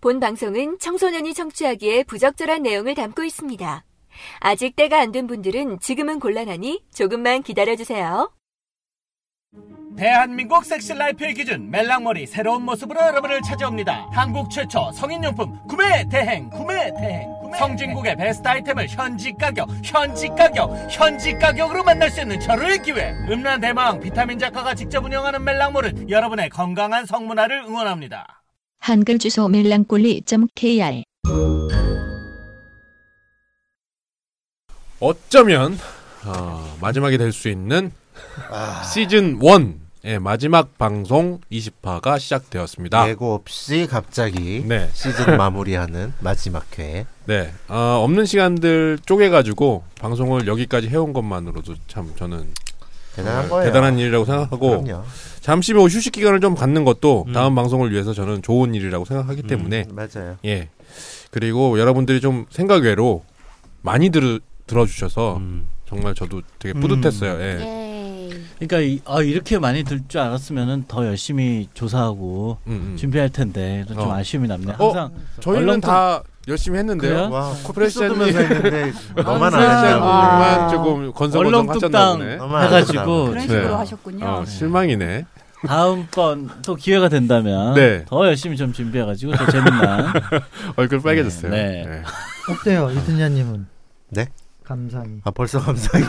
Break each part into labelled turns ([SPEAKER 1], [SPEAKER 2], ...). [SPEAKER 1] 본 방송은 청소년이 청취하기에 부적절한 내용을 담고 있습니다. 아직 때가 안 된 분들은 지금은 곤란하니 조금만 기다려주세요.
[SPEAKER 2] 대한민국 섹시라이프의 기준 멜랑머리 새로운 모습으로 여러분을 찾아옵니다. 한국 최초 성인용품 구매 대행 구매 대행 구매 성진국의 베스트 아이템을 현지 가격 현지 가격 현지 가격으로 만날 수 있는 절호의 기회 음란 대망 비타민 작가가 직접 운영하는 멜랑몰은 여러분의 건강한 성문화를 응원합니다.
[SPEAKER 3] 한글 주소 멜랑꼴리.kr
[SPEAKER 4] 어쩌면 어, 마지막이 될 수 있는
[SPEAKER 5] 아.
[SPEAKER 4] 시즌 1의 마지막 방송 20화가 시작되었습니다.
[SPEAKER 5] 예고 없이 갑자기
[SPEAKER 4] 아. 네.
[SPEAKER 5] 시즌 마무리하는 마지막 회.
[SPEAKER 4] 네, 어, 없는 시간들 쪼개가지고 방송을 여기까지 해온 것만으로도 참 저는
[SPEAKER 5] 대단한 거예요.
[SPEAKER 4] 네, 대단한 일이라고 생각하고
[SPEAKER 5] 아, 그럼요.
[SPEAKER 4] 잠시 뭐 휴식 기간을 좀 갖는 것도 다음 방송을 위해서 저는 좋은 일이라고
[SPEAKER 5] 음.
[SPEAKER 4] 생각하기 때문에
[SPEAKER 5] 맞아요.
[SPEAKER 4] 예 그리고 여러분들이 좀 생각 외로 많이 들, 들어주셔서
[SPEAKER 5] 음.
[SPEAKER 4] 정말 저도 되게 뿌듯했어요. 예.
[SPEAKER 6] 그러니까 이, 아, 이렇게 많이 들 줄 알았으면은 더 열심히 조사하고
[SPEAKER 4] 음, 음.
[SPEAKER 6] 준비할 텐데 좀
[SPEAKER 4] 어.
[SPEAKER 6] 아쉬움이 남네요.
[SPEAKER 4] 어?
[SPEAKER 6] 항상
[SPEAKER 4] 저희는
[SPEAKER 6] 얼렁뚱-
[SPEAKER 4] 다 열심히 했는데요.
[SPEAKER 6] 그래요?
[SPEAKER 5] 와, 코피
[SPEAKER 4] 프레시안이-
[SPEAKER 5] 쏟으면서 했는데 너만 안
[SPEAKER 6] 항상-
[SPEAKER 5] 했다고.
[SPEAKER 7] 아.
[SPEAKER 4] 만 조금 건성건성하셨나
[SPEAKER 6] 아. 얼렁뚱땅
[SPEAKER 4] 보네.
[SPEAKER 5] 너무 안
[SPEAKER 6] 해가지고
[SPEAKER 5] 그러나.
[SPEAKER 7] 그런
[SPEAKER 4] 네.
[SPEAKER 7] 식으로 하셨군요.
[SPEAKER 4] 어, 실망이네.
[SPEAKER 6] 다음번 또 기회가 된다면
[SPEAKER 4] 네.
[SPEAKER 6] 더 열심히 좀 준비해가지고 더 재미난
[SPEAKER 4] 얼굴 빨개졌어요.
[SPEAKER 6] 네.
[SPEAKER 4] 네.
[SPEAKER 8] 어때요, 이순야님은?
[SPEAKER 5] 네?
[SPEAKER 8] 감상이.
[SPEAKER 5] 아 벌써 감상이.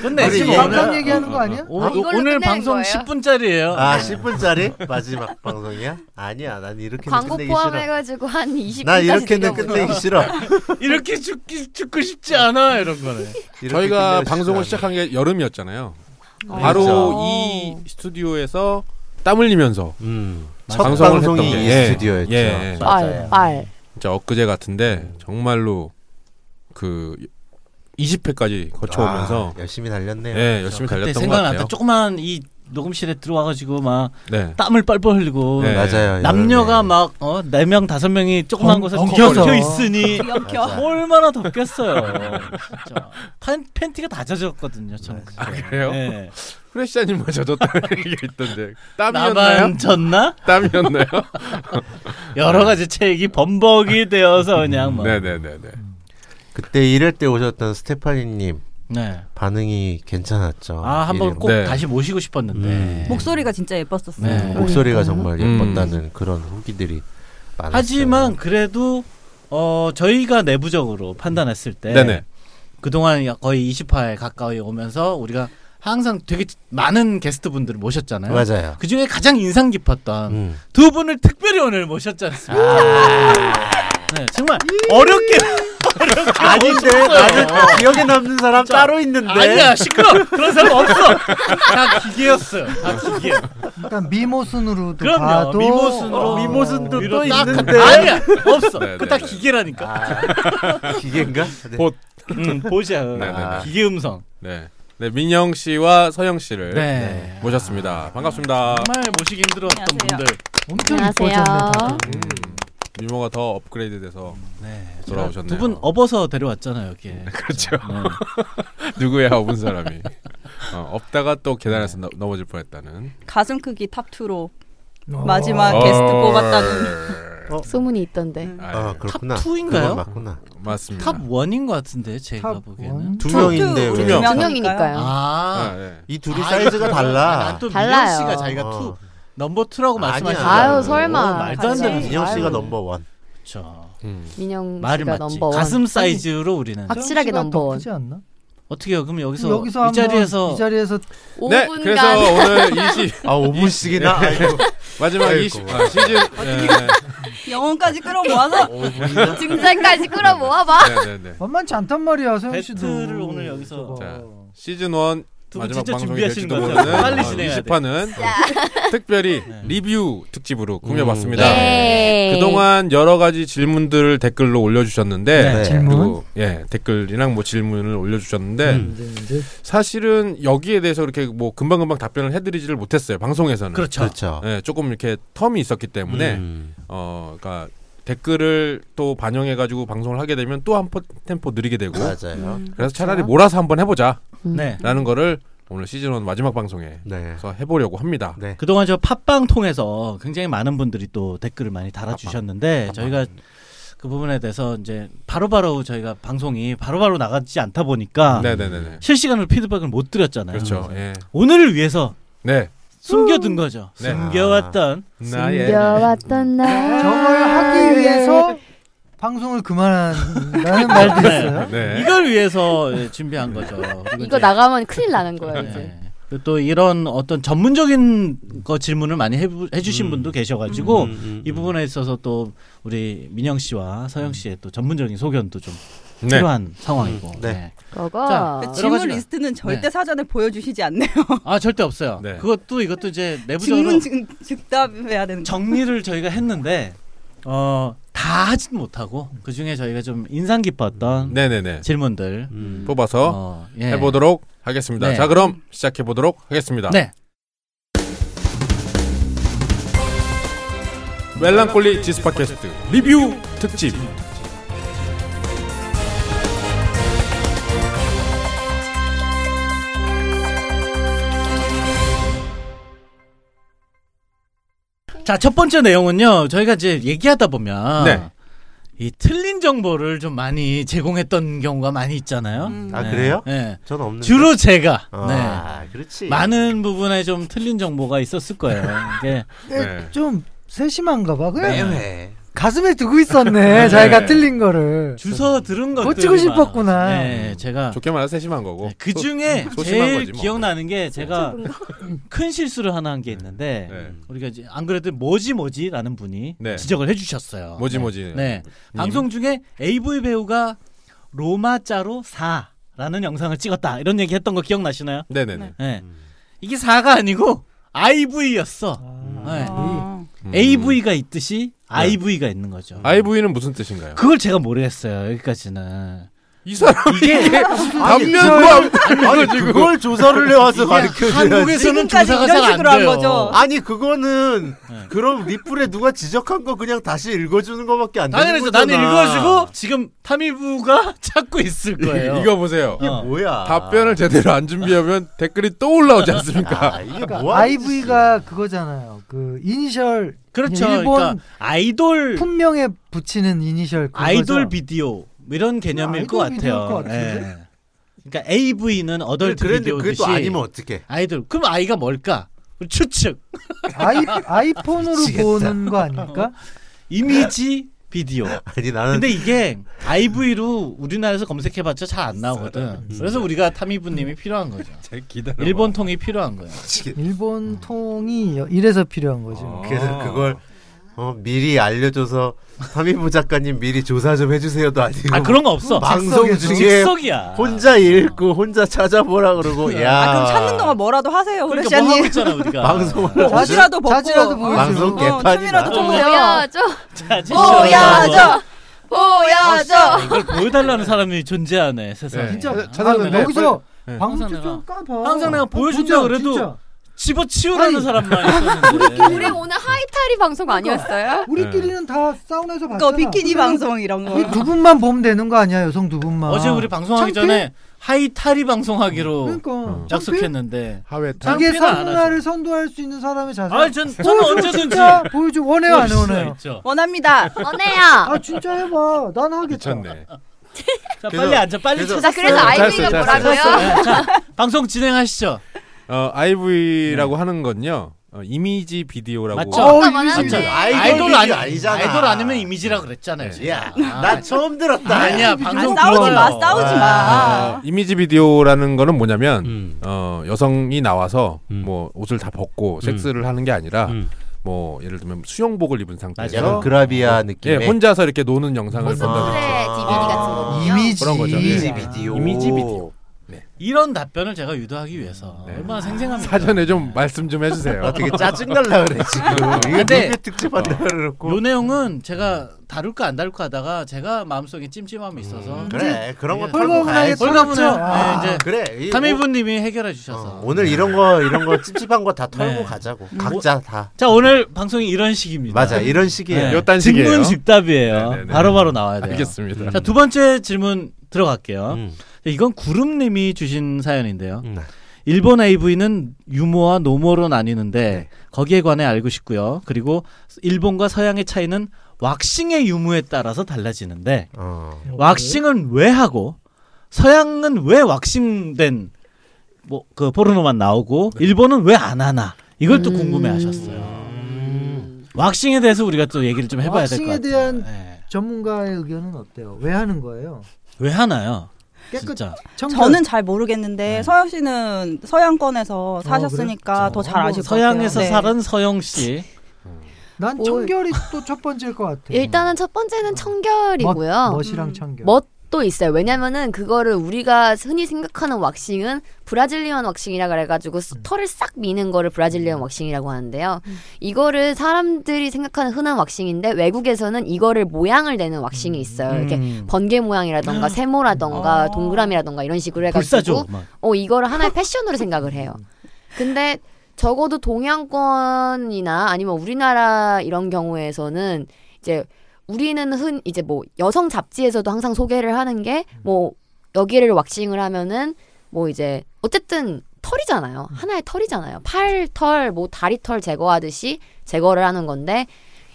[SPEAKER 6] 끝내
[SPEAKER 5] 아니,
[SPEAKER 6] 지금
[SPEAKER 5] 예.
[SPEAKER 6] 오늘,
[SPEAKER 8] 감상 얘기하는 거 아니야?
[SPEAKER 6] 오,
[SPEAKER 7] 아, 이걸로
[SPEAKER 6] 오늘
[SPEAKER 7] 끝내는
[SPEAKER 6] 방송
[SPEAKER 7] 거예요?
[SPEAKER 6] 10분짜리예요.
[SPEAKER 5] 아
[SPEAKER 7] 네.
[SPEAKER 5] 10분짜리 마지막 방송이야? 아니야, 난 이렇게
[SPEAKER 7] 광고
[SPEAKER 5] 끝내기 싫어.
[SPEAKER 7] 포함해가지고 한 20분까지
[SPEAKER 5] 나 이렇게는 끝내기 싫어.
[SPEAKER 6] 이렇게 죽기 죽고 싶지 않아 이런 거는.
[SPEAKER 5] 이렇게
[SPEAKER 4] 저희가
[SPEAKER 5] 끝내고 싶지
[SPEAKER 4] 방송을
[SPEAKER 5] 않아.
[SPEAKER 4] 시작한 게 여름이었잖아요.
[SPEAKER 7] 어,
[SPEAKER 5] 그렇죠.
[SPEAKER 4] 바로 이 스튜디오에서 땀 흘리면서
[SPEAKER 5] 음. 첫
[SPEAKER 4] 방송을
[SPEAKER 5] 방송이
[SPEAKER 4] 했던
[SPEAKER 5] 이
[SPEAKER 4] 게.
[SPEAKER 5] 스튜디오였죠.
[SPEAKER 4] 예, 예.
[SPEAKER 7] 빨, 빨.
[SPEAKER 4] 진짜 엊그제
[SPEAKER 6] 네.
[SPEAKER 4] 같은데 정말로 그 20회까지 거쳐오면서
[SPEAKER 5] 아, 열심히 달렸네요.
[SPEAKER 4] 예, 열심히
[SPEAKER 6] 그때
[SPEAKER 4] 달렸던 것 같아요.
[SPEAKER 6] 생각났다. 조그만 이 녹음실에 들어와가지고 막
[SPEAKER 4] 네.
[SPEAKER 6] 땀을 뻘뻘 흘리고
[SPEAKER 4] 네.
[SPEAKER 5] 맞아요.
[SPEAKER 6] 남녀가
[SPEAKER 5] 여름에.
[SPEAKER 6] 막어네명 다섯 명이 조그만
[SPEAKER 8] 엉-
[SPEAKER 6] 곳에
[SPEAKER 8] 엉켜서.
[SPEAKER 6] 엉켜 있으니
[SPEAKER 5] 맞아.
[SPEAKER 6] 얼마나 덥겠어요. 진짜. 팬, 팬티가 다 젖었거든요. 전 그때.
[SPEAKER 4] 아, 그래요?
[SPEAKER 6] 네.
[SPEAKER 4] 프레시아님만 젖었다는 얘기가 있던데 땀이었나요?
[SPEAKER 6] 나만 졌나?
[SPEAKER 4] 땀이었나요?
[SPEAKER 6] 여러 가지 책이 범벅이 되어서 그냥 뭐.
[SPEAKER 4] 네네네네.
[SPEAKER 5] 그때 일할 때 오셨던 스테파니님
[SPEAKER 6] 네.
[SPEAKER 5] 반응이 괜찮았죠. 예,
[SPEAKER 6] 아, 한번
[SPEAKER 5] 어, 일일-
[SPEAKER 6] 꼭
[SPEAKER 4] 네.
[SPEAKER 6] 다시 모시고
[SPEAKER 5] 음.
[SPEAKER 6] 싶었는데.
[SPEAKER 7] 목소리가 진짜 예뻤었어요.
[SPEAKER 6] 네.
[SPEAKER 5] 목소리가 정말
[SPEAKER 4] 음.
[SPEAKER 5] 예뻤다는 그런 후기들이 많았어요.
[SPEAKER 6] 하지만 그래도 어 저희가 내부적으로 판단했을 때
[SPEAKER 4] 네네.
[SPEAKER 6] 그동안 거의 20화에 가까이 오면서 우리가 항상 되게 많은 게스트 분들을 모셨잖아요.
[SPEAKER 5] 맞아요.
[SPEAKER 6] 그 중에 가장 인상 깊었던
[SPEAKER 5] 음.
[SPEAKER 6] 두 분을 특별히 오늘 모셨지 않습니까? 네, 정말 어렵게 어렵게
[SPEAKER 5] 아. 아닌데
[SPEAKER 6] 모셨어요.
[SPEAKER 5] 나는 기억에 남는 사람 따로 있는데.
[SPEAKER 6] 아니야 시끄러 그런 사람 없어 다 기계였어요 다 기계
[SPEAKER 8] 그러니까 미모순으로도
[SPEAKER 6] 그럼요
[SPEAKER 8] 봐도 어,
[SPEAKER 6] 미모순으로
[SPEAKER 5] 어, 미모순도
[SPEAKER 6] 위로
[SPEAKER 5] 또
[SPEAKER 6] 딱-
[SPEAKER 5] 있는데.
[SPEAKER 6] 아니야 없어
[SPEAKER 4] 네,
[SPEAKER 6] 그거 다
[SPEAKER 4] 네, 네.
[SPEAKER 6] 기계라니까
[SPEAKER 5] 아, 기계인가? 네.
[SPEAKER 4] 보-
[SPEAKER 6] 음, 보자
[SPEAKER 4] 네, 네, 네.
[SPEAKER 6] 기계 음성
[SPEAKER 4] 네. 네, 민영 씨와 서영 씨를
[SPEAKER 6] 네.
[SPEAKER 4] 모셨습니다. 반갑습니다.
[SPEAKER 6] 정말 모시기 힘들었던
[SPEAKER 7] 안녕하세요.
[SPEAKER 6] 분들
[SPEAKER 8] 엄청
[SPEAKER 9] 안녕하세요.
[SPEAKER 8] 이뻐졌네. 다들.
[SPEAKER 4] 음, 미모가 더 업그레이드돼서
[SPEAKER 6] 네,
[SPEAKER 4] 돌아오셨네요.
[SPEAKER 6] 두 분 업어서 데려왔잖아요 여기에
[SPEAKER 4] 그렇죠.
[SPEAKER 6] 네.
[SPEAKER 4] 누구야 업은 사람이 어, 없다가 또 계단에서 넘- 넘어질 뻔했다는
[SPEAKER 7] 가슴 크기 탑 2로
[SPEAKER 8] 어.
[SPEAKER 7] 마지막 아, 게스트 뽑았다는.
[SPEAKER 9] 소문이
[SPEAKER 8] 음.
[SPEAKER 9] 있던데.
[SPEAKER 4] 아,
[SPEAKER 5] 아 그렇구나.
[SPEAKER 6] 탑 투인가요?
[SPEAKER 5] 그건 맞구나.
[SPEAKER 4] 맞습니다.
[SPEAKER 6] 탑 원인 것 같은데 제가
[SPEAKER 8] 탑
[SPEAKER 6] 보기에는
[SPEAKER 8] 원.
[SPEAKER 5] 두 명인데
[SPEAKER 7] 투,
[SPEAKER 5] 왜?
[SPEAKER 4] 두 명.
[SPEAKER 9] 두 명이니까요.
[SPEAKER 4] 아,
[SPEAKER 6] 아,
[SPEAKER 4] 네.
[SPEAKER 5] 이 둘이 사이즈가 달라.
[SPEAKER 6] 난또 민영
[SPEAKER 9] 달라요.
[SPEAKER 6] 씨가 자기가
[SPEAKER 5] 어.
[SPEAKER 6] 투 넘버 투라고
[SPEAKER 5] 아니야.
[SPEAKER 6] 말씀하시잖아요.
[SPEAKER 9] 아유 설마.
[SPEAKER 6] 어, 말도 안
[SPEAKER 9] 같이.
[SPEAKER 6] 되는
[SPEAKER 5] 민영 씨가
[SPEAKER 9] 아유,
[SPEAKER 5] 넘버 원.
[SPEAKER 6] 그렇죠.
[SPEAKER 4] 음.
[SPEAKER 9] 민영
[SPEAKER 6] 말이
[SPEAKER 9] 씨가
[SPEAKER 6] 맞지.
[SPEAKER 9] 넘버 원. 아,
[SPEAKER 6] 가슴 사이즈로 우리는
[SPEAKER 9] 확- 확실하게
[SPEAKER 8] 씨가
[SPEAKER 9] 넘버원.
[SPEAKER 8] 높지 않나?
[SPEAKER 6] 어떻게요? 그럼 여기서,
[SPEAKER 8] 여기서
[SPEAKER 6] 이 자리에서
[SPEAKER 8] 이 자리에서
[SPEAKER 4] 네,
[SPEAKER 9] 5분간
[SPEAKER 4] 그래서 오늘 20
[SPEAKER 5] 아 5분씩이나.
[SPEAKER 4] 마지막
[SPEAKER 5] 아이고.
[SPEAKER 4] 20 아, 시즌 네,
[SPEAKER 7] 영혼까지 끌어모아서 그
[SPEAKER 9] 증상까지 끌어모아봐.
[SPEAKER 4] 네, 네, 네.
[SPEAKER 8] 만만치 않단 말이야, 서영 씨도.
[SPEAKER 6] 배틀을 오늘 여기서
[SPEAKER 4] 자, 시즌 1
[SPEAKER 6] 어. 두분
[SPEAKER 4] 마지막
[SPEAKER 6] 진짜
[SPEAKER 4] 방송이
[SPEAKER 6] 준비하시는
[SPEAKER 4] 될지도
[SPEAKER 6] 것
[SPEAKER 4] 모르는
[SPEAKER 6] 같아요. 빨리 진행해야
[SPEAKER 4] 20화는 특별히
[SPEAKER 6] 네.
[SPEAKER 4] 리뷰
[SPEAKER 5] 음.
[SPEAKER 4] 특집으로 꾸며봤습니다.
[SPEAKER 9] 예.
[SPEAKER 4] 그동안 여러 가지 질문들을 댓글로 올려주셨는데
[SPEAKER 5] 네.
[SPEAKER 8] 질문.
[SPEAKER 4] 그리고 예 댓글이랑 뭐 질문을 올려주셨는데
[SPEAKER 5] 음.
[SPEAKER 6] 네,
[SPEAKER 4] 사실은 여기에 대해서 이렇게 뭐 금방 금방 답변을 해드리지를 못했어요 방송에서는
[SPEAKER 6] 그렇죠.
[SPEAKER 5] 그렇죠.
[SPEAKER 4] 예, 조금 이렇게 텀이 있었기
[SPEAKER 6] 네.
[SPEAKER 4] 때문에
[SPEAKER 5] 음.
[SPEAKER 4] 어 그러니까 댓글을 또 반영해 가지고 방송을 하게 되면 또 한 템포 느리게 되고
[SPEAKER 5] 맞아요.
[SPEAKER 6] 그렇죠.
[SPEAKER 4] 그래서 차라리 몰아서 한번 해보자라는
[SPEAKER 6] 네.
[SPEAKER 4] 거를 오늘 시즌 1 마지막 방송에서
[SPEAKER 5] 네.
[SPEAKER 4] 해보려고 합니다.
[SPEAKER 5] 네.
[SPEAKER 6] 그동안 저 팟빵 통해서 굉장히 많은 분들이 또 댓글을 많이 달아주셨는데 저희가 그 부분에 대해서 이제 바로바로 저희가 방송이 바로바로 나가지 않다 보니까
[SPEAKER 4] 네네네.
[SPEAKER 6] 실시간으로 피드백을 못 드렸잖아요.
[SPEAKER 4] 그렇죠. 예.
[SPEAKER 6] 오늘을 위해서
[SPEAKER 4] 네.
[SPEAKER 6] 숨겨둔 거죠.
[SPEAKER 4] 네.
[SPEAKER 6] 숨겨왔던
[SPEAKER 8] 예.
[SPEAKER 4] 나의
[SPEAKER 9] 숨겨왔던 날.
[SPEAKER 8] 저걸 하기 위해서 방송을 그만한다는 말도
[SPEAKER 6] 네.
[SPEAKER 8] 있어요.
[SPEAKER 4] 네.
[SPEAKER 6] 이걸 위해서 준비한 거죠. 그리고
[SPEAKER 9] 이거
[SPEAKER 6] 이제-
[SPEAKER 9] 나가면 큰일 나는 거예요 이제.
[SPEAKER 6] 네. 그리고 또 이런 어떤 전문적인 거 질문을 많이 해부,
[SPEAKER 4] 음.
[SPEAKER 6] 해주신 분도 계셔가지고 이 부분에 있어서 또 우리 민영 씨와 서영 씨의 또 전문적인 소견도 좀
[SPEAKER 4] 네.
[SPEAKER 6] 필요한 상황이고.
[SPEAKER 5] 음, 네.
[SPEAKER 9] 그거.
[SPEAKER 6] 자, 여러
[SPEAKER 7] 질문
[SPEAKER 6] 가지가-
[SPEAKER 7] 리스트는 절대
[SPEAKER 6] 네.
[SPEAKER 7] 사전에 보여주시지 않네요.
[SPEAKER 6] 아 절대 없어요.
[SPEAKER 4] 네.
[SPEAKER 6] 그것도 이것도 이제 내부적으로
[SPEAKER 7] 질문 즉- 즉답해야 되는 거.
[SPEAKER 6] 정리를 저희가 했는데 어, 다 하진 못하고 그 중에 저희가 좀 인상 깊었던
[SPEAKER 4] 네네네.
[SPEAKER 6] 질문들
[SPEAKER 5] 음.
[SPEAKER 4] 뽑아서
[SPEAKER 6] 어, 예.
[SPEAKER 4] 해보도록 하겠습니다.
[SPEAKER 6] 네.
[SPEAKER 4] 자, 그럼 시작해 보도록 하겠습니다.
[SPEAKER 6] 네.
[SPEAKER 4] 멜랑콜리 지스팟 캐스트 리뷰 특집.
[SPEAKER 6] 자, 첫 번째 내용은요. 저희가 이제 얘기하다 보면
[SPEAKER 4] 네.
[SPEAKER 6] 이 틀린 정보를 좀 많이 제공했던 경우가 많이 있잖아요.
[SPEAKER 7] 음.
[SPEAKER 5] 아, 그래요?
[SPEAKER 6] 네.
[SPEAKER 5] 전 없는데.
[SPEAKER 6] 주로 제가
[SPEAKER 5] 어,
[SPEAKER 6] 네.
[SPEAKER 5] 아, 그렇지.
[SPEAKER 6] 많은 부분에 좀 틀린 정보가 있었을 거예요. 이게
[SPEAKER 4] 네.
[SPEAKER 8] 좀 세심한가 봐. 그냥
[SPEAKER 5] 매회.
[SPEAKER 8] 가슴에 두고 있었네. 자기가 틀린 거를.
[SPEAKER 6] 주워 들은 것들
[SPEAKER 8] 고치고 싶었구나.
[SPEAKER 6] 네, 제가
[SPEAKER 4] 좋게 말해 세심한 거고.
[SPEAKER 6] 그 중에
[SPEAKER 4] 소- 소심한
[SPEAKER 6] 제일
[SPEAKER 4] 거지 뭐.
[SPEAKER 6] 기억나는 게 제가 큰 실수를 하나 한 게 있는데
[SPEAKER 4] 네.
[SPEAKER 6] 우리가 이제 안 그래도 뭐지 뭐지라는 분이
[SPEAKER 4] 네.
[SPEAKER 6] 지적을 해주셨어요.
[SPEAKER 4] 뭐지
[SPEAKER 6] 네.
[SPEAKER 4] 뭐지. 음.
[SPEAKER 6] 네. 방송 중에 AV 배우가 로마자로 4라는 영상을 찍었다. 이런 얘기 했던 거 기억나시나요?
[SPEAKER 4] 네네네.
[SPEAKER 6] 네. 이게 4가 아니고 IV였어. 네.
[SPEAKER 7] 아.
[SPEAKER 4] 음. 네.
[SPEAKER 6] AV가 있듯이 IV가 있는 거죠.
[SPEAKER 4] IV는 무슨 뜻인가요?
[SPEAKER 6] 그걸 제가 모르겠어요. 여기까지는.
[SPEAKER 4] 이 사람 이게
[SPEAKER 5] 이걸-
[SPEAKER 4] 단면과
[SPEAKER 5] 아니, 그걸 조사를 해와서 가르쳐 줘야지.
[SPEAKER 6] 한국에서는
[SPEAKER 7] 지금까지
[SPEAKER 6] 조사가
[SPEAKER 7] 이런
[SPEAKER 6] 잘 안
[SPEAKER 7] 식으로 한
[SPEAKER 6] 돼요.
[SPEAKER 7] 거죠.
[SPEAKER 5] 아니, 그거는
[SPEAKER 6] 네.
[SPEAKER 5] 그럼 리플에 누가 지적한 거 그냥 다시 읽어주는 거밖에 안 되는
[SPEAKER 6] 당연히죠.
[SPEAKER 5] 거잖아.
[SPEAKER 6] 나는 읽어주고 지금 탐일부가 찾고 있을 거예요.
[SPEAKER 4] 이거 보세요.
[SPEAKER 5] 이게
[SPEAKER 6] 어.
[SPEAKER 5] 뭐야?
[SPEAKER 4] 답변을 제대로 안 준비하면 댓글이 또 올라오지 않습니까?
[SPEAKER 5] 아, 이게
[SPEAKER 8] 그러니까
[SPEAKER 5] 뭐야?
[SPEAKER 8] IV가 그거잖아요. 그 이니셜
[SPEAKER 6] 그렇죠.
[SPEAKER 8] 일본
[SPEAKER 6] 그러니까 아이돌
[SPEAKER 8] 품명에 붙이는 이니셜 그거죠.
[SPEAKER 6] 아이돌 비디오 뭐 이런 개념일
[SPEAKER 8] 아이돌
[SPEAKER 6] 것 같아요.
[SPEAKER 8] 비디오일 것 같은데?
[SPEAKER 6] 예. 그러니까 AV는
[SPEAKER 5] 그래,
[SPEAKER 6] 어덜트
[SPEAKER 5] 그랬는데 그게
[SPEAKER 6] 비디오듯이
[SPEAKER 5] 또 아니면 어떡해?
[SPEAKER 6] 아이돌 그럼 아이가 뭘까? 추측
[SPEAKER 8] 아이, 아이폰으로
[SPEAKER 5] 미치겠다.
[SPEAKER 8] 보는 거 아닙니까?
[SPEAKER 6] 이미지 비디오.
[SPEAKER 5] 아니 나는
[SPEAKER 6] 근데 이게 IV로 우리나라에서 검색해봤자 잘 안 나오거든. 그래서 우리가 타미부님이 필요한 거죠.
[SPEAKER 4] 기다려.
[SPEAKER 6] 일본 통이 필요한 거예요.
[SPEAKER 5] 미치겠-
[SPEAKER 8] 일본 통이 이래서 필요한 거죠.
[SPEAKER 5] 그래서 그걸 어, 미리 알려줘서 삼인부 작가님 미리 조사 좀 해주세요도 아니고
[SPEAKER 6] 아 그런 거 없어.
[SPEAKER 5] 방송
[SPEAKER 8] 즉석에서.
[SPEAKER 5] 중에
[SPEAKER 6] 즉석이야.
[SPEAKER 5] 혼자 읽고 혼자 찾아보라 그러고 야
[SPEAKER 7] 아, 그럼 찾는 동안 뭐라도 하세요,
[SPEAKER 6] 그러니까
[SPEAKER 7] 호레시아님.
[SPEAKER 6] 뭐 하고 있잖아 우리가.
[SPEAKER 5] 방송을
[SPEAKER 8] 자지-
[SPEAKER 7] 옷이라도 벗고.
[SPEAKER 8] 자지라도 벗고.
[SPEAKER 5] 방송
[SPEAKER 7] 어,
[SPEAKER 5] 개판이다.
[SPEAKER 7] 춤이라도 좀 보여.
[SPEAKER 9] 뭐야 저
[SPEAKER 6] 자지 아,
[SPEAKER 7] 보여줘. 보여줘.
[SPEAKER 6] 이걸 보여달라는 사람이 존재하네 세상에.
[SPEAKER 4] 네.
[SPEAKER 8] 진짜
[SPEAKER 4] 찾았는데.
[SPEAKER 8] 아, 여기서
[SPEAKER 4] 네.
[SPEAKER 8] 방송
[SPEAKER 6] 항상
[SPEAKER 8] 좀 까봐. 뭐
[SPEAKER 6] 항상 내가 보여준다
[SPEAKER 8] 보자,
[SPEAKER 6] 그래도
[SPEAKER 8] 진짜.
[SPEAKER 6] 집어치우라는
[SPEAKER 8] 아니.
[SPEAKER 6] 사람만 있었는데.
[SPEAKER 9] 우리 오늘 하이타리 방송 아니었어요?
[SPEAKER 8] 우리끼리는 다 사우나에서
[SPEAKER 7] 그거
[SPEAKER 8] 봤잖아.
[SPEAKER 7] 비키니 방송 이런 거.
[SPEAKER 8] 이두 분만 보면 되는 거 아니야 여성 두 분만.
[SPEAKER 6] 어제 우리 방송하기
[SPEAKER 8] 창피해?
[SPEAKER 6] 전에 하이타리 방송하기로
[SPEAKER 8] 그러니까
[SPEAKER 6] 약속했는데.
[SPEAKER 4] 하회 타.
[SPEAKER 8] 자기의
[SPEAKER 6] 창피는 안 하죠.
[SPEAKER 8] 사우나를 선도할 수 있는 사람의 자세.
[SPEAKER 6] 아, 전 저는
[SPEAKER 8] 보여줘,
[SPEAKER 6] 언제든지
[SPEAKER 8] 진짜 보여줘 원해요
[SPEAKER 6] 어,
[SPEAKER 8] 안 원해요.
[SPEAKER 6] 있죠.
[SPEAKER 7] 원합니다.
[SPEAKER 9] 언해야.
[SPEAKER 8] 아 진짜 해봐. 난 하겠다.
[SPEAKER 4] 미쳤네.
[SPEAKER 6] 자,
[SPEAKER 5] 그래서-
[SPEAKER 6] 빨리 앉아, 빨리
[SPEAKER 5] 그래서-
[SPEAKER 6] 찾아.
[SPEAKER 9] 자 그래서
[SPEAKER 4] 잘했어요,
[SPEAKER 9] 아이비가
[SPEAKER 4] 잘했어요.
[SPEAKER 9] 뭐라고요?
[SPEAKER 6] 방송 진행하시죠.
[SPEAKER 4] 어,
[SPEAKER 8] 네.
[SPEAKER 4] IV라고 하는 건요. 어, 이미지 비디오라고.
[SPEAKER 6] 맞죠?
[SPEAKER 8] 어,
[SPEAKER 9] 잠깐만,
[SPEAKER 8] 이미지.
[SPEAKER 9] 하는데.
[SPEAKER 5] 아이돌
[SPEAKER 6] 아니-
[SPEAKER 5] 아니, 아니잖아
[SPEAKER 6] 아이돌 아니면 이미지라 그랬잖아요.
[SPEAKER 4] 네.
[SPEAKER 6] 제가. 아,
[SPEAKER 5] 야나 처음 들었다
[SPEAKER 6] 아니야,
[SPEAKER 7] 아,
[SPEAKER 6] 방송
[SPEAKER 7] 싸우지 네.
[SPEAKER 6] 들어와요.
[SPEAKER 7] 마, 싸우지 마.
[SPEAKER 4] 어, 이미지 비디오라는 거는 뭐냐면
[SPEAKER 5] 음.
[SPEAKER 4] 어, 여성이 나와서
[SPEAKER 5] 음.
[SPEAKER 4] 뭐 옷을 다 벗고 섹스를 하는 게 아니라
[SPEAKER 5] 음.
[SPEAKER 4] 뭐 예를 들면 수영복을 입은 상태에서
[SPEAKER 5] 약간 그라비아
[SPEAKER 4] 예,
[SPEAKER 5] 느낌의
[SPEAKER 4] 혼자서 이렇게 노는 영상을 본다.
[SPEAKER 9] 코스프레 네, DVD 같은 거군요.
[SPEAKER 5] 아,
[SPEAKER 8] 이미지.
[SPEAKER 4] 그런 거죠.
[SPEAKER 5] 네. 이미지 비디오
[SPEAKER 4] 이미지 비디오.
[SPEAKER 6] 이런 답변을 제가 유도하기 위해서
[SPEAKER 4] 네.
[SPEAKER 6] 얼마나 생생합니까?
[SPEAKER 4] 사전에 좀 말씀 좀 해주세요.
[SPEAKER 5] 나 되게 짜증날라 그래 지금 이거
[SPEAKER 6] 근데-
[SPEAKER 5] 아, 근데 어, 특집 한다 그래놓고
[SPEAKER 6] 요 내용은 제가 다룰까 안 다룰까 하다가 제가 마음속에 찜찜함이 있어서
[SPEAKER 5] 그래 그런 거 털고
[SPEAKER 8] 헐거분하게
[SPEAKER 5] 가야지 아,
[SPEAKER 6] 털고 털어보네요.
[SPEAKER 8] 털어보죠.
[SPEAKER 6] 네, 이제
[SPEAKER 5] 그래 이
[SPEAKER 6] 타미부님이 해결해
[SPEAKER 5] 오-
[SPEAKER 6] 주셔서
[SPEAKER 5] 어, 오늘 이런 거 이런 거 찝찝한 거 다 털고
[SPEAKER 6] 네.
[SPEAKER 5] 가자고 각자 다
[SPEAKER 6] 자 오늘 방송이 이런 식입니다.
[SPEAKER 5] 맞아 이런 식이에요
[SPEAKER 6] 네.
[SPEAKER 4] 요딴 식이에요.
[SPEAKER 6] 질문 즉답이에요.
[SPEAKER 4] 네, 네, 네.
[SPEAKER 6] 바로바로 나와야 돼요.
[SPEAKER 4] 알겠습니다.
[SPEAKER 6] 자 두 번째 질문 들어갈게요.
[SPEAKER 5] 음.
[SPEAKER 6] 이건 구름님이 주신 사연인데요.
[SPEAKER 5] 음.
[SPEAKER 6] 일본 AV는 유머와 노모로 나뉘는데 거기에 관해 알고 싶고요. 그리고 일본과 서양의 차이는 왁싱의 유무에 따라서 달라지는데
[SPEAKER 5] 어.
[SPEAKER 6] 왁싱은 왜 하고 서양은 왜 왁싱된 뭐 그 포르노만 나오고 일본은 왜 안 하나 이걸 또
[SPEAKER 9] 음.
[SPEAKER 6] 궁금해하셨어요. 왁싱에 대해서 우리가 또 얘기를 좀 해봐야 될 것
[SPEAKER 8] 왁싱에
[SPEAKER 6] 같아요.
[SPEAKER 8] 대한
[SPEAKER 6] 예.
[SPEAKER 8] 전문가의 의견은 어때요? 왜 하는 거예요?
[SPEAKER 6] 왜 하나요?
[SPEAKER 8] 깨끗
[SPEAKER 6] 진짜
[SPEAKER 8] 청결.
[SPEAKER 7] 저는 잘 모르겠는데
[SPEAKER 6] 네.
[SPEAKER 7] 서영 씨는 서양권에서 사셨으니까
[SPEAKER 8] 그래요?
[SPEAKER 7] 더 잘 아실 것 같아요.
[SPEAKER 6] 어, 서양에서
[SPEAKER 7] 네.
[SPEAKER 6] 살은 서영 씨.
[SPEAKER 8] 난
[SPEAKER 9] 오.
[SPEAKER 8] 청결이 또 첫 번째일 것 같아.
[SPEAKER 9] 일단은 첫 번째는 청결이고요. 음,
[SPEAKER 8] 멋, 멋이랑 청결.
[SPEAKER 9] 멋도 있어요. 왜냐면은 그거를 우리가 흔히 생각하는 왁싱은 브라질리언 왁싱이라 그래가지고 스- 털을 싹 미는 거를 브라질리언 왁싱이라고 하는데요. 이거를 사람들이 생각하는 흔한 왁싱인데 외국에서는 이거를 모양을 내는 왁싱이 있어요. 아, 이렇게
[SPEAKER 6] 음.
[SPEAKER 9] 번개 모양이라던가 세모라던가 동그라미라던가 이런 식으로 해가지고
[SPEAKER 6] 불사조. 막.
[SPEAKER 9] 어, 이거를 하나의 패션으로 생각을 해요. 근데 적어도 동양권이나 아니면 우리나라 이런 경우에서는 이제 우리는 흔 이제 뭐 여성 잡지에서도 항상 소개를 하는 게 뭐 여기를 왁싱을 하면은 뭐 이제 어쨌든 털이잖아요. 하나의 털이잖아요. 팔 털, 뭐 다리 털 제거하듯이 제거를 하는 건데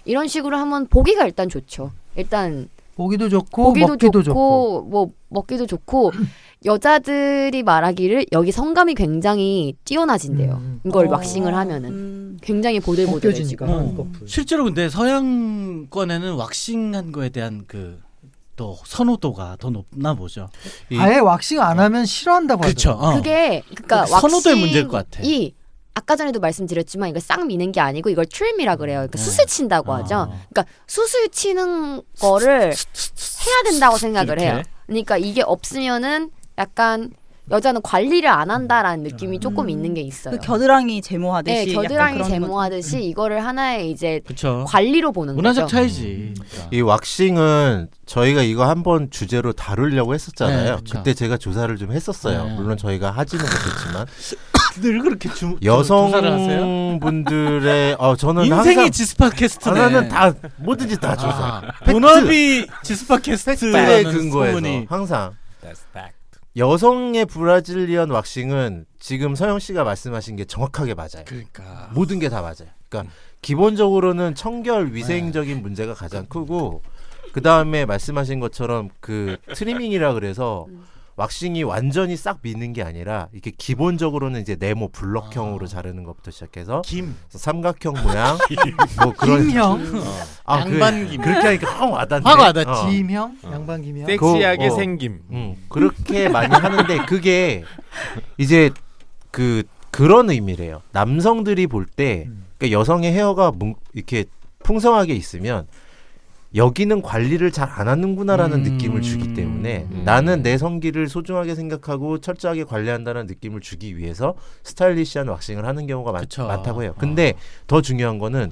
[SPEAKER 9] 이런 식으로 하면 보기가 일단 좋죠. 일단
[SPEAKER 8] 보기도 좋고
[SPEAKER 9] 보기도
[SPEAKER 8] 뭐 먹기도
[SPEAKER 9] 좋고,
[SPEAKER 8] 좋고.
[SPEAKER 9] 뭐 먹기도 좋고 여자들이 말하기를 여기 성감이 굉장히 뛰어나진대요.
[SPEAKER 8] 음.
[SPEAKER 9] 이걸
[SPEAKER 7] 어.
[SPEAKER 9] 왁싱을 하면은
[SPEAKER 7] 음.
[SPEAKER 9] 굉장히 보들보들해지고
[SPEAKER 8] 벗겨지니까
[SPEAKER 6] 어.
[SPEAKER 8] 하는 거풀.
[SPEAKER 6] 실제로 근데 서양권에는 왁싱한 거에 대한 그 또 선호도가 더 높나 보죠.
[SPEAKER 5] 이-
[SPEAKER 8] 아예 왁싱 안 하면 싫어한다고 하더라고.
[SPEAKER 6] 그렇죠. 어.
[SPEAKER 9] 그게 그러니까
[SPEAKER 6] 그게 선호도의
[SPEAKER 9] 왁싱이
[SPEAKER 6] 문제일 것 같아.
[SPEAKER 9] 아까 전에도 말씀드렸지만 이거 싹 미는 게 아니고 이걸 트림이라 그래요. 그러니까
[SPEAKER 6] 네.
[SPEAKER 9] 수술 친다고
[SPEAKER 8] 아.
[SPEAKER 6] 어.
[SPEAKER 9] 하죠. 그러니까 수술 치는 거를 해야 된다고 생각을
[SPEAKER 6] 이렇게.
[SPEAKER 9] 해요. 그러니까 이게 없으면은 약간 여자는 관리를 안 한다라는 느낌이 조금
[SPEAKER 7] 음.
[SPEAKER 9] 있는 게 있어요.
[SPEAKER 7] 그 겨드랑이 제모하듯이.
[SPEAKER 9] 네, 겨드랑이
[SPEAKER 7] 약간 그런 거죠.
[SPEAKER 9] 제모하듯이 이거를 하나의 이제
[SPEAKER 6] 그렇죠.
[SPEAKER 9] 관리로 보는
[SPEAKER 6] 문화적
[SPEAKER 9] 거죠.
[SPEAKER 6] 차이지. 그러니까.
[SPEAKER 5] 이 왁싱은 저희가 이거 한번 주제로 다루려고
[SPEAKER 6] 네,
[SPEAKER 5] 했었잖아요.
[SPEAKER 6] 그쵸.
[SPEAKER 5] 그때 제가 조사를 좀 했었어요.
[SPEAKER 6] 네.
[SPEAKER 5] 물론 저희가 하지는 못했지만
[SPEAKER 6] 늘 그렇게 주, 조사를 하세요?
[SPEAKER 5] 여성분들의 어 저는
[SPEAKER 6] 인생이
[SPEAKER 5] 항상
[SPEAKER 6] 지스파 캐스트네.
[SPEAKER 5] 나는 다 뭐든지 다 조사.
[SPEAKER 6] 아, 본업이 지스파
[SPEAKER 5] 팩트에
[SPEAKER 6] 캐스트라는
[SPEAKER 5] 근거해서
[SPEAKER 6] 소문이
[SPEAKER 5] 항상 여성의 브라질리언 왁싱은 지금 서영 씨가 말씀하신 게 정확하게 맞아요.
[SPEAKER 4] 그러니까
[SPEAKER 5] 모든 게 다 맞아요. 그러니까 기본적으로는 청결
[SPEAKER 6] 네.
[SPEAKER 5] 위생적인 문제가 가장 크고 그 다음에 말씀하신 것처럼 그 트리밍이라 그래서 왁싱이 완전히 싹 미는 게 아니라 이렇게 기본적으로는 이제 네모 블럭형으로 자르는 것부터 시작해서
[SPEAKER 6] 아. 김.
[SPEAKER 5] 삼각형 모양 뭐 그런
[SPEAKER 8] 김형,
[SPEAKER 6] 어.
[SPEAKER 5] 아, 그,
[SPEAKER 6] 양반김.
[SPEAKER 5] 그렇게 하니까 확 와닿네.
[SPEAKER 6] 확 와닿지.
[SPEAKER 5] 어.
[SPEAKER 8] 김형, 양반
[SPEAKER 6] 음.
[SPEAKER 8] 김형.
[SPEAKER 4] 섹시하게
[SPEAKER 5] 그거, 어.
[SPEAKER 4] 생김.
[SPEAKER 5] 음, 그렇게 많이 하는데 그게 이제 그 그런 의미래요. 남성들이 볼 때 그러니까 여성의 헤어가 뭉- 이렇게 풍성하게 있으면 여기는 관리를 잘 안 하는구나라는
[SPEAKER 6] 음.
[SPEAKER 5] 느낌을 주기 때문에
[SPEAKER 4] 음.
[SPEAKER 5] 나는 내 성기를 소중하게 생각하고 철저하게 관리한다는 느낌을 주기 위해서 스타일리시한 왁싱을 하는 경우가 많,
[SPEAKER 6] 그쵸.
[SPEAKER 5] 다고 해요. 근데 더 중요한 거는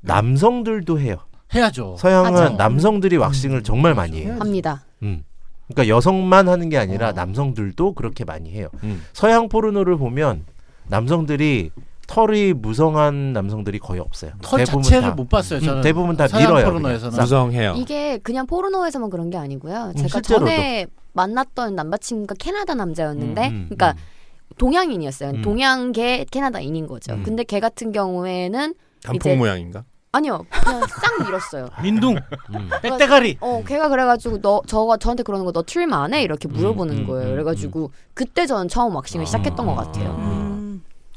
[SPEAKER 5] 남성들도 해요.
[SPEAKER 6] 해야죠.
[SPEAKER 5] 서양은
[SPEAKER 9] 맞아.
[SPEAKER 5] 남성들이 왁싱을 정말 많이 해요.
[SPEAKER 9] 합니다.
[SPEAKER 5] 음. 그러니까 여성만 하는 게 아니라
[SPEAKER 6] 어.
[SPEAKER 5] 남성들도 그렇게 많이 해요.
[SPEAKER 4] 음.
[SPEAKER 5] 서양 포르노를 보면 남성들이 털이 무성한 남성들이 거의 없어요.
[SPEAKER 6] 털
[SPEAKER 5] 대부분
[SPEAKER 6] 자체를
[SPEAKER 5] 다.
[SPEAKER 6] 못 봤어요.
[SPEAKER 5] 음,
[SPEAKER 6] 저는
[SPEAKER 5] 대부분 다
[SPEAKER 6] 서양
[SPEAKER 5] 밀어요.
[SPEAKER 6] 포르노에서는.
[SPEAKER 5] 그냥.
[SPEAKER 4] 무성해요.
[SPEAKER 9] 이게 그냥 포르노에서만 그런 게 아니고요.
[SPEAKER 5] 음,
[SPEAKER 9] 제가
[SPEAKER 5] 실제로도.
[SPEAKER 9] 전에 만났던 남자친구가 캐나다 남자였는데,
[SPEAKER 5] 음, 음,
[SPEAKER 9] 그러니까
[SPEAKER 5] 음.
[SPEAKER 9] 동양인이었어요.
[SPEAKER 5] 음.
[SPEAKER 9] 동양계 캐나다인인 거죠.
[SPEAKER 5] 음.
[SPEAKER 9] 근데 걔 같은 경우에는
[SPEAKER 4] 단풍
[SPEAKER 9] 이제-
[SPEAKER 4] 모양인가?
[SPEAKER 9] 아니요, 그냥 싹 밀었어요.
[SPEAKER 6] 민둥.
[SPEAKER 5] 음.
[SPEAKER 6] 빽대가리.
[SPEAKER 9] 어, 걔가 그래가지고 너 저가 저한테 그러는 거 너 트림 안 해? 이렇게 물어보는
[SPEAKER 5] 음, 음,
[SPEAKER 9] 거예요.
[SPEAKER 5] 음,
[SPEAKER 9] 그래가지고 그때 저는 처음 왁싱을
[SPEAKER 5] 아.
[SPEAKER 9] 시작했던 것 같아요.
[SPEAKER 7] 음.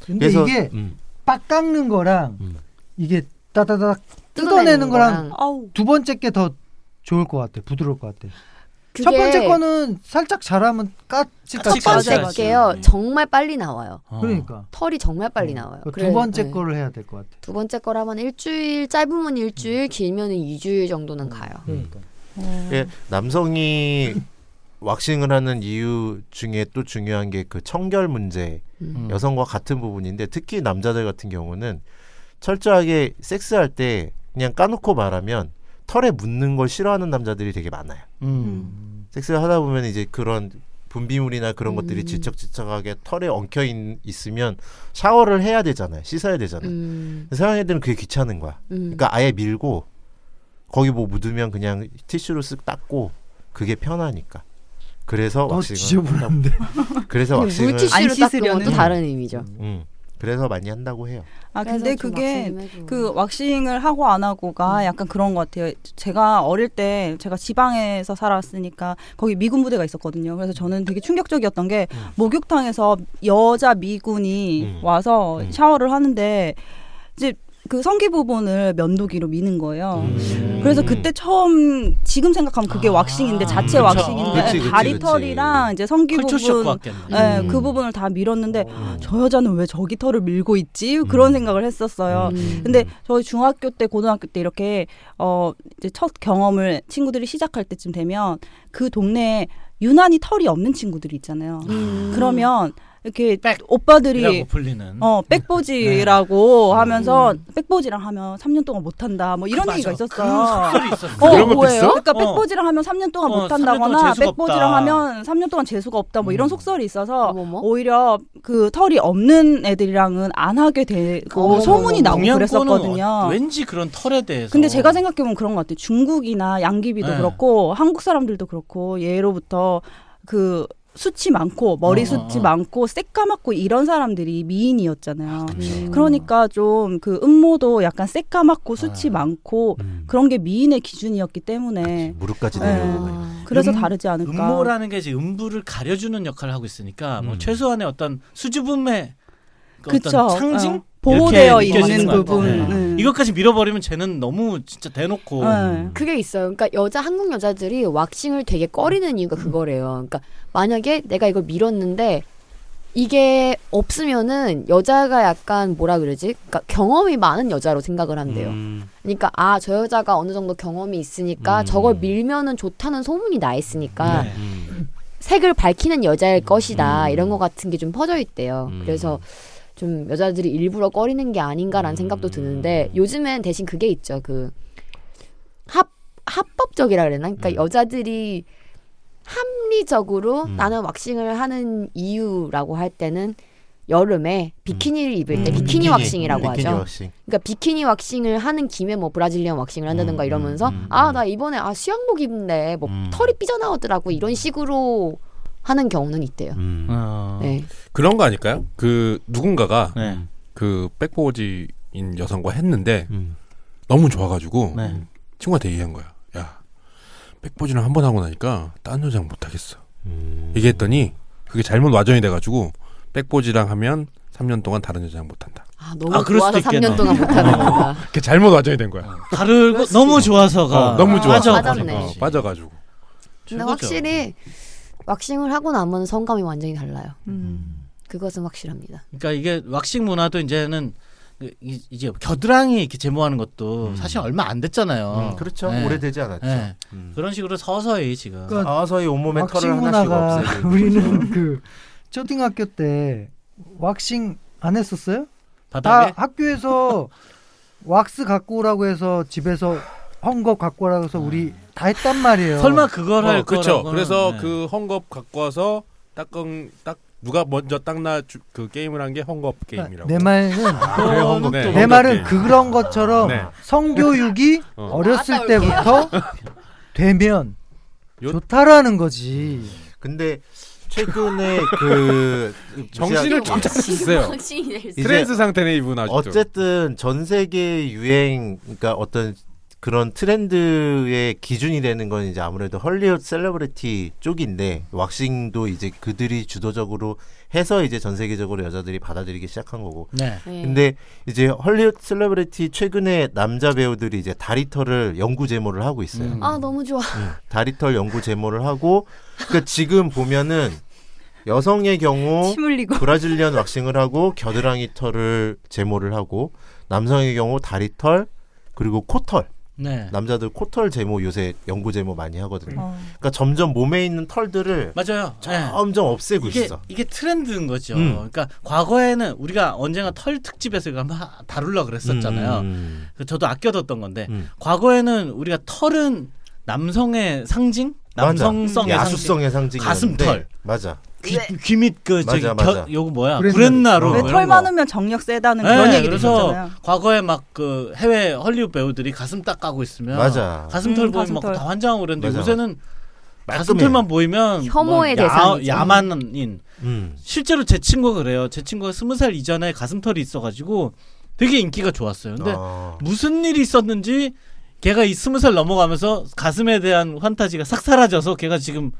[SPEAKER 8] 근데
[SPEAKER 5] 그래서
[SPEAKER 8] 이게
[SPEAKER 5] 음.
[SPEAKER 8] 빡 닦는 거랑
[SPEAKER 5] 음.
[SPEAKER 8] 이게 따다닥
[SPEAKER 9] 뜯어내는
[SPEAKER 8] 뜯어내는
[SPEAKER 9] 거랑
[SPEAKER 8] 거랑
[SPEAKER 7] 아우.
[SPEAKER 8] 두 번째 게 더 좋을 것 같아. 부드러울 것 같아.
[SPEAKER 9] 그게
[SPEAKER 8] 첫 번째 거는 살짝 잘하면 까치
[SPEAKER 9] 첫
[SPEAKER 8] 까치.
[SPEAKER 9] 번째
[SPEAKER 6] 맞아.
[SPEAKER 9] 게요 정말 빨리 나와요.
[SPEAKER 6] 음. 어.
[SPEAKER 8] 그러니까
[SPEAKER 9] 털이 정말 빨리 나와요.
[SPEAKER 8] 그
[SPEAKER 9] 그래-
[SPEAKER 8] 두 번째
[SPEAKER 9] 네.
[SPEAKER 8] 거를 해야 될 것 같아. 음.
[SPEAKER 9] 두 번째 거라면 일주일 짧으면 일주일 길면은 2주일 정도는 가요.
[SPEAKER 8] 그러니까.
[SPEAKER 5] 예,
[SPEAKER 6] 음.
[SPEAKER 5] 남성이 왁싱을 하는 이유 중에 또 중요한 게 그 청결 문제,
[SPEAKER 9] 음.
[SPEAKER 5] 여성과 같은 부분인데 특히 남자들 같은 경우는 철저하게 섹스할 때 그냥 까놓고 말하면 털에 묻는 걸 싫어하는 남자들이 되게 많아요.
[SPEAKER 6] 음.
[SPEAKER 5] 섹스를 하다 보면 이제 그런 분비물이나 그런
[SPEAKER 9] 음.
[SPEAKER 5] 것들이 질척질척하게 털에 엉켜 있, 있으면 샤워를 해야 되잖아요. 씻어야 되잖아요.
[SPEAKER 9] 음,
[SPEAKER 5] 근데 서양 애들은 그게 귀찮은 거야.
[SPEAKER 9] 음.
[SPEAKER 5] 그러니까 아예 밀고 거기 뭐 묻으면 그냥 티슈로 쓱 닦고 그게 편하니까. 그래서
[SPEAKER 8] 너무
[SPEAKER 5] 왁싱을
[SPEAKER 8] 지저분한데.
[SPEAKER 5] 그래서 왁싱을
[SPEAKER 9] 물티슈로
[SPEAKER 7] 안 씻으려는.
[SPEAKER 9] 닦는 것도 다른 의미죠.
[SPEAKER 5] 음, 그래서 많이 한다고 해요.
[SPEAKER 7] 아
[SPEAKER 9] 그래서
[SPEAKER 7] 근데
[SPEAKER 9] 좀
[SPEAKER 7] 그게
[SPEAKER 9] 왁싱 좀 해줘.
[SPEAKER 7] 그 왁싱을 하고 안
[SPEAKER 5] 음.
[SPEAKER 7] 하고가 약간 그런 것 같아요. 제가 어릴 때 제가 지방에서 살았으니까 거기 미군 부대가 있었거든요. 그래서 저는 되게 충격적이었던 게 목욕탕에서 여자 미군이
[SPEAKER 5] 음.
[SPEAKER 7] 와서
[SPEAKER 5] 음.
[SPEAKER 7] 샤워를 하는데 이제 그 성기 부분을 면도기로 미는 거예요.
[SPEAKER 5] 음. 아.
[SPEAKER 7] 그래서 그때 처음 지금 생각하면 그게 왁싱인데 자체
[SPEAKER 6] 그쵸.
[SPEAKER 7] 왁싱인데
[SPEAKER 5] 그치, 그치,
[SPEAKER 7] 다리
[SPEAKER 5] 그치.
[SPEAKER 7] 털이랑 이제 성기
[SPEAKER 6] 컬처 쇼크
[SPEAKER 7] 부분
[SPEAKER 6] 같겠네.
[SPEAKER 7] 네,
[SPEAKER 5] 음.
[SPEAKER 7] 그 부분을 다 밀었는데
[SPEAKER 5] 음.
[SPEAKER 7] 저 여자는 왜 저기 털을 밀고 있지? 그런 생각을 했었어요.
[SPEAKER 9] 음.
[SPEAKER 7] 근데 저희 중학교 때 고등학교 때 이렇게 어 이제 첫 경험을 친구들이 시작할 때쯤 되면 그 동네에 유난히 털이 없는 친구들이 있잖아요.
[SPEAKER 9] 음.
[SPEAKER 7] 그러면 이렇게
[SPEAKER 6] 백.
[SPEAKER 7] 오빠들이
[SPEAKER 6] 이라고 불리는.
[SPEAKER 7] 어 백보지라고 하면서
[SPEAKER 9] 음.
[SPEAKER 7] 백보지랑 하면 3년 동안 못 한다 뭐 이런
[SPEAKER 6] 맞아.
[SPEAKER 7] 얘기가
[SPEAKER 6] 그런
[SPEAKER 7] 있었어요.
[SPEAKER 6] 소리 있었어.
[SPEAKER 7] 어,
[SPEAKER 4] 그런 것도
[SPEAKER 7] 뭐예요?
[SPEAKER 4] 있어?
[SPEAKER 7] 그러니까
[SPEAKER 6] 어.
[SPEAKER 7] 백보지랑 하면 3년 동안
[SPEAKER 6] 어,
[SPEAKER 7] 못
[SPEAKER 6] 3년 동안
[SPEAKER 7] 한다거나
[SPEAKER 6] 재수가
[SPEAKER 7] 백보지랑
[SPEAKER 6] 없다.
[SPEAKER 7] 하면 3년 동안 재수가 없다 뭐 이런
[SPEAKER 6] 음.
[SPEAKER 7] 속설이 있어서
[SPEAKER 9] 어머머.
[SPEAKER 7] 오히려 그 털이 없는 애들이랑은 안 하게 되고
[SPEAKER 9] 어머머.
[SPEAKER 7] 소문이 나고
[SPEAKER 6] 동양권은
[SPEAKER 7] 그랬었거든요.
[SPEAKER 6] 어- 왠지 그런 털에 대해서.
[SPEAKER 7] 근데 제가 생각해보면 그런 것 같아요. 중국이나 양귀비도
[SPEAKER 6] 네.
[SPEAKER 7] 그렇고 한국 사람들도 그렇고 예로부터 그 수치 많고 머리
[SPEAKER 6] 어,
[SPEAKER 7] 수치
[SPEAKER 6] 어, 어.
[SPEAKER 7] 많고 새까맣고 이런 사람들이 미인이었잖아요.
[SPEAKER 6] 그렇죠.
[SPEAKER 9] 음.
[SPEAKER 7] 그러니까 좀 그 음모도 약간 새까맣고
[SPEAKER 6] 네.
[SPEAKER 7] 수치 많고
[SPEAKER 6] 음.
[SPEAKER 7] 그런 게 미인의 기준이었기 때문에
[SPEAKER 5] 무릎까지
[SPEAKER 7] 네.
[SPEAKER 5] 내려오고 이런.
[SPEAKER 9] 아.
[SPEAKER 7] 그래서
[SPEAKER 6] 음-
[SPEAKER 7] 다르지 않을까.
[SPEAKER 6] 음모라는 게 이제 음부를 가려주는 역할을 하고 있으니까 뭐
[SPEAKER 5] 음.
[SPEAKER 6] 최소한의 어떤 수줍음의 그
[SPEAKER 7] 그쵸.
[SPEAKER 6] 어떤 상징
[SPEAKER 7] 어. 보호되어
[SPEAKER 6] 이렇게 느껴지는
[SPEAKER 7] 있는
[SPEAKER 6] 것 같아요.
[SPEAKER 7] 부분.
[SPEAKER 6] 네.
[SPEAKER 7] 네.
[SPEAKER 6] 이것까지 밀어버리면 쟤는 너무 진짜 대놓고
[SPEAKER 7] 네.
[SPEAKER 9] 그게 있어요. 그러니까 여자 한국 여자들이 왁싱을 되게 꺼리는
[SPEAKER 8] 음.
[SPEAKER 9] 이유가 그거래요. 그러니까 만약에 내가 이걸 밀었는데 이게 없으면은 여자가 약간 뭐라 그러지? 그러니까 경험이 많은 여자로 생각을 한대요.
[SPEAKER 5] 음.
[SPEAKER 9] 그러니까 아 저 여자가 어느 정도 경험이 있으니까
[SPEAKER 5] 음.
[SPEAKER 9] 저걸 밀면은 좋다는 소문이 나 있으니까
[SPEAKER 6] 네.
[SPEAKER 5] 음.
[SPEAKER 9] 색을 밝히는 여자일 것이다
[SPEAKER 5] 음.
[SPEAKER 9] 이런 것 같은 게 좀 퍼져 있대요.
[SPEAKER 5] 음.
[SPEAKER 9] 그래서 좀 여자들이 일부러 꺼리는 게 아닌가라는 생각도 드는데 요즘엔 대신 그게 있죠. 그 합, 합법적이라 그래나? 그러니까
[SPEAKER 5] 음.
[SPEAKER 9] 여자들이 합리적으로
[SPEAKER 5] 음.
[SPEAKER 9] 나는 왁싱을 하는 이유라고 할 때는 여름에 네, 비키니를 입을
[SPEAKER 6] 음.
[SPEAKER 9] 때 비키니,
[SPEAKER 5] 비키니.
[SPEAKER 9] 왁싱이라고
[SPEAKER 5] 비키니
[SPEAKER 9] 하죠.
[SPEAKER 5] 왁싱.
[SPEAKER 9] 그러니까 비키니 왁싱을 하는 김에 뭐 브라질리언 왁싱을 한다든가
[SPEAKER 5] 음,
[SPEAKER 9] 이러면서
[SPEAKER 5] 음, 음,
[SPEAKER 9] 아
[SPEAKER 5] 음.
[SPEAKER 9] 나 이번에 아 수영복 입네 뭐
[SPEAKER 5] 음.
[SPEAKER 9] 털이 삐져나오더라고 이런 식으로 하는 경우는 있대요.
[SPEAKER 5] 음.
[SPEAKER 6] 어.
[SPEAKER 9] 네.
[SPEAKER 4] 그런 거 아닐까요? 그 누군가가
[SPEAKER 6] 네.
[SPEAKER 4] 그 백보지인 여성과 했는데
[SPEAKER 5] 음.
[SPEAKER 4] 너무 좋아가지고
[SPEAKER 6] 네.
[SPEAKER 4] 친구한테 얘기한 거야. 야 백보지는 한 번 하고 나니까 딴 여자랑 못하겠어.
[SPEAKER 5] 음.
[SPEAKER 4] 얘기했더니 그게 잘못 와전이 돼가지고 백보지랑 하면 3년 동안 다른 여자랑 못한다.
[SPEAKER 9] 아 너무
[SPEAKER 6] 아, 그럴
[SPEAKER 9] 좋아서
[SPEAKER 6] 수도
[SPEAKER 9] 3년
[SPEAKER 6] 있겠네.
[SPEAKER 9] 동안 못하는구나.
[SPEAKER 4] 그게 잘못 와전이 된 거야.
[SPEAKER 6] 다르고 너무 좋아서가
[SPEAKER 4] 어, 너무 좋아.
[SPEAKER 9] 맞아.
[SPEAKER 6] 빠져버린
[SPEAKER 9] 맞았네.
[SPEAKER 4] 어,
[SPEAKER 6] 거지.
[SPEAKER 4] 빠져가지고.
[SPEAKER 9] 근데
[SPEAKER 6] 최고죠.
[SPEAKER 9] 확실히 왁싱을 하고 나면 성감이 완전히 달라요.
[SPEAKER 7] 음.
[SPEAKER 9] 그것은 확실합니다.
[SPEAKER 6] 그러니까 이게 왁싱 문화도 이제는 이- 이- 이제 겨드랑이 이렇게 제모하는 것도
[SPEAKER 5] 음.
[SPEAKER 6] 사실 얼마 안 됐잖아요.
[SPEAKER 5] 음, 그렇죠.
[SPEAKER 6] 네.
[SPEAKER 5] 오래되지 않았죠.
[SPEAKER 6] 네.
[SPEAKER 5] 음.
[SPEAKER 6] 그런 식으로 서서히 지금
[SPEAKER 8] 그러니까
[SPEAKER 5] 아, 서서히 온몸에 털을
[SPEAKER 8] 왁싱
[SPEAKER 5] 하나씩
[SPEAKER 8] 문화가
[SPEAKER 5] 없애고.
[SPEAKER 8] 우리는 그 초등학교 때 왁싱 안 했었어요? 다
[SPEAKER 6] 바닥에
[SPEAKER 8] 학교에서 왁스 갖고 오라고 해서 집에서 헝겊 갖고 오라고 해서 우리 다 했단 말이에요.
[SPEAKER 6] 설마 그걸 할
[SPEAKER 4] 어, 그렇죠.
[SPEAKER 6] 거라고는,
[SPEAKER 4] 그래서
[SPEAKER 6] 네.
[SPEAKER 4] 그 헝겊 갖고 와서 딱딱 딱 누가 먼저 닦나 주- 그 게임을 한 게 헝겊 게임이라고.
[SPEAKER 8] 내 말은
[SPEAKER 6] 아,
[SPEAKER 4] 그래요, 헝겊. 네,
[SPEAKER 8] 내
[SPEAKER 4] 헝겊
[SPEAKER 8] 말은
[SPEAKER 4] 게임.
[SPEAKER 8] 그런 것처럼
[SPEAKER 4] 네.
[SPEAKER 8] 성교육이
[SPEAKER 4] 어.
[SPEAKER 8] 어. 렸을
[SPEAKER 7] 아,
[SPEAKER 9] 나갔다 올게요.
[SPEAKER 8] 때부터 되면
[SPEAKER 4] 요-
[SPEAKER 8] 좋다라는 거지.
[SPEAKER 5] 근데 최근에 그
[SPEAKER 4] 정신을
[SPEAKER 5] 이제
[SPEAKER 4] 좀 차리세요.
[SPEAKER 1] 네.
[SPEAKER 9] 왁싱이 될
[SPEAKER 4] 트랜스 상태네 이분 아직도.
[SPEAKER 5] 어쨌든 전 세계 유행 그러니까 어떤 그런 트렌드의 기준이 되는 건 이제 아무래도 헐리우드 셀러브리티 쪽인데 왁싱도 이제 그들이 주도적으로 해서 이제 전 세계적으로 여자들이 받아들이기 시작한 거고
[SPEAKER 6] 네.
[SPEAKER 5] 근데 이제 헐리우드 셀러브리티 최근에 남자 배우들이 이제 다리털을 연구 제모를 하고 있어요.
[SPEAKER 6] 음.
[SPEAKER 9] 아 너무 좋아.
[SPEAKER 5] 다리털 연구 제모를 하고 그러니까 지금 보면은 여성의
[SPEAKER 6] 어?
[SPEAKER 5] 경우
[SPEAKER 7] 침 흘리고
[SPEAKER 5] 브라질리언 왁싱을 하고 겨드랑이 털을 제모를 하고 남성의 경우 다리털 그리고 코털
[SPEAKER 6] 네.
[SPEAKER 5] 남자들 코털 제모 요새 연구 제모 많이 하거든요.
[SPEAKER 7] 어.
[SPEAKER 5] 그러니까 점점 몸에 있는 털들을
[SPEAKER 6] 맞아요. 음. 네.
[SPEAKER 5] 점점 없애고
[SPEAKER 6] 이게
[SPEAKER 5] 있어.
[SPEAKER 6] 이게 트렌드인 거죠.
[SPEAKER 5] 음.
[SPEAKER 6] 그러니까 과거에는 우리가 언젠가 털 특집에서 이거 한번 하- 다룰라 그랬었잖아요.
[SPEAKER 5] 음,
[SPEAKER 6] 그 저도 아껴뒀던 건데
[SPEAKER 5] 음.
[SPEAKER 6] 과거에는 우리가 털은 남성의 상징, 남성성의
[SPEAKER 5] 맞아.
[SPEAKER 6] 상징,
[SPEAKER 5] 야수성의 상징
[SPEAKER 6] 가슴털.
[SPEAKER 5] 맞아.
[SPEAKER 6] 음, 귀밑그 저기
[SPEAKER 5] 맞아,
[SPEAKER 6] 겨-
[SPEAKER 5] 맞아.
[SPEAKER 6] 요거 뭐야
[SPEAKER 8] 구렛나루.
[SPEAKER 6] 구렛나루
[SPEAKER 5] 어.
[SPEAKER 6] 뭐
[SPEAKER 7] 왜
[SPEAKER 6] 이런
[SPEAKER 7] 털
[SPEAKER 6] 거.
[SPEAKER 7] 많으면 정력 세다는
[SPEAKER 6] 네,
[SPEAKER 7] 그런 얘기도
[SPEAKER 6] 그래서
[SPEAKER 7] 있었잖아요.
[SPEAKER 6] 과거에 막 그 해외 헐리우드 배우들이 가슴 딱 까고 있으면
[SPEAKER 5] 맞아.
[SPEAKER 6] 가슴털
[SPEAKER 7] 음,
[SPEAKER 6] 보면 막
[SPEAKER 7] 가슴털.
[SPEAKER 6] 다 환장하고 그랬는데
[SPEAKER 5] 맞아,
[SPEAKER 6] 요새는
[SPEAKER 5] 말끔해요.
[SPEAKER 6] 가슴털만 보이면
[SPEAKER 9] 혐오의
[SPEAKER 6] 뭐
[SPEAKER 9] 대상이죠.
[SPEAKER 6] 야, 야만인.
[SPEAKER 5] 음.
[SPEAKER 6] 실제로 제 친구가 그래요. 제 친구가 스무 살 이전에 가슴털이 있어가지고 되게 인기가 좋았어요. 근데
[SPEAKER 5] 아.
[SPEAKER 6] 무슨 일이 있었는지 걔가 이 스무 살 넘어가면서 가슴에 대한 환타지가 싹 사라져서 걔가 지금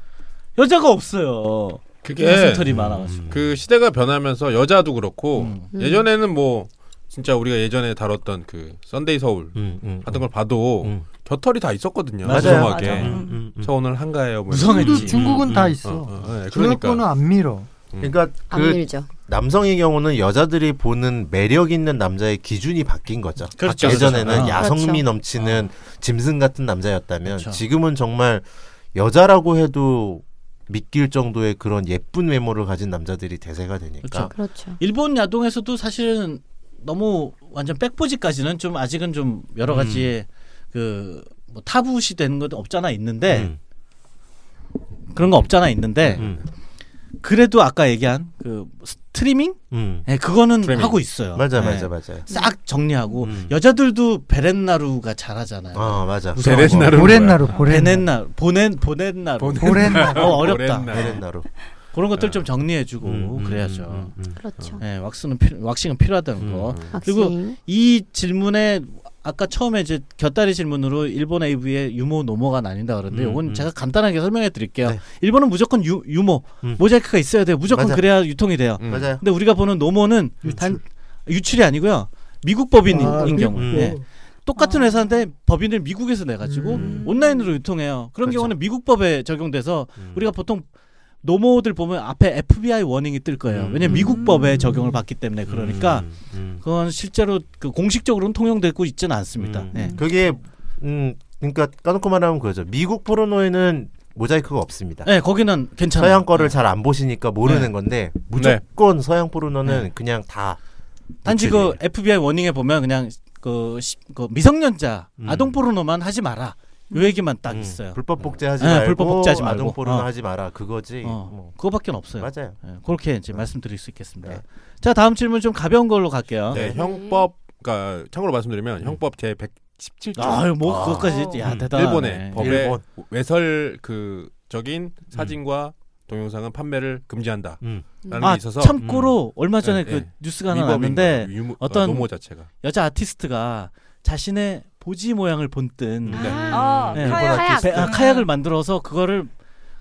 [SPEAKER 6] 여자가 없어요. 네.
[SPEAKER 4] 그게
[SPEAKER 5] 음.
[SPEAKER 6] 가슴털이 많아가지고.
[SPEAKER 4] 네. 그 시대가 변하면서 여자도 그렇고
[SPEAKER 6] 음.
[SPEAKER 4] 예전에는 뭐 진짜 우리가 예전에 다뤘던 그 썬데이 서울
[SPEAKER 5] 음, 음,
[SPEAKER 6] 아,
[SPEAKER 4] 같은 걸 봐도
[SPEAKER 5] 음.
[SPEAKER 4] 겨털이 다 있었거든요.
[SPEAKER 6] 맞아요.
[SPEAKER 4] 무성하게.
[SPEAKER 7] 맞아.
[SPEAKER 5] 음, 음, 음.
[SPEAKER 4] 저 오늘 한가해요. 뭐
[SPEAKER 6] 무성했지.
[SPEAKER 8] 중국은
[SPEAKER 5] 음,
[SPEAKER 8] 다
[SPEAKER 4] 이런. 어,
[SPEAKER 5] 음.
[SPEAKER 8] 있어.
[SPEAKER 4] 어, 어, 예,
[SPEAKER 8] 중국 거는
[SPEAKER 4] 그러니까
[SPEAKER 8] 안 밀어.
[SPEAKER 5] 그러니까
[SPEAKER 9] 안
[SPEAKER 5] 그
[SPEAKER 9] 밀죠.
[SPEAKER 5] 남성의 경우는 여자들이 보는 매력 있는 남자의 기준이 바뀐 거죠.
[SPEAKER 6] 그렇죠.
[SPEAKER 5] 예전에는
[SPEAKER 6] 그렇죠.
[SPEAKER 5] 야성미
[SPEAKER 9] 그렇죠.
[SPEAKER 5] 넘치는 짐승 같은 남자였다면
[SPEAKER 6] 그렇죠.
[SPEAKER 5] 지금은 정말 여자라고 해도 믿길 정도의 그런 예쁜 외모를 가진 남자들이 대세가 되니까.
[SPEAKER 6] 그렇죠.
[SPEAKER 9] 그렇죠.
[SPEAKER 6] 일본 야동에서도 사실은 너무 완전 백보지까지는 좀 아직은 좀 여러
[SPEAKER 5] 음.
[SPEAKER 6] 가지의 그뭐 타부시 되는 것도 없잖아 있는데
[SPEAKER 5] 음,
[SPEAKER 6] 그런 거 없잖아 있는데
[SPEAKER 5] 음,
[SPEAKER 6] 그래도 아까 얘기한 그 스트리밍
[SPEAKER 5] 음.
[SPEAKER 6] 예, 그거는
[SPEAKER 4] 스트리밍.
[SPEAKER 6] 하고 있어요.
[SPEAKER 5] 맞아,
[SPEAKER 6] 예.
[SPEAKER 5] 맞아, 맞아요.
[SPEAKER 6] 싹 정리하고
[SPEAKER 5] 음.
[SPEAKER 6] 여자들도 베렌나루가 잘하잖아요.
[SPEAKER 5] 아, 맞아.
[SPEAKER 6] 무슨-
[SPEAKER 4] 베렌나루
[SPEAKER 8] 보렌나루, 보렌나.
[SPEAKER 6] 베렌나 보낸 보낸나루
[SPEAKER 8] 보렌나.
[SPEAKER 6] 어, 어렵다.
[SPEAKER 4] 보렌나루.
[SPEAKER 5] 베렌나루.
[SPEAKER 6] 그런 것들 좀 정리해주고
[SPEAKER 5] 네. 음, 음,
[SPEAKER 6] 그래야죠. 어?
[SPEAKER 5] 음, 음, 음.
[SPEAKER 9] 그렇죠.
[SPEAKER 6] 예, 왁스는 필- 왁싱은 필요하다는 거. 그리고
[SPEAKER 9] 확실히.
[SPEAKER 6] 이 질문에 아까 처음에 이제 곁다리 질문으로 일본 AV의 유머 노모가 나뉜다 그러는데
[SPEAKER 5] 음,
[SPEAKER 6] 이건
[SPEAKER 5] 음.
[SPEAKER 6] 제가 간단하게 설명해 드릴게요.
[SPEAKER 5] 네.
[SPEAKER 6] 일본은 무조건 유, 유모
[SPEAKER 5] 음.
[SPEAKER 6] 모자이크가 있어야 돼요. 무조건
[SPEAKER 5] 맞아.
[SPEAKER 6] 그래야 유통이 돼요.
[SPEAKER 4] 음.
[SPEAKER 5] 맞아요.
[SPEAKER 6] 근데 우리가 보는 노모는 단 유출이 아니고요. 미국 법인인
[SPEAKER 8] 아,
[SPEAKER 6] 경우.
[SPEAKER 5] 미국
[SPEAKER 6] 예.
[SPEAKER 5] 아.
[SPEAKER 6] 똑같은 회사인데 법인을 미국에서 내 가지고
[SPEAKER 5] 음.
[SPEAKER 6] 온라인으로 유통해요.
[SPEAKER 5] 그렇죠.
[SPEAKER 6] 그런
[SPEAKER 5] 음.
[SPEAKER 6] 경우는 미국 법에 적용돼서 우리가 보통 노모들 보면 앞에 FBI 워닝이 뜰 거예요.
[SPEAKER 5] 음.
[SPEAKER 6] 왜냐면 미국 법에 적용을 받기 때문에 그러니까
[SPEAKER 5] 음, 음.
[SPEAKER 6] 그건 실제로 그 공식적으로는 통용되고 있지는 않습니다.
[SPEAKER 5] 음.
[SPEAKER 6] 예.
[SPEAKER 5] 그게 음 그러니까 까놓고 말하면 그거죠. 미국 포르노에는 모자이크가 없습니다.
[SPEAKER 6] 예, 거기는 괜찮아요.
[SPEAKER 5] 서양 거를
[SPEAKER 6] 예.
[SPEAKER 5] 잘 안 보시니까 모르는
[SPEAKER 6] 네.
[SPEAKER 5] 건데 무조건 서양 포르노는 그냥 다 음.
[SPEAKER 6] 단지
[SPEAKER 5] 노출이에요.
[SPEAKER 6] 그 FBI 워닝에 보면 그냥 그, 시- 그 미성년자
[SPEAKER 5] 음.
[SPEAKER 6] 아동 포르노만 하지 마라. 요 얘기만 딱
[SPEAKER 5] 음,
[SPEAKER 6] 있어요.
[SPEAKER 5] 불법 복제하지
[SPEAKER 6] 네,
[SPEAKER 5] 말고
[SPEAKER 6] 불법 복제하지 말고.
[SPEAKER 5] 아동 포르노
[SPEAKER 6] 어.
[SPEAKER 5] 하지 마라 그거지.
[SPEAKER 6] 어,
[SPEAKER 5] 뭐.
[SPEAKER 6] 그거밖에 없어요.
[SPEAKER 5] 맞아요.
[SPEAKER 6] 예, 그렇게 이제
[SPEAKER 4] 네.
[SPEAKER 6] 말씀드릴 수 있겠습니다.
[SPEAKER 5] 네.
[SPEAKER 6] 자 다음 질문 좀 가벼운 걸로 갈게요.
[SPEAKER 4] 네, 형법 그러니까 참고로 말씀드리면 형법 제 117조
[SPEAKER 6] 아유 뭐
[SPEAKER 5] 아.
[SPEAKER 6] 그것까지 야
[SPEAKER 5] 음,
[SPEAKER 6] 대단하네. 예.
[SPEAKER 4] 일본의 법에
[SPEAKER 5] 일본.
[SPEAKER 4] 외설 그 적인 사진과 동영상은 판매를 금지한다라는
[SPEAKER 5] 음.
[SPEAKER 4] 게
[SPEAKER 6] 아
[SPEAKER 4] 있어서
[SPEAKER 6] 참고로 얼마 전에
[SPEAKER 4] 네,
[SPEAKER 6] 그
[SPEAKER 4] 네.
[SPEAKER 6] 뉴스가 하나
[SPEAKER 4] 위법인
[SPEAKER 6] 났는데
[SPEAKER 4] 거예요. 유무-
[SPEAKER 6] 어떤-
[SPEAKER 4] 어, 노모 자체가
[SPEAKER 6] 여자 아티스트가 자신의 보지 모양을 본뜬
[SPEAKER 4] 네.
[SPEAKER 7] 아,
[SPEAKER 6] 네,
[SPEAKER 7] 카약.
[SPEAKER 9] 카약.
[SPEAKER 6] 배- 아,
[SPEAKER 7] 음.
[SPEAKER 6] 카약을 만들어서 그걸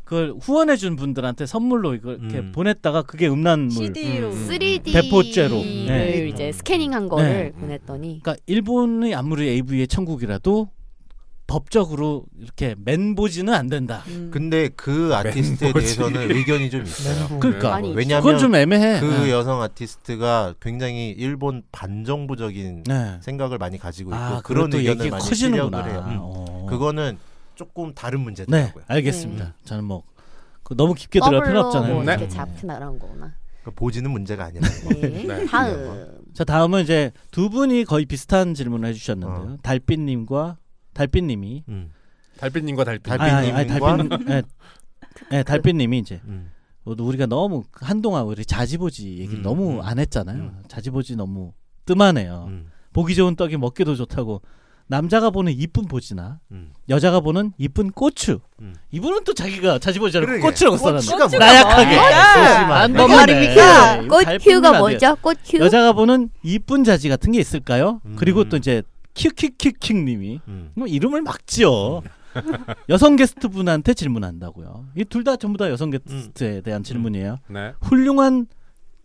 [SPEAKER 6] 그걸 후원해 준 분들한테 선물로 이걸 이렇게
[SPEAKER 5] 음.
[SPEAKER 6] 보냈다가 그게 음란물.
[SPEAKER 7] CD로.
[SPEAKER 4] 음.
[SPEAKER 9] 3D
[SPEAKER 6] 대포죄로.
[SPEAKER 9] 를
[SPEAKER 6] 네.
[SPEAKER 9] 이제 스캐닝한 거를
[SPEAKER 6] 네.
[SPEAKER 9] 보냈더니
[SPEAKER 6] 그러니까 일본이 아무리 AV의 천국이라도 법적으로 이렇게 맨 보지는 안 된다.
[SPEAKER 7] 음.
[SPEAKER 5] 근데 그 아티스트에
[SPEAKER 4] 멤버지.
[SPEAKER 5] 대해서는 의견이 좀 있어요.
[SPEAKER 4] 음.
[SPEAKER 6] 그러니까
[SPEAKER 9] 아니,
[SPEAKER 6] 그건
[SPEAKER 5] 왜냐하면
[SPEAKER 6] 좀 애매해.
[SPEAKER 5] 그
[SPEAKER 6] 네.
[SPEAKER 5] 여성 아티스트가 굉장히 일본 반정부적인
[SPEAKER 6] 네.
[SPEAKER 5] 생각을 많이 가지고 있고
[SPEAKER 6] 아,
[SPEAKER 5] 그런
[SPEAKER 6] 그것도
[SPEAKER 5] 의견을
[SPEAKER 6] 얘기가
[SPEAKER 5] 많이
[SPEAKER 6] 커지는구나.
[SPEAKER 5] 실력을 해요. 음.
[SPEAKER 6] 어.
[SPEAKER 5] 그거는 조금 다른
[SPEAKER 6] 네,
[SPEAKER 5] 문제더라고요.
[SPEAKER 6] 알겠습니다.
[SPEAKER 5] 네.
[SPEAKER 6] 저는 뭐 그, 너무 깊게 들어갈 필요 없잖아요.
[SPEAKER 9] 뭐
[SPEAKER 4] 네.
[SPEAKER 9] 이렇게 잡히나라는 거구나.
[SPEAKER 5] 그러니까 보지는 문제가 아니라.
[SPEAKER 9] 네.
[SPEAKER 4] 네.
[SPEAKER 9] 다음.
[SPEAKER 6] 자, 다음은 이제 두 분이 거의 비슷한 질문을 해주셨는데요.
[SPEAKER 5] 어.
[SPEAKER 6] 달빛님과 달빛님이
[SPEAKER 5] 음.
[SPEAKER 4] 달빛님과 달빛
[SPEAKER 5] 달-
[SPEAKER 6] 아니, 아니, 아니,
[SPEAKER 5] 달빛님과?
[SPEAKER 6] 달빛- 예, 예, 달빛님이 이제
[SPEAKER 5] 음.
[SPEAKER 6] 모두 우리가 너무 한동안 우리 자지보지 얘기를
[SPEAKER 5] 음,
[SPEAKER 6] 너무
[SPEAKER 5] 음.
[SPEAKER 6] 안 했잖아요.
[SPEAKER 5] 음.
[SPEAKER 6] 자지보지 너무 뜸하네요.
[SPEAKER 5] 음.
[SPEAKER 6] 보기 좋은 떡이 먹기도 좋다고 남자가 보는 이쁜 보지나
[SPEAKER 5] 음.
[SPEAKER 6] 여자가 보는 이쁜 고추.
[SPEAKER 5] 음.
[SPEAKER 6] 이분은 또 자기가 자지보지라고
[SPEAKER 5] 그러게.
[SPEAKER 6] 고추라고 써놨네.
[SPEAKER 5] 꼬치가
[SPEAKER 7] 음.
[SPEAKER 5] 뭐야?
[SPEAKER 6] 나약하게.
[SPEAKER 5] 아,
[SPEAKER 6] 뭔
[SPEAKER 5] 소심하네.
[SPEAKER 6] 말입니까?
[SPEAKER 9] 꽃휴가 뭐죠? 꽃휴?
[SPEAKER 6] 여자가 보는 이쁜 자지 같은 게 있을까요?
[SPEAKER 5] 음.
[SPEAKER 6] 그리고 또 이제 큐키키킹님이
[SPEAKER 5] 음.
[SPEAKER 6] 뭐 이름을 막 지어 여성 게스트 분한테 질문한다고요. 이 둘 다 전부 다
[SPEAKER 5] 음.
[SPEAKER 6] 여성 게스트에 대한 질문이에요.
[SPEAKER 4] 네.
[SPEAKER 6] 훌륭한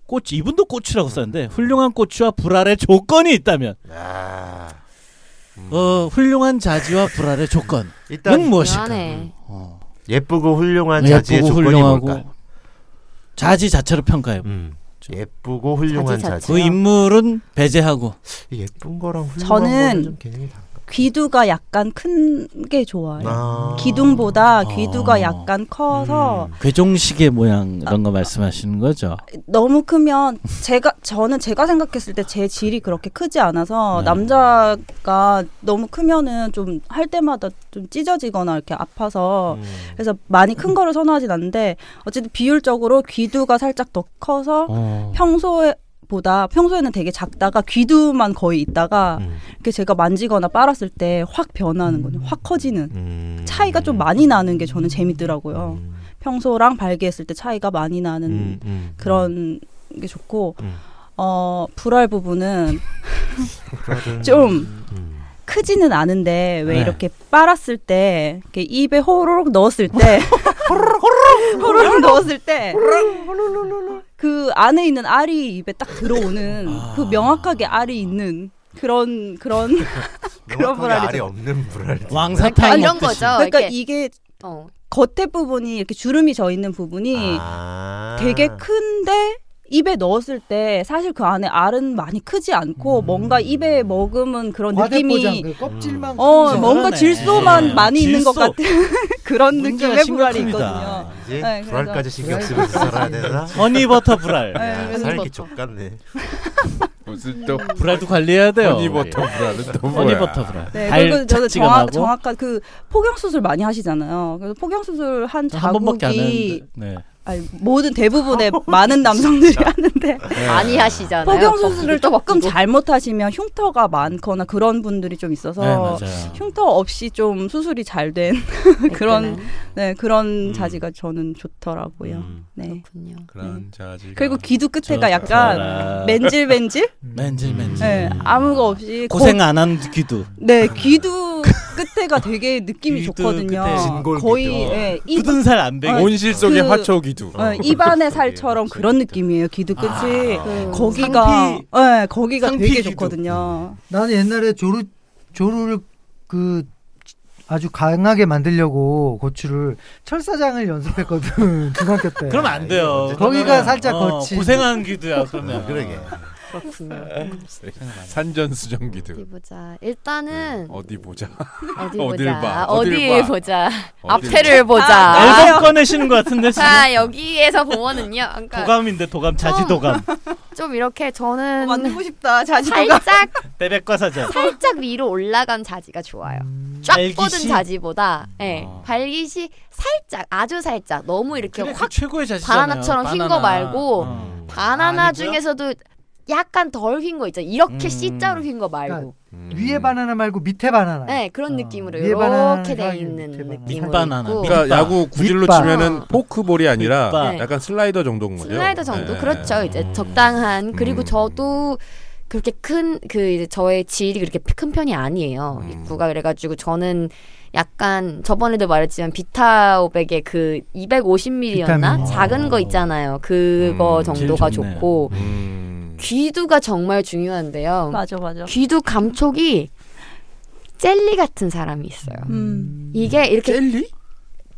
[SPEAKER 6] 꽃 이분도
[SPEAKER 5] 음.
[SPEAKER 6] 꽃추라고 썼는데 훌륭한 꽃추와 불알의 조건이 있다면
[SPEAKER 5] 아,
[SPEAKER 6] 어 훌륭한 자지와 불알의 조건은
[SPEAKER 5] 일단
[SPEAKER 6] 무엇일까?
[SPEAKER 9] 미안해.
[SPEAKER 6] 어,
[SPEAKER 5] 예쁘고 훌륭한 자지의
[SPEAKER 6] 음, 뭐. 네, 예쁘고
[SPEAKER 5] 조건이
[SPEAKER 6] 훌륭하고
[SPEAKER 5] 뭘까?
[SPEAKER 6] 자지 자체로 평가해. 요
[SPEAKER 5] 음. 예쁘고 훌륭한
[SPEAKER 9] 자지
[SPEAKER 5] 자지.
[SPEAKER 6] 그 인물은 배제하고
[SPEAKER 5] 예쁜 거랑 훌륭한
[SPEAKER 7] 저는
[SPEAKER 5] 거는 좀 개념이 다른가?
[SPEAKER 7] 귀두가 약간 큰 게 좋아요.
[SPEAKER 5] 아.
[SPEAKER 7] 기둥보다
[SPEAKER 6] 아.
[SPEAKER 7] 귀두가 약간 커서
[SPEAKER 5] 음.
[SPEAKER 6] 괴종식의 모양 이런 거 말씀하시는 거죠.
[SPEAKER 7] 너무 크면 제가 저는 제가 생각했을 때 제 질이 그렇게 크지 않아서
[SPEAKER 6] 네.
[SPEAKER 7] 남자가 너무 크면은 좀 할 때마다 좀 찢어지거나 이렇게 아파서
[SPEAKER 5] 음.
[SPEAKER 7] 그래서 많이 큰 거를 선호하진 않는데 어쨌든 비율적으로 귀두가 살짝 더 커서
[SPEAKER 6] 어.
[SPEAKER 7] 평소에 보다 평소에는 되게 작다가 귀두만 거의 있다가
[SPEAKER 5] 음.
[SPEAKER 6] 음,
[SPEAKER 7] 이렇게 제가 만지거나 빨았을 때 확 변하는 거죠. 확 커지는. 차이가 좀 많이 나는 게 저는 재밌더라고요.
[SPEAKER 5] 음,
[SPEAKER 7] 평소랑 발기했을 때 차이가 많이 나는
[SPEAKER 5] 음, 음.
[SPEAKER 7] 그런 게 좋고
[SPEAKER 5] 음.
[SPEAKER 7] 어 불알 부분은
[SPEAKER 5] 그거를-
[SPEAKER 7] 좀
[SPEAKER 5] 음.
[SPEAKER 7] 크지는 않은데 왜
[SPEAKER 6] 네.
[SPEAKER 7] 이렇게 빨았을 때 이렇게 입에 호로록 넣었을 때 호로록 호로록 넣었을 때 그 안에 있는 알이 입에 딱 들어오는
[SPEAKER 6] 아.
[SPEAKER 7] 그 명확하게 알이 있는 그런 그런 그런
[SPEAKER 5] 명확하게 알이
[SPEAKER 7] 불알이죠.
[SPEAKER 5] 없는 불알.
[SPEAKER 6] 왕사탕
[SPEAKER 9] 이런
[SPEAKER 6] 먹듯이.
[SPEAKER 9] 거죠.
[SPEAKER 7] 그러니까
[SPEAKER 9] 이렇게,
[SPEAKER 7] 이게
[SPEAKER 9] 어.
[SPEAKER 7] 겉에 부분이 이렇게 주름이 져 있는 부분이
[SPEAKER 5] 아.
[SPEAKER 7] 되게 큰데 입에 넣었을 때 사실 그 안에 알은 많이 크지 않고
[SPEAKER 6] 음.
[SPEAKER 7] 뭔가 입에 먹으면 그런
[SPEAKER 8] 과대포장
[SPEAKER 7] 느낌이
[SPEAKER 8] 그 껍질만
[SPEAKER 7] 어
[SPEAKER 8] 큰 거.
[SPEAKER 7] 뭔가
[SPEAKER 6] 그러네.
[SPEAKER 7] 질소만
[SPEAKER 6] 네.
[SPEAKER 7] 많이 있는 것
[SPEAKER 6] 질소.
[SPEAKER 7] 같은 그런
[SPEAKER 6] 문제가
[SPEAKER 7] 느낌의 불알이
[SPEAKER 6] 심각합니다.
[SPEAKER 7] 있거든요.
[SPEAKER 5] 이제
[SPEAKER 7] 네, 그래서-
[SPEAKER 5] 불알까지 신경 쓰고 살아야 되나?
[SPEAKER 6] 허니버터 불알.
[SPEAKER 7] 네,
[SPEAKER 5] 야,
[SPEAKER 7] 그래서
[SPEAKER 5] 살기
[SPEAKER 7] 뭐-
[SPEAKER 5] 족같네.
[SPEAKER 4] 무슨 또
[SPEAKER 6] 불알도 관리해야 돼요. 네.
[SPEAKER 4] 허니버터 불알은 또 뭐야?
[SPEAKER 6] 허니버터 불알.
[SPEAKER 7] 네,
[SPEAKER 6] 달
[SPEAKER 7] 그리고 저는
[SPEAKER 6] 착지감하고.
[SPEAKER 7] 정확, 정확한 그 폭경 수술 많이 하시잖아요. 그래서 폭경 수술 한
[SPEAKER 6] 저한 번밖에 안
[SPEAKER 7] 자국이
[SPEAKER 6] 했는데. 네.
[SPEAKER 7] 아니, 모든 대부분의 많은 남성들이 하는데
[SPEAKER 9] 많이 하시잖아요.
[SPEAKER 7] 폭경 수술을
[SPEAKER 9] 또
[SPEAKER 7] 조금
[SPEAKER 9] 바뀌고.
[SPEAKER 7] 잘못하시면 흉터가 많거나 그런 분들이 좀 있어서
[SPEAKER 6] 네, 맞아요.
[SPEAKER 7] 흉터 없이 좀 수술이 잘 된 그런
[SPEAKER 9] 그때는.
[SPEAKER 7] 네 그런
[SPEAKER 5] 음.
[SPEAKER 7] 자지가 저는 좋더라고요.
[SPEAKER 6] 음,
[SPEAKER 7] 네.
[SPEAKER 9] 그렇군요.
[SPEAKER 4] 그런 자지.
[SPEAKER 7] 그리고 귀도 끝에가 약간
[SPEAKER 6] 아,
[SPEAKER 7] 맨질맨질?
[SPEAKER 6] 맨질 맨질.
[SPEAKER 7] 네, 아무거 없이
[SPEAKER 6] 음. 고생 안 한 귀도.
[SPEAKER 7] 고- 네, 귀도 끝에가 되게 느낌이
[SPEAKER 6] 귀도
[SPEAKER 7] 좋거든요.
[SPEAKER 6] 끝에
[SPEAKER 5] 진골
[SPEAKER 7] 거의
[SPEAKER 5] 귀도.
[SPEAKER 7] 예, 입,
[SPEAKER 6] 굳은 살 안 배기.
[SPEAKER 4] 온실 속의
[SPEAKER 7] 그-
[SPEAKER 4] 화초 귀두.
[SPEAKER 6] 아,
[SPEAKER 7] 예, 입안의 살처럼 그런 느낌이에요. 귀도 끝이
[SPEAKER 6] 어,
[SPEAKER 9] 그
[SPEAKER 7] 거기가
[SPEAKER 6] 상피-
[SPEAKER 7] 예, 거기가
[SPEAKER 6] 상피
[SPEAKER 7] 되게
[SPEAKER 6] 귀도.
[SPEAKER 7] 좋거든요.
[SPEAKER 8] 나는 옛날에 조루 조루를 그 아주 강하게 만들려고 고추를 철사장을 연습했거든 중학교 때.
[SPEAKER 6] 그러면 안 돼요.
[SPEAKER 8] 거기가
[SPEAKER 6] 그러면,
[SPEAKER 8] 살짝
[SPEAKER 6] 어,
[SPEAKER 8] 거친.
[SPEAKER 6] 고생한 귀도야 그러면.
[SPEAKER 5] 그러게.
[SPEAKER 9] 그렇군요.
[SPEAKER 4] 네. 산전수정 귀두.
[SPEAKER 9] 어디 보자.
[SPEAKER 7] 음.
[SPEAKER 9] 일단은
[SPEAKER 4] 어디 보자.
[SPEAKER 9] 어디
[SPEAKER 4] 네. 어딜
[SPEAKER 9] 보자. 아,
[SPEAKER 4] 봐, 어딜
[SPEAKER 9] 어디
[SPEAKER 4] 봐.
[SPEAKER 9] 보자.
[SPEAKER 4] 어디
[SPEAKER 9] 앞에를 보자.
[SPEAKER 6] 아.
[SPEAKER 9] 아,
[SPEAKER 6] 앨범 꺼내시는 것 같은데 지금.
[SPEAKER 9] 자 여기에서 보면은요. 아, 그러니까
[SPEAKER 6] 도감인데 도감 자지 도감.
[SPEAKER 9] 좀 이렇게
[SPEAKER 6] 음.
[SPEAKER 9] 저는
[SPEAKER 6] 어,
[SPEAKER 7] 만들고 싶다. 자지도가.
[SPEAKER 9] 살짝
[SPEAKER 6] 대백과 사자.
[SPEAKER 9] 살짝 위로 올라간 자지가 좋아요. 쫙
[SPEAKER 6] 발기시?
[SPEAKER 9] 뻗은 자지보다 예,
[SPEAKER 4] 아.
[SPEAKER 6] 어.
[SPEAKER 9] 발기시 살짝 아주 살짝 너무 이렇게
[SPEAKER 6] 그게
[SPEAKER 9] 확
[SPEAKER 6] 최고의 자지잖아요.
[SPEAKER 9] 바나나처럼 흰거
[SPEAKER 6] 바나나.
[SPEAKER 9] 말고
[SPEAKER 6] 어.
[SPEAKER 9] 바나나
[SPEAKER 6] 아니죠?
[SPEAKER 9] 중에서도 약간 덜 흰 거 있잖아요. 이렇게
[SPEAKER 6] 음.
[SPEAKER 9] C자로 흰 거
[SPEAKER 6] 그러니까
[SPEAKER 9] 말고.
[SPEAKER 4] 음.
[SPEAKER 8] 위에 바나나 말고 밑에 바나나.
[SPEAKER 9] 네, 그런
[SPEAKER 8] 어,
[SPEAKER 9] 느낌으로
[SPEAKER 8] 위에 바나나,
[SPEAKER 9] 이렇게
[SPEAKER 8] 밑에
[SPEAKER 9] 돼
[SPEAKER 8] 뭐
[SPEAKER 9] 있는
[SPEAKER 8] 바나나.
[SPEAKER 9] 느낌으로
[SPEAKER 6] 밑바나나,
[SPEAKER 9] 있고
[SPEAKER 6] 밑바-
[SPEAKER 4] 그러니까 야구 구질로
[SPEAKER 8] 밑바.
[SPEAKER 4] 치면은 포크볼이 아니라
[SPEAKER 6] 밑바. 네.
[SPEAKER 4] 약간 슬라이더 정도인 거죠.
[SPEAKER 9] 슬라이더 정도
[SPEAKER 4] 네.
[SPEAKER 9] 그렇죠. 이제 적당한 그리고
[SPEAKER 4] 음.
[SPEAKER 9] 저도 그렇게 큰 그 이제 저의 질이 그렇게 큰 편이 아니에요.
[SPEAKER 4] 음.
[SPEAKER 9] 입구가 그래가지고 저는 약간 저번에도 말했지만 비타오백의 그 250ml였나
[SPEAKER 8] 비타민. 어.
[SPEAKER 9] 작은 거 있잖아요. 그거
[SPEAKER 4] 음,
[SPEAKER 9] 정도가
[SPEAKER 6] 제일 좋네요.
[SPEAKER 9] 좋고
[SPEAKER 4] 음.
[SPEAKER 9] 귀두가 정말 중요한데요.
[SPEAKER 7] 맞아, 맞아.
[SPEAKER 9] 귀두 감촉이 젤리 같은 사람이 있어요.
[SPEAKER 7] 음.
[SPEAKER 9] 이게 이렇게
[SPEAKER 4] 젤리?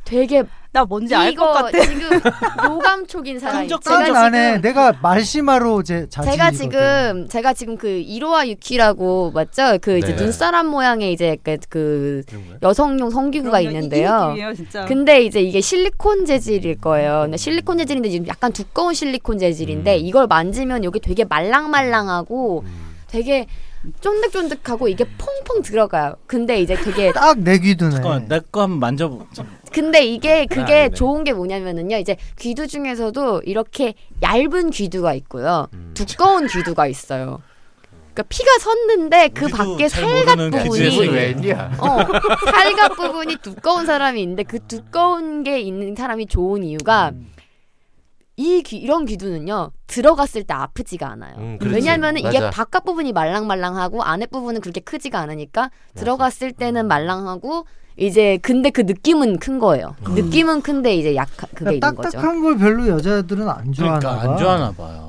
[SPEAKER 9] 되게
[SPEAKER 7] 나 뭔지 알 것
[SPEAKER 9] 이거
[SPEAKER 7] 같아.
[SPEAKER 9] 지금 노감촉인 사람이
[SPEAKER 6] 끈적-
[SPEAKER 9] 제가
[SPEAKER 8] 짠 안에
[SPEAKER 9] 지금
[SPEAKER 8] 내가 말씨마로 제 자지.
[SPEAKER 9] 제가 지금 제가 지금 그 이로와 유키라고 맞죠? 그 이제
[SPEAKER 5] 네.
[SPEAKER 9] 눈사람 모양의 이제 그- 그 여성용 성기구가
[SPEAKER 7] 그럼요. 이게
[SPEAKER 9] 있는데요.
[SPEAKER 7] 느낌이에요, 아. 진짜.
[SPEAKER 9] 근데 이제 이게 실리콘 재질일 거예요. 근데 실리콘 재질인데 지금 약간 두꺼운 실리콘 재질인데 이걸 만지면 여기 되게 말랑말랑하고 되게 쫀득쫀득하고 이게 퐁퐁 들어가요. 근데 이제 되게
[SPEAKER 8] 딱내 귀두네.
[SPEAKER 6] 잠깐만 내거 한번 만져보자.
[SPEAKER 9] 근데 이게 그게
[SPEAKER 4] 아니네.
[SPEAKER 9] 좋은 게 뭐냐면은요. 이제 귀두 중에서도 이렇게 얇은 귀두가 있고요.
[SPEAKER 6] 음.
[SPEAKER 9] 두꺼운 귀두가 있어요. 그러니까 피가 섰는데 그
[SPEAKER 6] 우리도
[SPEAKER 9] 밖에
[SPEAKER 6] 잘
[SPEAKER 9] 살갑
[SPEAKER 6] 모르는
[SPEAKER 9] 부분이
[SPEAKER 6] 귀두의
[SPEAKER 5] 왜 했냐?
[SPEAKER 9] 어, 살갑 부분이 두꺼운 사람이 있는데 그 두꺼운 게 있는 사람이 좋은 이유가
[SPEAKER 6] 음.
[SPEAKER 9] 이 귀, 이런 귀두는요 들어갔을 때 아프지가 않아요.
[SPEAKER 5] 음, 그렇지.
[SPEAKER 9] 왜냐하면 이게
[SPEAKER 5] 맞아.
[SPEAKER 9] 바깥 부분이 말랑말랑하고 안에 부분은 그렇게 크지가 않으니까 들어갔을 때는 말랑하고 이제 근데 그 느낌은 큰 거예요.
[SPEAKER 5] 음.
[SPEAKER 9] 그 느낌은 큰데 이제 약 그게 있는 거죠.
[SPEAKER 8] 그러니까 딱딱한 걸 별로 여자들은 안 좋아하나
[SPEAKER 6] 그러니까
[SPEAKER 8] 봐.
[SPEAKER 6] 안 좋아하나 봐요.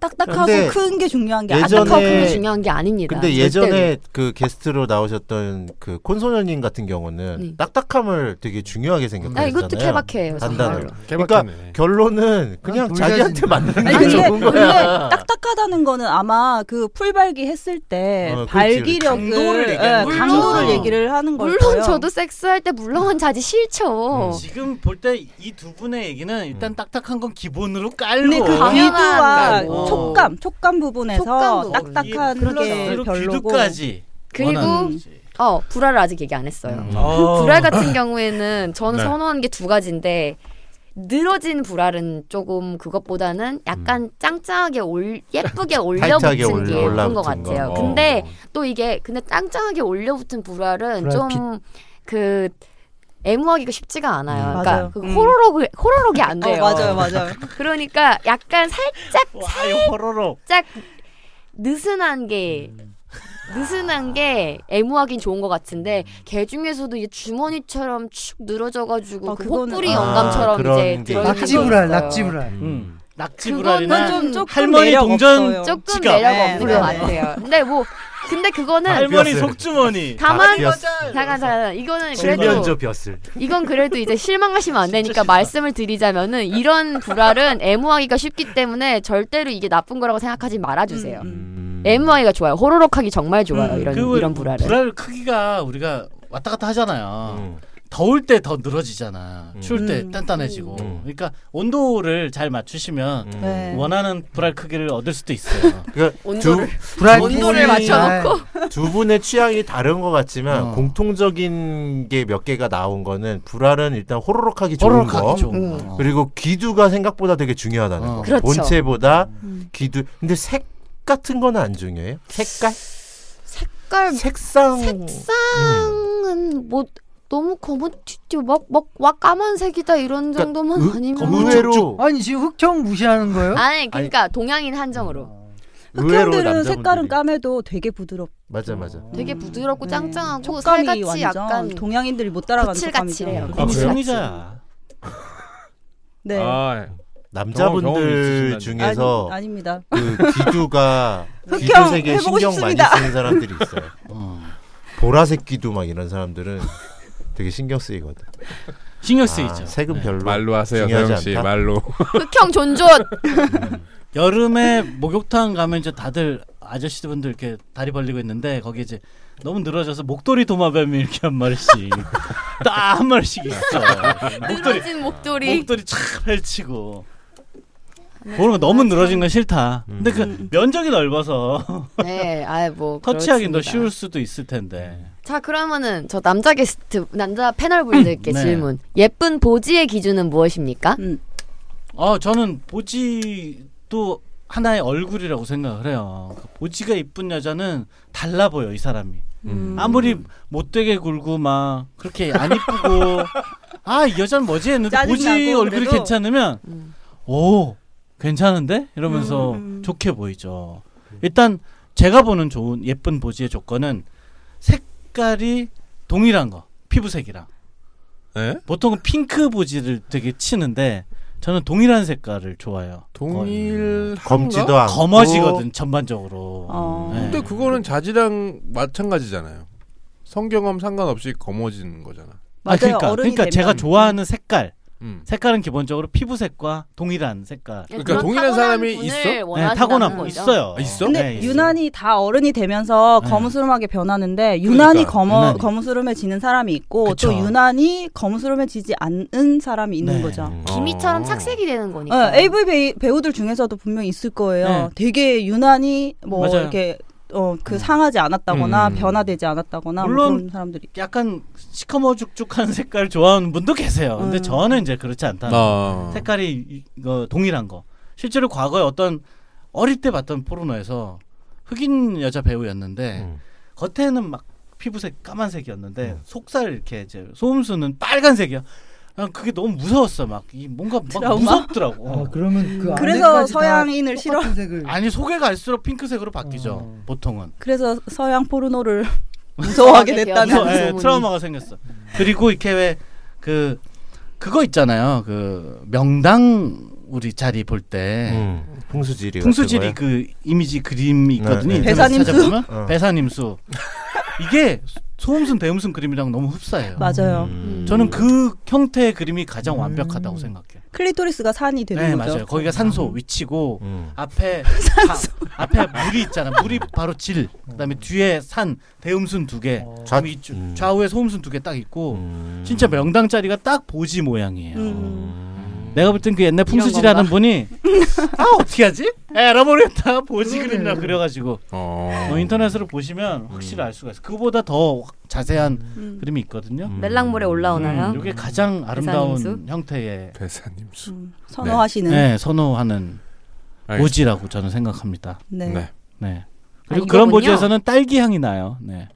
[SPEAKER 7] 딱딱하고
[SPEAKER 5] 근데
[SPEAKER 7] 큰 게 중요한 게
[SPEAKER 5] 예전에-
[SPEAKER 9] 딱딱하고
[SPEAKER 7] 아니라
[SPEAKER 9] 그게 중요한 게 아닙니다.
[SPEAKER 5] 근데
[SPEAKER 9] 절대로.
[SPEAKER 5] 예전에 그 게스트로 나오셨던 그 콘소년님 같은 경우는
[SPEAKER 9] 음.
[SPEAKER 5] 딱딱함을 되게 중요하게
[SPEAKER 9] 아,
[SPEAKER 5] 생각했잖아요.
[SPEAKER 9] 이것도 케바케예요. 정말로.
[SPEAKER 5] 단단한.
[SPEAKER 4] 그러니까
[SPEAKER 5] 결론은 그냥
[SPEAKER 8] 그냥
[SPEAKER 5] 자기한테
[SPEAKER 8] 돌려야지.
[SPEAKER 5] 맞는
[SPEAKER 7] 아니,
[SPEAKER 5] 게
[SPEAKER 7] 근데,
[SPEAKER 5] 좋은 거야.
[SPEAKER 7] 근데 딱딱하다는 거는 아마 그 풀발기 했을 때
[SPEAKER 5] 어, 그렇지,
[SPEAKER 7] 발기력을
[SPEAKER 6] 그렇지. 강도를 얘기하는
[SPEAKER 7] 예,
[SPEAKER 6] 거죠.
[SPEAKER 7] 강도를
[SPEAKER 9] 물론.
[SPEAKER 7] 얘기를 하는 걸
[SPEAKER 9] 물론
[SPEAKER 7] 거예요.
[SPEAKER 9] 저도 섹스할 때 물렁한 자지
[SPEAKER 5] 음.
[SPEAKER 9] 싫죠.
[SPEAKER 6] 지금 볼 때 이 두 분의 얘기는 일단 딱딱한 건 기본으로 깔고
[SPEAKER 7] 근데 그
[SPEAKER 9] 당연한
[SPEAKER 7] 귀두와
[SPEAKER 9] 거고.
[SPEAKER 7] 촉감, 촉감 부분에서
[SPEAKER 9] 촉감도
[SPEAKER 7] 딱딱한
[SPEAKER 9] 그렇죠.
[SPEAKER 7] 게
[SPEAKER 6] 그리고 음.
[SPEAKER 7] 별로고
[SPEAKER 6] 귀두까지
[SPEAKER 9] 그리고
[SPEAKER 6] 원하는.
[SPEAKER 9] 어 불화를 아직 얘기 안 했어요.
[SPEAKER 7] 음.
[SPEAKER 6] 어.
[SPEAKER 9] 불알 같은 경우에는 저는
[SPEAKER 4] 네.
[SPEAKER 9] 선호하는 게 두 가지인데 늘어진 불알은 조금 그것보다는 약간 짱짱하게 올 예쁘게
[SPEAKER 5] 음. 타이트하게
[SPEAKER 9] 올려붙은 게
[SPEAKER 5] 올라-
[SPEAKER 9] 예쁜 것
[SPEAKER 5] 올라붙은 거.
[SPEAKER 9] 같아요.
[SPEAKER 5] 어.
[SPEAKER 9] 근데 또 이게 근데 짱짱하게 올려붙은 불알은
[SPEAKER 8] 불알
[SPEAKER 9] 좀 그 애무하기가 쉽지가 않아요.
[SPEAKER 5] 음.
[SPEAKER 9] 그러니까
[SPEAKER 7] 맞아요.
[SPEAKER 9] 그
[SPEAKER 7] 음.
[SPEAKER 9] 호로록 호로록이 안
[SPEAKER 7] 어,
[SPEAKER 9] 돼요.
[SPEAKER 7] 맞아요,
[SPEAKER 5] 네.
[SPEAKER 7] 맞아요.
[SPEAKER 9] 그러니까 약간 살짝
[SPEAKER 6] 와, 이거 호로록.
[SPEAKER 9] 살짝 느슨한 게 느슨한 게 애무하긴 좋은 것 같은데 걔 중에서도 이제 주머니처럼 축 늘어져가지고
[SPEAKER 7] 아,
[SPEAKER 9] 그
[SPEAKER 7] 그거는-
[SPEAKER 9] 호뿌리
[SPEAKER 5] 아,
[SPEAKER 9] 영감처럼
[SPEAKER 5] 그런
[SPEAKER 9] 이제
[SPEAKER 5] 게
[SPEAKER 9] 들어있는 게
[SPEAKER 8] 낙지불알,
[SPEAKER 9] 있어요.
[SPEAKER 8] 낙지불알. 음.
[SPEAKER 6] 음.
[SPEAKER 9] 그거는
[SPEAKER 6] 낙지불알이나
[SPEAKER 9] 좀
[SPEAKER 7] 조금
[SPEAKER 6] 할머니
[SPEAKER 7] 매력
[SPEAKER 6] 동전
[SPEAKER 7] 없어요.
[SPEAKER 9] 네. 조금
[SPEAKER 6] 지갑.
[SPEAKER 9] 매력
[SPEAKER 7] 네,
[SPEAKER 9] 없는
[SPEAKER 7] 네,
[SPEAKER 9] 것
[SPEAKER 7] 네.
[SPEAKER 9] 같아요. 근데 뭐 근데
[SPEAKER 5] 아,
[SPEAKER 9] 그거는
[SPEAKER 6] 할머니
[SPEAKER 5] 비었어요.
[SPEAKER 6] 속주머니.
[SPEAKER 9] 네. 다만
[SPEAKER 5] 비었어.
[SPEAKER 9] 잠깐 잠깐 이거는 그래도
[SPEAKER 5] 칠면조 벼슬.
[SPEAKER 9] 이건 그래도 이제 실망하시면 안 되니까 말씀을 드리자면은 이런 불알은 애무하기가 쉽기 때문에 절대로 이게 나쁜 거라고 생각하지
[SPEAKER 7] 음,
[SPEAKER 9] 말아주세요. 음. 애무하기가 좋아요. 호로록하기 정말 좋아요.
[SPEAKER 6] 음,
[SPEAKER 9] 이런
[SPEAKER 6] 그리고
[SPEAKER 9] 이런 불알은.
[SPEAKER 6] 불알 크기가 우리가 왔다 갔다 하잖아요.
[SPEAKER 5] 음.
[SPEAKER 6] 더울 때 더 늘어지잖아.
[SPEAKER 5] 음.
[SPEAKER 6] 추울 때
[SPEAKER 7] 음.
[SPEAKER 6] 단단해지고.
[SPEAKER 5] 음.
[SPEAKER 6] 그러니까 온도를 잘 맞추시면
[SPEAKER 5] 음.
[SPEAKER 7] 네.
[SPEAKER 6] 원하는 불알 크기를 얻을 수도 있어요.
[SPEAKER 5] 그러니까 두,
[SPEAKER 8] 불알
[SPEAKER 9] 온도를 맞춰놓고.
[SPEAKER 5] 두 분의 취향이 다른 것 같지만
[SPEAKER 6] 어.
[SPEAKER 5] 공통적인 게 몇 개가 나온 거는 불알은 일단 호로록하기 좋은 거.
[SPEAKER 6] 호로록하기 좋은
[SPEAKER 9] 음.
[SPEAKER 6] 거.
[SPEAKER 5] 그리고 귀두가 생각보다 되게 중요하다는
[SPEAKER 6] 어.
[SPEAKER 5] 거.
[SPEAKER 9] 그렇죠.
[SPEAKER 5] 본체보다
[SPEAKER 7] 음.
[SPEAKER 5] 귀두. 근데 색 같은 건 안 중요해요? 색깔?
[SPEAKER 9] 색깔
[SPEAKER 5] 색상.
[SPEAKER 9] 색상은 그러니까 뭐 너무 검은 뭐, 막막와 까만색이다 이런
[SPEAKER 5] 그러니까
[SPEAKER 9] 정도만
[SPEAKER 5] 의-
[SPEAKER 9] 아니면
[SPEAKER 5] 의외로
[SPEAKER 8] 아니 지금 흑청 무시하는 거예요?
[SPEAKER 9] 아니 그러니까 동양인 한정으로
[SPEAKER 5] 의외로
[SPEAKER 7] 흑형들은
[SPEAKER 5] 남자분들이.
[SPEAKER 7] 색깔은 까매도 되게 부드럽고
[SPEAKER 5] 맞아 맞아.
[SPEAKER 9] 되게 부드럽고 짱짱하고
[SPEAKER 7] 촉감이
[SPEAKER 9] 음, 살같이
[SPEAKER 7] 완전
[SPEAKER 9] 약간
[SPEAKER 7] 동양인들이 못 따라가는
[SPEAKER 9] 거칠같이래요.
[SPEAKER 7] 촉감이죠.
[SPEAKER 6] 아,
[SPEAKER 9] 그래요?
[SPEAKER 6] 승리자야.
[SPEAKER 7] 네.
[SPEAKER 4] 아, 경험
[SPEAKER 5] 남자분들
[SPEAKER 4] 있으신다니.
[SPEAKER 5] 중에서
[SPEAKER 7] 아니, 아닙니다.
[SPEAKER 5] 그 귀두가
[SPEAKER 7] 흑형
[SPEAKER 5] 귀두색에
[SPEAKER 7] 해보고
[SPEAKER 5] 신경 많이
[SPEAKER 7] 싶습니다.
[SPEAKER 5] 쓰는 사람들이 있어요.
[SPEAKER 6] 어.
[SPEAKER 5] 보라색 귀두 막 이런 사람들은 되게 신경 쓰이거든.
[SPEAKER 6] 신경
[SPEAKER 5] 아,
[SPEAKER 6] 쓰이죠.
[SPEAKER 5] 색은
[SPEAKER 6] 네.
[SPEAKER 5] 별로.
[SPEAKER 4] 말로 하세요,
[SPEAKER 5] 중요하지
[SPEAKER 4] 서영 씨.
[SPEAKER 5] 않다.
[SPEAKER 4] 말로.
[SPEAKER 9] 흑형 존존
[SPEAKER 6] 여름에 목욕탕 가면 이제 다들 아저씨분들 이렇게 다리 벌리고 있는데 거기 이제 너무 늘어져서 목도리 도마뱀이 이렇게 한 마리씩 딱 한 마리씩 있어. 목도리
[SPEAKER 9] 늘어진 목도리
[SPEAKER 6] 목도리 쫙 펼치고
[SPEAKER 9] 네,
[SPEAKER 6] 그런 거
[SPEAKER 9] 그렇죠.
[SPEAKER 6] 너무 늘어진 건 싫다. 근데
[SPEAKER 9] 음.
[SPEAKER 6] 그 면적이 넓어서
[SPEAKER 9] 네, 아이 뭐
[SPEAKER 6] 터치하기는 더
[SPEAKER 9] 그렇습니다.
[SPEAKER 6] 쉬울 수도 있을 텐데.
[SPEAKER 9] 자 그러면은 저 남자 게스트 남자 패널 분들께
[SPEAKER 6] 네.
[SPEAKER 9] 질문. 예쁜 보지의 기준은 무엇입니까?
[SPEAKER 7] 음.
[SPEAKER 6] 아 저는 보지도 하나의 얼굴이라고 생각을 해요. 그 보지가 이쁜 여자는 달라 보여 이 사람이. 아무리 못되게 굴고 막 그렇게 안 이쁘고 아 이 여자는 뭐지 했는데
[SPEAKER 7] 짜증나고
[SPEAKER 6] 보지 얼굴이
[SPEAKER 7] 그래도.
[SPEAKER 6] 괜찮으면
[SPEAKER 9] 음.
[SPEAKER 6] 오 괜찮은데 이러면서
[SPEAKER 7] 음.
[SPEAKER 6] 좋게 보이죠. 일단 제가 보는 좋은 예쁜 보지의 조건은 색깔이 동일한 거 피부색이랑 네?
[SPEAKER 4] 예?
[SPEAKER 6] 보통은 핑크 보지를 되게 치는데 저는 동일한 색깔을 좋아해요.
[SPEAKER 4] 동일
[SPEAKER 5] 검지도
[SPEAKER 4] 한가?
[SPEAKER 5] 않고
[SPEAKER 6] 검어지거든 전반적으로.
[SPEAKER 7] 어.
[SPEAKER 6] 네.
[SPEAKER 4] 근데 그거는 자질이랑 마찬가지잖아요. 성경험 상관없이 검어지는 거잖아.
[SPEAKER 6] 아,
[SPEAKER 7] 맞아요.
[SPEAKER 6] 그러니까,
[SPEAKER 7] 어른이
[SPEAKER 6] 그러니까
[SPEAKER 7] 되면.
[SPEAKER 6] 제가 좋아하는 색깔
[SPEAKER 4] 음.
[SPEAKER 6] 색깔은 기본적으로 피부색과 동일한 색깔.
[SPEAKER 4] 그러니까 동일한 사람이 있어?
[SPEAKER 6] 네, 타고난 있어요.
[SPEAKER 4] 아, 있어?
[SPEAKER 7] 근데
[SPEAKER 6] 네, 있어요.
[SPEAKER 7] 유난히 다 어른이 되면서
[SPEAKER 6] 네.
[SPEAKER 7] 거무스름하게 변하는데 유난히
[SPEAKER 4] 그러니까,
[SPEAKER 7] 검어,
[SPEAKER 6] 유난히.
[SPEAKER 7] 거무스름해지는 사람이 있고
[SPEAKER 6] 그쵸.
[SPEAKER 7] 또 유난히 거무스름해지지 않은 사람이 있는
[SPEAKER 6] 네.
[SPEAKER 7] 거죠.
[SPEAKER 9] 기미처럼
[SPEAKER 4] 어.
[SPEAKER 9] 착색이 되는 거니까.
[SPEAKER 7] 어, AV 배, 배우들 중에서도 분명 히 있을 거예요.
[SPEAKER 6] 네.
[SPEAKER 7] 되게 유난히 뭐
[SPEAKER 6] 맞아요.
[SPEAKER 7] 이렇게 어, 그
[SPEAKER 6] 음.
[SPEAKER 7] 상하지 않았다거나
[SPEAKER 4] 음.
[SPEAKER 7] 변화되지 않았다거나 뭐
[SPEAKER 6] 물론
[SPEAKER 7] 그런 사람들이.
[SPEAKER 6] 약간 시커머죽죽한 색깔 좋아하는 분도 계세요. 근데
[SPEAKER 7] 음.
[SPEAKER 6] 저는 이제 그렇지 않다. 는
[SPEAKER 4] 아.
[SPEAKER 6] 색깔이 이- 이거 동일한 거. 실제로 과거에 어떤 어릴 때 봤던 포르노에서 흑인 여자 배우였는데
[SPEAKER 5] 음.
[SPEAKER 6] 겉에는 막 피부색 까만색이었는데 속살 이렇게 이제 소음수는 빨간색이야. 난 그게 너무 무서웠어. 막 이 뭔가 막
[SPEAKER 7] 트라우마?
[SPEAKER 6] 무섭더라고.
[SPEAKER 8] 아, 그러면 그
[SPEAKER 7] 그래서
[SPEAKER 8] 안에까지 다
[SPEAKER 7] 서양인을
[SPEAKER 8] 똑같은
[SPEAKER 7] 싫어.
[SPEAKER 8] 색을.
[SPEAKER 6] 아니 속에 갈수록 핑크색으로 바뀌죠. 보통은.
[SPEAKER 7] 그래서 서양 포르노를 무서워하게
[SPEAKER 9] 무서워하게
[SPEAKER 7] 됐다는.
[SPEAKER 9] 되었다.
[SPEAKER 6] 그래서 예,
[SPEAKER 9] 소문이.
[SPEAKER 6] 트라우마가 생겼어. 그리고 이렇게 왜 그 그거 있잖아요. 그 명당 우리 자리 볼 때
[SPEAKER 5] 음. 풍수지리.
[SPEAKER 6] 풍수지리
[SPEAKER 5] 같은 거요?
[SPEAKER 6] 그 이미지 그림이 있거든요.
[SPEAKER 5] 네, 네.
[SPEAKER 6] 인터넷에
[SPEAKER 7] 배산임수?
[SPEAKER 6] 찾아보면
[SPEAKER 5] 어.
[SPEAKER 6] 배산임수. 이게 소음순 대음순 그림이랑 너무 흡사해요.
[SPEAKER 7] 맞아요.
[SPEAKER 5] 음.
[SPEAKER 9] 음.
[SPEAKER 6] 저는 그 형태의 그림이 가장 완벽하다고 생각해요.
[SPEAKER 7] 클리토리스가 산이 되는
[SPEAKER 6] 네,
[SPEAKER 7] 거죠.
[SPEAKER 6] 맞아요. 거기가 산소 위치고
[SPEAKER 5] 음.
[SPEAKER 6] 앞에 바, 앞에 물이 있잖아. 물이 바로 질. 그다음에
[SPEAKER 9] 어.
[SPEAKER 6] 뒤에 산 대음순 두 개.
[SPEAKER 5] 좌-
[SPEAKER 6] 위쪽,
[SPEAKER 5] 음.
[SPEAKER 6] 좌우에 소음순 두 개 딱 있고
[SPEAKER 5] 음.
[SPEAKER 6] 진짜 명당 자리가 딱 보지 모양이에요.
[SPEAKER 7] 음.
[SPEAKER 6] 내가 볼 땐 그 옛날 풍수지라는
[SPEAKER 9] 건가?
[SPEAKER 6] 분이 아 어떻게 하지? 에라 모르겠다 보지 그림이나 그려가지고
[SPEAKER 4] 어.
[SPEAKER 6] 어, 인터넷으로
[SPEAKER 5] 음.
[SPEAKER 6] 보시면 확실히 알 수가 있어. 그보다 더 확- 자세한
[SPEAKER 7] 음.
[SPEAKER 6] 그림이 있거든요.
[SPEAKER 9] 멜랑물에 올라오나요?
[SPEAKER 6] 음,
[SPEAKER 9] 음.
[SPEAKER 6] 이게 가장 아름다운
[SPEAKER 9] 대산임수?
[SPEAKER 6] 형태의
[SPEAKER 4] 배사님 수.
[SPEAKER 7] 음. 선호하시는. 네.
[SPEAKER 6] 네, 선호하는 보지라고 저는 생각합니다.
[SPEAKER 4] 알겠습니다. 네.
[SPEAKER 6] 네.
[SPEAKER 9] 아,
[SPEAKER 6] 그리고
[SPEAKER 9] 이거군요.
[SPEAKER 6] 그런 보지에서는 딸기 향이 나요. 네.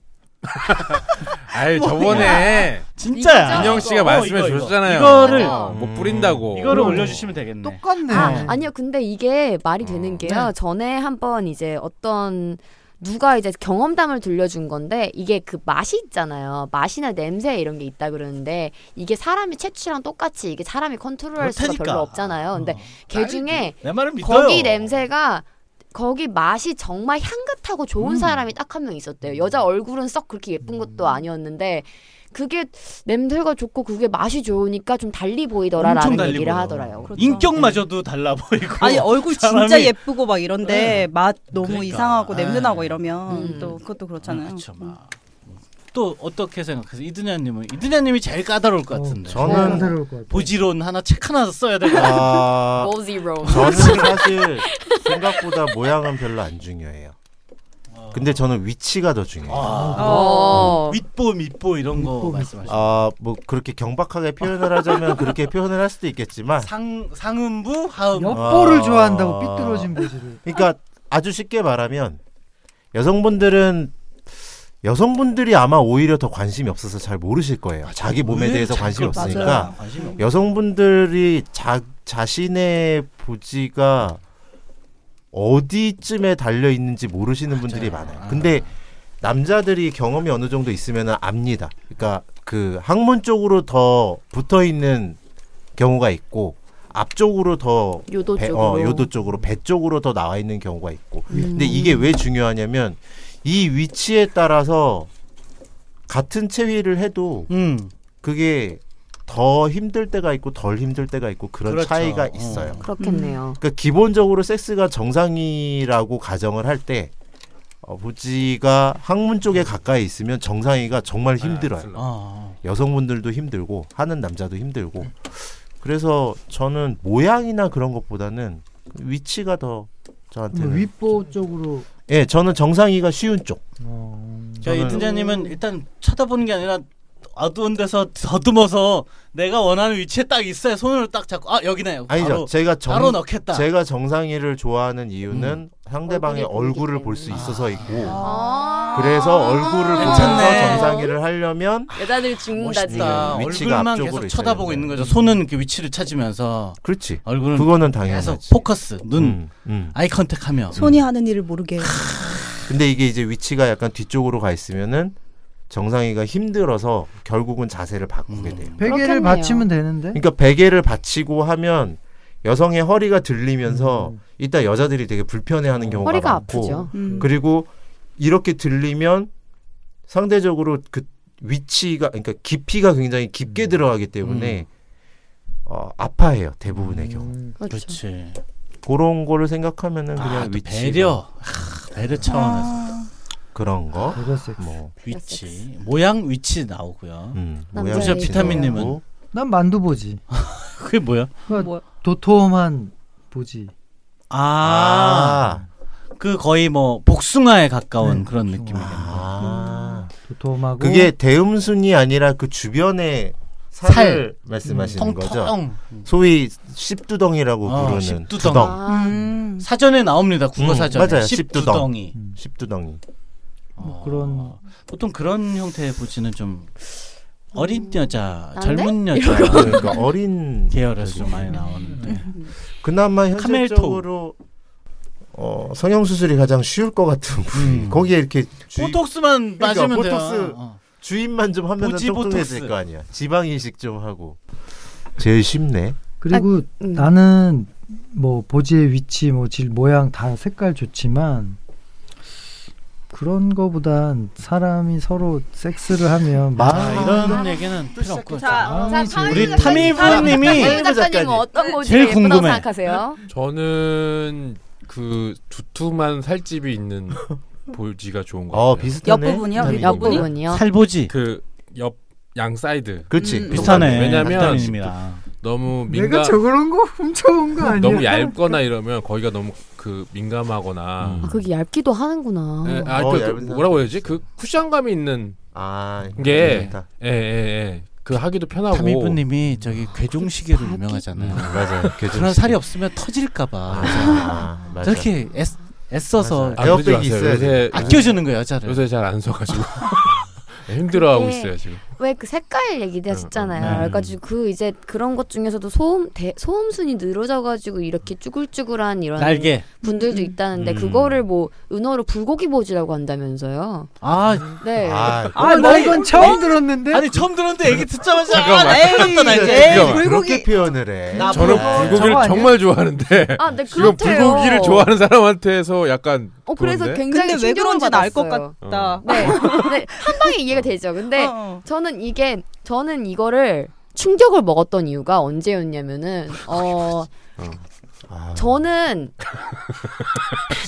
[SPEAKER 4] 아이 저번에
[SPEAKER 6] 진짜야.
[SPEAKER 9] 진짜?
[SPEAKER 4] 인형 씨가
[SPEAKER 6] 어, 이거, 어,
[SPEAKER 4] 말씀해
[SPEAKER 6] 이거, 이거.
[SPEAKER 4] 주셨잖아요.
[SPEAKER 6] 이거를
[SPEAKER 9] 어.
[SPEAKER 4] 못 뿌린다고.
[SPEAKER 6] 이거를 올려주시면 되겠네.
[SPEAKER 8] 똑같네.
[SPEAKER 9] 아, 아니요. 근데 이게 말이 되는
[SPEAKER 4] 어.
[SPEAKER 9] 게요. 전에 한번 이제 어떤 누가 이제 경험담을 들려준 건데 이게 그 맛이 있잖아요. 맛이나 냄새 이런 게 있다 그러는데 이게 사람이 채취랑 똑같이 이게 사람이 컨트롤할 수가
[SPEAKER 6] 그렇다니까.
[SPEAKER 9] 별로 없잖아요. 근데
[SPEAKER 6] 어.
[SPEAKER 9] 걔 중에
[SPEAKER 6] 내 말은 믿어요.
[SPEAKER 9] 거기 냄새가 거기 맛이 정말 향긋하고
[SPEAKER 6] 음.
[SPEAKER 9] 좋은 사람이 딱 한 명 있었대요. 여자 얼굴은 썩 그렇게 예쁜 것도 아니었는데 그게 냄새가 좋고 그게 맛이 좋으니까 좀 달리 보이더라라는
[SPEAKER 6] 엄청 달리
[SPEAKER 9] 얘기를
[SPEAKER 6] 보여요.
[SPEAKER 9] 하더라고요. 네.
[SPEAKER 7] 그렇죠. 네.
[SPEAKER 6] 인격마저도 달라 보이고.
[SPEAKER 7] 아니
[SPEAKER 9] 어.
[SPEAKER 7] 얼굴 진짜
[SPEAKER 6] 사람이-
[SPEAKER 7] 예쁘고 막 이런데 맛 너무
[SPEAKER 6] 그러니까.
[SPEAKER 7] 이상하고
[SPEAKER 6] 네.
[SPEAKER 7] 냄새 나고 이러면
[SPEAKER 9] 음.
[SPEAKER 7] 또 그것도
[SPEAKER 6] 아,
[SPEAKER 7] 그렇잖아요. 음.
[SPEAKER 6] 그쵸, 막. 또 어떻게 생각하세요? 이드냐님은 이드냐님이 제일 까다로울 것 같은데.
[SPEAKER 5] 저는
[SPEAKER 9] 네.
[SPEAKER 8] 까다로울 것 같아.
[SPEAKER 6] 보지론 하나 책 하나 써야 될 것 같아요.
[SPEAKER 5] 아,
[SPEAKER 9] 로지 롬.
[SPEAKER 5] 저는 사실 생각보다 모양은 별로 안 중요해요. 근데 저는 위치가 더 중요해요.
[SPEAKER 6] 아,
[SPEAKER 9] 어.
[SPEAKER 6] 윗보 밑보 이런 거
[SPEAKER 8] 윗보,
[SPEAKER 6] 말씀하시죠.
[SPEAKER 4] 어.
[SPEAKER 5] 아, 뭐 그렇게 경박하게 표현을 하자면 그렇게 표현을 할 수도 있겠지만
[SPEAKER 6] 상 상음부 하음부.
[SPEAKER 8] 엿보를
[SPEAKER 5] 아.
[SPEAKER 8] 좋아한다고 삐뚤어진 보지를.
[SPEAKER 5] 그러니까 아주 쉽게 말하면 여성분들은 여성분들이 아마 오히려 더 관심이 없어서 잘 모르실 거예요.
[SPEAKER 6] 아,
[SPEAKER 5] 자기 몸에 대해서 관심이 없으니까
[SPEAKER 6] 네, 그, 맞아요. 관심이 없-
[SPEAKER 5] 여성분들이 자, 자신의 보지가 어디쯤에 달려 있는지 모르시는 분들이 많아요. 근데 남자들이 경험이 어느 정도 있으면 압니다. 그러니까 그 항문 쪽으로 더 붙어 있는 경우가 있고 앞쪽으로 더
[SPEAKER 9] 요도
[SPEAKER 5] 배,
[SPEAKER 9] 쪽으로. 음.
[SPEAKER 5] 어, 요도 쪽으로 배 쪽으로 더 나와 있는 경우가 있고. 근데 이게 왜 중요하냐면 이 위치에 따라서 같은 체위를 해도
[SPEAKER 6] 음.
[SPEAKER 5] 그게 더 힘들 때가 있고 덜 힘들 때가 있고 그런
[SPEAKER 6] 그렇죠.
[SPEAKER 5] 차이가
[SPEAKER 6] 어.
[SPEAKER 5] 있어요.
[SPEAKER 9] 그렇겠네요.
[SPEAKER 5] 그러니까 기본적으로 섹스가 정상이라고 가정을 할 때 어, 부지가 항문 쪽에 가까이 있으면 정상이가 정말
[SPEAKER 6] 네,
[SPEAKER 5] 힘들어요.
[SPEAKER 6] 어.
[SPEAKER 5] 여성분들도 힘들고 하는 남자도
[SPEAKER 6] 음.
[SPEAKER 5] 힘들고 그래서 저는 모양이나 그런 것보다는 위치가 더
[SPEAKER 6] 뭐
[SPEAKER 5] 저한테는
[SPEAKER 8] 윗보 쪽으로.
[SPEAKER 5] 예 저는 정상이가 쉬운 쪽
[SPEAKER 8] 어.
[SPEAKER 6] 저
[SPEAKER 5] 저는-
[SPEAKER 6] 이든자님은 일단 쳐다보는 게 아니라 어두운 데서 더듬어서 내가 원하는 위치에 딱 있어야 손으로 딱 잡고 아 여기네요.
[SPEAKER 5] 아니죠
[SPEAKER 6] 바로,
[SPEAKER 5] 제가 정
[SPEAKER 6] 바로 넣겠다.
[SPEAKER 5] 제가 정상이를 좋아하는
[SPEAKER 6] 음.
[SPEAKER 5] 이유는 상대방의
[SPEAKER 9] 얼굴이 보이기
[SPEAKER 5] 얼굴을 볼 수
[SPEAKER 9] 때문에.
[SPEAKER 5] 있어서이고
[SPEAKER 9] 아.
[SPEAKER 5] 그래서 얼굴을 보면서
[SPEAKER 6] 괜찮네.
[SPEAKER 5] 정상이를 하려면
[SPEAKER 9] 여자들 죽는다 지금.
[SPEAKER 6] 멋있다.
[SPEAKER 5] 위치가
[SPEAKER 6] 얼굴만
[SPEAKER 5] 앞쪽으로
[SPEAKER 6] 계속
[SPEAKER 5] 있어야
[SPEAKER 6] 쳐다보고
[SPEAKER 5] 되는데.
[SPEAKER 6] 있는 거죠. 손은 이렇게 위치를 찾으면서
[SPEAKER 5] 그렇지
[SPEAKER 6] 얼굴은
[SPEAKER 5] 그거는
[SPEAKER 6] 계속
[SPEAKER 5] 당연하지
[SPEAKER 6] 포커스, 눈,
[SPEAKER 5] 음, 음.
[SPEAKER 6] 아이 컨택하며.
[SPEAKER 7] 손이 하는 일을 모르게.
[SPEAKER 5] 근데 이게 이제 위치가 약간 뒤쪽으로 가 있으면은 정상이가 힘들어서 결국은 자세를
[SPEAKER 9] 음.
[SPEAKER 5] 바꾸게 돼요
[SPEAKER 8] 베개를
[SPEAKER 9] 그렇겠네요.
[SPEAKER 8] 받치면 되는데.
[SPEAKER 5] 그러니까 베개를 받치고 하면 여성의 허리가 들리면서 이따 여자들이 되게 불편해하는 경우가
[SPEAKER 9] 음. 허리가
[SPEAKER 5] 많고
[SPEAKER 9] 아프죠.
[SPEAKER 7] 음.
[SPEAKER 5] 그리고 이렇게 들리면 상대적으로 그 위치가 그러니까 깊이가 굉장히 깊게 들어가기 때문에 어, 아파해요 대부분의 경우
[SPEAKER 9] 그렇죠.
[SPEAKER 6] 그렇지.
[SPEAKER 5] 그런 거를 생각하면은 그냥
[SPEAKER 6] 아, 또
[SPEAKER 5] 위치
[SPEAKER 6] 배려. 아, 배려 차원에서
[SPEAKER 5] 그런 거
[SPEAKER 8] 배가 섹스.
[SPEAKER 5] 뭐,
[SPEAKER 6] 위치, 모양 위치 나오고요.
[SPEAKER 5] 음,
[SPEAKER 9] 남자
[SPEAKER 5] 모양
[SPEAKER 9] 그죠,
[SPEAKER 5] 위치
[SPEAKER 6] 비타민님은?
[SPEAKER 5] 나오고.
[SPEAKER 8] 난 만두 보지.
[SPEAKER 6] 그게 뭐야?
[SPEAKER 8] 그러니까 도톰한 보지.
[SPEAKER 6] 아,
[SPEAKER 5] 아,
[SPEAKER 6] 그 거의 뭐 복숭아에 가까운
[SPEAKER 8] 네,
[SPEAKER 6] 그런
[SPEAKER 8] 복숭아.
[SPEAKER 6] 느낌이겠네.
[SPEAKER 5] 아.
[SPEAKER 8] 도톰하고.
[SPEAKER 5] 그게 대음순이 아니라 그 주변의 살을 말씀하시는 거죠.
[SPEAKER 6] 통통.
[SPEAKER 5] 소위 십두덩이라고
[SPEAKER 6] 어,
[SPEAKER 5] 부르는
[SPEAKER 6] 음. 십두덩.
[SPEAKER 5] 두덩.
[SPEAKER 9] 아.
[SPEAKER 7] 음.
[SPEAKER 6] 사전에 나옵니다. 국어
[SPEAKER 5] 음,
[SPEAKER 6] 사전에.
[SPEAKER 5] 맞아요. 십두덩. 음.
[SPEAKER 6] 십두덩이.
[SPEAKER 5] 십두덩이.
[SPEAKER 6] 어.
[SPEAKER 8] 뭐 그런-
[SPEAKER 6] 보통 그런 형태의 보지는 좀 어린
[SPEAKER 5] 음.
[SPEAKER 6] 여자,
[SPEAKER 5] 아, 네?
[SPEAKER 9] 난데?
[SPEAKER 6] 젊은 여자
[SPEAKER 5] 그러니까 어린
[SPEAKER 6] 계열에서 좀 많이 나오는데.
[SPEAKER 5] 음. 그나마
[SPEAKER 6] 카멜
[SPEAKER 5] 현실적으로 어, 성형 수술이 가장 쉬울 것 같은 부위.
[SPEAKER 6] 음.
[SPEAKER 5] 거기에 이렇게 주입,
[SPEAKER 6] 보톡스만
[SPEAKER 5] 그러니까
[SPEAKER 6] 맞으면 돼요.
[SPEAKER 5] 보톡스.
[SPEAKER 6] 어.
[SPEAKER 5] 주입만 좀 하면
[SPEAKER 6] 보지 보톡스.
[SPEAKER 5] 똑똑해질 거 아니야. 지방 이식 좀 하고. 제일 쉽네.
[SPEAKER 8] 그리고
[SPEAKER 9] 음.
[SPEAKER 8] 나는 뭐 보지의 위치, 뭐 질, 모양 다 색깔 좋지만 그런 거보단 사람이 서로 섹스를 하면
[SPEAKER 6] 아,
[SPEAKER 8] 마,
[SPEAKER 6] 이런 얘기는 필요 없고.
[SPEAKER 9] 자, 자,
[SPEAKER 6] 우리
[SPEAKER 9] 타미미
[SPEAKER 6] 타미 부장님이
[SPEAKER 9] 타미 작가님은 어떤 거지?
[SPEAKER 6] 제일
[SPEAKER 9] 예쁘다고
[SPEAKER 6] 궁금해.
[SPEAKER 9] 생각하세요?
[SPEAKER 4] 저는 그 두툼한 살집이 있는 볼지가 좋은 것 같아요.
[SPEAKER 5] 어, 비슷하네.
[SPEAKER 7] 옆부분이요?
[SPEAKER 9] 아,
[SPEAKER 5] 비슷하네.
[SPEAKER 7] 옆부분이?
[SPEAKER 9] 옆부분이요.
[SPEAKER 6] 살보지
[SPEAKER 4] 그 옆 양 사이드
[SPEAKER 5] 그렇지.
[SPEAKER 7] 음.
[SPEAKER 6] 비슷하네.
[SPEAKER 4] 왜냐면
[SPEAKER 6] 박다민입니다.
[SPEAKER 4] 너무
[SPEAKER 8] 내가
[SPEAKER 4] 민감
[SPEAKER 8] 저런 거 훔쳐온 거 아니야?
[SPEAKER 4] 너무 얇거나 이러면 거기가 너무 그
[SPEAKER 5] 음.
[SPEAKER 4] 민감하거나
[SPEAKER 9] 아, 그게 얇기도 하는구나.
[SPEAKER 4] 예, 아,
[SPEAKER 5] 어,
[SPEAKER 4] 그,
[SPEAKER 5] 얇은
[SPEAKER 4] 그 뭐라고 해야지 그 쿠션감이 있는
[SPEAKER 5] 아,
[SPEAKER 4] 이게-
[SPEAKER 5] 괜찮다.
[SPEAKER 4] 예예예 그 하기도 편하고
[SPEAKER 6] 타미 부님이 저기 괴종시계로 유명하잖아요.
[SPEAKER 5] 아, 맞아요.
[SPEAKER 6] 그런 살이 없으면 터질까봐
[SPEAKER 5] 아, 맞아.
[SPEAKER 6] 저렇게 애써서
[SPEAKER 5] 맞아. 에어백이 있어야
[SPEAKER 4] 요새
[SPEAKER 5] 돼.
[SPEAKER 6] 아껴주는 거예요 여자를.
[SPEAKER 4] 요새 잘 안 써가지고 네, 힘들어하고
[SPEAKER 9] 그게-
[SPEAKER 4] 있어요 지금.
[SPEAKER 9] 왜 그 색깔 얘기
[SPEAKER 6] 음,
[SPEAKER 9] 하셨잖아요.
[SPEAKER 6] 음.
[SPEAKER 9] 그래가지고 그 이제 그런 것 중에서도 소음 대, 소음 순이 늘어져가지고 이렇게 쭈글쭈글한 이런
[SPEAKER 6] 날개.
[SPEAKER 9] 분들도 있다는데
[SPEAKER 4] 음.
[SPEAKER 9] 그거를 뭐 은어로 불고기 보지라고 한다면서요.
[SPEAKER 6] 아,
[SPEAKER 9] 네.
[SPEAKER 5] 아,
[SPEAKER 8] 아,
[SPEAKER 7] 뭐
[SPEAKER 8] 나 이건
[SPEAKER 6] 어,
[SPEAKER 8] 처음 들었는데.
[SPEAKER 6] 아니 처음 들었는데 얘기 듣자마자
[SPEAKER 4] 잠깐만.
[SPEAKER 6] 아, 들었다 나 이제.
[SPEAKER 7] 에이,
[SPEAKER 4] 잠깐만.
[SPEAKER 5] 그렇게
[SPEAKER 7] 불고기
[SPEAKER 5] 표현을 해.
[SPEAKER 6] 나
[SPEAKER 4] 저는
[SPEAKER 6] 아,
[SPEAKER 4] 불고기를
[SPEAKER 8] 뭐, 저거 아니야?
[SPEAKER 4] 정말 좋아하는데
[SPEAKER 9] 아, 네,
[SPEAKER 4] 지금
[SPEAKER 9] 그렇대요.
[SPEAKER 4] 불고기를 좋아하는 사람한테서 약간
[SPEAKER 9] 어, 그래서
[SPEAKER 4] 그런데?
[SPEAKER 9] 굉장히
[SPEAKER 7] 근데 왜
[SPEAKER 9] 충격을
[SPEAKER 7] 그런지는 알 것
[SPEAKER 9] 받았어요.
[SPEAKER 7] 같다.
[SPEAKER 9] 네. 네. 한 방에 이해가 되죠. 근데
[SPEAKER 7] 어.
[SPEAKER 9] 저는 이게 저는 이거를 충격을 먹었던 이유가 언제였냐면은 어
[SPEAKER 5] 아,
[SPEAKER 9] 저는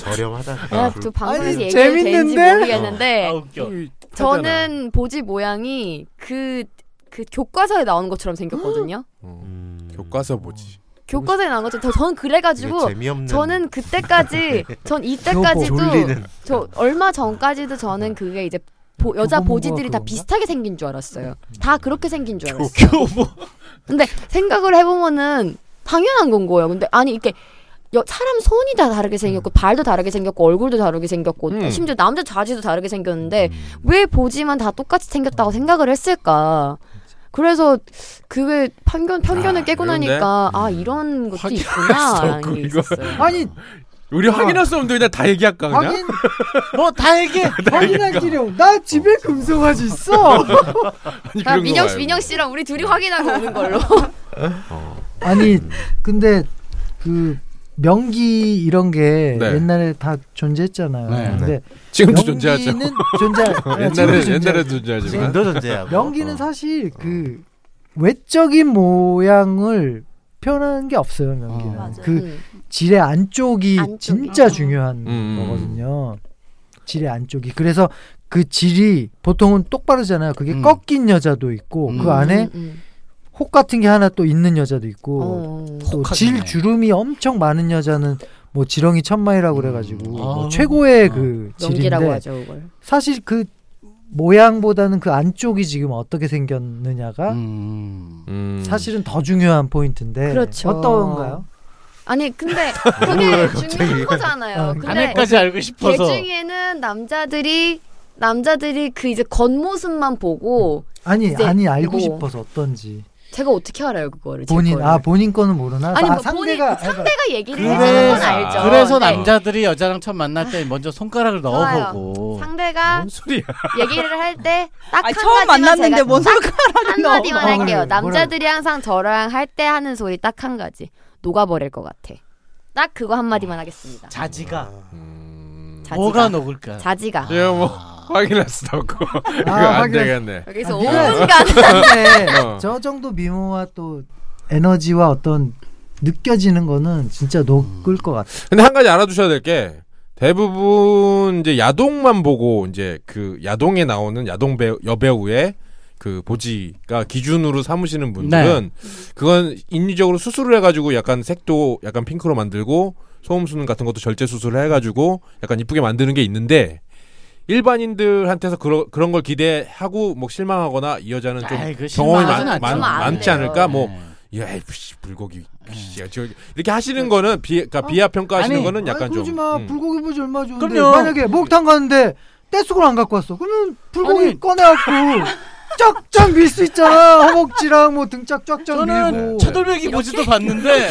[SPEAKER 5] 저렴하다.
[SPEAKER 4] 아.
[SPEAKER 9] 내가 또 방송에서
[SPEAKER 8] 아니,
[SPEAKER 9] 얘기해도 되는지
[SPEAKER 8] 재밌는데?
[SPEAKER 9] 모르겠는데
[SPEAKER 6] 아, 웃겨.
[SPEAKER 9] 저는 보지 모양이 그, 그 교과서에 나오는 것처럼 생겼거든요.
[SPEAKER 4] 음,
[SPEAKER 5] 음,
[SPEAKER 4] 교과서 보지.
[SPEAKER 9] 교과서에 나온 것처럼 저- 저는
[SPEAKER 5] 이게
[SPEAKER 9] 그래가지고
[SPEAKER 5] 재미없는 네.
[SPEAKER 9] 저는 그때까지 전 이때까지도
[SPEAKER 5] 졸리는
[SPEAKER 9] 저 얼마 전까지도 저는 그게 이제 보- 여자
[SPEAKER 8] 교보모가
[SPEAKER 9] 보지들이 다
[SPEAKER 8] 그건가?
[SPEAKER 9] 비슷하게 생긴 줄 알았어요. 다 그렇게 생긴 줄 알았어요.
[SPEAKER 6] 교보.
[SPEAKER 9] 근데 생각을 해보면은 당연한 건 거예요. 근데 아니 이렇게 여- 사람 손이 다 다르게
[SPEAKER 5] 음.
[SPEAKER 9] 생겼고 발도 다르게 생겼고 얼굴도 다르게 생겼고
[SPEAKER 4] 음.
[SPEAKER 9] 심지어 남자 자지도 다르게 생겼는데
[SPEAKER 5] 음.
[SPEAKER 9] 왜 보지만 다 똑같이 생겼다고 생각을 했을까? 그래서 그게 편견 편견을
[SPEAKER 4] 아,
[SPEAKER 9] 깨고
[SPEAKER 4] 그런데?
[SPEAKER 9] 나니까 아 이런 것도
[SPEAKER 4] 확인할 수 없고,
[SPEAKER 9] 있구나라는 게
[SPEAKER 4] 이거.
[SPEAKER 9] 있었어요.
[SPEAKER 8] 아니,
[SPEAKER 4] 우리 확인할 수 없는데 그냥 다 얘기할까 그냥?
[SPEAKER 8] 확인,
[SPEAKER 6] 뭐다 얘기해.
[SPEAKER 8] 확인하기려. 나 집에 금성아지 있어.
[SPEAKER 4] 아니,
[SPEAKER 9] 그냥
[SPEAKER 4] 그런
[SPEAKER 9] 민영
[SPEAKER 4] 거
[SPEAKER 9] 씨,
[SPEAKER 4] 말고.
[SPEAKER 9] 민영 씨랑 우리 둘이 확인하고 오는 걸로.
[SPEAKER 8] 아니, 근데 그 명기 이런 게
[SPEAKER 4] 네.
[SPEAKER 8] 옛날에 다 존재했잖아요.
[SPEAKER 6] 네.
[SPEAKER 8] 근데
[SPEAKER 4] 지금도 존재하죠.
[SPEAKER 8] 명기는 아, 존재.
[SPEAKER 4] 옛날에 옛날에 존재하지만
[SPEAKER 5] 음, 인도 전제하고
[SPEAKER 8] 명기는
[SPEAKER 4] 어.
[SPEAKER 8] 사실 그 외적인 모양을 표현하는 게 없어요. 명기는
[SPEAKER 6] 어.
[SPEAKER 8] 그
[SPEAKER 9] 음.
[SPEAKER 8] 질의 안쪽이
[SPEAKER 9] 안쪽이.
[SPEAKER 8] 진짜
[SPEAKER 9] 어.
[SPEAKER 8] 중요한
[SPEAKER 4] 음.
[SPEAKER 8] 거거든요. 질의 안쪽이. 그래서 그 질이 보통은 똑바르잖아요. 그게
[SPEAKER 6] 음.
[SPEAKER 8] 꺾인 여자도 있고
[SPEAKER 6] 음.
[SPEAKER 8] 그 안에
[SPEAKER 9] 음,
[SPEAKER 8] 혹 같은 게 하나 또 있는 여자도
[SPEAKER 9] 음.
[SPEAKER 8] 있고
[SPEAKER 9] 어.
[SPEAKER 8] 또
[SPEAKER 6] 혹하겠네.
[SPEAKER 8] 질 주름이 엄청 많은 여자는 뭐 지렁이 천마이라고 그래가지고 뭐
[SPEAKER 6] 아.
[SPEAKER 8] 최고의
[SPEAKER 6] 아.
[SPEAKER 8] 그
[SPEAKER 9] 연기라고
[SPEAKER 8] 질인데
[SPEAKER 9] 하죠, 그걸.
[SPEAKER 8] 사실 그 모양보다는 그 안쪽이 지금 어떻게 생겼느냐가
[SPEAKER 6] 음.
[SPEAKER 4] 음.
[SPEAKER 8] 사실은 더 중요한 포인트인데
[SPEAKER 9] 그렇죠.
[SPEAKER 8] 네. 어떤가요?
[SPEAKER 9] 아니 근데 그게 중요한 거잖아요.
[SPEAKER 8] 아,
[SPEAKER 9] 근데
[SPEAKER 6] 안에까지 알고
[SPEAKER 9] 걔
[SPEAKER 6] 싶어서.
[SPEAKER 9] 중에는 남자들이 남자들이 그 이제 겉모습만 보고
[SPEAKER 8] 아니
[SPEAKER 9] 이제
[SPEAKER 8] 아니 알고
[SPEAKER 9] 이거-
[SPEAKER 8] 싶어서 어떤지
[SPEAKER 9] 제가 어떻게 알아요 그거를? 제
[SPEAKER 8] 본인
[SPEAKER 9] 거를.
[SPEAKER 8] 아 본인 거는 모르나?
[SPEAKER 9] 아니,
[SPEAKER 8] 아,
[SPEAKER 9] 뭐 본인-
[SPEAKER 8] 상대가 해봐.
[SPEAKER 9] 제가 얘기를
[SPEAKER 6] 그래-
[SPEAKER 9] 해주는 건 알죠.
[SPEAKER 6] 그래서
[SPEAKER 9] 네. 아.
[SPEAKER 6] 남자들이 여자랑 처음 만날 때 먼저 손가락을
[SPEAKER 9] 좋아요.
[SPEAKER 6] 넣어보고.
[SPEAKER 9] 상대가
[SPEAKER 4] 뭔 소리야?
[SPEAKER 9] 얘기를 할 때
[SPEAKER 7] 아,
[SPEAKER 9] 딱한
[SPEAKER 7] 처음 만났는데 뭔 손가락이 나와.
[SPEAKER 9] 한마디만
[SPEAKER 8] 어,
[SPEAKER 9] 할게요.
[SPEAKER 8] 그래,
[SPEAKER 9] 남자들이 항상 저랑 할 때 하는 소리 딱 한 가지. 녹아버릴 것 같아. 딱 그거 한마디만 하겠습니다.
[SPEAKER 6] 자지가
[SPEAKER 4] 음.
[SPEAKER 9] 자지가.
[SPEAKER 6] 뭐가 녹을까?
[SPEAKER 9] 자지가.
[SPEAKER 4] 예, 뭐 확인할 수도 없고 이거 안
[SPEAKER 8] 확인할-
[SPEAKER 4] 되겠네.
[SPEAKER 9] 여기서
[SPEAKER 8] 아,
[SPEAKER 9] 5분간
[SPEAKER 8] 근데
[SPEAKER 4] 어.
[SPEAKER 8] 저 정도 미모와 또 에너지와 어떤 느껴지는 거는 진짜 녹을 것 같아.
[SPEAKER 4] 근데 한 가지 알아두셔야 될 게 대부분 이제 야동만 보고 이제 그 야동에 나오는 야동 배우 여배우의 그 보지가 기준으로
[SPEAKER 6] 네.
[SPEAKER 4] 삼으시는 분들은 그건 인위적으로 수술을 해가지고 약간 색도 약간 핑크로 만들고 소음 수는 같은 것도 절제 수술을 해가지고 약간 이쁘게 만드는 게 있는데 일반인들한테서 그러, 그런 걸 기대하고 뭐 실망하거나 이 여자는 좀
[SPEAKER 6] 아이, 그
[SPEAKER 4] 경험이
[SPEAKER 6] 실망하진
[SPEAKER 4] 많,
[SPEAKER 6] 않죠.
[SPEAKER 9] 안
[SPEAKER 4] 많지
[SPEAKER 9] 돼요.
[SPEAKER 4] 않을까 뭐
[SPEAKER 6] 네.
[SPEAKER 4] 야, 에이, 씨, 불고기. 씨, 야, 저, 이렇게 하시는 거는 비, 그러니까 비하 평가하시는
[SPEAKER 6] 아니,
[SPEAKER 4] 거는 약간
[SPEAKER 8] 아니,
[SPEAKER 4] 좀.
[SPEAKER 8] 그러지 마.
[SPEAKER 4] 음.
[SPEAKER 8] 불고기 보지 얼마 좋은데
[SPEAKER 6] 그럼요.
[SPEAKER 8] 만약에 목욕탕 갔는데 떼수건을 안 갖고 왔어. 그러면 불고기
[SPEAKER 6] 아니.
[SPEAKER 8] 꺼내갖고 쫙쫙 밀 수 있잖아. 허벅지랑 뭐 등짝 쫙쫙
[SPEAKER 6] 저는
[SPEAKER 8] 밀고.
[SPEAKER 6] 차돌배기 보지도 봤는데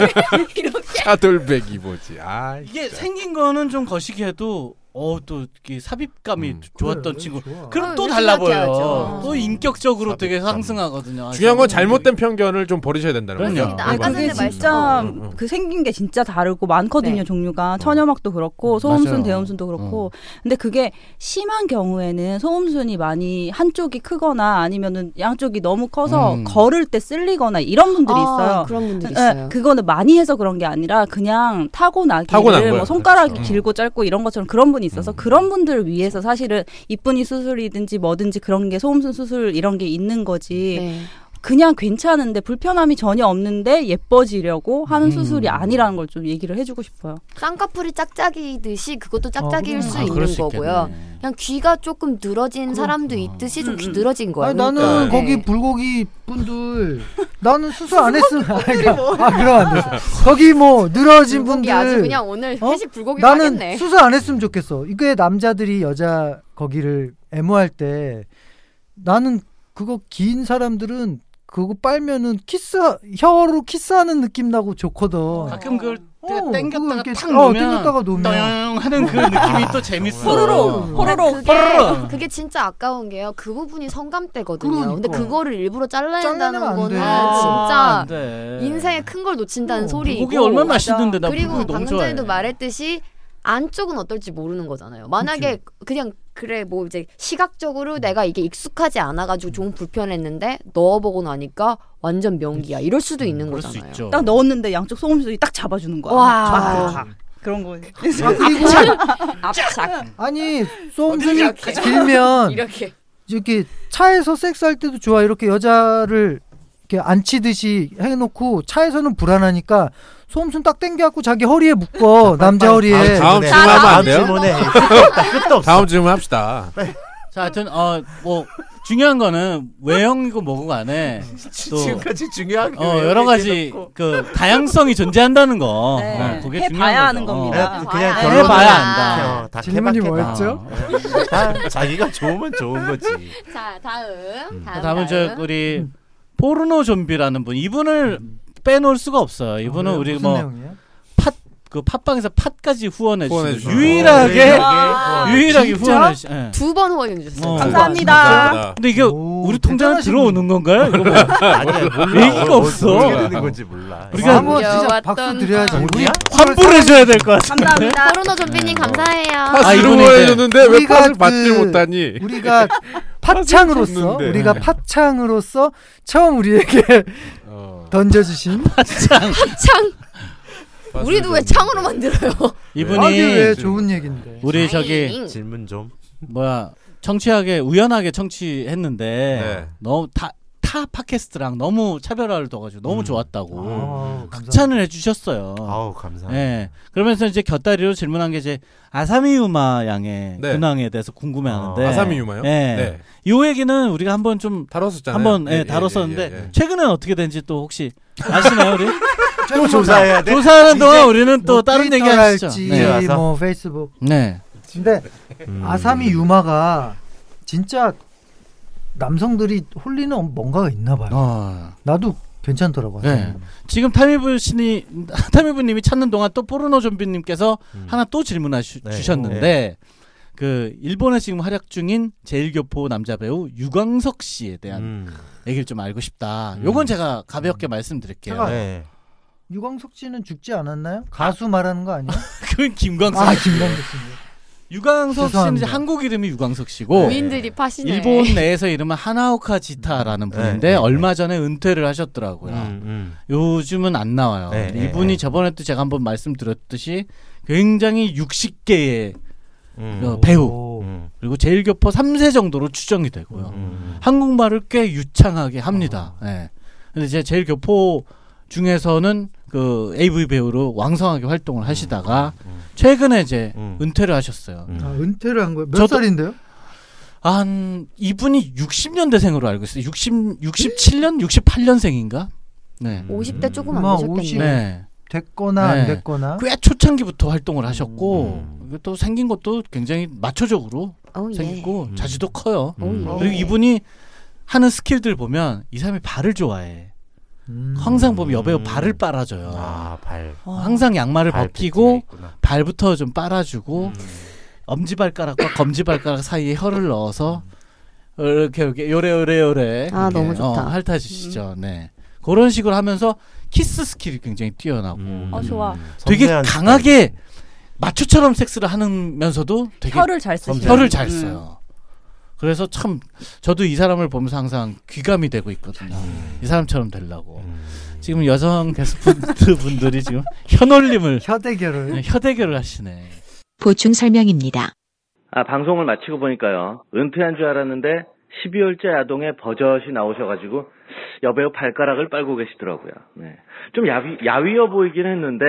[SPEAKER 4] 차돌배기 뭐지? 아,
[SPEAKER 6] 이게 생긴 거는 좀 거시기해도 어또 삽입감이
[SPEAKER 4] 음.
[SPEAKER 6] 좋았던 친구.
[SPEAKER 8] 좋아.
[SPEAKER 6] 그럼
[SPEAKER 9] 아,
[SPEAKER 6] 또
[SPEAKER 9] 요즘
[SPEAKER 6] 달라
[SPEAKER 9] 맞게
[SPEAKER 6] 보여.
[SPEAKER 9] 하죠.
[SPEAKER 6] 또 인격적으로 되게 상승하거든요.
[SPEAKER 4] 중요한 건 잘못된 편견을 좀 버리셔야 된다는 거죠.
[SPEAKER 6] 아, 그럼요.
[SPEAKER 9] 아까 음.
[SPEAKER 7] 그게
[SPEAKER 9] 전에
[SPEAKER 7] 진짜
[SPEAKER 4] 말씀- 어, 어, 어.
[SPEAKER 7] 그 생긴 게 진짜 다르고 많거든요
[SPEAKER 9] 네.
[SPEAKER 7] 종류가 천연막도 그렇고 소음순
[SPEAKER 6] 맞아요.
[SPEAKER 7] 대음순도
[SPEAKER 4] 어.
[SPEAKER 7] 그렇고 근데 그게 심한 경우에는 소음순이 많이 한쪽이 크거나 아니면은 양쪽이 너무 커서
[SPEAKER 6] 음.
[SPEAKER 7] 걸을 때 쓸리거나 이런 분들이 있어요.
[SPEAKER 9] 아, 그런 분들이
[SPEAKER 7] 예,
[SPEAKER 9] 있어요.
[SPEAKER 7] 그거는 많이 해서 그런 게 아니라 그냥 타고나기를
[SPEAKER 4] 타고난 거예요.
[SPEAKER 7] 뭐 손가락이
[SPEAKER 4] 그렇죠.
[SPEAKER 7] 길고 짧고 이런 것처럼 그런 분이 있어서
[SPEAKER 4] 음.
[SPEAKER 7] 그런 분들을 위해서 사실은 이쁜이 수술이든지 뭐든지 그런 게 소음순 수술 이런 게 있는 거지
[SPEAKER 9] 네.
[SPEAKER 7] 그냥 괜찮은데 불편함이 전혀 없는데 예뻐지려고 하는
[SPEAKER 6] 음.
[SPEAKER 7] 수술이 아니라는 걸 좀 얘기를 해주고 싶어요.
[SPEAKER 9] 쌍꺼풀이 짝짝이듯이 어, 그것도 짝짝이일
[SPEAKER 8] 아,
[SPEAKER 9] 수
[SPEAKER 8] 그럼. 아,
[SPEAKER 9] 있는 거고요. 그냥 귀가 조금 늘어진 사람도 있듯이 좀
[SPEAKER 7] 음,
[SPEAKER 9] 귀
[SPEAKER 7] 음.
[SPEAKER 9] 늘어진 거예요.
[SPEAKER 8] 아니, 나는
[SPEAKER 9] 그러니까.
[SPEAKER 8] 거기
[SPEAKER 9] 네.
[SPEAKER 8] 불고기 분들 나는 수술 안 했으면 아,
[SPEAKER 7] 뭐.
[SPEAKER 8] 그러니까, 아 그럼 안 돼. 거기 뭐 늘어진
[SPEAKER 9] 불고기
[SPEAKER 8] 분들
[SPEAKER 9] 아주 그냥 오늘
[SPEAKER 8] 어?
[SPEAKER 9] 회식 불고기
[SPEAKER 8] 나는
[SPEAKER 9] 하겠네.
[SPEAKER 8] 수술 안 했으면 좋겠어. 이게 남자들이 여자 거기를 애무할 때 나는 그거 긴 사람들은 그거 빨면은 키스 혀로 키스하는 느낌 나고 좋거든.
[SPEAKER 6] 가끔 그걸 때-
[SPEAKER 8] 어, 그거
[SPEAKER 6] 땡겼다가
[SPEAKER 8] 이렇게
[SPEAKER 6] 탁
[SPEAKER 8] 어,
[SPEAKER 6] 놓으면
[SPEAKER 8] 땡겼다가 놓으면.
[SPEAKER 6] 떠용 하는 그 느낌이 또 재밌어.
[SPEAKER 7] 호로록
[SPEAKER 6] 아,
[SPEAKER 7] 호로록
[SPEAKER 9] 네. 그게, 그게 진짜 아까운 게요. 그 부분이 성감대거든요. 근데
[SPEAKER 8] 아. 그러니까.
[SPEAKER 9] 그거를 일부러 잘라낸다는
[SPEAKER 8] 잘라내면 안
[SPEAKER 9] 거는
[SPEAKER 8] 돼.
[SPEAKER 9] 진짜
[SPEAKER 6] 네.
[SPEAKER 9] 인생에 큰 걸 놓친다는
[SPEAKER 8] 어,
[SPEAKER 9] 아, 소리이고
[SPEAKER 6] 고기 얼마나
[SPEAKER 7] 맞아.
[SPEAKER 6] 맛있는데 나
[SPEAKER 9] 그리고
[SPEAKER 6] 고기 너무
[SPEAKER 9] 방금
[SPEAKER 6] 좋아해.
[SPEAKER 9] 전에도 말했듯이 안쪽은 어떨지 모르는 거잖아요. 만약에 그냥 그래 뭐 이제 시각적으로 내가 이게 익숙하지 않아가지고 조금 불편했는데 넣어보고 나니까 완전 명기야. 이럴 수도 있는
[SPEAKER 6] 음, 그럴 수
[SPEAKER 9] 거잖아요.
[SPEAKER 6] 있죠.
[SPEAKER 7] 딱 넣었는데 양쪽 소금수이 딱 잡아주는 거야.
[SPEAKER 9] 와.
[SPEAKER 7] 쫙. 그런 거.
[SPEAKER 8] 그리고
[SPEAKER 9] 압착
[SPEAKER 8] 아니 소음순이
[SPEAKER 6] 그러니까
[SPEAKER 8] 길면
[SPEAKER 9] 이렇게
[SPEAKER 8] 이렇게 차에서 섹스할 때도 좋아 이렇게 여자를 이렇게 앉히듯이 해놓고 차에서는 불안하니까 소음순 딱 땡겨갖고 자기 허리에 묶어 남자 허리에
[SPEAKER 4] 다음
[SPEAKER 5] 아, 질문에-
[SPEAKER 4] 질문 하면 안
[SPEAKER 5] 다음
[SPEAKER 4] 돼요?
[SPEAKER 5] 질문에 끝도 없다. 끝도 없어.
[SPEAKER 4] 다음 질문 합시다.
[SPEAKER 6] 자, 하여튼 어뭐 중요한 거는 외형이고 뭐고 간에 또
[SPEAKER 5] 지금까지 중요하게
[SPEAKER 6] 어, 여러 가지 그 다양성이 존재한다는 거.
[SPEAKER 7] 네.
[SPEAKER 6] 어, 그게
[SPEAKER 7] 해봐야
[SPEAKER 6] 중요한
[SPEAKER 7] 하는
[SPEAKER 6] 거죠. 어.
[SPEAKER 5] 네.
[SPEAKER 7] 겁니다.
[SPEAKER 5] 그냥
[SPEAKER 9] 봐야
[SPEAKER 5] 결론은
[SPEAKER 6] 해봐야
[SPEAKER 5] 그냥
[SPEAKER 6] 아, 안다.
[SPEAKER 5] 다
[SPEAKER 8] 질문이
[SPEAKER 5] 케바케다.
[SPEAKER 8] 뭐였죠?
[SPEAKER 6] 어.
[SPEAKER 5] 다 자기가 좋으면 좋은 거지.
[SPEAKER 9] 자 다음 다음
[SPEAKER 6] 다음은 저그 우리 포르노 좀비라는 분 이분을 빼놓을 수가 없어요. 이분은 우리
[SPEAKER 8] 무슨
[SPEAKER 6] 뭐 팟 그
[SPEAKER 8] 내용이에요?
[SPEAKER 6] 팟빵에서 팟까지 후원해
[SPEAKER 4] 후원해
[SPEAKER 6] 주신
[SPEAKER 4] 주신
[SPEAKER 6] 유일하게
[SPEAKER 5] 어,
[SPEAKER 9] 와.
[SPEAKER 6] 유일하게
[SPEAKER 8] 진짜?
[SPEAKER 6] 후원해 주신. 예.
[SPEAKER 9] 두번 호응해 주셨어요.
[SPEAKER 6] 어.
[SPEAKER 7] 감사합니다.
[SPEAKER 6] 근데 이게
[SPEAKER 8] 오,
[SPEAKER 6] 우리 통장에
[SPEAKER 8] 대단하신
[SPEAKER 6] 들어오는 건가요? 이거 뭐
[SPEAKER 5] 아니야 몰라.
[SPEAKER 6] 얘기가
[SPEAKER 5] 어,
[SPEAKER 6] 없어.
[SPEAKER 5] 어떻게 되는 건지 몰라. 아,
[SPEAKER 6] 우리가
[SPEAKER 8] 한번 진짜
[SPEAKER 9] 여왔던
[SPEAKER 8] 박수 드려야지 우리
[SPEAKER 5] 뭐냐?
[SPEAKER 6] 환불해 줘야 될 것 같아. 네.
[SPEAKER 7] 감사합니다.
[SPEAKER 9] 코로나 좀비님 감사해요.
[SPEAKER 4] 아, 이런
[SPEAKER 6] 이분이
[SPEAKER 4] 거
[SPEAKER 6] 이제
[SPEAKER 4] 해줬는데 왜
[SPEAKER 8] 우리가
[SPEAKER 4] 팟을
[SPEAKER 8] 그-
[SPEAKER 4] 받질 못하니?
[SPEAKER 6] 어.
[SPEAKER 8] 우리가 팟창으로서
[SPEAKER 4] 줬는데.
[SPEAKER 8] 우리가 팟창으로서 처음 우리에게
[SPEAKER 4] 어,
[SPEAKER 8] 던져주신
[SPEAKER 9] 창
[SPEAKER 4] 팟을
[SPEAKER 9] 우리도 왜
[SPEAKER 4] 줬는데.
[SPEAKER 9] 창으로 만들어요?
[SPEAKER 8] 아, 이게 왜
[SPEAKER 6] 이분이
[SPEAKER 8] 좋은 얘긴데
[SPEAKER 6] 우리 저기
[SPEAKER 5] 질문 좀.
[SPEAKER 6] 뭐야 청취하게 우연하게 청취했는데
[SPEAKER 4] 네.
[SPEAKER 6] 너무 다 타 팟캐스트랑 너무 차별화를 둬가지고 너무
[SPEAKER 5] 음.
[SPEAKER 6] 좋았다고
[SPEAKER 8] 아, 감사합니다.
[SPEAKER 6] 극찬을 해주셨어요.
[SPEAKER 5] 아우 감사합니다.
[SPEAKER 6] 예. 그러면서 이제 곁다리로 질문한 게 이제 아사미유마 양의
[SPEAKER 4] 네.
[SPEAKER 6] 근황에 대해서 궁금해하는데
[SPEAKER 5] 아,
[SPEAKER 4] 아사미 유마요?
[SPEAKER 6] 예.
[SPEAKER 4] 네.
[SPEAKER 6] 요 얘기는 우리가 한번 좀
[SPEAKER 4] 다뤘었잖아요.
[SPEAKER 6] 한번 예,
[SPEAKER 4] 예, 예,
[SPEAKER 6] 다뤘었는데
[SPEAKER 4] 예, 예.
[SPEAKER 6] 최근엔 어떻게 된지 또 혹시 아시나요 우리?
[SPEAKER 5] 또 조사해야 돼.
[SPEAKER 6] 조사하는 동안 우리는 또
[SPEAKER 8] 뭐
[SPEAKER 6] 다른 얘기
[SPEAKER 8] 트위터랄지,
[SPEAKER 6] 하시죠. 네.
[SPEAKER 5] 와서?
[SPEAKER 8] 뭐 페이스북
[SPEAKER 6] 네.
[SPEAKER 8] 근데
[SPEAKER 5] 음.
[SPEAKER 8] 아사미 유마가 진짜 남성들이 홀리는 뭔가가 있나
[SPEAKER 5] 아,
[SPEAKER 8] 봐요.
[SPEAKER 6] 어.
[SPEAKER 8] 나도 괜찮더라고요.
[SPEAKER 6] 네. 지금 타미부 신이 타미부님이 찾는 동안 또 포르노 좀비님께서
[SPEAKER 5] 음.
[SPEAKER 6] 하나 또 질문하 시
[SPEAKER 5] 네.
[SPEAKER 6] 주셨는데 그 일본에 지금 활약 중인 제일교포 남자 배우 유광석 씨에 대한
[SPEAKER 5] 음.
[SPEAKER 6] 얘기를 좀 알고 싶다.
[SPEAKER 5] 음.
[SPEAKER 6] 요건 제가 가볍게 말씀드릴게요.
[SPEAKER 8] 제가-
[SPEAKER 5] 네.
[SPEAKER 8] 유광석 씨는 죽지 않았나요? 가수 말하는 거 아니에요?
[SPEAKER 6] 그건 김광석.
[SPEAKER 8] 아 김광석 씨.
[SPEAKER 6] 유광석 씨는 이제
[SPEAKER 8] 죄송합니다.
[SPEAKER 6] 한국 이름이 유광석 씨고
[SPEAKER 9] 부인들이 아, 파시네.
[SPEAKER 6] 일본 내에서 이름은 하나오카 지타라는
[SPEAKER 5] 네,
[SPEAKER 6] 분인데
[SPEAKER 5] 네, 네.
[SPEAKER 6] 얼마 전에 은퇴를 하셨더라고요.
[SPEAKER 5] 음,
[SPEAKER 6] 요즘은 안 나와요.
[SPEAKER 5] 네,
[SPEAKER 6] 근데
[SPEAKER 5] 네,
[SPEAKER 6] 이분이
[SPEAKER 5] 네.
[SPEAKER 6] 저번에 또 제가 한번 말씀드렸듯이 굉장히 60개의
[SPEAKER 5] 음, 음.
[SPEAKER 6] 어, 배우
[SPEAKER 8] 오.
[SPEAKER 5] 음,
[SPEAKER 6] 그리고 제일교포 3세 정도로 추정이 되고요.
[SPEAKER 5] 음. 어.
[SPEAKER 6] 한국말을 꽤 유창하게 합니다. 예. 근데 이제 제일교포 중에서는 그 AV 배우로 왕성하게 활동을 하시다가
[SPEAKER 5] 음.
[SPEAKER 6] 최근에 이제
[SPEAKER 5] 음.
[SPEAKER 6] 은퇴를 하셨어요.
[SPEAKER 5] 음.
[SPEAKER 8] 아, 은퇴를 한 거예요. 몇
[SPEAKER 6] 저도-
[SPEAKER 8] 살인데요?
[SPEAKER 6] 한 이분이 60년대생으로 알고 있어요. 60
[SPEAKER 5] 음.
[SPEAKER 6] 67년 68년생인가? 네.
[SPEAKER 9] 50대 조금 안
[SPEAKER 8] 아마
[SPEAKER 9] 되셨겠네요.
[SPEAKER 8] 50.
[SPEAKER 6] 네.
[SPEAKER 8] 됐거나 안
[SPEAKER 6] 네.
[SPEAKER 8] 됐거나.
[SPEAKER 6] 꽤 초창기부터 활동을 하셨고
[SPEAKER 5] 음.
[SPEAKER 6] 이게 또 생긴 것도 굉장히 마초적으로
[SPEAKER 9] 오, 예.
[SPEAKER 6] 생기고
[SPEAKER 5] 음.
[SPEAKER 6] 자주도 커요.
[SPEAKER 5] 음.
[SPEAKER 9] 오, 예.
[SPEAKER 6] 그리고 이분이 하는 스킬들 보면 이 사람이 발을 좋아해.
[SPEAKER 8] 음.
[SPEAKER 6] 항상 보면 여배우
[SPEAKER 5] 음.
[SPEAKER 6] 발을 빨아줘요.
[SPEAKER 5] 아, 발.
[SPEAKER 6] 어, 항상 양말을
[SPEAKER 5] 발 피팅이
[SPEAKER 6] 벗기고
[SPEAKER 5] 있구나.
[SPEAKER 6] 발부터 좀 빨아주고
[SPEAKER 5] 음.
[SPEAKER 6] 엄지발가락과 검지발가락 사이에 혀를 넣어서 이렇게 이렇게 요래요래요래
[SPEAKER 9] 아,
[SPEAKER 6] 이렇게,
[SPEAKER 9] 너무 좋다. 음.
[SPEAKER 6] 어, 핥아주시죠. 네 그런 식으로 하면서 키스 스킬이 굉장히 뛰어나고
[SPEAKER 5] 음.
[SPEAKER 7] 어, 좋아.
[SPEAKER 6] 되게
[SPEAKER 5] 섬세한
[SPEAKER 6] 강하게 마초처럼 섹스를 하면서도 되게
[SPEAKER 7] 혀를 잘 음. 쓰시.
[SPEAKER 5] 섬세하게.
[SPEAKER 6] 혀를 잘 써요. 그래서 참 저도 이 사람을 보면서 항상 귀감이 되고 있거든요. 이 사람처럼 되려고.
[SPEAKER 5] 음.
[SPEAKER 6] 지금 여성 게스트 분들이 지금 혀놀림을 네,
[SPEAKER 8] 혀 대결을.
[SPEAKER 6] 혀 대결을 하시네.
[SPEAKER 3] 보충 설명입니다.
[SPEAKER 10] 아, 방송을 마치고 보니까요. 은퇴한 줄 알았는데 12월째 아동에 버젓이 나오셔가지고 여배우 발가락을 빨고 계시더라고요. 네. 좀 야위, 야위어 보이긴 했는데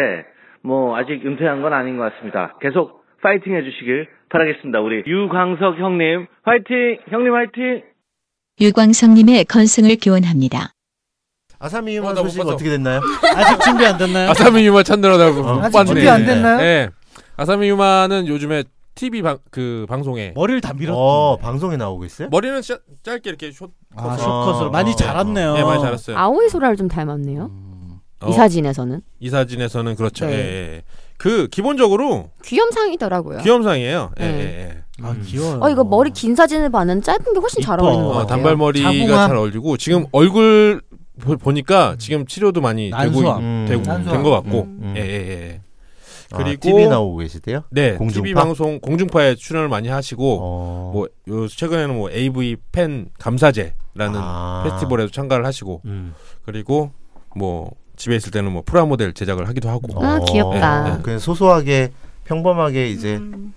[SPEAKER 10] 뭐 아직 은퇴한 건 아닌 것 같습니다. 계속 파이팅 해주시길 바라겠습니다. 우리 유광석 형님 파이팅! 형님 파이팅!
[SPEAKER 3] 유광성님의 건승을 기원합니다.
[SPEAKER 5] 아사미
[SPEAKER 4] 어,
[SPEAKER 5] 유만
[SPEAKER 4] 나못
[SPEAKER 5] 소식
[SPEAKER 4] 봤어.
[SPEAKER 5] 어떻게 됐나요?
[SPEAKER 6] 아직 준비 안 됐나요?
[SPEAKER 4] 아사미 유마 예. 찾느라고 못
[SPEAKER 8] 아직
[SPEAKER 4] 봤네.
[SPEAKER 8] 준비 안 됐나요?
[SPEAKER 4] 예. 아사미 유마는 요즘에 TV 방, 그 방송에
[SPEAKER 6] 머리를 다 밀었던.
[SPEAKER 5] 어 방송에 나오고 있어요?
[SPEAKER 4] 머리는 짜- 짧게 이렇게 숏
[SPEAKER 6] 아,
[SPEAKER 5] 컷으로.
[SPEAKER 6] 쇼컷으로 많이
[SPEAKER 5] 어.
[SPEAKER 6] 자랐네요.
[SPEAKER 4] 예, 많이 자랐어요.
[SPEAKER 8] 아오이 소라를 좀 닮았네요.
[SPEAKER 6] 음.
[SPEAKER 4] 어,
[SPEAKER 8] 이 사진에서는
[SPEAKER 4] 이사진에서는 그렇죠.
[SPEAKER 8] 네.
[SPEAKER 4] 예, 예. 그 기본적으로
[SPEAKER 8] 귀염상이더라고요.
[SPEAKER 4] 귀염상이에요. 예,
[SPEAKER 8] 아. 네.
[SPEAKER 4] 예, 예.
[SPEAKER 6] 아 귀여워.
[SPEAKER 8] 어 이거 머리 긴 사진을 봤는 짧은 게 훨씬 잘
[SPEAKER 6] 이뻐.
[SPEAKER 8] 어울리는 것
[SPEAKER 4] 어,
[SPEAKER 8] 같아요.
[SPEAKER 4] 단발머리가
[SPEAKER 7] 자궁암.
[SPEAKER 4] 잘 어울리고 지금 얼굴 보, 보니까 지금 치료도 많이
[SPEAKER 6] 난소암.
[SPEAKER 5] 음.
[SPEAKER 4] 되고
[SPEAKER 7] 난소암.
[SPEAKER 4] 된 것 같고
[SPEAKER 6] 뭐,
[SPEAKER 5] 음.
[SPEAKER 4] 예, 예, 예.
[SPEAKER 5] 아,
[SPEAKER 4] 그리고-
[SPEAKER 5] TV 나오고 계시대요?
[SPEAKER 4] 네,
[SPEAKER 5] 공중파?
[SPEAKER 4] TV 방송 공중파에 출연을 많이 하시고
[SPEAKER 5] 어.
[SPEAKER 4] 뭐 요, 최근에는 뭐 AV 팬 감사제라는
[SPEAKER 5] 아.
[SPEAKER 4] 페스티벌에도 참가를 하시고
[SPEAKER 5] 음.
[SPEAKER 4] 그리고 뭐 집에 있을 때는 뭐 프라모델 제작을 하기도 하고
[SPEAKER 8] 아,
[SPEAKER 5] 어.
[SPEAKER 8] 귀엽다.
[SPEAKER 5] 그냥 소소하게 평범하게 이제
[SPEAKER 7] 음.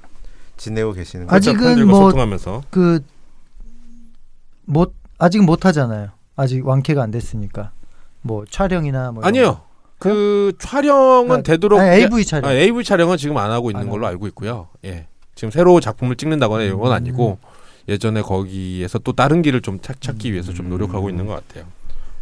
[SPEAKER 5] 지내고 계시는 거죠.
[SPEAKER 7] 아직은
[SPEAKER 4] 팬들과
[SPEAKER 7] 뭐-
[SPEAKER 4] 소통하면서
[SPEAKER 7] 그 못 아직 못 하잖아요. 아직 완쾌가 안 됐으니까 뭐 촬영이나 뭐 이런
[SPEAKER 4] 아니요 그 촬영은
[SPEAKER 7] 아,
[SPEAKER 4] 되도록
[SPEAKER 7] 아니,
[SPEAKER 4] 예,
[SPEAKER 7] AV 촬영.
[SPEAKER 4] 아, AV 촬영은 지금 안 하고
[SPEAKER 7] 안
[SPEAKER 4] 있는
[SPEAKER 7] 하고.
[SPEAKER 4] 걸로 알고 있고요. 예. 지금 새로 작품을 찍는다거나
[SPEAKER 7] 음.
[SPEAKER 4] 이런 건 아니고 예전에 거기에서 또 다른 길을 좀 찾, 찾기 위해서
[SPEAKER 7] 음.
[SPEAKER 4] 좀 노력하고 있는 것 같아요.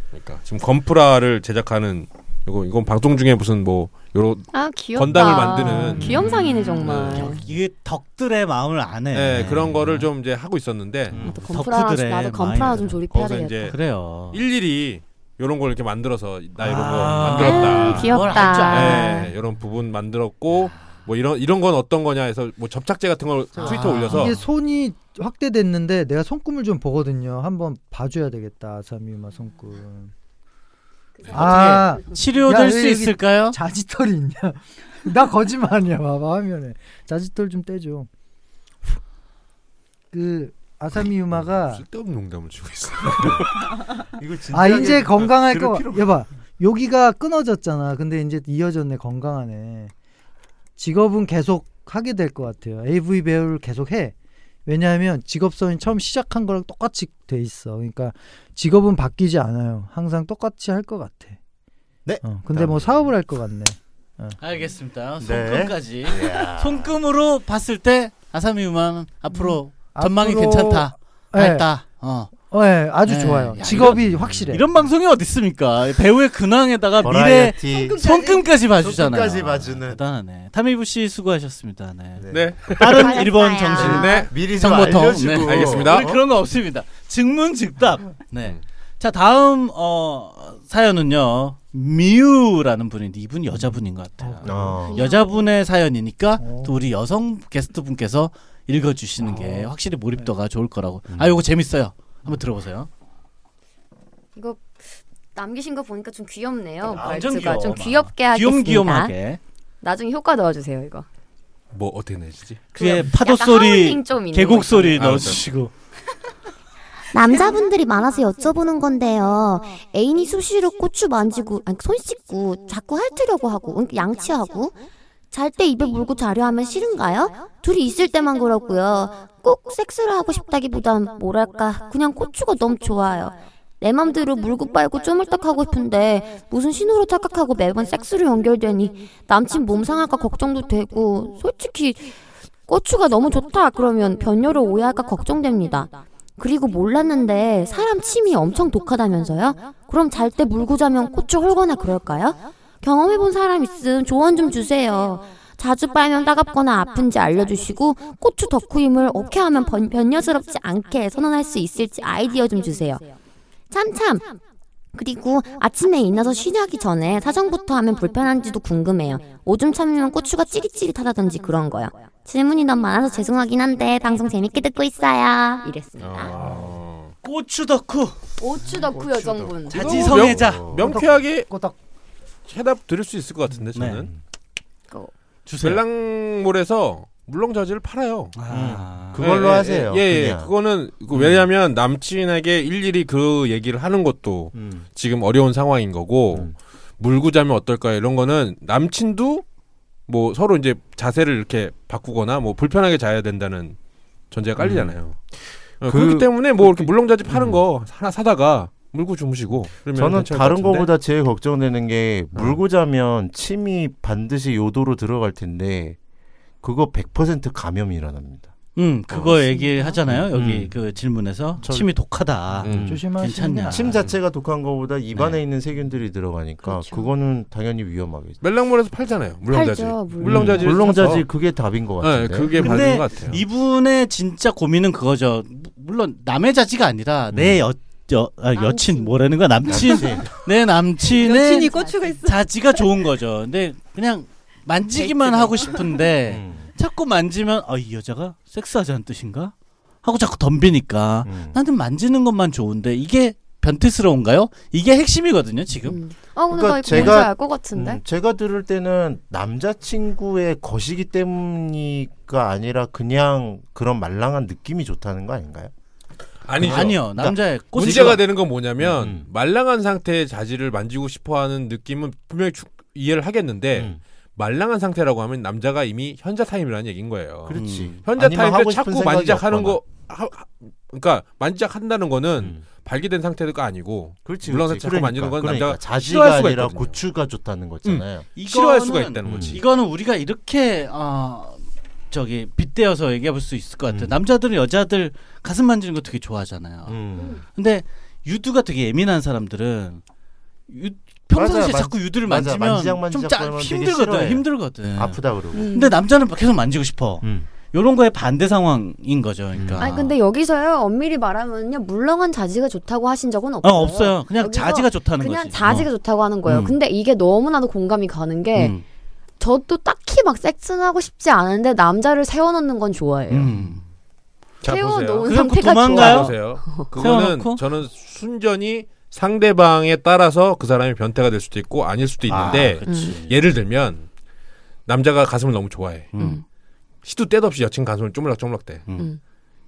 [SPEAKER 4] 그러니까 지금 건프라를 제작하는 이거 이건 방송 중에 무슨 뭐 요런
[SPEAKER 8] 아 귀엽다.
[SPEAKER 4] 건담을 만드는.
[SPEAKER 8] 귀염상이네 정말.
[SPEAKER 4] 음.
[SPEAKER 6] 이게 덕들의 마음을 안 해.
[SPEAKER 7] 네.
[SPEAKER 6] 음,
[SPEAKER 4] 예, 그런 거를 좀 이제 하고 있었는데
[SPEAKER 7] 음.
[SPEAKER 8] 나도 건프라 하나 좀-
[SPEAKER 6] 덕후들의
[SPEAKER 8] 나도 건프라 좀
[SPEAKER 6] 마음이더라.
[SPEAKER 8] 조립해야
[SPEAKER 4] 거기서
[SPEAKER 8] 되겠다.
[SPEAKER 4] 이제
[SPEAKER 6] 네.
[SPEAKER 7] 음.
[SPEAKER 6] 그래요.
[SPEAKER 4] 일일이 요런 걸 이렇게 만들어서 나 이런 거
[SPEAKER 6] 아.
[SPEAKER 4] 만들었다.
[SPEAKER 8] 아유, 귀엽다.
[SPEAKER 6] 뭘알줄 알아.
[SPEAKER 4] 예, 이런 부분 만들었고 뭐 이런 이런 건 어떤 거냐 해서 뭐 접착제 같은 걸 트위터
[SPEAKER 6] 아.
[SPEAKER 4] 올려서
[SPEAKER 7] 이게 손이 확대됐는데 내가 손금을 좀 보거든요. 한번 봐줘야 되겠다. 아사미유마 손금. 아
[SPEAKER 6] 치료될
[SPEAKER 7] 야,
[SPEAKER 6] 수
[SPEAKER 7] 여기-
[SPEAKER 6] 있을까요?
[SPEAKER 7] 자지털이 있냐? 나 거짓말이야. 봐봐 화면에 자지털 좀 떼줘. 그 아사미유마가
[SPEAKER 4] 쓸데없는 농담을 치고 있어.
[SPEAKER 5] 이걸
[SPEAKER 7] 아
[SPEAKER 5] 진지하게
[SPEAKER 7] 이제 건강할
[SPEAKER 5] 들을
[SPEAKER 7] 거.
[SPEAKER 5] 필요가
[SPEAKER 7] 여봐 여기가 끊어졌잖아. 근데 이제 이어졌네 건강하네. 직업은 계속 하게 될 것 같아요. AV 배우를 계속 해. 왜냐하면 직업선이 처음 시작한 거랑 똑같이 돼 있어. 그러니까 직업은 바뀌지 않아요. 항상 똑같이 할 것 같아.
[SPEAKER 5] 네.
[SPEAKER 7] 어, 근데 뭐 사업을 할 것 같네.
[SPEAKER 6] 알겠습니다.
[SPEAKER 5] 네.
[SPEAKER 6] 손금까지.
[SPEAKER 5] 이야.
[SPEAKER 6] 손금으로 봤을 때 아사미 유만 앞으로 전망이
[SPEAKER 7] 음, 앞으로-
[SPEAKER 6] 괜찮다.
[SPEAKER 7] 예,
[SPEAKER 6] 밝다. 어.
[SPEAKER 7] 어, 예, 아주
[SPEAKER 6] 예.
[SPEAKER 7] 좋아요.
[SPEAKER 6] 야,
[SPEAKER 7] 직업이 확실해.
[SPEAKER 6] 이런 방송이 어디 있습니까? 배우의 근황에다가 미래
[SPEAKER 5] 버라이어티
[SPEAKER 6] 손금까지 봐주잖아요.
[SPEAKER 5] 손금까지 봐주는.
[SPEAKER 6] 대단하네. 타미부 씨 수고하셨습니다. 네.
[SPEAKER 4] 네.
[SPEAKER 6] 빠른 일본 정신.
[SPEAKER 4] 네.
[SPEAKER 5] 미리 좀
[SPEAKER 6] 정보통.
[SPEAKER 5] 아, 알려주고 음.
[SPEAKER 6] 네.
[SPEAKER 4] 알겠습니다. 음.
[SPEAKER 6] 우리 그런 거 없습니다. 증문즉답. 네. 자 다음 어, 사연은요 미우라는 분인데 이분 여자분인 것 같아요.
[SPEAKER 5] 어.
[SPEAKER 6] 여자분의 사연이니까
[SPEAKER 7] 어.
[SPEAKER 6] 또 우리 여성 게스트분께서 읽어주시는 게 확실히
[SPEAKER 5] 네.
[SPEAKER 6] 몰입도가 좋을 거라고.
[SPEAKER 4] 음.
[SPEAKER 6] 아 요거 재밌어요. 한번 들어보세요.
[SPEAKER 8] 이거 남기신 거 보니까 좀
[SPEAKER 5] 아,
[SPEAKER 8] 귀엽네요.
[SPEAKER 6] 완전
[SPEAKER 8] 어, 말투가 좀
[SPEAKER 6] 귀여워.
[SPEAKER 8] 귀엽게 하겠습니다.
[SPEAKER 6] 귀염귀염하게.
[SPEAKER 8] 나중에 효과 넣어주세요 이거.
[SPEAKER 4] 뭐 어떻게 내시지?
[SPEAKER 6] 뒤에
[SPEAKER 8] 그냥
[SPEAKER 6] 파도
[SPEAKER 8] 약간
[SPEAKER 6] 소리,
[SPEAKER 8] 하울링 좀 있는
[SPEAKER 6] 계곡
[SPEAKER 8] 거.
[SPEAKER 6] 소리
[SPEAKER 4] 아,
[SPEAKER 6] 넣어주시고.
[SPEAKER 9] 남자분들이 많아서 여쭤보는 건데요. 애인이 수시로 고추 만지고 아니, 손 씻고 자꾸 핥으려고 하고 응, 양치하고 잘 때 입에 물고 자려 하면 싫은가요? 둘이 있을 때만 그렇고요. 꼭 섹스를 하고 싶다기보단 뭐랄까 그냥 고추가 너무 좋아요. 내 맘대로 물고 빨고 쪼물딱하고 싶은데 무슨 신호로 착각하고 매번 섹스로 연결되니 남친 몸 상할까 걱정도 되고 솔직히 고추가 너무 좋다 그러면 변녀로 오해할까 걱정됩니다. 그리고 몰랐는데 사람 침이 엄청 독하다면서요? 그럼 잘 때 물고 자면 고추 헐거나 그럴까요? 경험해본 사람 있음 조언 좀 주세요. 자주 빨면 따갑거나 아픈지 알려주시고 고추 덕후임을 어떻게 하면 번- 변녀스럽지 않게 선언할 수 있을지 아이디어 좀 주세요. 참참! 그리고 아침에 일어나서 쉬려기 전에 사정부터 하면 불편한지도 궁금해요. 오줌 참으면 고추가 찌릿찌릿하다든지 그런 거요. 질문이 너무 많아서 죄송하긴 한데 방송 재밌게 듣고 있어요. 이랬습니다.
[SPEAKER 6] 아.
[SPEAKER 4] 어...
[SPEAKER 6] 고추 덕후 아,
[SPEAKER 8] 오추 덕후 여성분.
[SPEAKER 6] 자지성애자
[SPEAKER 5] 어.
[SPEAKER 4] 명쾌하게
[SPEAKER 7] 꼬닥.
[SPEAKER 4] 해답 드릴 수 있을 것 같은데 저는
[SPEAKER 6] 주세요.
[SPEAKER 4] 벨랑몰에서 물렁자지를 팔아요.
[SPEAKER 6] 아,
[SPEAKER 5] 그걸로
[SPEAKER 4] 예, 예,
[SPEAKER 5] 하세요.
[SPEAKER 4] 예, 예,
[SPEAKER 5] 그냥.
[SPEAKER 4] 그거는 그 왜냐하면 남친에게 일일이 그 얘기를 하는 것도
[SPEAKER 5] 음.
[SPEAKER 4] 지금 어려운 상황인 거고
[SPEAKER 5] 음.
[SPEAKER 4] 물고 자면 어떨까 이런 거는 남친도 뭐 서로 이제 자세를 이렇게 바꾸거나 뭐 불편하게 자야 된다는 전제가 깔리잖아요. 어,
[SPEAKER 5] 그-
[SPEAKER 4] 그렇기 때문에 뭐 이렇게 물렁자지 파는 거 하나 사다가 물고 주무시고 그러면
[SPEAKER 5] 저는
[SPEAKER 4] 괜찮을 것
[SPEAKER 5] 다른
[SPEAKER 4] 같은데.
[SPEAKER 5] 거보다 제일 걱정되는 게 물고 자면 침이 반드시 요도로 들어갈 텐데 그거 100% 감염이 일어납니다.
[SPEAKER 6] 음 그거
[SPEAKER 5] 어,
[SPEAKER 6] 얘기하잖아요 여기
[SPEAKER 4] 음.
[SPEAKER 6] 그 질문에서
[SPEAKER 5] 저- 네.
[SPEAKER 6] 침이 독하다.
[SPEAKER 4] 음.
[SPEAKER 8] 조심하시는 게
[SPEAKER 6] 괜찮냐.
[SPEAKER 5] 침 자체가 독한 것보다 입
[SPEAKER 6] 아. 네.
[SPEAKER 5] 안에 있는 세균들이 들어가니까
[SPEAKER 9] 그렇죠.
[SPEAKER 5] 그거는 당연히 위험하겠죠.
[SPEAKER 4] 멜랑몰에서 팔잖아요. 물렁자지.
[SPEAKER 9] 팔죠, 물렁.
[SPEAKER 4] 물렁자지.
[SPEAKER 5] 물렁자지 그게 답인 것
[SPEAKER 4] 네,
[SPEAKER 5] 같은데.
[SPEAKER 4] 그게
[SPEAKER 6] 근데
[SPEAKER 4] 맞는 것 같아요.
[SPEAKER 6] 이분의 진짜 고민은 그거죠. 무- 물론 남의 자지가
[SPEAKER 5] 음.
[SPEAKER 6] 아니라 내 여, 여 아, 여친
[SPEAKER 9] 남친.
[SPEAKER 6] 뭐라는 거야 남친 내
[SPEAKER 7] 여친이
[SPEAKER 6] 남친의
[SPEAKER 7] 고추가 있어.
[SPEAKER 6] 자지가 좋은 거죠. 근데 그냥 만지기만
[SPEAKER 11] 데이트로.
[SPEAKER 6] 하고 싶은데
[SPEAKER 5] 음,
[SPEAKER 6] 자꾸 만지면 아 이 여자가 섹스하자는 뜻인가 하고 자꾸 덤비니까
[SPEAKER 5] 음.
[SPEAKER 6] 나는 만지는 것만 좋은데 이게 변태스러운가요? 이게 핵심이거든요 지금.
[SPEAKER 11] 음.
[SPEAKER 9] 어,
[SPEAKER 11] 아 근데
[SPEAKER 5] 그러니까
[SPEAKER 11] 나 이거
[SPEAKER 5] 제가-
[SPEAKER 6] 제가-
[SPEAKER 11] 뭔지 알것 같은데.
[SPEAKER 5] 음, 제가 들을 때는 남자친구의 것이기 때문이가 아니라 그냥 그런 말랑한 느낌이 좋다는 거 아닌가요?
[SPEAKER 4] 아니죠.
[SPEAKER 6] 아니요
[SPEAKER 5] 그러니까
[SPEAKER 6] 남자의 꽃이
[SPEAKER 4] 문제가
[SPEAKER 6] 이거-
[SPEAKER 4] 되는 건 뭐냐면
[SPEAKER 5] 음.
[SPEAKER 4] 말랑한 상태의 자질을 만지고 싶어하는 느낌은 분명히 축- 이해를 하겠는데
[SPEAKER 5] 음.
[SPEAKER 4] 말랑한 상태라고 하면 남자가 이미 현자 타임이라는 얘기인 거예요.
[SPEAKER 5] 그렇지.
[SPEAKER 6] 음.
[SPEAKER 4] 현자
[SPEAKER 5] 아니면
[SPEAKER 4] 타임 때
[SPEAKER 5] 하고 싶은
[SPEAKER 4] 자꾸
[SPEAKER 5] 생각이
[SPEAKER 4] 만지작하는
[SPEAKER 5] 없거나.
[SPEAKER 4] 거 하, 하- 그러니까 만지작한다는 거는
[SPEAKER 5] 음.
[SPEAKER 4] 발기된 상태가 아니고
[SPEAKER 5] 그렇지.
[SPEAKER 4] 물론
[SPEAKER 5] 그렇지.
[SPEAKER 4] 자꾸 만지는 건 남자가 싫어할
[SPEAKER 5] 그러니까 자지가
[SPEAKER 4] 수가
[SPEAKER 5] 아니라
[SPEAKER 4] 있거든요.
[SPEAKER 5] 고추가 좋다는 거잖아요.
[SPEAKER 6] 음.
[SPEAKER 4] 싫어할 수가
[SPEAKER 6] 이거는-
[SPEAKER 4] 있다는 거지.
[SPEAKER 6] 이거는 우리가 이렇게 아 저기 빗대어서 얘기해 볼 수 있을 것 같아요.
[SPEAKER 5] 음.
[SPEAKER 6] 남자들은 여자들 가슴 만지는 거 되게 좋아하잖아요.
[SPEAKER 5] 음.
[SPEAKER 6] 근데 유두가 되게 예민한 사람들은 유, 평상시에
[SPEAKER 5] 맞아요. 만-
[SPEAKER 6] 자꾸 유두를
[SPEAKER 5] 맞아.
[SPEAKER 6] 만지면
[SPEAKER 5] 만지작 만지작
[SPEAKER 6] 좀 짜,
[SPEAKER 5] 그러면 되게
[SPEAKER 6] 힘들거든.
[SPEAKER 5] 싫어해요.
[SPEAKER 6] 힘들거든.
[SPEAKER 5] 아프다 그러고.
[SPEAKER 7] 음.
[SPEAKER 6] 근데 남자는 계속 만지고 싶어.
[SPEAKER 5] 음.
[SPEAKER 6] 요런 거에 반대 상황인 거죠.
[SPEAKER 4] 음.
[SPEAKER 6] 그러니까.
[SPEAKER 9] 아니 근데 여기서요 엄밀히 말하면요 물렁한 자지가 좋다고 하신 적은
[SPEAKER 6] 어,
[SPEAKER 9] 없어요.
[SPEAKER 6] 없어요. 그냥
[SPEAKER 9] 여기서
[SPEAKER 6] 자지가 좋다는
[SPEAKER 9] 그냥
[SPEAKER 6] 거지.
[SPEAKER 9] 자지가 좋다고 하는 거예요.
[SPEAKER 6] 음.
[SPEAKER 9] 근데 이게 너무나도 공감이 가는
[SPEAKER 6] 어.
[SPEAKER 9] 게
[SPEAKER 6] 음.
[SPEAKER 9] 저도 딱히 막 섹스는 하고 싶지 않은데 남자를 세워놓는 건 좋아해요.
[SPEAKER 6] 음.
[SPEAKER 4] 자 보세요.
[SPEAKER 9] 세워놓은
[SPEAKER 6] 그럼
[SPEAKER 9] 상태가
[SPEAKER 6] 도망가요?
[SPEAKER 9] 좋아요.
[SPEAKER 4] 보세요. 그거는
[SPEAKER 6] 세워놓고?
[SPEAKER 4] 저는 순전히 상대방에 따라서 그 사람이 변태가 될 수도 있고 아닐 수도 있는데 예를 들면 남자가 가슴을 너무 좋아해.
[SPEAKER 6] 음.
[SPEAKER 4] 시도 때도 없이 여친 가슴을 쪼물락쪼물락대.
[SPEAKER 6] 음.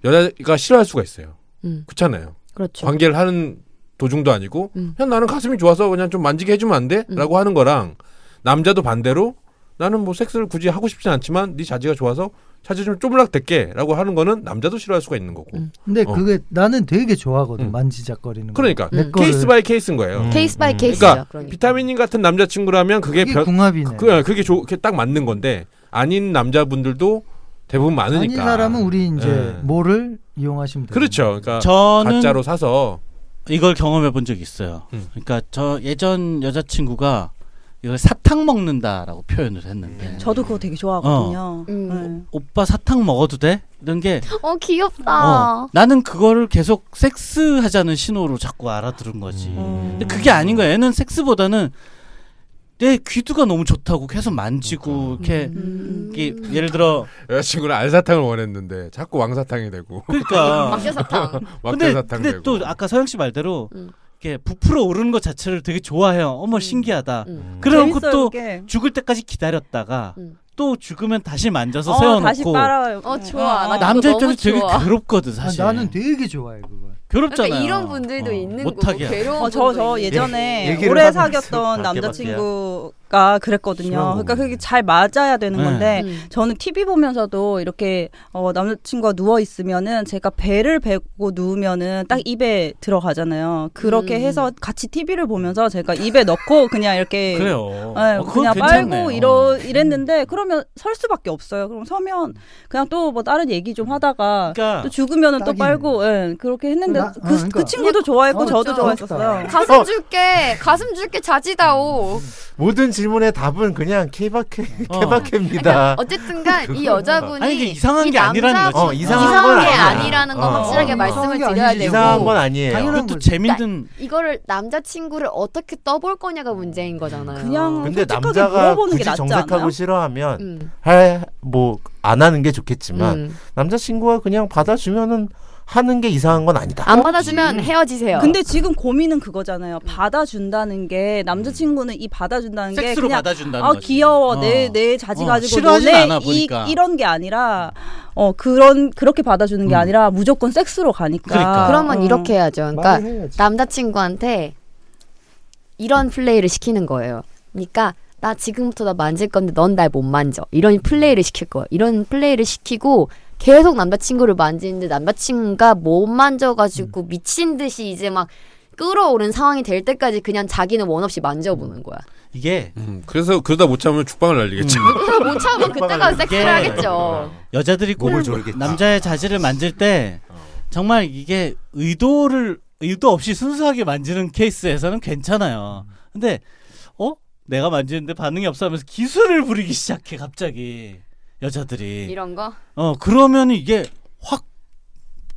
[SPEAKER 4] 여자가 싫어할 수가 있어요.
[SPEAKER 9] 음.
[SPEAKER 4] 그렇잖아요.
[SPEAKER 9] 그렇죠.
[SPEAKER 4] 관계를 하는 도중도 아니고
[SPEAKER 9] 음.
[SPEAKER 4] 그냥 나는 가슴이 좋아서 그냥 좀 만지게 해주면 안 돼?
[SPEAKER 9] 음.
[SPEAKER 4] 라고 하는 거랑 남자도 반대로 나는 뭐 섹스를 굳이 하고 싶진 않지만 네 자지가 좋아서 자지 좀 쪼물락댈게 라고 하는 거는 남자도 싫어할 수가 있는 거고
[SPEAKER 9] 음.
[SPEAKER 8] 근데
[SPEAKER 4] 어.
[SPEAKER 8] 그게 나는 되게 좋아하거든
[SPEAKER 4] 음.
[SPEAKER 8] 만지작거리는 거.
[SPEAKER 4] 그러니까
[SPEAKER 8] 거를-
[SPEAKER 9] 음.
[SPEAKER 4] 케이스 바이 케이스인 거예요
[SPEAKER 5] 음.
[SPEAKER 9] 케이스 바이
[SPEAKER 5] 음.
[SPEAKER 9] 케이스죠.
[SPEAKER 4] 그러니까
[SPEAKER 9] 그러니까.
[SPEAKER 4] 비타민님 같은 남자친구라면 그게
[SPEAKER 8] 이게
[SPEAKER 4] 별,
[SPEAKER 8] 궁합이네.
[SPEAKER 4] 그, 그게 좋- 그게 딱 맞는 건데 아닌 남자분들도 대부분 많으니까
[SPEAKER 8] 아닌 사람은 우리 이제
[SPEAKER 4] 예.
[SPEAKER 8] 뭐를 이용하시면 돼요.
[SPEAKER 4] 그렇죠 그러니까
[SPEAKER 6] 저는
[SPEAKER 4] 가짜로 사서
[SPEAKER 6] 이걸 경험해 본 적이 있어요.
[SPEAKER 4] 음.
[SPEAKER 6] 그러니까 저 예전 여자친구가 이걸 사탕 먹는다라고 표현을 했는데
[SPEAKER 4] 음.
[SPEAKER 7] 저도 그거 되게
[SPEAKER 6] 어.
[SPEAKER 7] 좋아하거든요.
[SPEAKER 9] 음.
[SPEAKER 7] 네.
[SPEAKER 6] 오빠 사탕 먹어도 돼? 이런 게
[SPEAKER 9] 어 귀엽다.
[SPEAKER 6] 어, 나는 그거를 계속 섹스하자는 신호로 자꾸 알아들은 거지.
[SPEAKER 7] 음.
[SPEAKER 6] 근데 그게 아닌 거야. 얘는 섹스보다는 내 귀두가 너무 좋다고 계속
[SPEAKER 4] 그러니까.
[SPEAKER 6] 만지고 이렇게
[SPEAKER 9] 음.
[SPEAKER 6] 이게 예를 들어
[SPEAKER 4] 여자친구는 알사탕을 원했는데 자꾸 왕사탕이 되고
[SPEAKER 9] 네.
[SPEAKER 6] 그러니까
[SPEAKER 9] 막대사탕.
[SPEAKER 6] 근데
[SPEAKER 4] 막대사탕
[SPEAKER 6] 근데
[SPEAKER 4] 되고
[SPEAKER 6] 또 아까 서영 씨 말대로
[SPEAKER 9] 음.
[SPEAKER 6] 이렇게 부풀어 오르는 것 자체를 되게 좋아해요. 어머 신기하다.
[SPEAKER 9] 음.
[SPEAKER 6] 그런
[SPEAKER 7] 재밌어요,
[SPEAKER 6] 것도
[SPEAKER 7] 그게.
[SPEAKER 6] 죽을 때까지 기다렸다가
[SPEAKER 9] 음.
[SPEAKER 6] 또 죽으면 다시 만져서
[SPEAKER 7] 어,
[SPEAKER 6] 세워놓고
[SPEAKER 7] 다시 빨아요.
[SPEAKER 9] 어 좋아. 나
[SPEAKER 6] 남자
[SPEAKER 9] 그거 너무
[SPEAKER 6] 입장에서 되게
[SPEAKER 9] 좋아.
[SPEAKER 6] 괴롭거든 사실.
[SPEAKER 8] 아, 나는 되게 좋아해 그걸.
[SPEAKER 6] 괴롭잖아요.
[SPEAKER 9] 그러니까 이런 분들도
[SPEAKER 6] 어,
[SPEAKER 9] 있는
[SPEAKER 6] 못하게
[SPEAKER 9] 거고 괴로운
[SPEAKER 7] 어, 저,
[SPEAKER 9] 분도
[SPEAKER 7] 저
[SPEAKER 9] 있는
[SPEAKER 5] 예,
[SPEAKER 7] 예전에
[SPEAKER 5] 얘기를
[SPEAKER 7] 오래
[SPEAKER 5] 하면서
[SPEAKER 7] 사귀었던
[SPEAKER 5] 밖에
[SPEAKER 7] 남자친구가 그랬거든요. 그러니까
[SPEAKER 5] 거군요.
[SPEAKER 7] 그게 잘 맞아야 되는
[SPEAKER 6] 네.
[SPEAKER 7] 건데,
[SPEAKER 9] 음.
[SPEAKER 7] 저는 TV 보면서도 이렇게 어, 남자친구가 누워 있으면은 제가 배를 베고 누우면은 딱 입에 들어가잖아요. 그렇게
[SPEAKER 9] 음.
[SPEAKER 7] 해서 같이 TV를 보면서 제가 입에 넣고 그냥 이렇게
[SPEAKER 6] 그래요.
[SPEAKER 7] 네,
[SPEAKER 6] 어, 그건
[SPEAKER 7] 그냥
[SPEAKER 6] 괜찮네요.
[SPEAKER 7] 빨고 이러 이랬는데 그러면 설 수밖에 없어요. 그럼 서면 그냥 또 뭐 다른 얘기 좀 하다가
[SPEAKER 6] 그러니까
[SPEAKER 7] 또 죽으면은 또
[SPEAKER 8] 딱이네.
[SPEAKER 7] 빨고 예, 그렇게 했는데
[SPEAKER 8] 나-
[SPEAKER 7] 그,
[SPEAKER 8] 어, 그러니까.
[SPEAKER 7] 그 친구도 좋아했고
[SPEAKER 9] 어,
[SPEAKER 7] 저도
[SPEAKER 9] 맞아.
[SPEAKER 7] 좋아했었어요.
[SPEAKER 9] 가슴 줄게. 가슴 줄게 자지다오.
[SPEAKER 5] 모든 질문의 답은 그냥 케바케
[SPEAKER 6] 어.
[SPEAKER 5] 케바케입니다.
[SPEAKER 9] 그러니까 어쨌든간 이
[SPEAKER 5] 그거는-
[SPEAKER 9] 여자분이
[SPEAKER 6] 아니, 이게 이상한
[SPEAKER 9] 이
[SPEAKER 6] 게 아니라는
[SPEAKER 9] 남자-
[SPEAKER 6] 거지.
[SPEAKER 5] 어, 이상한 건
[SPEAKER 9] 게
[SPEAKER 5] 아니야.
[SPEAKER 9] 아니라는 거
[SPEAKER 5] 어,
[SPEAKER 9] 확실하게
[SPEAKER 5] 어,
[SPEAKER 9] 말씀을
[SPEAKER 8] 이상한 게
[SPEAKER 9] 드려야
[SPEAKER 8] 아니지.
[SPEAKER 9] 되고
[SPEAKER 5] 이상한 건 아니에요.
[SPEAKER 8] 당연한
[SPEAKER 6] 그것도
[SPEAKER 8] 거지.
[SPEAKER 6] 재밌는
[SPEAKER 9] 이거를 남자친구를 어떻게 떠볼 거냐가 문제인 거잖아요.
[SPEAKER 7] 그냥
[SPEAKER 5] 근데
[SPEAKER 7] 솔직하게
[SPEAKER 5] 남자가
[SPEAKER 7] 물어보는 게
[SPEAKER 5] 굳이
[SPEAKER 7] 낫지
[SPEAKER 5] 정색하고
[SPEAKER 7] 않아요?
[SPEAKER 5] 싫어하면
[SPEAKER 9] 음.
[SPEAKER 5] 할뭐안 하는 게 좋겠지만
[SPEAKER 9] 음.
[SPEAKER 5] 남자친구가 그냥 받아주면은 하는 게 이상한 건 아니다.
[SPEAKER 9] 안 받아주면
[SPEAKER 6] 예.
[SPEAKER 9] 헤어지세요.
[SPEAKER 7] 근데 지금 고민은 그거잖아요. 받아준다는 게 남자친구는 이 받아준다는
[SPEAKER 6] 음.
[SPEAKER 7] 게
[SPEAKER 6] 섹스로
[SPEAKER 7] 그냥
[SPEAKER 6] 받아준다는
[SPEAKER 7] 아
[SPEAKER 6] 거지.
[SPEAKER 7] 귀여워
[SPEAKER 6] 어.
[SPEAKER 7] 내 내 자지
[SPEAKER 6] 어,
[SPEAKER 7] 가지고
[SPEAKER 6] 싫어하진
[SPEAKER 7] 노네.
[SPEAKER 6] 않아,
[SPEAKER 7] 이,
[SPEAKER 6] 보니까.
[SPEAKER 7] 이런 게 아니라 어 그런 그렇게 받아주는 게
[SPEAKER 6] 음.
[SPEAKER 7] 아니라 무조건 섹스로 가니까
[SPEAKER 6] 그러니까.
[SPEAKER 9] 그러면
[SPEAKER 7] 어.
[SPEAKER 9] 이렇게 해야죠. 그러니까
[SPEAKER 8] 아, 음, 말을 해야지.
[SPEAKER 9] 남자친구한테 이런 플레이를 시키는 거예요. 그러니까 나 지금부터 나 만질 건데 넌 날 못 만져. 이런 플레이를 시킬 거예요. 이런 플레이를 시키고
[SPEAKER 8] 음.
[SPEAKER 9] 계속 남자친구를 만지는데 남자친구가 못 만져가지고 미친 듯이 이제 막 끓어오른 상황이 될 때까지 그냥 자기는 원 없이 만져보는 거야.
[SPEAKER 6] 이게
[SPEAKER 4] 음, 그래서 그러다 못 참으면 죽방을 날리겠죠.
[SPEAKER 9] 그걸 그러니까 못 참으면 그때 가서 섹스를 하겠죠.
[SPEAKER 6] 음. 여자들이 꼭
[SPEAKER 5] 몸을 조르겠지.
[SPEAKER 6] 남자의 자질을 만질 때 정말 이게 의도를 의도 없이 순수하게 만지는 케이스에서는 괜찮아요. 근데 어 내가 만지는데 반응이 없어 하면서 기술을 부리기 시작해 갑자기 여자들이
[SPEAKER 9] 이런 거.
[SPEAKER 6] 어 그러면 이게 확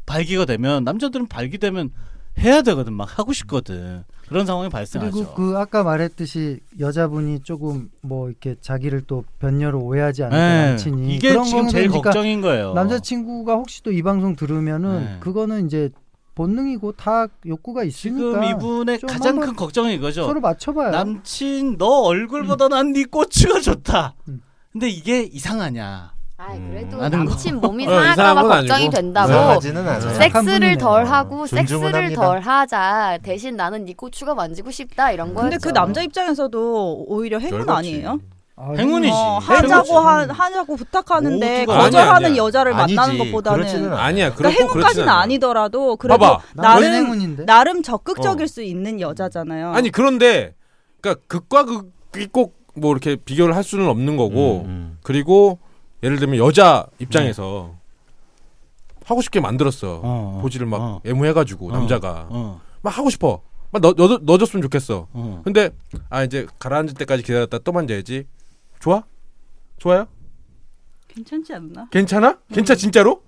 [SPEAKER 6] 발기가 되면 남자들은 발기되면 해야 되거든 막 하고 싶거든 그런 상황이 발생하죠.
[SPEAKER 8] 그리고 그 아까 말했듯이 여자분이 조금 뭐 이렇게 자기를 또 변녀로 오해하지 않을까
[SPEAKER 6] 네.
[SPEAKER 8] 남친이
[SPEAKER 6] 이게
[SPEAKER 8] 그런
[SPEAKER 6] 지금
[SPEAKER 8] 거는
[SPEAKER 6] 제일
[SPEAKER 8] 그러니까
[SPEAKER 6] 걱정인 거예요.
[SPEAKER 8] 남자친구가 혹시 또 이 방송 들으면은
[SPEAKER 6] 네.
[SPEAKER 8] 그거는 이제 본능이고 다 욕구가 있으니까
[SPEAKER 6] 지금 이분의
[SPEAKER 8] 좀
[SPEAKER 6] 가장
[SPEAKER 8] 한번
[SPEAKER 6] 큰 걱정이 이거죠.
[SPEAKER 8] 서로 맞춰봐요.
[SPEAKER 6] 남친 너 얼굴보다 난 네 꼬치가 좋다.
[SPEAKER 8] 음.
[SPEAKER 6] 근데 이게 이상하냐?
[SPEAKER 9] 아이 그래도
[SPEAKER 6] 아는
[SPEAKER 8] 뭐
[SPEAKER 6] 거.
[SPEAKER 9] 남친 몸이
[SPEAKER 4] 어, 이상한
[SPEAKER 9] 상할까봐
[SPEAKER 4] 건
[SPEAKER 9] 걱정이
[SPEAKER 4] 아니고.
[SPEAKER 9] 된다고.
[SPEAKER 5] 이상하지는 네. 않아요.
[SPEAKER 8] 섹-
[SPEAKER 9] 섹스를
[SPEAKER 8] 분이네요.
[SPEAKER 9] 덜 하고
[SPEAKER 5] 존중은
[SPEAKER 9] 섹스를
[SPEAKER 5] 합니다.
[SPEAKER 9] 덜 하자. 대신 나는 네 고추가 만지고 싶다 이런 거였죠.
[SPEAKER 7] 근데 그 남자 입장에서도 오히려 행운
[SPEAKER 4] 열받지.
[SPEAKER 7] 아니에요?
[SPEAKER 8] 아,
[SPEAKER 6] 행운이지.
[SPEAKER 7] 어,
[SPEAKER 6] 행운이지.
[SPEAKER 7] 하자고 하, 하자고 부탁하는데
[SPEAKER 6] 모두가
[SPEAKER 7] 거절하는
[SPEAKER 4] 아니야, 아니야.
[SPEAKER 7] 여자를 만나는
[SPEAKER 5] 아니지. 그렇지는
[SPEAKER 7] 것보다는
[SPEAKER 5] 않아.
[SPEAKER 4] 아니야. 그렇고
[SPEAKER 7] 그러니까
[SPEAKER 4] 그렇진
[SPEAKER 7] 행운까지는
[SPEAKER 4] 않아.
[SPEAKER 7] 아니더라도 그래도
[SPEAKER 4] 봐봐.
[SPEAKER 8] 나는
[SPEAKER 7] 나름
[SPEAKER 8] 행운인데.
[SPEAKER 7] 나름 적극적일
[SPEAKER 4] 어.
[SPEAKER 7] 수 있는 여자잖아요.
[SPEAKER 4] 아니 그런데 그러니까 극과 극이 꼭 뭐 이렇게 비교를 할 수는 없는 거고
[SPEAKER 5] 음,
[SPEAKER 4] 그리고 예를 들면 여자 입장에서 하고 싶게 만들었어.
[SPEAKER 6] 어, 어,
[SPEAKER 4] 보지를 막
[SPEAKER 6] 어.
[SPEAKER 4] 애무해가지고
[SPEAKER 6] 어.
[SPEAKER 4] 남자가
[SPEAKER 6] 어,
[SPEAKER 4] 막 하고 싶어. 막 너, 너, 넣어줬으면 좋겠어.
[SPEAKER 6] 어.
[SPEAKER 4] 근데 아 이제 가라앉을 때까지 기다렸다 또 만져야지. 좋아? 좋아요?
[SPEAKER 7] 괜찮지 않나?
[SPEAKER 4] 괜찮아? 괜찮아 진짜로?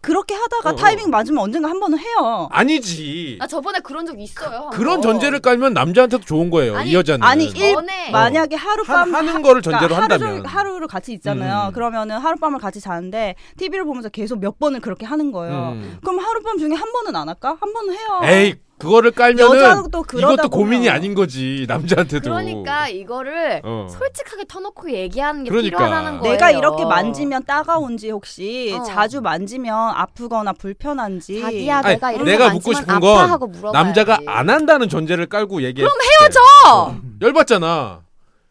[SPEAKER 7] 그렇게 하다가
[SPEAKER 4] 어, 어.
[SPEAKER 7] 타이밍 맞으면 언젠가 한 번은 해요.
[SPEAKER 4] 아니지.
[SPEAKER 9] 나 저번에 그런 적 있어요.
[SPEAKER 4] 아, 그런
[SPEAKER 9] 한번.
[SPEAKER 4] 전제를 깔면 남자한테도 좋은 거예요.
[SPEAKER 9] 아니,
[SPEAKER 4] 이 여자는.
[SPEAKER 7] 아니, 일-
[SPEAKER 9] 전에
[SPEAKER 7] 만약에 하룻밤 그러니까
[SPEAKER 4] 하- 하는 거를 전제로
[SPEAKER 7] 하루
[SPEAKER 4] 한다면.
[SPEAKER 7] 종일- 하루를 같이 있잖아요.
[SPEAKER 4] 음.
[SPEAKER 7] 그러면은 하룻밤을 같이 자는데 TV를 보면서 계속 몇 번을 그렇게 하는 거예요.
[SPEAKER 4] 음.
[SPEAKER 7] 그럼 하룻밤 중에 한 번은 안 할까? 한 번은 해요.
[SPEAKER 4] 에이 그거를 깔면은
[SPEAKER 7] 여자도 그러다
[SPEAKER 4] 이것도 고민이
[SPEAKER 7] 보면-
[SPEAKER 4] 아닌 거지 남자한테도.
[SPEAKER 9] 그러니까 이거를
[SPEAKER 4] 어.
[SPEAKER 9] 솔직하게 터놓고 얘기하는 게
[SPEAKER 4] 그러니까.
[SPEAKER 9] 필요하다는 거예요.
[SPEAKER 7] 내가 이렇게 만지면 따가운지 혹시
[SPEAKER 9] 어.
[SPEAKER 7] 자주 만지면 아프거나 불편한지
[SPEAKER 9] 자기야
[SPEAKER 4] 아니,
[SPEAKER 9] 내가 이렇게
[SPEAKER 4] 내가 묻고
[SPEAKER 9] 만지면
[SPEAKER 4] 싶은 건
[SPEAKER 9] 아파하고 물어봐.
[SPEAKER 4] 남자가 안 한다는 전제를 깔고 얘기해. 그럼 헤어져. 열받잖아.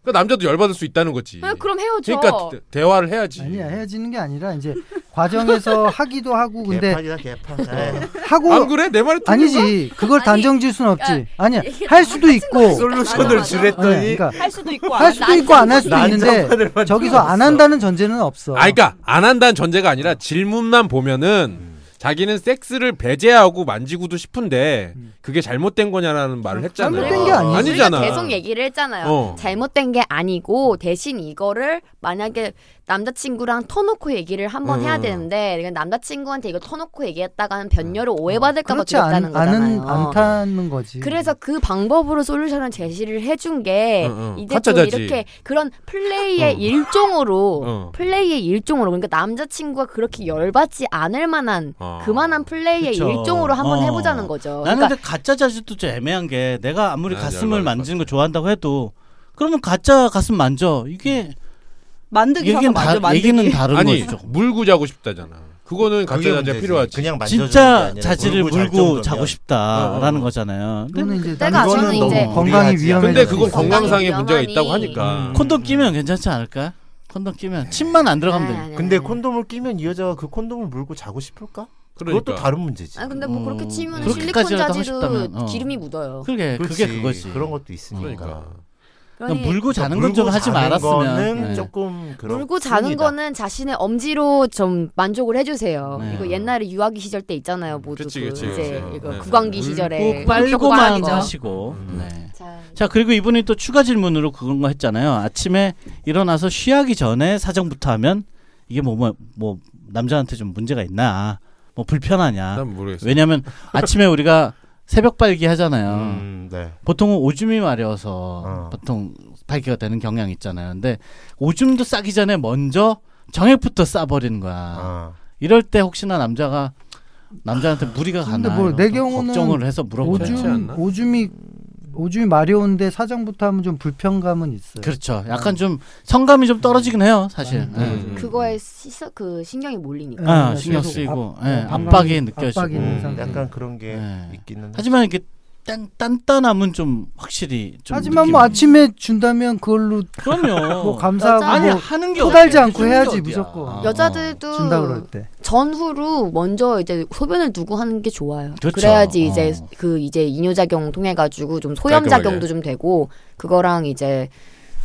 [SPEAKER 4] 그러니까 남자도 열받을 수 있다는 거지.
[SPEAKER 9] 아,
[SPEAKER 7] 아,
[SPEAKER 9] 그럼
[SPEAKER 7] 그렇죠.
[SPEAKER 9] 헤어져.
[SPEAKER 4] 그러니까 대- 대화를 해야지.
[SPEAKER 8] 아니야 헤어지는 게 아니라 이제 과정에서 하기도 하고 근데
[SPEAKER 5] 개판이다 개판. 네.
[SPEAKER 8] 하고
[SPEAKER 4] 안 그래? 내 말이 틀린 거야?
[SPEAKER 8] 아니지 그걸
[SPEAKER 9] 아니,
[SPEAKER 8] 단정질 순 없지
[SPEAKER 9] 그러니까
[SPEAKER 8] 아니야
[SPEAKER 9] 얘기가
[SPEAKER 8] 할 수도 있고
[SPEAKER 9] 솔루션을
[SPEAKER 8] 네, 그러니까
[SPEAKER 7] 할 수도 있고
[SPEAKER 8] 할
[SPEAKER 7] 안
[SPEAKER 8] 수도 있고 안 할 수도
[SPEAKER 5] 난
[SPEAKER 8] 있는데
[SPEAKER 5] 정반을
[SPEAKER 8] 저기서 안 한다는 전제는 없어
[SPEAKER 4] 아, 그러니까 안 한다는 전제가 아니라 질문만 보면은 자기는 섹스를 배제하고 만지고도 싶은데 그게 잘못된 거냐라는 말을 했잖아요.
[SPEAKER 8] 잘못된 게 아니지.
[SPEAKER 4] 어. 아니잖아.
[SPEAKER 9] 우리가 계속 얘기를 했잖아요.
[SPEAKER 4] 어.
[SPEAKER 9] 잘못된 게 아니고 대신 이거를 만약에 남자친구랑 터놓고 얘기를 한번
[SPEAKER 4] 음.
[SPEAKER 9] 해야 되는데 그러니까 남자친구한테 이거 터놓고 얘기했다가는 변녀로 오해받을까봐
[SPEAKER 8] 그렇지
[SPEAKER 9] 두렵다는
[SPEAKER 8] 않, 않은,
[SPEAKER 9] 거잖아요.
[SPEAKER 8] 않다는 거지
[SPEAKER 9] 그래서 그 방법으로 솔루션을 제시를 해준 게
[SPEAKER 4] 응, 응.
[SPEAKER 9] 이제 좀
[SPEAKER 4] 가짜자지.
[SPEAKER 9] 이렇게 그런 플레이의
[SPEAKER 4] 어.
[SPEAKER 9] 일종으로
[SPEAKER 4] 어.
[SPEAKER 9] 플레이의 일종으로 그러니까 남자친구가 그렇게 열받지 않을 만한
[SPEAKER 4] 어.
[SPEAKER 9] 그만한 플레이의
[SPEAKER 6] 그쵸.
[SPEAKER 9] 일종으로 한번
[SPEAKER 6] 어.
[SPEAKER 9] 해보자는 거죠.
[SPEAKER 6] 나는
[SPEAKER 9] 그러니까
[SPEAKER 6] 근데 가짜 자질도 좀 애매한 게 내가 아무리
[SPEAKER 4] 아,
[SPEAKER 6] 가슴을
[SPEAKER 4] 열받을
[SPEAKER 6] 만지는 거 좋아한다고 해도 그러면 가짜 가슴 만져 이게
[SPEAKER 9] 음.
[SPEAKER 7] 만들기 사서
[SPEAKER 6] 얘기는,
[SPEAKER 7] 만져
[SPEAKER 6] 다,
[SPEAKER 7] 만들기
[SPEAKER 6] 얘기는 다른
[SPEAKER 4] 아니
[SPEAKER 6] 거죠.
[SPEAKER 4] 물고 자고 싶다잖아. 그거는
[SPEAKER 5] 그게
[SPEAKER 4] 가짜 자제
[SPEAKER 5] 문제지.
[SPEAKER 4] 필요하지.
[SPEAKER 5] 그냥 만져주는 게
[SPEAKER 6] 진짜
[SPEAKER 5] 아니라
[SPEAKER 6] 자질을
[SPEAKER 5] 물고 잘
[SPEAKER 6] 물고
[SPEAKER 5] 정도면. 어,
[SPEAKER 6] 자고 싶다라는 거잖아요. 근데
[SPEAKER 8] 그거는 이제
[SPEAKER 9] 그때가
[SPEAKER 8] 남자는
[SPEAKER 9] 저는 이제
[SPEAKER 8] 너무 건강이
[SPEAKER 5] 무리하지 않아.
[SPEAKER 8] 위험해
[SPEAKER 4] 근데 그건
[SPEAKER 9] 건강이
[SPEAKER 4] 건강상의 문제가
[SPEAKER 9] 위험하니.
[SPEAKER 4] 있다고 하니까.
[SPEAKER 8] 음.
[SPEAKER 6] 콘돔 끼면 괜찮지 않을까? 콘돔 끼면 침만 안 들어가면
[SPEAKER 9] 아니,
[SPEAKER 6] 돼.
[SPEAKER 9] 아니,
[SPEAKER 5] 근데
[SPEAKER 9] 아니.
[SPEAKER 5] 콘돔을 끼면 이 여자가 그 콘돔을 물고 자고 싶을까? 그것
[SPEAKER 4] 그러니까.
[SPEAKER 5] 도 다른 문제지.
[SPEAKER 9] 아 근데 뭐
[SPEAKER 6] 어,
[SPEAKER 9] 그렇게 치면 실리콘
[SPEAKER 6] 그렇게까지라도 하고
[SPEAKER 9] 자지도
[SPEAKER 6] 싶다면, 어.
[SPEAKER 9] 기름이 묻어요.
[SPEAKER 6] 그게 그게
[SPEAKER 5] 그렇지.
[SPEAKER 6] 그거지.
[SPEAKER 5] 그런 것도 있으니까.
[SPEAKER 4] 그러니까.
[SPEAKER 6] 그냥
[SPEAKER 9] 그러니
[SPEAKER 6] 물고 자는 건
[SPEAKER 5] 물고
[SPEAKER 6] 좀 하지
[SPEAKER 5] 자는
[SPEAKER 6] 말았으면.
[SPEAKER 5] 거는
[SPEAKER 6] 네.
[SPEAKER 5] 조금 그런
[SPEAKER 9] 물고 자는
[SPEAKER 5] 씁니다.
[SPEAKER 9] 거는 자신의 엄지로 좀 만족을 해주세요.
[SPEAKER 6] 네.
[SPEAKER 9] 이거 옛날에 유아기 시절 때 있잖아요, 모두
[SPEAKER 4] 그치,
[SPEAKER 9] 그
[SPEAKER 4] 그치,
[SPEAKER 9] 이제
[SPEAKER 4] 그치.
[SPEAKER 9] 이거
[SPEAKER 4] 네.
[SPEAKER 9] 구강기
[SPEAKER 4] 물고
[SPEAKER 9] 시절에
[SPEAKER 6] 꼭 빨고만
[SPEAKER 9] 거.
[SPEAKER 6] 하시고.
[SPEAKER 5] 음.
[SPEAKER 6] 네.
[SPEAKER 9] 자,
[SPEAKER 6] 자 그리고 이분이 또 추가 질문으로 그런 거 했잖아요. 아침에 일어나서 쉬하기 전에 사정부터 하면 이게 뭐 뭐 뭐, 남자한테 좀 문제가 있나, 뭐 불편하냐.
[SPEAKER 4] 난 모르겠어.
[SPEAKER 6] 왜냐면 아침에 우리가 새벽 발기 하잖아요.
[SPEAKER 5] 음, 네.
[SPEAKER 6] 보통은 오줌이 마려워서
[SPEAKER 5] 어.
[SPEAKER 6] 보통 발기가 되는 경향이 있잖아요. 근데 오줌도 싸기 전에 먼저 정액부터 싸버리는 거야.
[SPEAKER 5] 아.
[SPEAKER 6] 이럴 때 혹시나 남자가 남자한테 무리가
[SPEAKER 8] 근데
[SPEAKER 6] 가나
[SPEAKER 8] 뭐
[SPEAKER 6] 이런
[SPEAKER 8] 내
[SPEAKER 6] 거
[SPEAKER 8] 경우는
[SPEAKER 6] 걱정을 해서 물어보죠.
[SPEAKER 4] 그렇지
[SPEAKER 8] 오줌
[SPEAKER 4] 않나?
[SPEAKER 8] 오줌이 오줌이 마려운데 사정부터 하면 좀 불편감은 있어요
[SPEAKER 6] 그렇죠. 약간 좀 성감이 좀 떨어지긴 해요, 사실.
[SPEAKER 8] 음.
[SPEAKER 6] 예.
[SPEAKER 4] 음.
[SPEAKER 9] 그거에 시서, 그 신경이 몰리니까.
[SPEAKER 6] 아,
[SPEAKER 8] 네,
[SPEAKER 6] 신경
[SPEAKER 8] 계속
[SPEAKER 6] 쓰이고
[SPEAKER 8] 압-
[SPEAKER 6] 예,
[SPEAKER 8] 압박이-
[SPEAKER 6] 압박이 느껴지고.
[SPEAKER 8] 압박이 있는
[SPEAKER 5] 음,
[SPEAKER 8] 상태.
[SPEAKER 5] 약간 그런 게
[SPEAKER 6] 네.
[SPEAKER 5] 있기는.
[SPEAKER 6] 하지만 이렇게 딴, 단단함은 좀 확실히 좀
[SPEAKER 8] 하지만
[SPEAKER 6] 느낌이-
[SPEAKER 8] 뭐 아침에 준다면 그걸로
[SPEAKER 6] 그럼요.
[SPEAKER 8] 뭐 감사하고
[SPEAKER 9] 여자-
[SPEAKER 6] 아니
[SPEAKER 8] 뭐
[SPEAKER 6] 하는 게
[SPEAKER 8] 토달지
[SPEAKER 6] 어디야,
[SPEAKER 8] 않고
[SPEAKER 6] 해주는 게
[SPEAKER 8] 해야지
[SPEAKER 6] 어디야. 아.
[SPEAKER 8] 무조건.
[SPEAKER 6] 어,
[SPEAKER 9] 여자들도
[SPEAKER 8] 준다 그럴 때.
[SPEAKER 9] 전후로 먼저 이제 소변을 두고 하는 게 좋아요.
[SPEAKER 6] 그렇죠.
[SPEAKER 9] 래야지 이제
[SPEAKER 6] 어.
[SPEAKER 9] 그 이제 이뇨작용 통해 가지고 좀 소염 작용도
[SPEAKER 4] 깔끔하게.
[SPEAKER 9] 좀 되고 그거랑 이제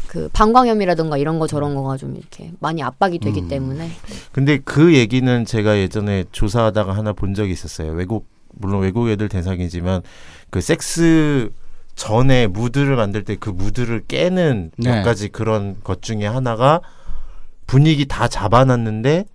[SPEAKER 9] 그 방광염이라든가 이런 거 저런 거가 좀 이렇게 많이 압박이 되기
[SPEAKER 5] 음.
[SPEAKER 9] 때문에
[SPEAKER 5] 근데 그 얘기는 제가 예전에 조사하다가 하나 본 적이 있었어요. 외국 물론 외국 애들 대상이지만 그 섹스 전에 무드를 만들 때 그 무드를 깨는
[SPEAKER 6] 네.
[SPEAKER 5] 몇 가지 그런 것 중에 하나가 분위기 다 잡아놨는데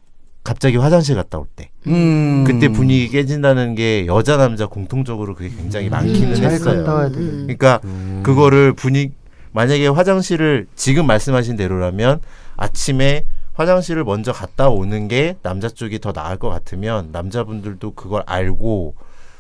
[SPEAKER 5] 갑자기 화장실 갔다 올 때.
[SPEAKER 6] 음.
[SPEAKER 5] 그때 분위기 깨진다는 게 여자 남자 공통적으로 그게 굉장히 많기는
[SPEAKER 8] 잘
[SPEAKER 5] 했어요.
[SPEAKER 8] 갔다 와야 돼.
[SPEAKER 9] 음.
[SPEAKER 5] 그러니까 그거를 분위기 만약에 화장실을 지금 말씀하신 대로라면 아침에 화장실을 먼저 갔다 오는 게 남자 쪽이 더 나을 것 같으면 남자분들도 그걸 알고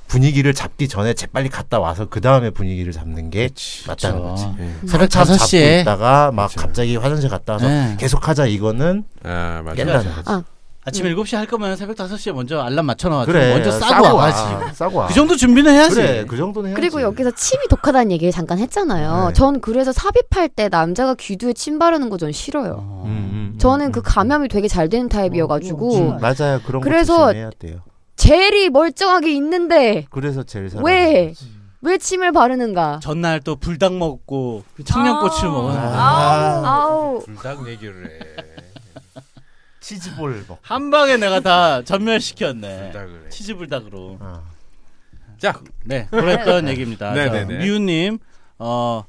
[SPEAKER 5] 분위기를 잡기 전에 재빨리 갔다 와서 그 다음에 분위기를 잡는 게 맞다는
[SPEAKER 6] 그쵸.
[SPEAKER 5] 거지.
[SPEAKER 4] 예.
[SPEAKER 6] 그렇죠. 음. 새벽
[SPEAKER 5] 참 음. 잡고
[SPEAKER 6] 5시에
[SPEAKER 5] 있다가 막
[SPEAKER 4] 그쵸.
[SPEAKER 5] 갑자기 화장실 갔다 와서 음.
[SPEAKER 6] 네.
[SPEAKER 5] 계속 하자 이거는
[SPEAKER 4] 아 맞아.
[SPEAKER 5] 깬다는 거지.
[SPEAKER 9] 아,
[SPEAKER 6] 아침 7시 할 거면 새벽 5시에 먼저 알람 맞춰 놔 가지고
[SPEAKER 5] 그래
[SPEAKER 6] 아, 먼저 싸고 와 가지고.
[SPEAKER 5] 싸고 와. 아.
[SPEAKER 6] 그 정도 준비는 해야지.
[SPEAKER 5] 그래 그 정도는 해야지.
[SPEAKER 9] 그리고 여기서 침이 독하다는 얘기를 잠깐 했잖아요.
[SPEAKER 5] 네.
[SPEAKER 9] 전 그래서 삽입할 때 남자가 귀두에 침 바르는 거 전 싫어요.
[SPEAKER 5] 음, 음, 음,
[SPEAKER 9] 저는 그
[SPEAKER 5] 음.
[SPEAKER 9] 감염이 되게 잘 되는 타입이어가지고
[SPEAKER 6] 음.
[SPEAKER 8] 엄청
[SPEAKER 5] 맞아요 그런
[SPEAKER 9] 그래서-
[SPEAKER 5] 거 조심해야 돼요.
[SPEAKER 9] 젤이 멀쩡하게 있는데
[SPEAKER 5] 그래서 제일 사람
[SPEAKER 9] 왜? 왜 침을 바르는가?
[SPEAKER 6] 전날 또 불닭 먹고
[SPEAKER 8] 그
[SPEAKER 6] 청양고추
[SPEAKER 7] 아.
[SPEAKER 6] 먹어.
[SPEAKER 9] 아우, 아우.
[SPEAKER 4] 불닭 얘기를 해.
[SPEAKER 5] 치즈볼 먹.
[SPEAKER 6] 한 방에 내가 다 전멸시켰네.
[SPEAKER 4] 불닭을 해.
[SPEAKER 6] 치즈 불닭으로.
[SPEAKER 5] 아.
[SPEAKER 4] 자,
[SPEAKER 5] 그,
[SPEAKER 6] 네, 그랬던 얘기입니다.
[SPEAKER 4] 네,
[SPEAKER 6] 자,
[SPEAKER 4] 네, 네.
[SPEAKER 6] 미우님, 어,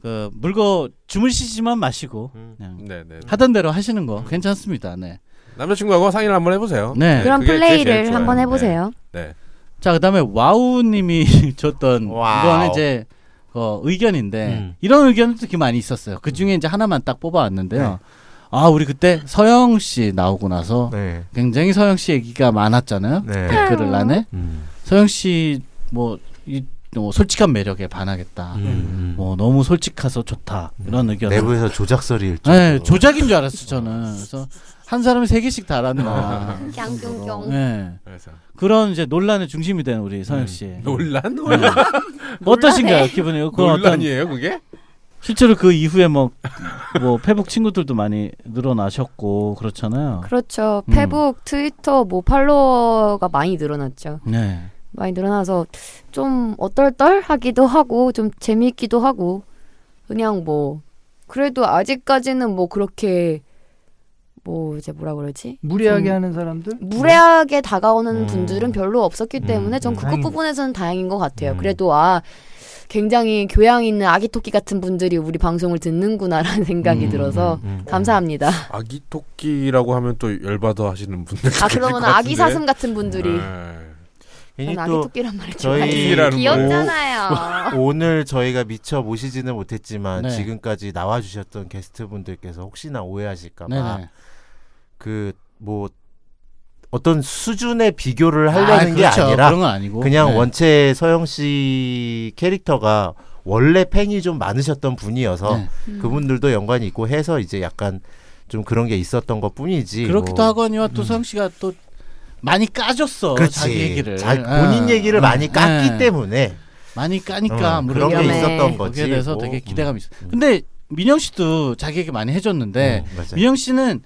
[SPEAKER 6] 그 물고 주무시지만 마시고
[SPEAKER 5] 음.
[SPEAKER 6] 그냥
[SPEAKER 4] 네네.
[SPEAKER 6] 하던 대로 하시는 거 괜찮습니다. 네.
[SPEAKER 4] 남자친구하고 상의를 한번 해보세요.
[SPEAKER 6] 네.
[SPEAKER 9] 그런
[SPEAKER 4] 그게 제일
[SPEAKER 9] 플레이를
[SPEAKER 4] 좋아요.
[SPEAKER 9] 한번 해보세요.
[SPEAKER 4] 네. 네.
[SPEAKER 6] 자, 그다음에 와우님이 줬던
[SPEAKER 5] 와우.
[SPEAKER 6] 이거는 이제 어, 의견인데
[SPEAKER 5] 음.
[SPEAKER 6] 이런 의견도 되게 많이 있었어요. 그 중에 이제 하나만 딱 뽑아왔는데요. 아, 우리 그때 서영 씨 나오고 나서
[SPEAKER 5] 네. 네.
[SPEAKER 6] 굉장히 서영 씨 얘기가 많았잖아요.
[SPEAKER 5] 네.
[SPEAKER 6] 댓글을 나네.
[SPEAKER 5] 음.
[SPEAKER 6] 서영 씨뭐 이 뭐 솔직한 매력에 반하겠다.
[SPEAKER 5] 음.
[SPEAKER 6] 뭐 너무 솔직해서 좋다 이런 의견.
[SPEAKER 5] 내부에서 조작설이 일 정도.
[SPEAKER 6] 음. 네, 조작인 줄 알았어 저는. 그래서 한 사람이 세 개씩 달았나.
[SPEAKER 9] 깡경경.
[SPEAKER 6] 네.
[SPEAKER 4] 그래서
[SPEAKER 6] 그런 이제 논란의 중심이 된 우리 서영 씨.
[SPEAKER 4] 논란?
[SPEAKER 6] 네. 어떠신가요 기분이? 그 어떤
[SPEAKER 4] 논란이에요 그게?
[SPEAKER 6] 실제로 그 이후에 뭐뭐 페북 친구들도 많이 늘어나셨고 그렇잖아요.
[SPEAKER 9] 그렇죠.
[SPEAKER 6] 음.
[SPEAKER 9] 페북, 트위터 뭐 팔로워가 많이 늘어났죠.
[SPEAKER 6] 네.
[SPEAKER 9] 많이 늘어나서 좀 어떨떨하기도 하고 좀 재미있기도 하고 그냥 뭐 그래도 아직까지는 뭐 그렇게 뭐 이제 뭐라 그러지?
[SPEAKER 8] 무리하게
[SPEAKER 9] 좀
[SPEAKER 8] 하는 사람들?
[SPEAKER 9] 무례하게 다가오는
[SPEAKER 5] 음.
[SPEAKER 9] 분들은 별로 없었기
[SPEAKER 5] 음.
[SPEAKER 9] 때문에 전 그것
[SPEAKER 8] 다행이다.
[SPEAKER 9] 부분에서는 다행인 것 같아요.
[SPEAKER 5] 음.
[SPEAKER 9] 그래도 아 굉장히 교양 있는 아기 토끼 같은 분들이 우리 방송을 듣는구나라는 생각이
[SPEAKER 5] 음,
[SPEAKER 9] 들어서
[SPEAKER 5] 음, 음.
[SPEAKER 9] 감사합니다.
[SPEAKER 4] 아기 토끼라고 하면 또 열받아 하시는 분들.
[SPEAKER 9] 아 그러면 아기 사슴 같은 분들이
[SPEAKER 5] 네.
[SPEAKER 4] 네.
[SPEAKER 5] 괜히
[SPEAKER 9] 전 아기
[SPEAKER 5] 또
[SPEAKER 9] 토끼란 말을
[SPEAKER 5] 저희
[SPEAKER 9] 좋아해요.
[SPEAKER 5] 뭐.
[SPEAKER 9] 귀엽잖아요.
[SPEAKER 5] 오늘 저희가 미처 모시지는 못했지만
[SPEAKER 6] 네.
[SPEAKER 5] 지금까지 나와주셨던 게스트분들께서 혹시나 오해하실까봐
[SPEAKER 6] 네네.
[SPEAKER 5] 그 뭐 어떤 수준의 비교를
[SPEAKER 6] 아,
[SPEAKER 5] 하려는 게
[SPEAKER 6] 그렇죠.
[SPEAKER 5] 아니라
[SPEAKER 6] 그런 건 아니고
[SPEAKER 5] 그냥
[SPEAKER 6] 네.
[SPEAKER 5] 원체 서영 씨 캐릭터가 원래 팬이 좀 많으셨던 분이어서
[SPEAKER 6] 네.
[SPEAKER 5] 음. 그분들도 연관이 있고 해서 이제 약간 좀 그런 게 있었던 것 뿐이지.
[SPEAKER 6] 그렇기도
[SPEAKER 5] 뭐.
[SPEAKER 6] 하거니와 또 서영 씨가 또 많이 까줬어
[SPEAKER 5] 그렇지.
[SPEAKER 6] 자기 얘기를
[SPEAKER 5] 자- 본인
[SPEAKER 6] 예,
[SPEAKER 5] 얘기를
[SPEAKER 6] 예,
[SPEAKER 5] 많이 깠기
[SPEAKER 6] 예.
[SPEAKER 5] 때문에
[SPEAKER 6] 많이 까니까
[SPEAKER 5] 어,
[SPEAKER 6] 아무래도
[SPEAKER 5] 그런 게
[SPEAKER 9] 위험해.
[SPEAKER 5] 있었던 거지.
[SPEAKER 6] 그러니까 거기에 대해서
[SPEAKER 5] 뭐.
[SPEAKER 6] 되게 기대감이 있어.
[SPEAKER 5] 음.
[SPEAKER 6] 근데 민영 씨도 자기 얘기 많이 해줬는데
[SPEAKER 5] 음, 맞아.
[SPEAKER 6] 민영 씨는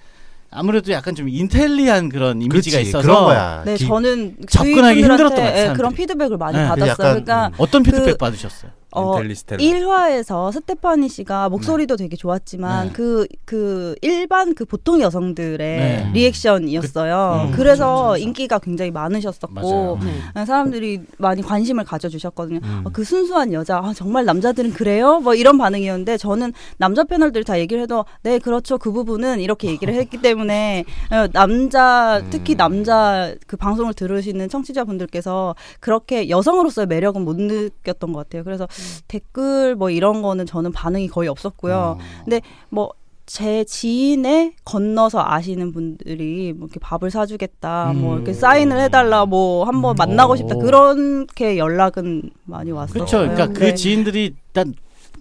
[SPEAKER 6] 아무래도 약간 좀 인텔리한 그런 이미지가
[SPEAKER 5] 그렇지,
[SPEAKER 6] 있어서
[SPEAKER 5] 그런 거야.
[SPEAKER 7] 네,
[SPEAKER 5] 기-
[SPEAKER 7] 저는
[SPEAKER 6] 접근하기
[SPEAKER 7] 주위 분들한테,
[SPEAKER 6] 힘들었던 것 같아요,
[SPEAKER 7] 예,
[SPEAKER 6] 사람들이.
[SPEAKER 7] 그런 피드백을 많이
[SPEAKER 6] 네.
[SPEAKER 7] 받았어요.
[SPEAKER 5] 약간,
[SPEAKER 7] 그러니까
[SPEAKER 5] 음.
[SPEAKER 6] 어떤 피드백
[SPEAKER 7] 그-
[SPEAKER 6] 받으셨어요?
[SPEAKER 7] 어,
[SPEAKER 4] 인텔리스텔라.
[SPEAKER 7] 1화에서 스테파니 씨가 목소리도 되게 좋았지만
[SPEAKER 6] 네.
[SPEAKER 7] 그, 그 일반 그 보통 여성들의
[SPEAKER 6] 네.
[SPEAKER 7] 리액션이었어요.
[SPEAKER 6] 그- 음,
[SPEAKER 7] 그, 래서
[SPEAKER 6] 그렇죠, 그렇죠.
[SPEAKER 7] 인기가 굉장히
[SPEAKER 6] 맞아요.
[SPEAKER 7] 많으셨었고
[SPEAKER 9] 네.
[SPEAKER 7] 사람들이 많이 관심을 가져주셨거든요.
[SPEAKER 5] 음.
[SPEAKER 7] 어, 그 순수한 여자, 아, 정말 남자들은 그래요? 뭐 이런 반응이었는데 저는 남자 패널들이 다 얘기를 해도 네, 그렇죠. 그 부분은 이렇게 얘기를 했기 때문에 어, 남자,
[SPEAKER 6] 음.
[SPEAKER 7] 특히 남자 그 방송을 들으시는 청취자분들께서 그렇게 여성으로서의 매력은 못 느꼈던 것 같아요. 그래서
[SPEAKER 6] 음.
[SPEAKER 7] 댓글 뭐 이런 거는 저는 반응이 거의 없었고요.
[SPEAKER 6] 음.
[SPEAKER 5] 음.
[SPEAKER 7] 근데 뭐, 제 지인에 건너서 아시는 분들이 뭐 이렇게 밥을 사주겠다,
[SPEAKER 6] 음.
[SPEAKER 7] 뭐 이렇게 사인을 해달라, 뭐 한번 만나고 싶다 그렇게 연락은 많이 왔어요.
[SPEAKER 6] 그렇죠. 그러니까
[SPEAKER 7] 네.
[SPEAKER 6] 그 지인들이 일단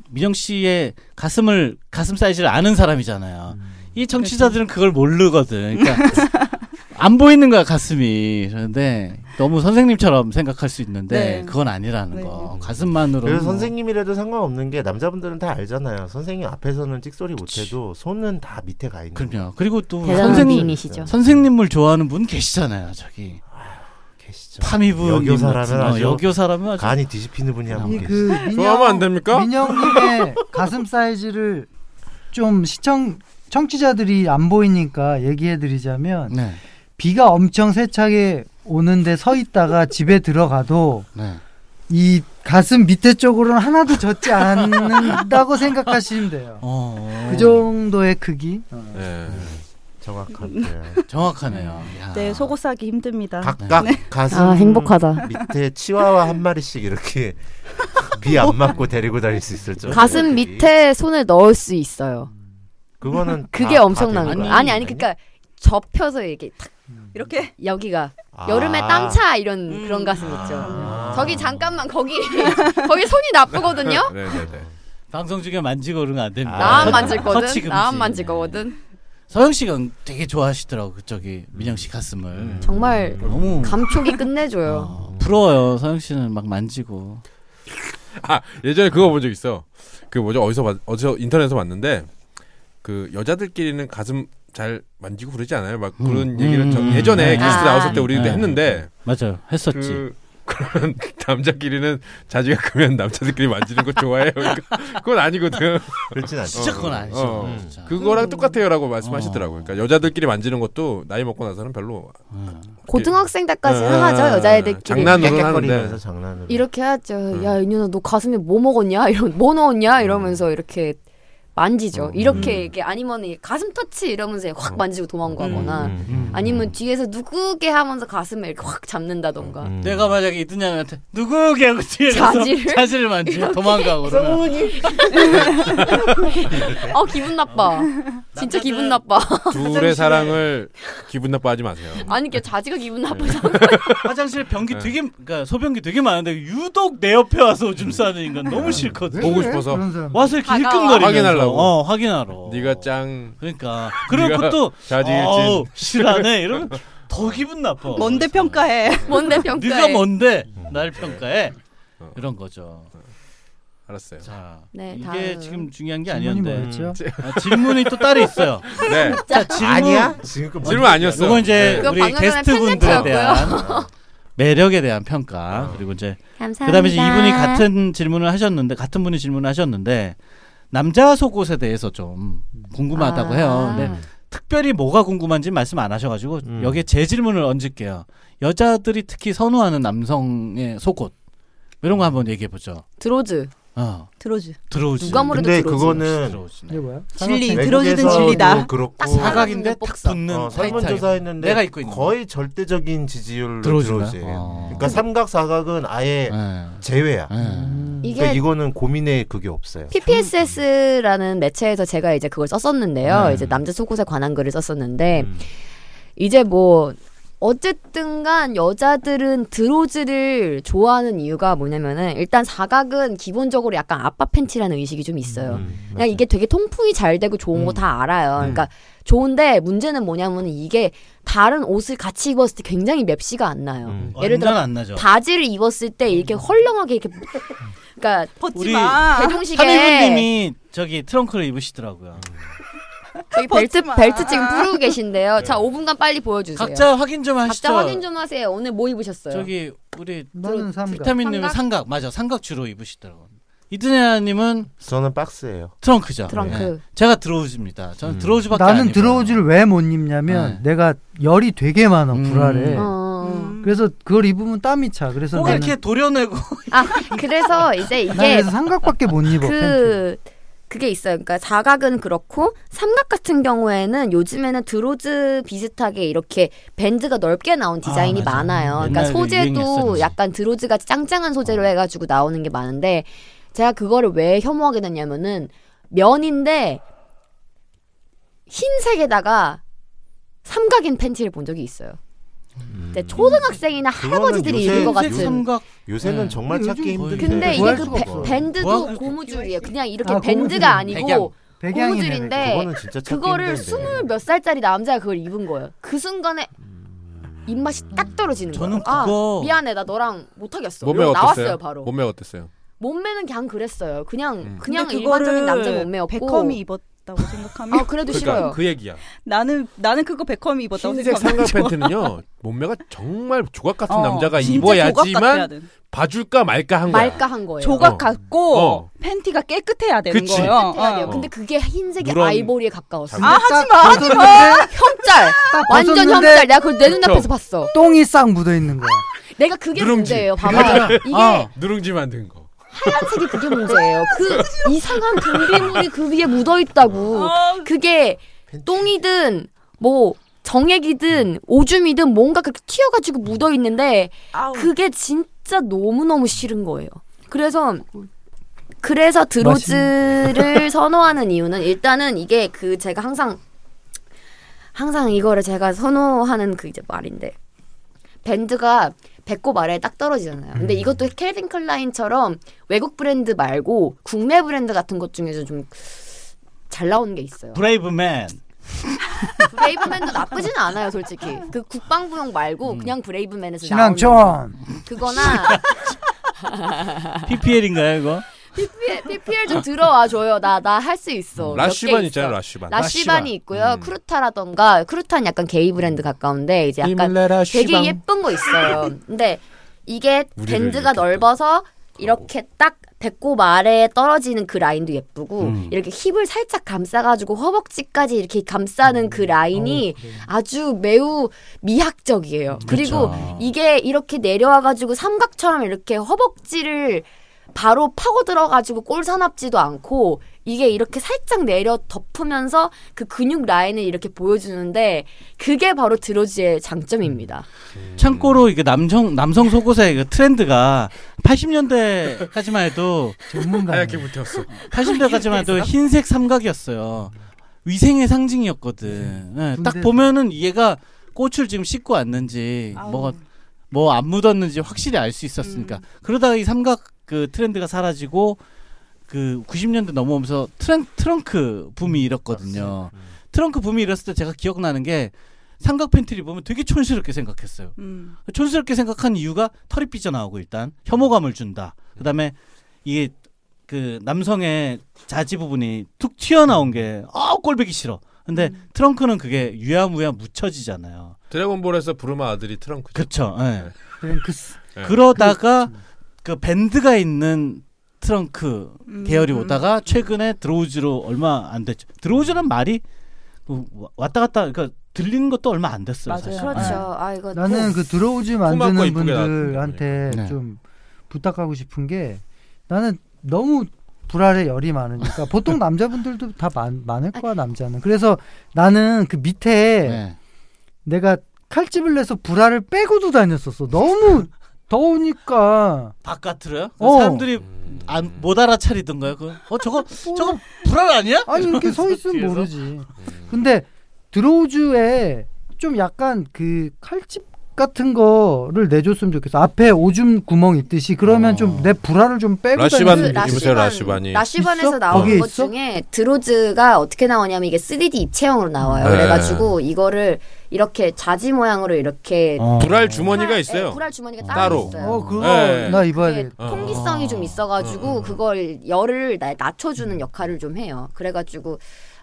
[SPEAKER 6] 민영 씨의 가슴을
[SPEAKER 5] 음.
[SPEAKER 6] 가슴 사이즈를 아는 사람이잖아요. 이 청취자들은 그걸 모르거든. 그러니까 안 보이는 거야 가슴이 그런데 너무 선생님처럼 생각할 수 있는데
[SPEAKER 7] 네.
[SPEAKER 6] 그건 아니라는
[SPEAKER 7] 네.
[SPEAKER 6] 거 가슴만으로
[SPEAKER 5] 그래서 선생님이라도 상관없는 게 남자분들은 다 알잖아요. 선생님 앞에서는 찍소리 못해도 손은 다 밑에 가 있는.
[SPEAKER 6] 그럼요 그리고 또
[SPEAKER 9] 대단한
[SPEAKER 6] 선생님
[SPEAKER 9] 미인이시죠.
[SPEAKER 6] 선생님을 좋아하는 분 계시잖아요 저기
[SPEAKER 5] 계시죠.
[SPEAKER 6] 파미분
[SPEAKER 5] 여교사라면
[SPEAKER 6] 같은, 어,
[SPEAKER 5] 아주
[SPEAKER 6] 여교사라면 아주
[SPEAKER 5] 간이 뒤집히는 분이 한분 계시죠.
[SPEAKER 8] 이그
[SPEAKER 4] 좋아하면 안 됩니까?
[SPEAKER 8] 민영님의 가슴 사이즈를 좀 시청 청취자들이 안 보이니까 얘기해드리자면
[SPEAKER 6] 네,
[SPEAKER 8] 비가 엄청 세차게 오는데 서 있다가 집에 들어가도
[SPEAKER 6] 네.
[SPEAKER 8] 이 가슴 밑에 쪽으로는 하나도 젖지 않는다고 생각하시면
[SPEAKER 9] 네.
[SPEAKER 8] 돼요.
[SPEAKER 6] 어,
[SPEAKER 8] 그 정도의 크기.
[SPEAKER 4] 예.
[SPEAKER 5] 정확한. 네.
[SPEAKER 6] 정확하네요 야.
[SPEAKER 7] 네, 속옷 사기 힘듭니다.
[SPEAKER 5] 각각 가슴
[SPEAKER 9] 아,
[SPEAKER 5] 음.
[SPEAKER 9] 행복하다.
[SPEAKER 5] 밑에 치와와 한 마리씩 이렇게 비 안 맞고 데리고 다닐 수 있을 정도.
[SPEAKER 9] 가슴 밑에 손을 넣을 수 있어요.
[SPEAKER 5] 그거는
[SPEAKER 9] 그게
[SPEAKER 5] 다-
[SPEAKER 9] 엄청난
[SPEAKER 5] 다들
[SPEAKER 9] 거예요.
[SPEAKER 5] 아니, 네,
[SPEAKER 9] 아니 아니 그러니까 접혀서 이게 탁
[SPEAKER 7] 이렇게
[SPEAKER 9] 여기가
[SPEAKER 5] 아.
[SPEAKER 9] 여름에 땅차 이런
[SPEAKER 7] 음.
[SPEAKER 9] 그런 가슴 있죠.
[SPEAKER 5] 아.
[SPEAKER 9] 저기 잠깐만 거기 거기 손이 나쁘거든요.
[SPEAKER 4] 네네네.
[SPEAKER 6] 방송 중에 만지고 그러면 안 됩니다
[SPEAKER 9] 나만
[SPEAKER 5] 아,
[SPEAKER 9] 만질
[SPEAKER 6] 터치
[SPEAKER 9] 거든
[SPEAKER 6] 금지. 네.
[SPEAKER 9] 나만 만질 거거든.
[SPEAKER 6] 서영 씨가 되게 좋아하시더라고 저기 민영 씨 가슴을
[SPEAKER 9] 정말
[SPEAKER 6] 너무
[SPEAKER 9] 감촉이 끝내줘요.
[SPEAKER 6] 어, 부러워요 서영 씨는 막 만지고
[SPEAKER 4] 아 예전에 그거 본 적 있어. 그 뭐죠 어디서 봤, 어디서 인터넷에서 봤는데 그 여자들끼리는 가슴 잘 만지고 그러지 않아요? 막 그런
[SPEAKER 6] 음,
[SPEAKER 4] 얘기를 저-
[SPEAKER 6] 음,
[SPEAKER 4] 예전에
[SPEAKER 9] 음.
[SPEAKER 4] 게스트
[SPEAKER 9] 아.
[SPEAKER 4] 나왔을 때 우리도
[SPEAKER 6] 네.
[SPEAKER 4] 했는데
[SPEAKER 6] 맞아요 했었지
[SPEAKER 4] 그 그런 남자끼리는 자지가 크면 남자들끼리 만지는 거 좋아해요. 그러니까 그건 아니거든.
[SPEAKER 5] 그렇진 않죠.
[SPEAKER 6] 진짜 그건 아니죠
[SPEAKER 4] 어.
[SPEAKER 6] 진짜.
[SPEAKER 4] 그거랑 똑같아요라고 말씀하시더라고요. 그러니까 여자들끼리 만지는 것도 나이 먹고 나서는 별로
[SPEAKER 6] 어.
[SPEAKER 9] 고등학생 때까지는
[SPEAKER 4] 아,
[SPEAKER 9] 하죠 여자애들끼리.
[SPEAKER 4] 장난으로
[SPEAKER 5] 깨끗거리면서
[SPEAKER 4] 하는데
[SPEAKER 5] 장난으로.
[SPEAKER 9] 이렇게 하죠.
[SPEAKER 4] 음.
[SPEAKER 9] 야, 인윤아, 너 가슴에 뭐 먹었냐? 이런, 뭐 넣었냐? 이러면서 이렇게 만지죠. 이렇게, 이게 아니면 이 가슴 터치 이러면서 확 만지고 도망가거나
[SPEAKER 5] 음, 음.
[SPEAKER 9] 아니면 뒤에서 누구게 하면서 가슴에 이렇게 확 잡는다던가.
[SPEAKER 5] 음.
[SPEAKER 6] 내가 만약에 이든양한테 누구게 하고 뒤에 가서
[SPEAKER 9] 자지를?
[SPEAKER 6] 자지를 만지고 도망가고 그러면
[SPEAKER 9] 어, 기분 나빠. 진짜 기분 나빠.
[SPEAKER 4] 둘의 사랑을 기분 나빠하지 마세요.
[SPEAKER 9] 아니, 이게 자지가 기분 나빠서.
[SPEAKER 5] 음.
[SPEAKER 6] 화장실에 변기
[SPEAKER 4] 네.
[SPEAKER 6] 되게 그러니까 소변기 되게 많은데 유독 내 옆에 와서 오줌 싸는
[SPEAKER 8] 네.
[SPEAKER 6] 인간 너무
[SPEAKER 8] 왜
[SPEAKER 6] 싫거든
[SPEAKER 4] 보고
[SPEAKER 8] 그래?
[SPEAKER 4] 싶어서.
[SPEAKER 8] 그런 사람.
[SPEAKER 6] 와서 이렇게
[SPEAKER 9] 다가와.
[SPEAKER 6] 힐끔거리면서
[SPEAKER 4] 확인하려고.
[SPEAKER 6] 어 확인하러
[SPEAKER 4] 네가 짱
[SPEAKER 6] 그러니까 그리고
[SPEAKER 4] 네가
[SPEAKER 6] 또
[SPEAKER 4] 자지일진.
[SPEAKER 6] 어우 실하네 이러면 더 기분 나빠
[SPEAKER 7] 뭔데 평가해.
[SPEAKER 6] 어.
[SPEAKER 9] 뭔데 평가해.
[SPEAKER 6] 네가
[SPEAKER 5] 뭐-
[SPEAKER 6] 뭔데
[SPEAKER 4] 음.
[SPEAKER 6] 날 평가해
[SPEAKER 4] 어.
[SPEAKER 6] 이런 거죠
[SPEAKER 4] 알았어요.
[SPEAKER 6] 자
[SPEAKER 9] 네,
[SPEAKER 6] 이게
[SPEAKER 9] 다음.
[SPEAKER 6] 지금 중요한 게
[SPEAKER 8] 질문이
[SPEAKER 6] 아니었는데
[SPEAKER 8] 뭐였죠?
[SPEAKER 6] 아, 질문이 또 따로 있어요
[SPEAKER 4] 네.
[SPEAKER 6] 자 질문
[SPEAKER 5] 아니야? 뭐 지금
[SPEAKER 4] 질문 아니었어요. 네.
[SPEAKER 6] 이건 이제
[SPEAKER 9] 그거
[SPEAKER 6] 우리
[SPEAKER 9] 방금 전에
[SPEAKER 6] 게스트 분들에
[SPEAKER 9] 팬센터였고요.
[SPEAKER 6] 대한 매력에 대한 평가 그리고 이제
[SPEAKER 12] 감사합니다.
[SPEAKER 6] 그다음에 이제 이분이 같은 질문을 하셨는데 같은 분이 질문을 하셨는데 남자 속옷에 대해서 좀 궁금하다고
[SPEAKER 9] 아.
[SPEAKER 6] 해요. 근데 특별히 뭐가 궁금한지 말씀 안 하셔가지고
[SPEAKER 5] 음.
[SPEAKER 6] 여기에 제 질문을 얹을게요. 여자들이 특히 선호하는 남성의 속옷 이런 거 한번 얘기해 보죠.
[SPEAKER 9] 드로즈.
[SPEAKER 6] 어
[SPEAKER 7] 드로즈.
[SPEAKER 6] 들어오지.
[SPEAKER 9] 누가 뭐래도
[SPEAKER 5] 근데
[SPEAKER 9] 들어오지.
[SPEAKER 5] 그거는
[SPEAKER 6] 들어오지.
[SPEAKER 8] 이게 뭐야?
[SPEAKER 7] 진리.
[SPEAKER 5] 외국에서도
[SPEAKER 7] 들어지든 진리다.
[SPEAKER 5] 그렇고
[SPEAKER 9] 딱 사각
[SPEAKER 6] 사각인데 딱
[SPEAKER 9] 아, 복사.
[SPEAKER 6] 붙는
[SPEAKER 5] 어,
[SPEAKER 6] 타이트하게.
[SPEAKER 5] 설문조사했는데
[SPEAKER 6] 내가 입고 있는
[SPEAKER 5] 거의 절대적인 지지율로
[SPEAKER 6] 들어오지나요?
[SPEAKER 5] 들어오지.
[SPEAKER 6] 어.
[SPEAKER 5] 그러니까 삼각 사각은 아예 제외야.
[SPEAKER 6] 예, 예.
[SPEAKER 9] 이게
[SPEAKER 5] 그러니까 이거는 고민의 그게 없어요.
[SPEAKER 9] PPSS라는 매체에서 제가 이제 그걸 썼었는데요.
[SPEAKER 6] 네.
[SPEAKER 9] 이제 남자 속옷에 관한 글을 썼었는데
[SPEAKER 5] 음.
[SPEAKER 9] 이제 뭐 어쨌든간 여자들은 드로즈를 좋아하는 이유가 뭐냐면은 일단 사각은 기본적으로 약간 아빠 팬티라는 의식이 좀 있어요.
[SPEAKER 5] 음,
[SPEAKER 9] 그냥 이게 되게 통풍이 잘 되고 좋은
[SPEAKER 8] 음.
[SPEAKER 9] 거 다 알아요.
[SPEAKER 8] 네.
[SPEAKER 9] 그러니까 좋은데 문제는 뭐냐면 이게 다른 옷을 같이 입었을 때 굉장히 맵시가 안 나요.
[SPEAKER 5] 음.
[SPEAKER 9] 예를 들어
[SPEAKER 6] 완전 안 나죠.
[SPEAKER 9] 바지를 입었을 때
[SPEAKER 8] 음.
[SPEAKER 9] 이렇게 헐렁하게 이렇게 그러니까
[SPEAKER 7] 벗지
[SPEAKER 6] 우리
[SPEAKER 8] 아,
[SPEAKER 7] 마.
[SPEAKER 9] 개동식에
[SPEAKER 6] 하늘님이 저기 트렁크를 입으시더라고요.
[SPEAKER 9] 저기
[SPEAKER 8] 아,
[SPEAKER 9] 벨트
[SPEAKER 7] 벗지 마.
[SPEAKER 9] 벨트 지금 부르고 계신데요.
[SPEAKER 8] 네.
[SPEAKER 9] 자, 5분간 빨리 보여주세요.
[SPEAKER 6] 각자 확인 좀 하시죠.
[SPEAKER 9] 각자 확인 좀 하세요. 오늘 뭐 입으셨어요?
[SPEAKER 6] 저기 우리
[SPEAKER 8] 나는 삼각.
[SPEAKER 6] 비타민님은
[SPEAKER 9] 삼각?
[SPEAKER 6] 삼각 맞아 삼각 주로 입으시더라고. 이드네아님은
[SPEAKER 5] 저는 박스예요.
[SPEAKER 6] 트렁크죠.
[SPEAKER 9] 트렁크.
[SPEAKER 6] 예. 제가 드로우즈입니다. 저는
[SPEAKER 5] 음.
[SPEAKER 6] 드로우즈밖에 안
[SPEAKER 8] 네. 나는
[SPEAKER 6] 입어요.
[SPEAKER 8] 드로우즈를 왜 못 입냐면 내가 열이 되게 많아
[SPEAKER 6] 네. 음.
[SPEAKER 8] 불알에.
[SPEAKER 9] 어.
[SPEAKER 8] 그래서 그걸 입으면 땀이 차. 그래서
[SPEAKER 6] 꼭
[SPEAKER 8] 나는
[SPEAKER 6] 이렇게 도려내고
[SPEAKER 9] 아, 그래서 이제
[SPEAKER 8] 난
[SPEAKER 9] 이게
[SPEAKER 8] 그래서 삼각밖에 못 입어. 팬티.
[SPEAKER 9] 그 그게 있어요. 그러니까 사각은 그렇고 삼각 같은 경우에는 요즘에는 드로즈 비슷하게 이렇게 밴드가 넓게 나온 디자인이
[SPEAKER 6] 맞아요.
[SPEAKER 9] 많아요. 그러니까
[SPEAKER 6] 옛날에
[SPEAKER 9] 소재도
[SPEAKER 6] 유행했었지.
[SPEAKER 9] 약간 드로즈 같이 짱짱한 소재로 해가지고 나오는 게 많은데 제가 그거를 왜 혐오하게 됐냐면은 면인데 흰색에다가 삼각인 팬티를 본 적이 있어요. 근데 초등학생이나
[SPEAKER 5] 그거는
[SPEAKER 9] 할아버지들이
[SPEAKER 5] 요새
[SPEAKER 9] 입을 것
[SPEAKER 5] 흰색
[SPEAKER 9] 같은.
[SPEAKER 6] 흰색 삼각
[SPEAKER 5] 요새는
[SPEAKER 6] 네.
[SPEAKER 5] 정말
[SPEAKER 8] 요즘
[SPEAKER 5] 찾기
[SPEAKER 6] 거의-
[SPEAKER 5] 힘든데.
[SPEAKER 9] 근데 이게
[SPEAKER 8] 구할
[SPEAKER 9] 그
[SPEAKER 8] 수가
[SPEAKER 9] 배-
[SPEAKER 8] 없어.
[SPEAKER 9] 밴드도
[SPEAKER 6] 구할-
[SPEAKER 9] 고무줄이에요. 그냥 이렇게
[SPEAKER 8] 아,
[SPEAKER 9] 밴드가
[SPEAKER 8] 고무줄이네.
[SPEAKER 6] 백양.
[SPEAKER 9] 아니고
[SPEAKER 8] 백양이네.
[SPEAKER 9] 고무줄인데
[SPEAKER 5] 그거는 진짜 찾기
[SPEAKER 9] 그거를
[SPEAKER 5] 힘든데. 음.
[SPEAKER 9] 스물 몇 살짜리 남자가 그걸 입은 거예요. 그 순간에 입맛이 딱 떨어지는 거예요.
[SPEAKER 6] 저는
[SPEAKER 9] 아,
[SPEAKER 6] 그거-
[SPEAKER 9] 미안해 나 너랑 못 하겠어.
[SPEAKER 4] 몸매 어땠어요?
[SPEAKER 9] 나왔어요 바로.
[SPEAKER 4] 몸매 어땠어요?
[SPEAKER 9] 몸매... 는 그냥 그랬어요. 그냥
[SPEAKER 4] 음.
[SPEAKER 9] 그냥
[SPEAKER 7] 근데
[SPEAKER 9] 일반적인
[SPEAKER 7] 그거를
[SPEAKER 9] 남자 몸매였고.
[SPEAKER 7] 베컴이 입었다고 생각하면
[SPEAKER 9] 아 그래도
[SPEAKER 4] 그러니까
[SPEAKER 9] 싫어요. 뭐
[SPEAKER 4] 그 얘기야.
[SPEAKER 7] 나는 나는 그거 베컴이 입었다고
[SPEAKER 4] 흰색
[SPEAKER 7] 생각하면
[SPEAKER 4] 삼각
[SPEAKER 7] 좋아.
[SPEAKER 4] 팬티는요 몸매가 정말 조각 같은
[SPEAKER 7] 어,
[SPEAKER 4] 남자가
[SPEAKER 7] 진짜 조각 같아야
[SPEAKER 4] 입어야지만
[SPEAKER 7] 돼.
[SPEAKER 4] 봐줄까 말까 한 거야.
[SPEAKER 9] 말까 한 거예요.
[SPEAKER 7] 조각
[SPEAKER 4] 어.
[SPEAKER 7] 같고
[SPEAKER 4] 어.
[SPEAKER 7] 팬티가 깨끗해야 되는
[SPEAKER 4] 그치.
[SPEAKER 7] 거예요.
[SPEAKER 9] 해야 돼요. 그러니까
[SPEAKER 7] 어.
[SPEAKER 9] 근데 그게 흰색이
[SPEAKER 4] 누런-
[SPEAKER 9] 아이보리에 가까웠어.
[SPEAKER 7] 아 하지 마.
[SPEAKER 8] 벗었는데
[SPEAKER 9] 형짤
[SPEAKER 8] 딱
[SPEAKER 9] 완전
[SPEAKER 8] 벗었는데
[SPEAKER 9] 형짤. 내가 그걸 내 눈앞에서
[SPEAKER 4] 그쵸.
[SPEAKER 9] 봤어.
[SPEAKER 8] 똥이 싹 묻어 있는 거야.
[SPEAKER 9] 내가 그게
[SPEAKER 4] 누룽지.
[SPEAKER 9] 문제예요. 봐봐.
[SPEAKER 6] 맞아.
[SPEAKER 9] 이게
[SPEAKER 6] 어.
[SPEAKER 4] 누룽지 만든 거.
[SPEAKER 9] 하얀색이 그게 문제예요. 그 이상한 분비물이 그 위에 묻어 있다고. 그게 똥이든 뭐 정액이든 오줌이든 뭔가 그렇게 튀어가지고 묻어 있는데 그게 진짜 너무 너무 싫은 거예요. 그래서 그래서 드로즈를 선호하는 이유는 일단은 이게 그 제가 항상 항상 이거를 제가 선호하는 그 이제 말인데 밴드가 배꼽 아래에 딱 떨어지잖아요. 근데 이것도 켈빈 클라인처럼 외국 브랜드 말고 국내 브랜드 같은 것 중에서 좀 잘 나오는 게 있어요.
[SPEAKER 6] 브레이브맨.
[SPEAKER 9] 브레이브맨도 나쁘진 않아요, 솔직히. 그 국방부용 말고
[SPEAKER 4] 음.
[SPEAKER 9] 그냥 브레이브맨에서 나오는
[SPEAKER 8] 신앙촌.
[SPEAKER 9] 그거나
[SPEAKER 6] PPL인가요 이거?
[SPEAKER 9] PPL, PPL 좀 들어와 줘요. 나 나 할 수 있어. 몇
[SPEAKER 4] 음, 라쉬반
[SPEAKER 9] 개
[SPEAKER 4] 있잖아요,
[SPEAKER 9] 있어.
[SPEAKER 4] 라쉬반.
[SPEAKER 9] 라쉬반이 있고요. 크루타라던가 크루타는 약간 게이 브랜드 가까운데 이제 약간
[SPEAKER 4] 힘을 내라,
[SPEAKER 9] 되게
[SPEAKER 4] 시방.
[SPEAKER 9] 예쁜 거 있어요. 근데 이게
[SPEAKER 4] 우리를
[SPEAKER 9] 밴드가
[SPEAKER 4] 이렇게 또-
[SPEAKER 9] 넓어서 이렇게 딱 배꼽 아래에 떨어지는 그 라인도 예쁘고
[SPEAKER 6] 음.
[SPEAKER 9] 이렇게 힙을 살짝 감싸가지고 허벅지까지 이렇게 감싸는
[SPEAKER 4] 음.
[SPEAKER 9] 그 라인이 아주 매우 미학적이에요.
[SPEAKER 4] 음,
[SPEAKER 9] 그리
[SPEAKER 4] 그렇죠.
[SPEAKER 9] 고
[SPEAKER 6] 그쵸.
[SPEAKER 9] 이게 이렇게 내려와가지고 삼각처럼 이렇게 허벅지를 바로 파고 들어가지고 꼴 사납지도 않고 이게 이렇게 살짝 내려 덮으면서 그 근육 라인을 이렇게 보여주는데 그게 바로 드로즈의 장점입니다.
[SPEAKER 6] 참고로 이게 남성 남성 속옷의 그 트렌드가 80년대까지만 해도
[SPEAKER 8] 전문가.
[SPEAKER 4] 하얗게 붙였어.
[SPEAKER 6] 80년대까지만 해도 흰색 삼각이었어요. 위생의 상징이었거든. 예,
[SPEAKER 8] 네.
[SPEAKER 6] 딱
[SPEAKER 8] 군대-
[SPEAKER 6] 보면은 얘가 꽃을 지금 씻고 왔는지 뭐가 뭐 안 묻었는지 확실히 알 수
[SPEAKER 8] 음.
[SPEAKER 6] 있었으니까. 그러다가 이 삼각 그 트렌드가 사라지고 그 90년대 넘어오면서 트렌, 트렁크 붐이 일었거든요.
[SPEAKER 8] 음.
[SPEAKER 6] 트렁크 붐이 일었을 때 제가 기억나는 게 삼각 팬티를 보면 되게 촌스럽게 생각했어요.
[SPEAKER 7] 음.
[SPEAKER 6] 촌스럽게 생각한 이유가 털이 삐져나오고 일단 혐오감을 준다. 그다음에 이게 그 남성의 자지 부분이 툭 튀어나온 게아 꼴보기 싫어. 근데 트렁크는 그게 유야무야 묻혀지잖아요.
[SPEAKER 4] 드래곤볼에서 부르마 아들이 트렁크죠.
[SPEAKER 6] 그쵸? 예.
[SPEAKER 8] 랭크스.
[SPEAKER 4] 네.
[SPEAKER 6] 그러다가 그 밴드가 있는 트렁크
[SPEAKER 7] 음.
[SPEAKER 6] 계열이 오다가 최근에 드로우즈로 얼마 안 됐죠. 드로우즈란 말이 그 왔다 갔다 그러니까 들리는 것도 얼마 안 됐어요.
[SPEAKER 7] 맞아요.
[SPEAKER 6] 사실.
[SPEAKER 4] 네.
[SPEAKER 9] 그렇죠. 아 이거
[SPEAKER 8] 나는 그 들어오지
[SPEAKER 4] 거
[SPEAKER 8] 만드는
[SPEAKER 4] 이쁘게
[SPEAKER 6] 네.
[SPEAKER 8] 분들한테
[SPEAKER 6] 나왔던 거.
[SPEAKER 8] 좀 네, 부탁하고 싶은 게 나는 너무 불알에 열이 많으니까 보통 남자분들도 다 많, 많을 거야 남자는 그래서 나는 그 밑에
[SPEAKER 6] 예. 네.
[SPEAKER 8] 내가 칼집을 내서 불알을 빼고도 다녔었어 너무 더우니까
[SPEAKER 6] 바깥으로요?
[SPEAKER 8] 어.
[SPEAKER 6] 사람들이 안, 못 알아차리던가요? 그, 어, 저거, 저거 불알 아니야?
[SPEAKER 8] 아니 이렇게 서 있으면
[SPEAKER 6] 뒤에서? 음.
[SPEAKER 8] 모르지 근데 드로우즈에 좀 약간 그 칼집 같은 거를 내줬으면 좋겠어 앞에 오줌 구멍 있듯이 그러면
[SPEAKER 6] 어.
[SPEAKER 8] 좀 내 불알을 좀 빼고
[SPEAKER 4] 라시반
[SPEAKER 8] 다니는
[SPEAKER 4] 그
[SPEAKER 8] 게
[SPEAKER 4] 라시- 입으세요, 라시반이.
[SPEAKER 9] 라시반에서
[SPEAKER 8] 있어?
[SPEAKER 9] 나오는
[SPEAKER 8] 거기에
[SPEAKER 9] 것
[SPEAKER 8] 있어?
[SPEAKER 9] 중에 드로즈가 어떻게 나오냐면 이게 3D 입체형으로 나와요.
[SPEAKER 4] 네.
[SPEAKER 9] 그래가지고 이거를 이렇게 자지 모양으로 이렇게
[SPEAKER 4] 불알 주머니가
[SPEAKER 9] 네,
[SPEAKER 4] 있어요.
[SPEAKER 9] 불알 주머니가
[SPEAKER 4] 따로.
[SPEAKER 9] 따로, 있어요.
[SPEAKER 8] 어 그거
[SPEAKER 4] 예.
[SPEAKER 8] 나 입어야
[SPEAKER 9] 그게
[SPEAKER 8] 되겠다
[SPEAKER 9] 통기성이 좀 있어가지고 그걸 열을 나- 낮춰주는 역할을 좀 해요. 그래가지고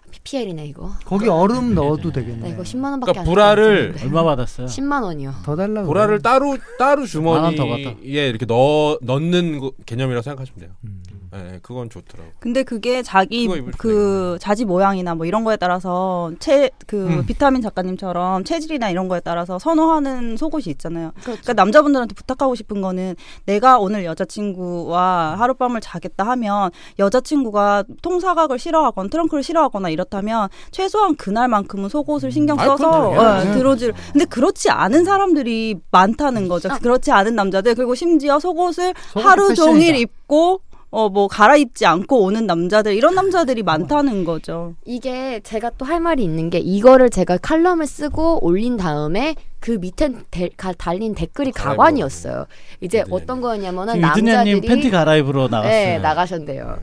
[SPEAKER 9] PPL이네 이거.
[SPEAKER 8] 거기 얼음 넣어도
[SPEAKER 9] 나
[SPEAKER 8] 되겠네
[SPEAKER 9] 이거 10만 원밖에
[SPEAKER 4] 그러니까
[SPEAKER 9] 안
[SPEAKER 4] 불알을
[SPEAKER 6] 얼마 받았어요?
[SPEAKER 9] 10만 원이요.
[SPEAKER 8] 더 달라고
[SPEAKER 4] 보라를 따로 따로
[SPEAKER 6] 만원 더 받아.
[SPEAKER 4] 주머니에 이렇게 넣어 넣는 거- 개념이라고 생각하시면 돼요. 예, 예, 그건 좋더라고.
[SPEAKER 7] 근데 그게 자기
[SPEAKER 4] 그거 입을
[SPEAKER 7] 그 자지 모양이나 뭐 이런 거에 따라서 체 그
[SPEAKER 4] 음.
[SPEAKER 7] 비타민 작가님처럼 체질이나 이런 거에 따라서 선호하는 속옷이 있잖아요.
[SPEAKER 9] 그렇죠.
[SPEAKER 7] 그러니까 남자분들한테 부탁하고 싶은 거는 내가 오늘 여자친구와 하룻밤을 자겠다 하면 여자친구가 통사각을 싫어하거나 트렁크를 싫어하거나 이렇다면 최소한 그날만큼은 속옷을 신경
[SPEAKER 4] 아이, 그건
[SPEAKER 7] 써서
[SPEAKER 4] 당연하지.
[SPEAKER 7] 예, 들어줄. 근데 그렇지 않은 사람들이 많다는 거죠.
[SPEAKER 9] 아.
[SPEAKER 7] 그렇지 않은 남자들 그리고 심지어 속옷을
[SPEAKER 8] 속옷이
[SPEAKER 7] 하루 종일
[SPEAKER 8] 패션이다.
[SPEAKER 7] 입고 어 뭐 갈아입지 않고 오는 남자들 이런 남자들이 많다는 거죠.
[SPEAKER 9] 이게 제가 또 할 말이 있는 게 이거를 제가 칼럼을 쓰고 올린 다음에 그 밑에 데- 가- 달린 댓글이
[SPEAKER 4] 가위바위보.
[SPEAKER 9] 가관이었어요. 이제
[SPEAKER 4] 이드냐님.
[SPEAKER 9] 어떤 거였냐면은
[SPEAKER 6] 지금 이드냐님
[SPEAKER 9] 남자들이
[SPEAKER 6] 팬티 갈아입으러 나갔어요.
[SPEAKER 9] 네, 나가셨네요.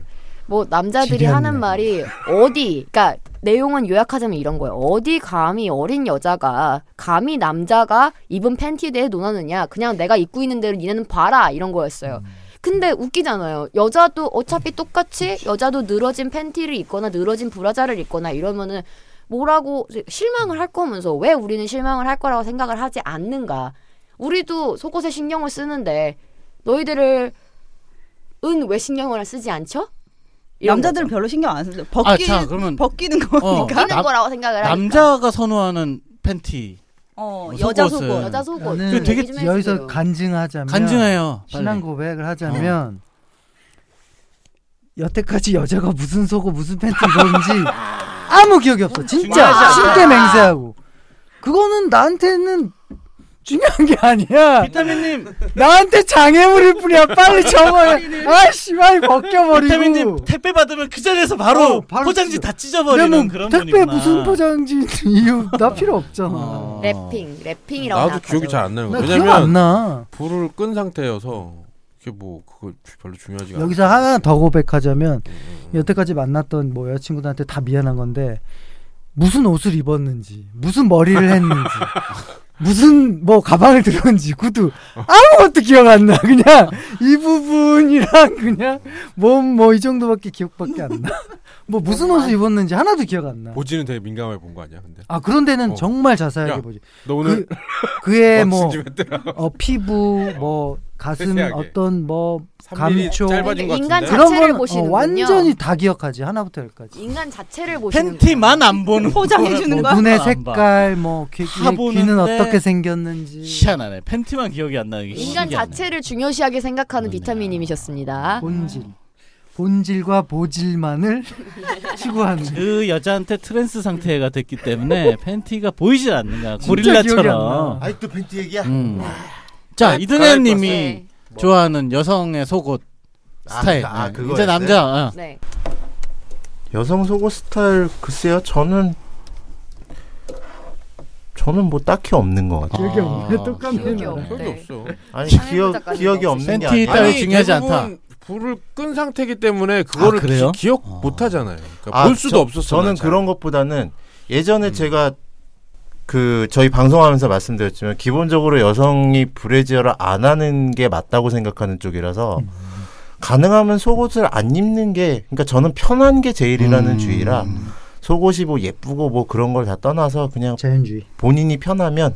[SPEAKER 9] 뭐 남자들이
[SPEAKER 8] 지리하네.
[SPEAKER 9] 하는 말이 어디, 그러니까 내용은 요약하자면 이런 거예요. 어디 감히 어린 여자가 감히 남자가 입은 팬티에 대해 논하느냐. 그냥 내가 입고 있는 대로 니네는 봐라 이런 거였어요.
[SPEAKER 6] 음.
[SPEAKER 9] 근데 웃기잖아요. 여자도 어차피 똑같이 여자도 늘어진 팬티를 입거나 늘어진 브라자를 입거나 이러면은 뭐라고 실망을 할 거면서 왜 우리는 실망을 할 거라고 생각을 하지 않는가? 우리도 속옷에 신경을 쓰는데 너희들을 은 왜 신경을 쓰지 않죠? 이런
[SPEAKER 7] 남자들은
[SPEAKER 9] 거죠.
[SPEAKER 7] 별로 신경 안 쓰죠.
[SPEAKER 6] 아,
[SPEAKER 7] 벗기,
[SPEAKER 6] 자, 그러면
[SPEAKER 7] 벗기는 거니까.
[SPEAKER 6] 어.
[SPEAKER 9] 끼는
[SPEAKER 6] 남-
[SPEAKER 9] 거라고 생각을 하니까.
[SPEAKER 6] 남자가 선호하는 팬티
[SPEAKER 7] 어,
[SPEAKER 6] 어,
[SPEAKER 7] 여자
[SPEAKER 6] 속옷을.
[SPEAKER 7] 속옷.
[SPEAKER 9] 여자 속옷
[SPEAKER 8] 나는
[SPEAKER 9] 좀
[SPEAKER 6] 되게
[SPEAKER 9] 얘기 좀 해주세요.
[SPEAKER 8] 여기서 간증하자면
[SPEAKER 6] 간증해요. 빨리.
[SPEAKER 8] 신앙 고백을 하자면 여태까지 여자가 무슨 속고 무슨 팬티 입었는지 아무 기억이 없어. 진짜
[SPEAKER 6] 중요하지
[SPEAKER 8] 실대 맹세하고 그거는 나한테는 중요한 게 아니야.
[SPEAKER 6] 어. 비타민님,
[SPEAKER 8] 나한테 장애물일 뿐이야. 빨리 접어요. 아이씨, 빨리 벗겨버리고.
[SPEAKER 6] 비타민님 택배 받으면 그 자리에서 바로
[SPEAKER 8] 어, 바로
[SPEAKER 6] 포장지
[SPEAKER 8] 찢어.
[SPEAKER 6] 다
[SPEAKER 8] 근데
[SPEAKER 6] 찢어버리는
[SPEAKER 8] 뭐
[SPEAKER 6] 그런
[SPEAKER 8] 택배
[SPEAKER 6] 분이구나.
[SPEAKER 8] 무슨 포장지 이유 나 필요 없잖아.
[SPEAKER 6] 어.
[SPEAKER 9] 랩핑, 랩핑이라고
[SPEAKER 4] 나도 기억이 잘 안 나요.
[SPEAKER 8] 나 기억 안
[SPEAKER 4] 왜냐면
[SPEAKER 8] 나.
[SPEAKER 4] 불을 끈 상태여서 그게 뭐 그거 주- 별로 중요하지가 않아.
[SPEAKER 8] 여기서 하나 더 고백하자면 여태까지 만났던 뭐 여자친구들한테 다 미안한 건데 무슨 옷을 입었는지 무슨 머리를 했는지 무슨 뭐 가방을 들었는지 구두 아무것도 기억 안 나 그냥 이 부분이랑 그냥 몸 뭐 이 정도밖에 기억밖에 안 나 뭐 무슨 옷을 입었는지 하나도 기억 안나아
[SPEAKER 4] 보지는 되게 민감하게 본 거 아니야? 근데
[SPEAKER 8] 그런 데는
[SPEAKER 4] 어.
[SPEAKER 8] 정말
[SPEAKER 9] 아,
[SPEAKER 8] 자세하게
[SPEAKER 4] 야,
[SPEAKER 8] 보지
[SPEAKER 4] 너 오늘
[SPEAKER 8] 그, 의뭐
[SPEAKER 4] 왁싱 좀 했더라.
[SPEAKER 8] 어, 피부 뭐 가슴
[SPEAKER 4] 세세하게.
[SPEAKER 8] 어떤 뭐
[SPEAKER 4] 3mm
[SPEAKER 8] 감초.
[SPEAKER 4] 짧아진 것
[SPEAKER 9] 인간
[SPEAKER 4] 같은데.
[SPEAKER 9] 자-
[SPEAKER 8] 그런
[SPEAKER 9] 자체를
[SPEAKER 8] 건 어,
[SPEAKER 9] 보시는군요.
[SPEAKER 8] 완전히 다 기억하지 하나부터 열까지 어,
[SPEAKER 9] 인간 자체를 보시는
[SPEAKER 6] 팬티만 안 보는
[SPEAKER 7] 포장해
[SPEAKER 6] 거를
[SPEAKER 7] 주는
[SPEAKER 6] 보는
[SPEAKER 7] 거야?
[SPEAKER 8] 눈의
[SPEAKER 6] 거야, 안 봐.
[SPEAKER 8] 색깔 뭐 귀,
[SPEAKER 6] 다
[SPEAKER 8] 귀,
[SPEAKER 6] 보는데
[SPEAKER 8] 귀는 어떻게 생겼는지
[SPEAKER 6] 희한하네. 팬티만 기억이 안 나는 게
[SPEAKER 9] 인간
[SPEAKER 6] 신기하네.
[SPEAKER 9] 자체를 중요시하게 생각하는
[SPEAKER 6] 그렇네요.
[SPEAKER 9] 비타민님이셨습니다.
[SPEAKER 8] 본질 본질과 보질만을 추구하는
[SPEAKER 6] 그 여자한테 트랜스 상태가 됐기 때문에 팬티가 보이질 않는 거야.
[SPEAKER 8] 진짜 기억이 안
[SPEAKER 6] 고릴라처럼.
[SPEAKER 8] 나.
[SPEAKER 5] 아직도 팬티 얘기야?
[SPEAKER 6] 음. 자
[SPEAKER 9] 네.
[SPEAKER 6] 이든혜님이 좋아하는 여성의 속옷
[SPEAKER 5] 네. 아,
[SPEAKER 6] 스타일.
[SPEAKER 5] 아,
[SPEAKER 6] 네.
[SPEAKER 5] 그거였어요?
[SPEAKER 6] 이제 남자 어.
[SPEAKER 9] 네.
[SPEAKER 5] 여성 속옷 스타일 글쎄요. 저는 저는 뭐 딱히 없는 것 같아요.
[SPEAKER 8] 기억이
[SPEAKER 6] 아,
[SPEAKER 8] 없네 똑같네
[SPEAKER 9] 기억이
[SPEAKER 8] 나랑.
[SPEAKER 9] 없네.
[SPEAKER 4] 별게 없어.
[SPEAKER 5] 아니
[SPEAKER 9] 샤넬
[SPEAKER 5] 기억
[SPEAKER 9] 작가님
[SPEAKER 5] 기억이
[SPEAKER 9] 없으시죠?
[SPEAKER 5] 없는 게
[SPEAKER 6] 팬티
[SPEAKER 5] 아니라
[SPEAKER 6] 따위 중요하지
[SPEAKER 4] 대부분
[SPEAKER 6] 않다.
[SPEAKER 4] 불을 끈 상태이기 때문에 그거를
[SPEAKER 6] 아, 그래요?
[SPEAKER 4] 기, 억
[SPEAKER 6] 어.
[SPEAKER 4] 못 하잖아요. 그러니까
[SPEAKER 5] 아,
[SPEAKER 4] 볼 수도
[SPEAKER 5] 저-
[SPEAKER 4] 없었어. 음.
[SPEAKER 5] 저는
[SPEAKER 4] 난 잘.
[SPEAKER 5] 그런 것보다는 예전에 제가 그 저희 방송하면서 말씀드렸지만 기본적으로 여성이 브래지어를 안 하는 게 맞다고 생각하는 쪽이라서
[SPEAKER 4] 음.
[SPEAKER 5] 가능하면 속옷을 안 입는 게 그러니까 저는 편한 게 제일이라는
[SPEAKER 4] 음.
[SPEAKER 5] 주의라 속옷이 뭐 예쁘고 뭐 그런 걸 다 떠나서 그냥
[SPEAKER 8] 자연주의
[SPEAKER 5] 본인이 편하면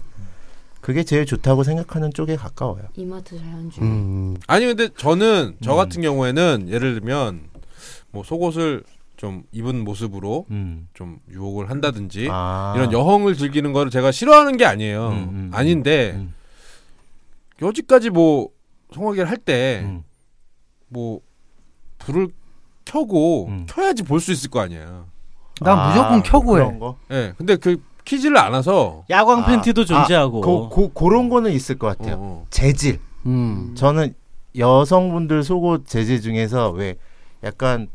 [SPEAKER 5] 그게 제일 좋다고 생각하는 쪽에 가까워요.
[SPEAKER 9] 이마트 자연주의.
[SPEAKER 5] 음.
[SPEAKER 4] 아니 근데 저는 저 같은 경우에는 예를 들면 뭐 속옷을 좀 입은 모습으로 좀 유혹을 한다든지
[SPEAKER 5] 음. 아.
[SPEAKER 4] 음. 이런 여흥을 즐기는 거를 제가 싫어하는 게 아니에요.
[SPEAKER 5] 음, 음,
[SPEAKER 4] 아닌데
[SPEAKER 5] 음.
[SPEAKER 4] 여지까지 뭐 성화계를 할 때 뭐
[SPEAKER 5] 음.
[SPEAKER 4] 불을 켜고
[SPEAKER 5] 음.
[SPEAKER 4] 켜야지 볼 수 있을 거 아니야.
[SPEAKER 8] 난
[SPEAKER 5] 아,
[SPEAKER 8] 무조건 켜고 해
[SPEAKER 5] 그런 거?
[SPEAKER 4] 예. 근데 그 키지를 않아서
[SPEAKER 6] 야광
[SPEAKER 5] 아,
[SPEAKER 6] 팬티도 존재하고.
[SPEAKER 5] 고, 고, 그런 거는 있을 것 같아요.
[SPEAKER 4] 어,
[SPEAKER 5] 재질.
[SPEAKER 6] 음.
[SPEAKER 5] 저는 여성분들 속옷 재질 중에서 왜 약간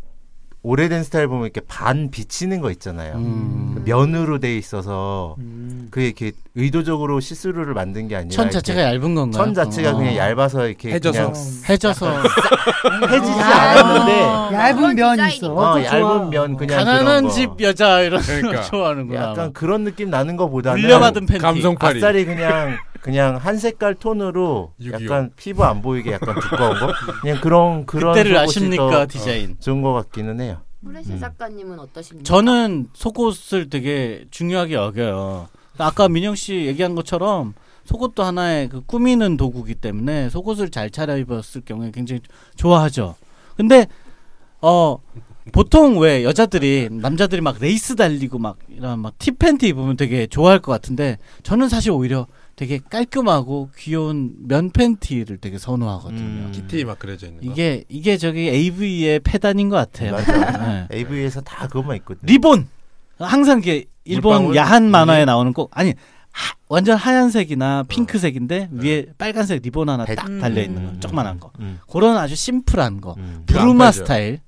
[SPEAKER 5] 오래된 스타일 보면 이렇게 반 비치는 거 있잖아요. 그
[SPEAKER 6] 음.
[SPEAKER 5] 면으로 돼 있어서
[SPEAKER 8] 음.
[SPEAKER 5] 그게 이렇게 의도적으로 시스루를 만든 게 아니라
[SPEAKER 6] 천 자체가 얇은 건가요?
[SPEAKER 5] 천 자체가
[SPEAKER 6] 어.
[SPEAKER 5] 그냥 얇아서 이렇게
[SPEAKER 4] 해져서.
[SPEAKER 5] 그냥
[SPEAKER 6] 해져서
[SPEAKER 5] 해지지
[SPEAKER 8] 아.
[SPEAKER 5] 않았는데
[SPEAKER 8] 얇은 면이
[SPEAKER 9] 디자인이.
[SPEAKER 8] 있어
[SPEAKER 5] 어,
[SPEAKER 8] 그거 좋아.
[SPEAKER 5] 얇은 면 그냥 그런
[SPEAKER 6] 가난한
[SPEAKER 5] 거.
[SPEAKER 6] 집 여자 이런
[SPEAKER 4] 그러니까.
[SPEAKER 6] 거 좋아하는구나.
[SPEAKER 5] 약간 그런 느낌 나는 거보다는
[SPEAKER 6] 음. 물려받은 팬티.
[SPEAKER 4] 감성팔이.
[SPEAKER 5] 아싸리 그냥 그냥 한 색깔 톤으로
[SPEAKER 4] 6.25.
[SPEAKER 5] 약간 피부 안 보이게 약간 두꺼운 거 그냥 그런 그런
[SPEAKER 6] 그때를
[SPEAKER 5] 속옷이
[SPEAKER 6] 아십니까
[SPEAKER 5] 더
[SPEAKER 6] 디자인.
[SPEAKER 5] 좋은 것 같기는 해요.
[SPEAKER 9] 플래시
[SPEAKER 5] 음.
[SPEAKER 9] 작가님은 어떠십니까?
[SPEAKER 6] 저는 속옷을 되게 중요하게 여겨요. 그러니까 아까 민영 씨 얘기한 것처럼 속옷도 하나의 그 꾸미는 도구기 때문에 속옷을 잘 차려입었을 경우에 굉장히 좋아하죠. 근데 어 보통 왜 여자들이 남자들이 막 레이스 달리고 막 이런 막 티팬티 입으면 되게 좋아할 것 같은데 저는 사실 오히려 되게 깔끔하고 귀여운 면 팬티를 되게 선호하거든요.
[SPEAKER 5] 음.
[SPEAKER 4] 키티 막 그려져 있는 거.
[SPEAKER 6] 이게 이게 저기 AV의 패단인 것 같아요.
[SPEAKER 5] 맞아.
[SPEAKER 6] 네.
[SPEAKER 5] AV에서 다 그것만 있거든.
[SPEAKER 6] 리본 항상 이게 일본
[SPEAKER 4] 물방울? 예.
[SPEAKER 6] 야한 만화에 나오는 꼭 아니 하- 완전 하얀색이나 핑크색인데
[SPEAKER 4] 어.
[SPEAKER 6] 위에
[SPEAKER 4] 네.
[SPEAKER 6] 빨간색 리본 하나
[SPEAKER 5] 배-
[SPEAKER 6] 딱
[SPEAKER 7] 음.
[SPEAKER 6] 달려 있는
[SPEAKER 5] 음.
[SPEAKER 6] 거 조그만한 거
[SPEAKER 5] 음.
[SPEAKER 6] 그런 아주 심플한 거
[SPEAKER 5] 음.
[SPEAKER 6] 부르마
[SPEAKER 4] 안 팔죠.
[SPEAKER 6] 스타일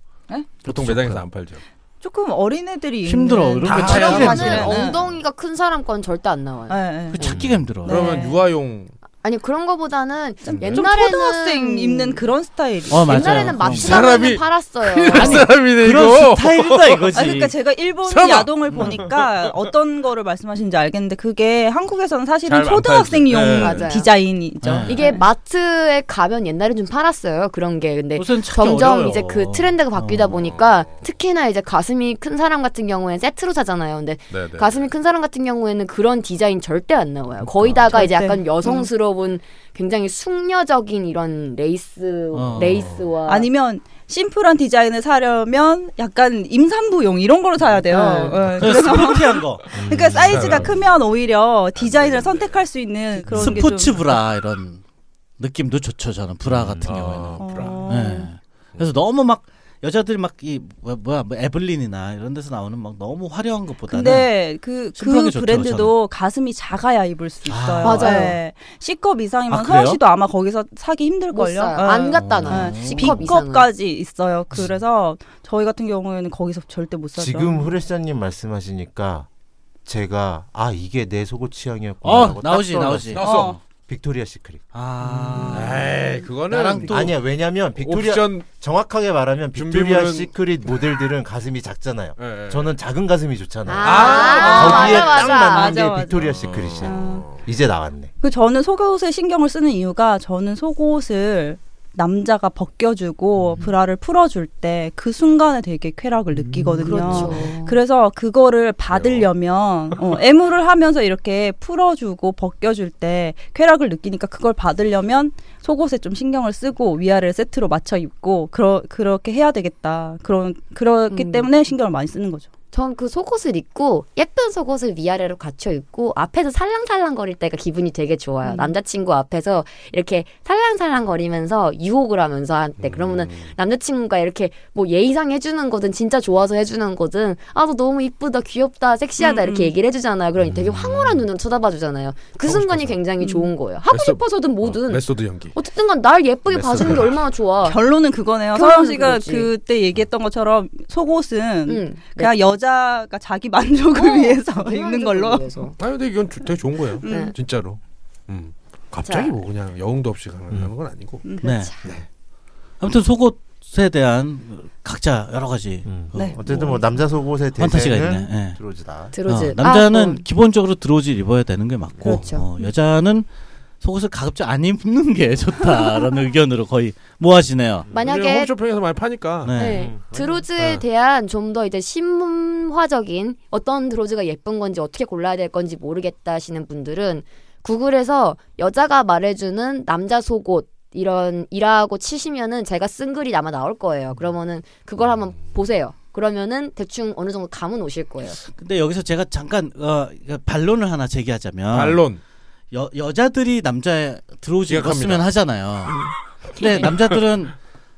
[SPEAKER 4] 보통 매장에서 안 팔죠.
[SPEAKER 5] 네.
[SPEAKER 7] 조금 어린애들이
[SPEAKER 6] 힘들어.
[SPEAKER 7] 입는
[SPEAKER 6] 이런 거
[SPEAKER 7] 네. 음. 다
[SPEAKER 6] 찾아야
[SPEAKER 7] 그런
[SPEAKER 6] 되는
[SPEAKER 9] 저는
[SPEAKER 6] 거잖아요.
[SPEAKER 7] 거는
[SPEAKER 8] 아.
[SPEAKER 9] 엉덩이가 큰 사람 건 절대 안 나와요.
[SPEAKER 7] 네, 네.
[SPEAKER 6] 그 찾기가 어, 힘들어
[SPEAKER 7] 네.
[SPEAKER 4] 그러면 유아용
[SPEAKER 9] 아니 그런 거보다는
[SPEAKER 7] 좀, 좀
[SPEAKER 9] 옛날에는-
[SPEAKER 7] 초등학생 입는 그런 스타일이.
[SPEAKER 6] 어 맞아요.
[SPEAKER 9] 옛날에는
[SPEAKER 6] 그럼.
[SPEAKER 9] 맙수다방에
[SPEAKER 4] 사람이-
[SPEAKER 9] 팔았어요.
[SPEAKER 4] 그 사람이네
[SPEAKER 6] 그런
[SPEAKER 4] 이거.
[SPEAKER 6] 스타일이다 이거지.
[SPEAKER 7] 아, 그러니까 제가 일본
[SPEAKER 4] 설마.
[SPEAKER 7] 야동을 보니까 어떤 거를 말씀하시는지 알겠는데 그게 한국에서는 사실은
[SPEAKER 4] 잘안
[SPEAKER 7] 초등학생용
[SPEAKER 4] 팔지. 네.
[SPEAKER 9] 맞아요.
[SPEAKER 7] 디자인이죠.
[SPEAKER 6] 네.
[SPEAKER 9] 이게 마트에 가면 옛날에 좀 팔았어요 그런 게 근데
[SPEAKER 6] 요새는 찾기
[SPEAKER 9] 점점
[SPEAKER 6] 어려워요.
[SPEAKER 9] 이제 그 트렌드가 바뀌다
[SPEAKER 6] 어.
[SPEAKER 9] 보니까 특히나 이제 가슴이 큰 사람 같은 경우에는 세트로 사잖아요. 근데
[SPEAKER 4] 네, 네.
[SPEAKER 9] 가슴이 큰 사람 같은 경우에는 그런 디자인 절대 안 나와요. 거의 다가 이제
[SPEAKER 7] 절대. 음.
[SPEAKER 9] 약간 여성스러운 굉장히 숙녀적인 이런 레이스
[SPEAKER 6] 어.
[SPEAKER 9] 레이스와
[SPEAKER 7] 아니면 심플한 디자인을 사려면 약간 임산부용 이런 걸로 사야
[SPEAKER 9] 네.
[SPEAKER 7] 돼요. 예,
[SPEAKER 6] 그냥
[SPEAKER 7] 그래서
[SPEAKER 6] 스포티한 거.
[SPEAKER 4] 음,
[SPEAKER 7] 그러니까 사이즈가 크면 오히려 디자인을 선택할 수 있는 그런
[SPEAKER 6] 스포츠
[SPEAKER 7] 게 좀,
[SPEAKER 6] 브라 이런 느낌도 좋죠 저는 브라 같은
[SPEAKER 4] 아,
[SPEAKER 6] 경우에는.
[SPEAKER 7] 어,
[SPEAKER 6] 예. 그래서 너무 막 여자들이 막 이 뭐야 뭐 에블린이나 이런 데서 나오는 막 너무 화려한 것보다는
[SPEAKER 7] 근데 그,
[SPEAKER 6] 심플한
[SPEAKER 7] 그
[SPEAKER 6] 게 좋죠,
[SPEAKER 7] 브랜드도 가슴이 작아야 입을 수 있어요.
[SPEAKER 6] 아,
[SPEAKER 9] 맞아요.
[SPEAKER 7] 예. C컵 이상이면
[SPEAKER 6] 아, 그래요?
[SPEAKER 7] 서영 씨도 아마 거기서 사기
[SPEAKER 9] 못
[SPEAKER 7] 힘들걸요. 어. 음.
[SPEAKER 9] 사요. 안 갖다 놔요.
[SPEAKER 6] 네.
[SPEAKER 9] C컵 이상은. 아,
[SPEAKER 7] B컵까지 있어요. 그래서 저희 같은 경우에는 거기서 절대 못 사죠. 아.
[SPEAKER 5] 지금 후레사님 말씀하시니까 제가 아 이게 내 속옷 취향이었구나
[SPEAKER 6] 어
[SPEAKER 5] 하고 아, 딱
[SPEAKER 6] 나오지
[SPEAKER 5] 떠올랐어요.
[SPEAKER 6] 나오지.
[SPEAKER 7] 어.
[SPEAKER 5] 빅토리아 시크릿
[SPEAKER 6] 아
[SPEAKER 4] 에이 그거는
[SPEAKER 6] 나랑 또
[SPEAKER 5] 아니야 왜냐면 빅토리아
[SPEAKER 4] 옵션.
[SPEAKER 5] 정확하게 말하면 빅토리아
[SPEAKER 4] 준비물은-
[SPEAKER 5] 시크릿 모델들은 가슴이 작잖아요
[SPEAKER 4] 예,
[SPEAKER 6] 네.
[SPEAKER 4] 예.
[SPEAKER 5] 저는 작은 가슴이 좋잖아요
[SPEAKER 9] 아,
[SPEAKER 5] 거기에
[SPEAKER 9] 맞아, 맞아.
[SPEAKER 5] 딱 맞는 게
[SPEAKER 7] 맞아, 맞아.
[SPEAKER 5] 빅토리아 시크릿이야
[SPEAKER 7] 어.
[SPEAKER 5] 이제 나왔네
[SPEAKER 7] 그 저는 속옷에 신경을 쓰는 이유가 저는 속옷을 남자가 벗겨주고
[SPEAKER 9] 음.
[SPEAKER 7] 브라를 풀어줄 때 그 순간에 되게 쾌락을 느끼거든요.
[SPEAKER 9] 그렇죠.
[SPEAKER 7] 래서 그거를 받으려면 어, 애무를 하면서 이렇게 풀어주고 벗겨줄 때 쾌락을 느끼니까 그걸 받으려면 속옷에 좀 신경을 쓰고 위아래를 세트로 맞춰 입고 그러, 그렇게 해야 되겠다. 그런 그렇기
[SPEAKER 9] 음.
[SPEAKER 7] 때문에 신경을 많이 쓰는 거죠.
[SPEAKER 9] 전 그 속옷을 입고 예쁜 속옷을 위아래로 갖춰 입고 앞에서 살랑살랑 거릴 때가 기분이 되게 좋아요.
[SPEAKER 7] 음.
[SPEAKER 9] 남자친구 앞에서 이렇게 살랑살랑 거리면서 유혹을 하면서 할 때 그러면은
[SPEAKER 4] 음.
[SPEAKER 9] 남자친구가 이렇게 뭐 예의상 해주는 거든 진짜 좋아서 해주는 거든 아 너 너무 이쁘다 귀엽다 섹시하다
[SPEAKER 7] 음,
[SPEAKER 9] 이렇게
[SPEAKER 7] 음.
[SPEAKER 9] 얘기를 해주잖아요. 그러니 되게 황홀한 눈으로 쳐다봐 주잖아요. 그
[SPEAKER 4] 음. 하고
[SPEAKER 9] 순간이
[SPEAKER 4] 싶어서.
[SPEAKER 9] 굉장히
[SPEAKER 7] 음.
[SPEAKER 9] 좋은 거예요. 하고
[SPEAKER 4] 메소-
[SPEAKER 9] 싶어서든
[SPEAKER 4] 어,
[SPEAKER 9] 뭐든
[SPEAKER 4] 메소드 연기.
[SPEAKER 9] 어쨌든간 날 예쁘게 봐주는 게 얼마나 좋아.
[SPEAKER 7] 결론은 어. 그거네요.
[SPEAKER 9] 결론은
[SPEAKER 7] 서영 씨가
[SPEAKER 9] 그거지.
[SPEAKER 7] 그때 얘기했던 것처럼 속옷은
[SPEAKER 9] 응.
[SPEAKER 7] 그냥 여자가 자기 만족을
[SPEAKER 9] 어,
[SPEAKER 7] 위해서
[SPEAKER 9] 음. 네.
[SPEAKER 7] 입는 걸로.
[SPEAKER 9] 위해서.
[SPEAKER 4] 아 근데 이건 주- 되게 좋은 거예요.
[SPEAKER 9] 네.
[SPEAKER 4] 진짜로. 음. 갑자기
[SPEAKER 9] 자.
[SPEAKER 4] 뭐 그냥 여흥도 없이 가는
[SPEAKER 5] 음.
[SPEAKER 4] 건 아니고.
[SPEAKER 7] 음.
[SPEAKER 6] 네. 아무튼 속옷에 대한 각자 여러 가지
[SPEAKER 5] 음.
[SPEAKER 6] 어,
[SPEAKER 7] 네.
[SPEAKER 5] 어쨌든 뭐 남자 속옷의
[SPEAKER 6] 판타지가
[SPEAKER 5] 대세는
[SPEAKER 6] 있네. 예.
[SPEAKER 5] 들어오지다
[SPEAKER 9] 드로즈.
[SPEAKER 6] 어, 남자는
[SPEAKER 9] 아, 어.
[SPEAKER 6] 기본적으로 드로즈 입어야 되는 게 맞고
[SPEAKER 9] 그렇죠.
[SPEAKER 6] 어, 여자는 속옷을 가급적 안 입는 게 좋다라는 의견으로 거의 모아지네요.
[SPEAKER 4] 우리는
[SPEAKER 9] 만약에
[SPEAKER 4] 홈쇼핑에서 많이 파니까.
[SPEAKER 6] 네.
[SPEAKER 5] 음.
[SPEAKER 9] 네. 드로즈에
[SPEAKER 4] 네.
[SPEAKER 9] 대한 좀 더 이제 신화적인 어떤 드로즈가 예쁜 건지 어떻게 골라야 될 건지 모르겠다 하시는 분들은 구글에서 여자가 말해주는 남자 속옷 이런 이라고 치시면은 제가 쓴 글이 아마 나올 거예요. 그러면은 그걸 한번 보세요. 그러면은 대충 어느 정도 감은 오실 거예요.
[SPEAKER 6] 근데 여기서 제가 잠깐 어, 반론을 하나
[SPEAKER 5] 아.
[SPEAKER 6] 제기하자면
[SPEAKER 4] 반론.
[SPEAKER 6] 여, 여자들이 남자의 드로즈
[SPEAKER 4] 기각합니다.
[SPEAKER 6] 입었으면 하잖아요.
[SPEAKER 8] 네.
[SPEAKER 6] 근데 남자들은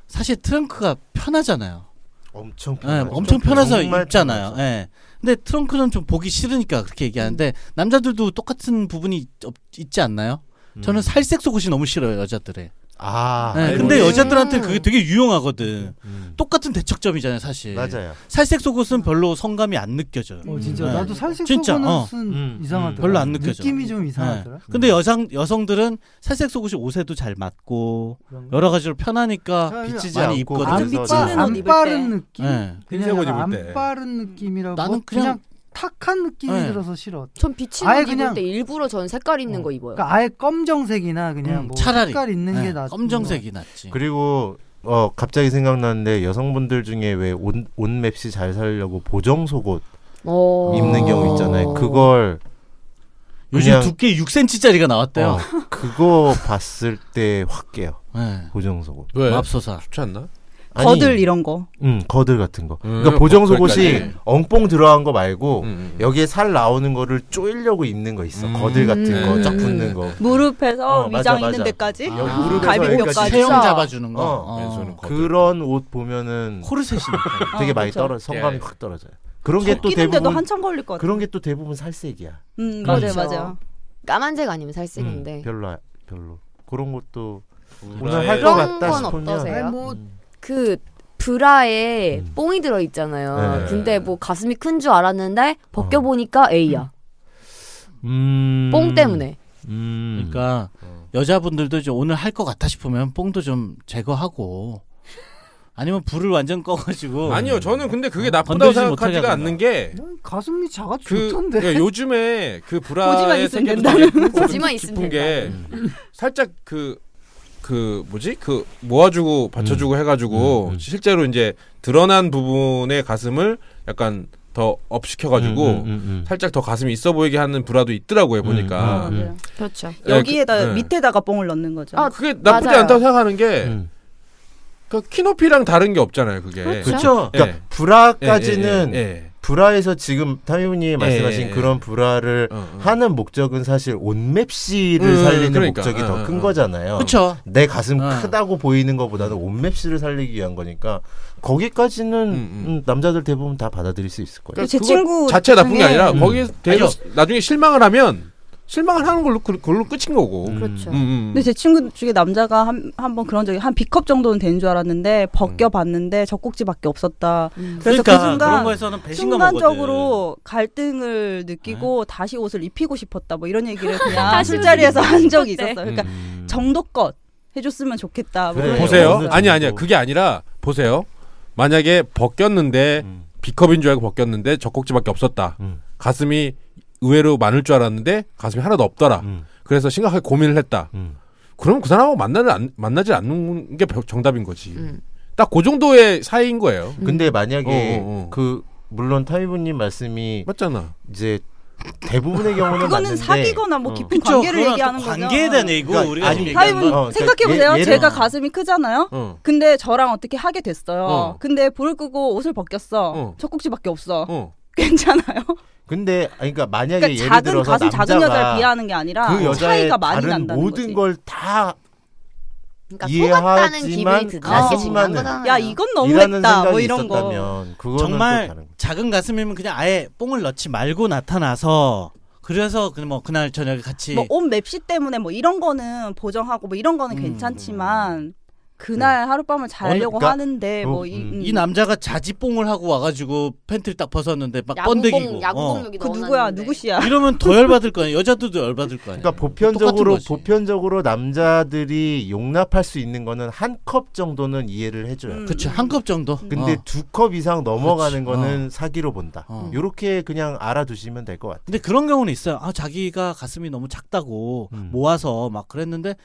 [SPEAKER 6] 사실 트렁크가 편하잖아요.
[SPEAKER 5] 엄청
[SPEAKER 6] 예,
[SPEAKER 5] 편하죠.
[SPEAKER 6] 엄청 편해서
[SPEAKER 5] 아, 정말
[SPEAKER 6] 입잖아요.
[SPEAKER 5] 편하죠.
[SPEAKER 6] 예. 근데 트렁크는 좀 보기 싫으니까 그렇게 얘기하는데
[SPEAKER 8] 음.
[SPEAKER 6] 남자들도 똑같은 부분이 있- 없- 있지 않나요? 저는 살색 속옷이 너무 싫어요 여자들의.
[SPEAKER 5] 음. 아
[SPEAKER 6] 예,
[SPEAKER 5] 알고
[SPEAKER 6] 근데
[SPEAKER 5] 있어요.
[SPEAKER 6] 여자들한테
[SPEAKER 8] 음.
[SPEAKER 6] 그게 되게 유용하거든.
[SPEAKER 5] 음.
[SPEAKER 6] 똑같은 대척점이잖아요 사실.
[SPEAKER 5] 맞아요
[SPEAKER 6] 살색 속옷은 별로 성감이 안 느껴져요.
[SPEAKER 8] 음. 어 진짜
[SPEAKER 6] 네.
[SPEAKER 8] 나도 살색
[SPEAKER 6] 진짜,
[SPEAKER 8] 속옷은
[SPEAKER 6] 어.
[SPEAKER 5] 음,
[SPEAKER 8] 이상하더라.
[SPEAKER 6] 별로 안 느껴져.
[SPEAKER 8] 느낌이 좀 이상하더라.
[SPEAKER 6] 네. 근데 여성 여성들은 살색 속옷이 옷에도 잘 맞고
[SPEAKER 8] 그런가? 아,
[SPEAKER 6] 여러 가지로 편하니까
[SPEAKER 8] 차라리
[SPEAKER 5] 비치지 않고
[SPEAKER 6] 많이 입거든요.
[SPEAKER 5] 그래서
[SPEAKER 7] 안 비치는
[SPEAKER 5] 나-
[SPEAKER 7] 옷
[SPEAKER 8] 안
[SPEAKER 7] 입을
[SPEAKER 8] 빠른
[SPEAKER 7] 때.
[SPEAKER 8] 느낌?
[SPEAKER 6] 예.
[SPEAKER 8] 그냥
[SPEAKER 4] 흰색 옷
[SPEAKER 8] 약간
[SPEAKER 4] 입을
[SPEAKER 8] 안
[SPEAKER 4] 때.
[SPEAKER 8] 빠른 느낌이라고
[SPEAKER 6] 나는
[SPEAKER 8] 뭐 그냥,
[SPEAKER 6] 그냥-
[SPEAKER 8] 탁한 느낌이
[SPEAKER 6] 네.
[SPEAKER 8] 들어서 싫어.
[SPEAKER 9] 전 비치는
[SPEAKER 8] 아예
[SPEAKER 9] 옷 입을
[SPEAKER 8] 그냥-
[SPEAKER 9] 때 일부러 전 색깔 있는
[SPEAKER 8] 어.
[SPEAKER 9] 거 입어요.
[SPEAKER 8] 그러니까 아예 검정색이나 그냥
[SPEAKER 6] 음,
[SPEAKER 8] 뭐
[SPEAKER 6] 차라리.
[SPEAKER 8] 색깔 있는
[SPEAKER 6] 예,
[SPEAKER 8] 게 뭐. 나.
[SPEAKER 6] 검정색이
[SPEAKER 4] 예.
[SPEAKER 6] 낫지.
[SPEAKER 5] 그리고 어 갑자기 생각나는데 여성분들 중에 왜옷 맵시 잘 살려고 보정 속옷
[SPEAKER 9] 어.
[SPEAKER 5] 입는 경우 있잖아요. 그걸
[SPEAKER 6] 요즘
[SPEAKER 5] 그냥-
[SPEAKER 6] 두께 6cm짜리가 나왔대요.
[SPEAKER 5] 어, 그거 봤을 때 확 깨요.
[SPEAKER 6] 예.
[SPEAKER 5] 보정 속옷.
[SPEAKER 4] 왜? 아,
[SPEAKER 6] 맙소사.
[SPEAKER 4] 좋지 않나?
[SPEAKER 5] 어. 아니,
[SPEAKER 7] 거들 이런 거.
[SPEAKER 5] 음 거들 같은 거.
[SPEAKER 4] 음,
[SPEAKER 5] 그러니까 보정 속옷이
[SPEAKER 4] 거기까지.
[SPEAKER 5] 엉뽕 들어간 거 말고
[SPEAKER 4] 음, 음.
[SPEAKER 5] 여기에 살 나오는 거를 쪼이려고 입는 거 있어.
[SPEAKER 4] 음.
[SPEAKER 5] 거들 같은 거
[SPEAKER 4] 네.
[SPEAKER 5] 쫙 붙는 거.
[SPEAKER 7] 무릎에서
[SPEAKER 5] 어, 맞아,
[SPEAKER 7] 위장
[SPEAKER 5] 맞아.
[SPEAKER 7] 있는 데까지.
[SPEAKER 5] 여기
[SPEAKER 6] 아.
[SPEAKER 5] 무릎에서
[SPEAKER 7] 갈비뼈
[SPEAKER 5] 여기까지.
[SPEAKER 7] 끝까지.
[SPEAKER 6] 체형
[SPEAKER 7] 진짜.
[SPEAKER 6] 잡아주는 거.
[SPEAKER 5] 어,
[SPEAKER 4] 왼손은 거들.
[SPEAKER 5] 그런 옷 보면은
[SPEAKER 6] 코르셋이니까.
[SPEAKER 5] 되게
[SPEAKER 7] 어,
[SPEAKER 5] 많이
[SPEAKER 7] 그렇죠.
[SPEAKER 5] 떨어 성감이
[SPEAKER 4] 예.
[SPEAKER 5] 확 떨어져요. 그런 게 또
[SPEAKER 7] 끼는데도
[SPEAKER 5] 대부분
[SPEAKER 7] 한참 걸릴 것 같아.
[SPEAKER 5] 그런 게 또 대부분 살색이야.
[SPEAKER 7] 음, 맞아요,
[SPEAKER 9] 그렇죠.
[SPEAKER 7] 맞아요.
[SPEAKER 9] 까만색 아니면
[SPEAKER 5] 음,
[SPEAKER 9] 살색인데.
[SPEAKER 5] 별로 아- 별로 그런 것도
[SPEAKER 4] 브라에-
[SPEAKER 5] 오늘 할 것
[SPEAKER 9] 그런
[SPEAKER 5] 같다
[SPEAKER 9] 건
[SPEAKER 5] 싶으면
[SPEAKER 9] 어떠세요?
[SPEAKER 8] 아니 뭐
[SPEAKER 9] 그 브라에
[SPEAKER 5] 음.
[SPEAKER 9] 뽕이 들어 있잖아요.
[SPEAKER 5] 네. 어.
[SPEAKER 9] 근데 뭐 가슴이 큰 줄 알았는데 벗겨 보니까 A야.
[SPEAKER 5] 음...
[SPEAKER 9] 뽕 때문에.
[SPEAKER 5] 음.
[SPEAKER 6] 그러니까 여자분들도 이제 오늘 할 것 같아 싶으면 뽕도 좀 제거하고 아니면 불을 완전 꺼가지고
[SPEAKER 4] 아니요, 저는 근데 그게
[SPEAKER 6] 어,
[SPEAKER 4] 나쁘다고
[SPEAKER 6] 건들지 못하게
[SPEAKER 4] 생각하지가
[SPEAKER 6] 하거나.
[SPEAKER 4] 않는 게.
[SPEAKER 9] 음,
[SPEAKER 8] 난 가슴이 작아
[SPEAKER 4] 그
[SPEAKER 8] 좋던데.
[SPEAKER 4] 예, 요즘에 그
[SPEAKER 9] 고지만
[SPEAKER 4] 브라에
[SPEAKER 9] 있으면
[SPEAKER 4] 생겨도
[SPEAKER 9] 된다.
[SPEAKER 4] 되게 좀
[SPEAKER 9] 고지만 있으면
[SPEAKER 4] 깊은 게 살짝 그 그 뭐지 그 모아주고 받쳐주고 해가지고
[SPEAKER 5] 음, 음.
[SPEAKER 4] 실제로 이제 드러난 부분의 가슴을 약간 더 업시켜가지고
[SPEAKER 5] 음, 음, 음, 음.
[SPEAKER 4] 살짝 더 가슴이 있어 보이게 하는 브라도 있더라고요 보니까
[SPEAKER 7] 아,
[SPEAKER 5] 음.
[SPEAKER 7] 맞아요.
[SPEAKER 9] 그렇죠.
[SPEAKER 4] 예,
[SPEAKER 7] 여기에다
[SPEAKER 4] 그- 예.
[SPEAKER 7] 밑에다가 뽕을 넣는 거죠.
[SPEAKER 9] 아,
[SPEAKER 4] 그게 나쁘지
[SPEAKER 9] 맞아요.
[SPEAKER 4] 않다고 생각하는 게
[SPEAKER 5] 음.
[SPEAKER 4] 그 키높이랑 다른 게 없잖아요 그게
[SPEAKER 6] 그렇죠.
[SPEAKER 5] 그러니까
[SPEAKER 4] 예.
[SPEAKER 5] 브라까지는
[SPEAKER 4] 예, 예, 예.
[SPEAKER 5] 브라에서 지금 타미훈이 말씀하신
[SPEAKER 4] 예, 예.
[SPEAKER 5] 그런 브라를
[SPEAKER 4] 어, 어.
[SPEAKER 5] 하는 목적은 사실 온맵시를
[SPEAKER 4] 음,
[SPEAKER 5] 살리는
[SPEAKER 4] 그러니까.
[SPEAKER 5] 목적이
[SPEAKER 4] 어,
[SPEAKER 5] 더
[SPEAKER 4] 어,
[SPEAKER 5] 큰
[SPEAKER 4] 어.
[SPEAKER 5] 거잖아요.
[SPEAKER 6] 그렇죠.
[SPEAKER 5] 내 가슴
[SPEAKER 6] 어.
[SPEAKER 5] 크다고 보이는 것보다는 온맵시를 살리기 위한 거니까 거기까지는
[SPEAKER 4] 음.
[SPEAKER 5] 음, 남자들 대부분 다 받아들일 수 있을 거예요.
[SPEAKER 7] 제
[SPEAKER 4] 그거
[SPEAKER 7] 친구
[SPEAKER 4] 자체 나쁜 게
[SPEAKER 7] 중에
[SPEAKER 4] 아니라
[SPEAKER 5] 음.
[SPEAKER 4] 거기에 대해서 나중에 실망을 하면 실망을 하는 걸로 그- 그걸로 끝인 거고.
[SPEAKER 9] 그렇죠.
[SPEAKER 4] 음, 음.
[SPEAKER 7] 근데 제 친구 중에 남자가 한 한 번 그런 적이 한 B컵 정도는 된 줄
[SPEAKER 5] 음.
[SPEAKER 7] 알았는데 벗겨봤는데 젖꼭지밖에 없었다.
[SPEAKER 9] 음.
[SPEAKER 7] 그래서 그
[SPEAKER 6] 그러니까
[SPEAKER 7] 순간
[SPEAKER 6] 그런 거에서는 배신감
[SPEAKER 7] 순간적으로 갈등을
[SPEAKER 5] 네.
[SPEAKER 7] 느끼고 다시 옷을 입히고 싶었다 뭐 이런 얘기를 그냥 술자리에서 한 적이
[SPEAKER 9] 싶었대.
[SPEAKER 7] 있었어요. 그러니까
[SPEAKER 5] 음.
[SPEAKER 7] 정도껏 해줬으면 좋겠다. 뭐
[SPEAKER 5] 그래.
[SPEAKER 7] 그런
[SPEAKER 4] 보세요.
[SPEAKER 5] 어느
[SPEAKER 4] 아니
[SPEAKER 5] 정도.
[SPEAKER 4] 아니야. 그게 아니라 보세요. 만약에 벗겼는데
[SPEAKER 5] 음.
[SPEAKER 4] B컵인 줄 알고 벗겼는데 젖꼭지밖에 없었다.
[SPEAKER 5] 음.
[SPEAKER 4] 가슴이 의외로 많을 줄 알았는데 가슴이 하나도 없더라.
[SPEAKER 5] 음.
[SPEAKER 4] 그래서 심각하게 고민을 했다.
[SPEAKER 5] 음.
[SPEAKER 4] 그럼 그 사람하고 만나는 안- 만나지 않는 게 벼- 정답인 거지.
[SPEAKER 9] 음.
[SPEAKER 4] 딱 그 정도의 사이인 거예요.
[SPEAKER 6] 음.
[SPEAKER 5] 근데 만약에
[SPEAKER 4] 어, 어, 어.
[SPEAKER 5] 그 물론 타미훈님 말씀이
[SPEAKER 6] 뭐
[SPEAKER 4] 맞잖아.
[SPEAKER 5] 이제 대부분의 경우는
[SPEAKER 7] 아, 그거는
[SPEAKER 5] 맞는데
[SPEAKER 7] 사귀거나 뭐
[SPEAKER 5] 어.
[SPEAKER 7] 깊은
[SPEAKER 6] 그렇죠.
[SPEAKER 7] 관계를
[SPEAKER 6] 그거랑
[SPEAKER 7] 얘기하는
[SPEAKER 6] 또
[SPEAKER 7] 거죠.
[SPEAKER 6] 관계에 대한 얘기고
[SPEAKER 5] 그러니까
[SPEAKER 6] 우리가
[SPEAKER 5] 아니,
[SPEAKER 6] 지금 얘기한
[SPEAKER 7] 타이분
[SPEAKER 6] 건
[SPEAKER 5] 어, 그러니까
[SPEAKER 7] 생각해보세요.
[SPEAKER 5] 얘- 얘는-
[SPEAKER 7] 제가 가슴이 크잖아요.
[SPEAKER 4] 어.
[SPEAKER 7] 근데 저랑 어떻게 하게 됐어요.
[SPEAKER 4] 어.
[SPEAKER 7] 근데 불을 끄고 옷을 벗겼어.
[SPEAKER 4] 어.
[SPEAKER 7] 젖꼭지밖에 없어.
[SPEAKER 4] 어.
[SPEAKER 7] 괜찮아요?
[SPEAKER 5] 근데 아니, 그러니까 만약에
[SPEAKER 7] 그러니까
[SPEAKER 5] 예를
[SPEAKER 7] 작은
[SPEAKER 5] 들어서
[SPEAKER 7] 가슴
[SPEAKER 5] 남자가
[SPEAKER 7] 작은 여자를 비하하는 게 아니라
[SPEAKER 5] 그 여자의
[SPEAKER 7] 차이가 많이
[SPEAKER 5] 다른
[SPEAKER 7] 난다는
[SPEAKER 5] 모든
[SPEAKER 7] 거지.
[SPEAKER 5] 걸 다
[SPEAKER 9] 그러니까 속았다는 기분이 어.
[SPEAKER 5] 이해하지만
[SPEAKER 9] 든다는 게 중요한
[SPEAKER 5] 가슴만은
[SPEAKER 9] 거잖아요.
[SPEAKER 7] 야 이건
[SPEAKER 5] 이라는
[SPEAKER 7] 너무했다.
[SPEAKER 5] 생각이
[SPEAKER 7] 뭐 이런 거.
[SPEAKER 5] 있었다면 그거는 또
[SPEAKER 6] 정말
[SPEAKER 5] 다른 거.
[SPEAKER 6] 작은 가슴이면 그냥 아예 뽕을 넣지 말고 나타나서 그래서 그 뭐 그날 저녁에 같이
[SPEAKER 7] 뭐 옷 맵시 때문에 뭐 이런 거는 보정하고 뭐 이런 거는
[SPEAKER 6] 음.
[SPEAKER 7] 괜찮지만 그날 하룻밤을 자려고
[SPEAKER 5] 그러니까-
[SPEAKER 7] 하는데 뭐
[SPEAKER 5] 어,
[SPEAKER 7] 이,
[SPEAKER 5] 음.
[SPEAKER 7] 음.
[SPEAKER 6] 이 남자가 자지뽕을 하고 와가지고 팬티를 딱 벗었는데 막 번데기고
[SPEAKER 9] 야구공 야구공
[SPEAKER 6] 어.
[SPEAKER 9] 여기
[SPEAKER 7] 그
[SPEAKER 9] 넣어놨는데.
[SPEAKER 7] 누구야 누구시야?
[SPEAKER 6] 이러면 더 열받을 거 아니에요. 여자들도 열받을 거 아니에요.
[SPEAKER 5] 그러니까 보편적으로
[SPEAKER 6] 똑같은 거지.
[SPEAKER 5] 보편적으로 남자들이 용납할 수 있는 거는 한 컵 정도는 이해를 해줘요.
[SPEAKER 7] 음.
[SPEAKER 6] 그쵸 한 컵 정도.
[SPEAKER 5] 근데
[SPEAKER 6] 어.
[SPEAKER 5] 두 컵 이상 넘어가는
[SPEAKER 6] 그렇지.
[SPEAKER 5] 거는 사기로 본다.
[SPEAKER 6] 어.
[SPEAKER 5] 요렇게 그냥 알아두시면 될 것 같아요.
[SPEAKER 6] 근데 그런 경우는 있어요. 아 자기가 가슴이 너무 작다고
[SPEAKER 5] 음.
[SPEAKER 6] 모아서 막 그랬는데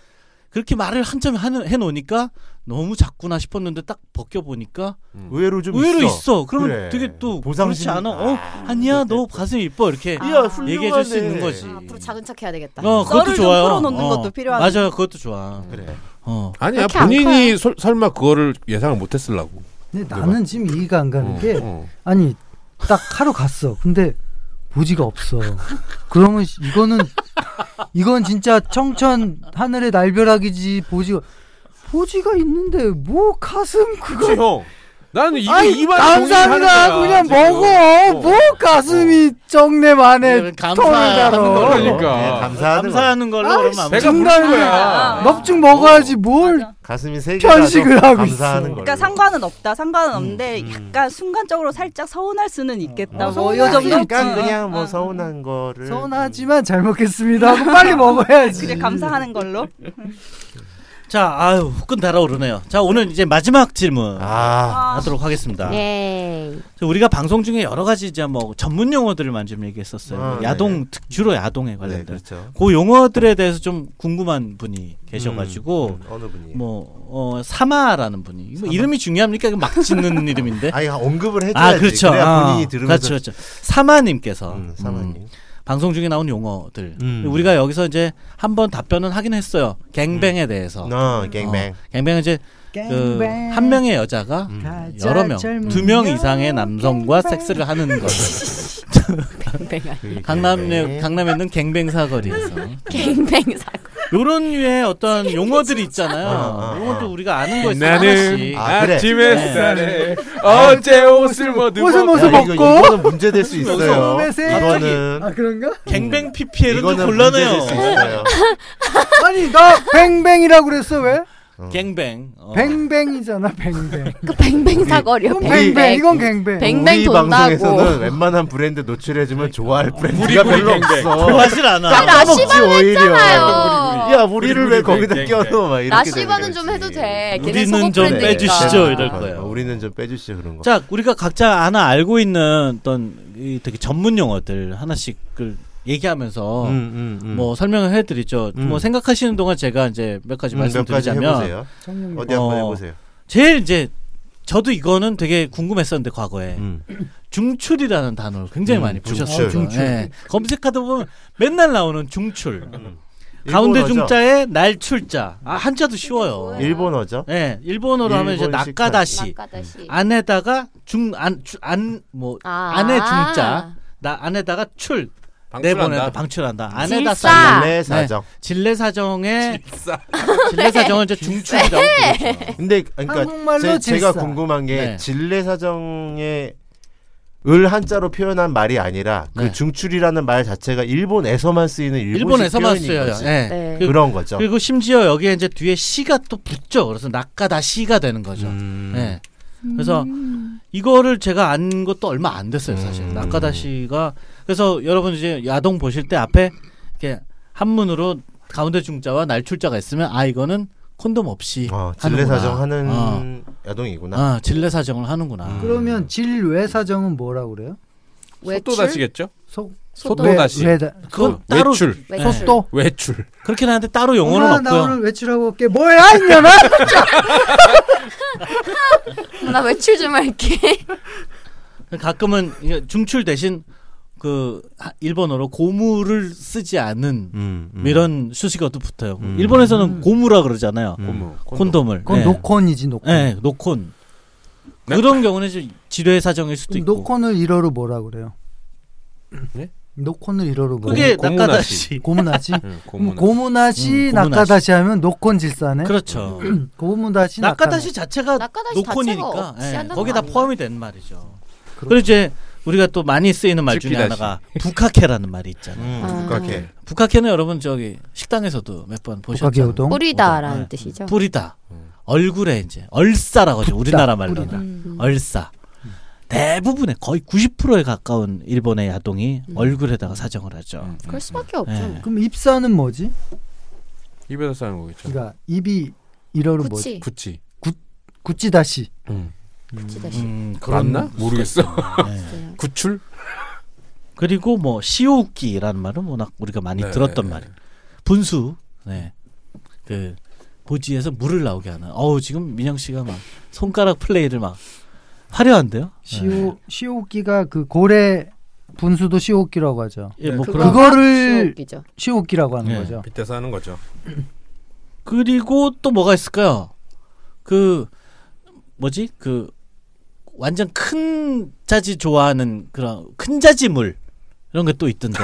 [SPEAKER 6] 그렇게 말을 한참 하는- 해놓으니까 너무 작구나 싶었는데 딱 벗겨 보니까
[SPEAKER 5] 의외로 좀
[SPEAKER 6] 음. 의외로 있어.
[SPEAKER 5] 있어.
[SPEAKER 6] 그러면
[SPEAKER 5] 그래.
[SPEAKER 6] 되게 또
[SPEAKER 5] 보상심.
[SPEAKER 6] 그렇지 않아. 어 아니야 너 가슴 이뻐 이렇게
[SPEAKER 9] 아,
[SPEAKER 5] 이야 훌륭하네.
[SPEAKER 6] 얘기해 줄 수 있는 거지.
[SPEAKER 9] 아, 앞으로 작은 척 해야 되겠다.
[SPEAKER 6] 어
[SPEAKER 7] 썰을
[SPEAKER 6] 그것도
[SPEAKER 7] 좀
[SPEAKER 6] 좋아요.
[SPEAKER 7] 풀어놓는
[SPEAKER 6] 어.
[SPEAKER 7] 것도 필요하네.
[SPEAKER 6] 맞아요 그것도 좋아.
[SPEAKER 5] 그래.
[SPEAKER 6] 어.
[SPEAKER 4] 아니야
[SPEAKER 9] 그렇게 안
[SPEAKER 4] 본인이 솔- 설마 그거를 예상을 못했을라고.
[SPEAKER 8] 근데 나는 지금 이해가 안 가는 게
[SPEAKER 4] 어.
[SPEAKER 8] 아니 딱 하러 갔어. 근데 보지가 없어. 그러면 씨, 이거는 이건 진짜 청천 하늘의 날벼락이지 보지가 보지가 있는데 뭐 가슴
[SPEAKER 4] 그치,
[SPEAKER 8] 그거
[SPEAKER 4] 형. 나는 이거
[SPEAKER 8] 아니
[SPEAKER 4] 이만
[SPEAKER 8] 감사합니다 그냥 먹어 뭐 가슴이 정내 만에
[SPEAKER 6] 이거는 감사하는
[SPEAKER 8] 털을 달아.
[SPEAKER 6] 걸로.
[SPEAKER 4] 그러니까.
[SPEAKER 5] 네, 감사하는 거.
[SPEAKER 6] 감사하는 걸로 그러면 아무튼
[SPEAKER 4] 배가 부른
[SPEAKER 8] 중간에
[SPEAKER 4] 거야.
[SPEAKER 8] 넙죽
[SPEAKER 6] 아,
[SPEAKER 8] 먹어야지 뭐. 뭘
[SPEAKER 5] 음. 가슴이 세 개라도
[SPEAKER 8] 편식을 하고
[SPEAKER 5] 감사하는
[SPEAKER 8] 있어.
[SPEAKER 5] 걸로.
[SPEAKER 7] 그러니까 상관은 없다. 상관은 없는데
[SPEAKER 5] 음.
[SPEAKER 7] 약간 순간적으로 살짝 서운할 수는 있겠다.
[SPEAKER 5] 어,
[SPEAKER 7] 뭐 요 정도.
[SPEAKER 5] 약간
[SPEAKER 7] 음,
[SPEAKER 5] 그냥 뭐
[SPEAKER 7] 음,
[SPEAKER 5] 서운한 거를
[SPEAKER 8] 서운하지만 잘 먹겠습니다 하고 빨리 먹어야지
[SPEAKER 7] 그래 감사하는 걸로.
[SPEAKER 6] 자, 아유, 후끈 달아오르네요. 자, 오늘 이제 마지막 질문
[SPEAKER 5] 아,
[SPEAKER 7] 아,
[SPEAKER 6] 하도록 하겠습니다.
[SPEAKER 9] 예.
[SPEAKER 6] 자, 우리가 방송 중에 여러 가지 이제 뭐 전문 용어들을 많이 좀 얘기했었어요.
[SPEAKER 5] 아,
[SPEAKER 6] 뭐
[SPEAKER 5] 네.
[SPEAKER 6] 야동, 특- 주로 야동에
[SPEAKER 5] 네,
[SPEAKER 6] 관련된.
[SPEAKER 5] 그렇죠.
[SPEAKER 6] 그 용어들에 대해서 좀 궁금한 분이 계셔가지고,
[SPEAKER 5] 음, 음, 어느 분이
[SPEAKER 6] 뭐, 어, 사마라는 분이. 뭐 이름이 중요합니까? 그막 짓는 이름인데.
[SPEAKER 5] 아니 언급을 해줘야지.
[SPEAKER 6] 아, 그렇죠.
[SPEAKER 5] 그래야
[SPEAKER 6] 아,
[SPEAKER 5] 본인이 들으면서
[SPEAKER 6] 그렇죠, 그렇죠. 사마님께서.
[SPEAKER 5] 음, 사모님.
[SPEAKER 6] 음, 방송 중에 나온 용어들.
[SPEAKER 5] 음.
[SPEAKER 6] 우리가 여기서 이제 한번 답변은 하긴 했어요. 갱뱅에 대해서.
[SPEAKER 5] 어, 갱뱅.
[SPEAKER 6] 어, 갱뱅은 이제 그
[SPEAKER 8] 갱뱅.
[SPEAKER 6] 한 명의 여자가
[SPEAKER 5] 음.
[SPEAKER 6] 여러 명,
[SPEAKER 8] 젊은
[SPEAKER 6] 두 명
[SPEAKER 8] 여-
[SPEAKER 6] 이상의 남성과 섹스를 하는 것.
[SPEAKER 5] 그
[SPEAKER 6] 어. 강남역
[SPEAKER 5] 갱뱅.
[SPEAKER 6] 강남에 있는 갱뱅 사거리에서
[SPEAKER 9] 갱뱅 사고.
[SPEAKER 6] 요런 류의 어떤 용어들이 있잖아요.
[SPEAKER 5] 아, 아,
[SPEAKER 6] 요것도
[SPEAKER 5] 아.
[SPEAKER 6] 우리가 아는 거 있어요.
[SPEAKER 4] 나는
[SPEAKER 6] 하나씩.
[SPEAKER 5] 아, 그래.
[SPEAKER 4] 아침 네. 햇살에 언제 옷을 못 입어
[SPEAKER 8] 옷을 못
[SPEAKER 5] 야,
[SPEAKER 8] 벗고.
[SPEAKER 5] 이거 이거는 문제 될 수 있어요.
[SPEAKER 8] 웃음의 세계.
[SPEAKER 5] 이거는
[SPEAKER 8] 아 그런가?
[SPEAKER 6] 갱뱅 PPL은 좀
[SPEAKER 5] 이거는 문제 될 수
[SPEAKER 6] 곤란해요.
[SPEAKER 5] 있어요.
[SPEAKER 8] 아니 나 뱅뱅이라고 그랬어 왜?
[SPEAKER 5] 어.
[SPEAKER 6] 갱뱅. 어.
[SPEAKER 8] 뱅뱅이잖아 뱅뱅.
[SPEAKER 9] 그 뱅뱅 사거리요.
[SPEAKER 8] 이건 뱅뱅.
[SPEAKER 9] 뱅뱅.
[SPEAKER 8] 이건 뱅뱅.
[SPEAKER 9] 뱅-
[SPEAKER 5] 우리
[SPEAKER 9] 돈다고.
[SPEAKER 5] 방송에서는 웬만한 브랜드 노출해주면 좋아할 브랜드가
[SPEAKER 4] 구리
[SPEAKER 5] 별로
[SPEAKER 4] 뱅뱅.
[SPEAKER 5] 없어.
[SPEAKER 6] 그 좋아하질 않아.
[SPEAKER 9] 나
[SPEAKER 5] 까먹지,
[SPEAKER 9] 씨발은
[SPEAKER 5] 오히려.
[SPEAKER 9] 했잖아요.
[SPEAKER 5] 야 우리를 왜 거기다
[SPEAKER 6] 네,
[SPEAKER 4] 뱅뱅.
[SPEAKER 5] 껴넣어? 막 이렇게
[SPEAKER 9] 나
[SPEAKER 5] 되는
[SPEAKER 9] 씨발은 좀
[SPEAKER 5] 거지.
[SPEAKER 9] 해도 돼. 걔네
[SPEAKER 6] 우리는
[SPEAKER 9] 속옷
[SPEAKER 6] 좀
[SPEAKER 9] 브랜드니까.
[SPEAKER 6] 빼주시죠, 이럴
[SPEAKER 5] 아,
[SPEAKER 6] 거예요.
[SPEAKER 5] 우리는 좀 빼주시죠 그런 거.
[SPEAKER 6] 자, 우리가 각자 하나 알고 있는 어떤 이 되게 전문 용어들 하나씩을 얘기하면서
[SPEAKER 5] 음, 음, 음.
[SPEAKER 6] 뭐 설명을 해드리죠.
[SPEAKER 5] 음.
[SPEAKER 6] 뭐 생각하시는 동안 제가 이제 몇 가지
[SPEAKER 5] 음, 몇 가지
[SPEAKER 6] 말씀드리자면
[SPEAKER 5] 해보세요.
[SPEAKER 8] 청룡이.
[SPEAKER 5] 어디 한번
[SPEAKER 6] 어.
[SPEAKER 5] 해보세요.
[SPEAKER 6] 제일 이제 저도 이거는 되게 궁금했었는데 과거에
[SPEAKER 9] 네.
[SPEAKER 5] 음.
[SPEAKER 6] 중출이라는 단어를 굉장히
[SPEAKER 5] 음,
[SPEAKER 6] 많이
[SPEAKER 5] 중출.
[SPEAKER 6] 보셨어요.
[SPEAKER 5] 어, 중출.
[SPEAKER 6] 예. 검색하다 보면 맨날 나오는 중출. 가운데
[SPEAKER 5] 음. 일본어죠? 네.
[SPEAKER 6] 중자에 날출자. 아, 한자도 쉬워요.
[SPEAKER 9] 뭐예요?
[SPEAKER 5] 일본어죠?
[SPEAKER 6] 예, 일본어로 하면 이제
[SPEAKER 5] 일본식
[SPEAKER 6] 낙가다시.
[SPEAKER 9] 낙가다시.
[SPEAKER 6] 아, 안에다가 중안안뭐
[SPEAKER 9] 아.
[SPEAKER 6] 안에 중자. 나 안에다가 출 네, 내보낸다 방출한다. 안에다
[SPEAKER 9] 질사.
[SPEAKER 6] 쌓는
[SPEAKER 5] 원래 사정.
[SPEAKER 6] 진례 사정에 진례 사정은
[SPEAKER 9] 네.
[SPEAKER 6] 이제 중출이라고 부르죠.
[SPEAKER 5] 근데 그러니까
[SPEAKER 8] 한국말로
[SPEAKER 5] 제,
[SPEAKER 8] 질사.
[SPEAKER 5] 가 궁금한 게
[SPEAKER 6] 네.
[SPEAKER 5] 진례사정의 을 한자로 표현한 말이 아니라 그
[SPEAKER 6] 네.
[SPEAKER 5] 중출이라는 말 자체가 일본에서만 쓰이는 일본식
[SPEAKER 6] 일본에서만
[SPEAKER 5] 표현인
[SPEAKER 6] 쓰여요.
[SPEAKER 5] 거지.
[SPEAKER 6] 예.
[SPEAKER 9] 네.
[SPEAKER 6] 그-
[SPEAKER 5] 그런 거죠.
[SPEAKER 6] 그리고 심지어 여기에 이제 뒤에 시가 또 붙죠. 그래서 낙가다시가 되는 거죠.
[SPEAKER 5] 음.
[SPEAKER 6] 예. 그래서 이거를 제가 안 것도 얼마 안 됐어요, 사실.
[SPEAKER 5] 음.
[SPEAKER 6] 낙가다시가 그래서 여러분 이제 야동 보실 때 앞에 이렇게 한문으로 가운데 중자와 날출자가 있으면 아 이거는 콘돔 없이
[SPEAKER 5] 어,
[SPEAKER 6] 하는구나.
[SPEAKER 5] 진례사정 하는
[SPEAKER 6] 어.
[SPEAKER 5] 야동이구나.
[SPEAKER 6] 아, 진례 사정을 하는구나.
[SPEAKER 5] 음.
[SPEAKER 8] 그러면 질외 사정은 뭐라 그래요?
[SPEAKER 9] 외출?
[SPEAKER 4] 소또다시겠죠?
[SPEAKER 8] 소
[SPEAKER 4] 소도 다시.
[SPEAKER 9] 네.
[SPEAKER 8] 외- 외다-
[SPEAKER 6] 그건
[SPEAKER 4] 그
[SPEAKER 6] 따로
[SPEAKER 4] 외출.
[SPEAKER 9] 외출.
[SPEAKER 8] 소또.
[SPEAKER 4] 외출.
[SPEAKER 6] 그렇긴 한데 따로 용어는
[SPEAKER 8] 엄마, 나
[SPEAKER 6] 없고요.
[SPEAKER 8] 오늘 외출하고 올게. 뭐야 이년아?
[SPEAKER 9] 나 외출 좀 할게.
[SPEAKER 6] 가끔은 이게 중출 대신 그 하- 일본어로 고무를 쓰지 않은
[SPEAKER 5] 음, 음.
[SPEAKER 6] 뭐 이런 수식어도 붙어요.
[SPEAKER 5] 음.
[SPEAKER 6] 일본에서는 고무라 그러잖아요.
[SPEAKER 5] 음.
[SPEAKER 4] 고무. 콘돔.
[SPEAKER 6] 콘돔을.
[SPEAKER 8] 그건
[SPEAKER 6] 예.
[SPEAKER 8] 노콘이지 노콘.
[SPEAKER 6] 예, 노콘. 그런 경우는 이제 지뢰 사정일 수도
[SPEAKER 8] 그럼
[SPEAKER 6] 있고.
[SPEAKER 8] 노콘을 일어로 뭐라 그래요?
[SPEAKER 4] 네?
[SPEAKER 8] 노콘을 일어로 뭐?
[SPEAKER 6] 그게
[SPEAKER 4] 고무-
[SPEAKER 6] 낙가다시.
[SPEAKER 8] 고문하시.
[SPEAKER 4] 응,
[SPEAKER 8] 고문하시,
[SPEAKER 4] 고문.
[SPEAKER 6] 음, 고문하시.
[SPEAKER 8] 낙가다시 하면 노콘 질사네.
[SPEAKER 6] 그렇죠.
[SPEAKER 8] 고문다시
[SPEAKER 6] 낙가다시 자체가
[SPEAKER 9] 낙가다시 자체가
[SPEAKER 6] 노콘이니까
[SPEAKER 9] 없이
[SPEAKER 6] 예,
[SPEAKER 9] 한다는
[SPEAKER 6] 거기에 다
[SPEAKER 9] 거
[SPEAKER 6] 포함이 된 말이죠.
[SPEAKER 8] 그렇죠.
[SPEAKER 6] 그리고 이제 우리가 또 많이 쓰이는 말 중에
[SPEAKER 4] 집기다시.
[SPEAKER 6] 하나가 북카케라는 말이
[SPEAKER 5] 음,
[SPEAKER 6] 있잖아요.
[SPEAKER 9] 아.
[SPEAKER 5] 북각해.
[SPEAKER 6] 북카케는 여러분 저기 식당에서도 몇 번
[SPEAKER 8] 북학의
[SPEAKER 6] 보셨죠.
[SPEAKER 8] 우동.
[SPEAKER 9] 뿌리다라는
[SPEAKER 6] 네.
[SPEAKER 9] 뜻이죠.
[SPEAKER 6] 뿌리다. 얼굴에 이제 얼싸라고 하죠. 우리나라 말로는.
[SPEAKER 8] 뿌리다.
[SPEAKER 9] 음.
[SPEAKER 6] 얼싸. 대부분의 거의 90%에 가까운 일본의 야동이
[SPEAKER 9] 음.
[SPEAKER 6] 얼굴에다가 사정을 하죠.
[SPEAKER 9] 그럴 수밖에 없죠.
[SPEAKER 6] 예.
[SPEAKER 8] 그럼 입사는 뭐지?
[SPEAKER 4] 입에서 싸는 거겠죠.
[SPEAKER 8] 그러니까 입이 일어로 뭐지?
[SPEAKER 9] 구찌.
[SPEAKER 4] 구찌.
[SPEAKER 8] 구찌다시.
[SPEAKER 4] 음.
[SPEAKER 9] 구찌 다시. 네. 아,
[SPEAKER 6] 음, 그런
[SPEAKER 4] 맞나? 모르겠어.
[SPEAKER 8] 네.
[SPEAKER 6] 예.
[SPEAKER 4] 구출?
[SPEAKER 6] 그리고 뭐 시오우키라는 말은 워낙 우리가 많이
[SPEAKER 4] 네,
[SPEAKER 6] 들었던
[SPEAKER 4] 네,
[SPEAKER 6] 말이에요. 분수. 네. 그 보지에서 물을 나오게 하는. 어우, 지금 민영 씨가 막 손가락 플레이를 막 화려한데요? 네.
[SPEAKER 8] 시오 시오끼가 그 고래 분수도 시오끼라고 하죠.
[SPEAKER 6] 예, 뭐
[SPEAKER 9] 네, 그거-
[SPEAKER 6] 그런
[SPEAKER 8] 그거를
[SPEAKER 9] 시옷기죠.
[SPEAKER 8] 시오끼라고 하는
[SPEAKER 6] 네.
[SPEAKER 8] 거죠.
[SPEAKER 4] 빗대서 하는 거죠.
[SPEAKER 6] 그리고 또 뭐가 있을까요? 그 뭐지? 그 완전 큰 자지 좋아하는 그런 큰 자지물 이런 게 또 있던데.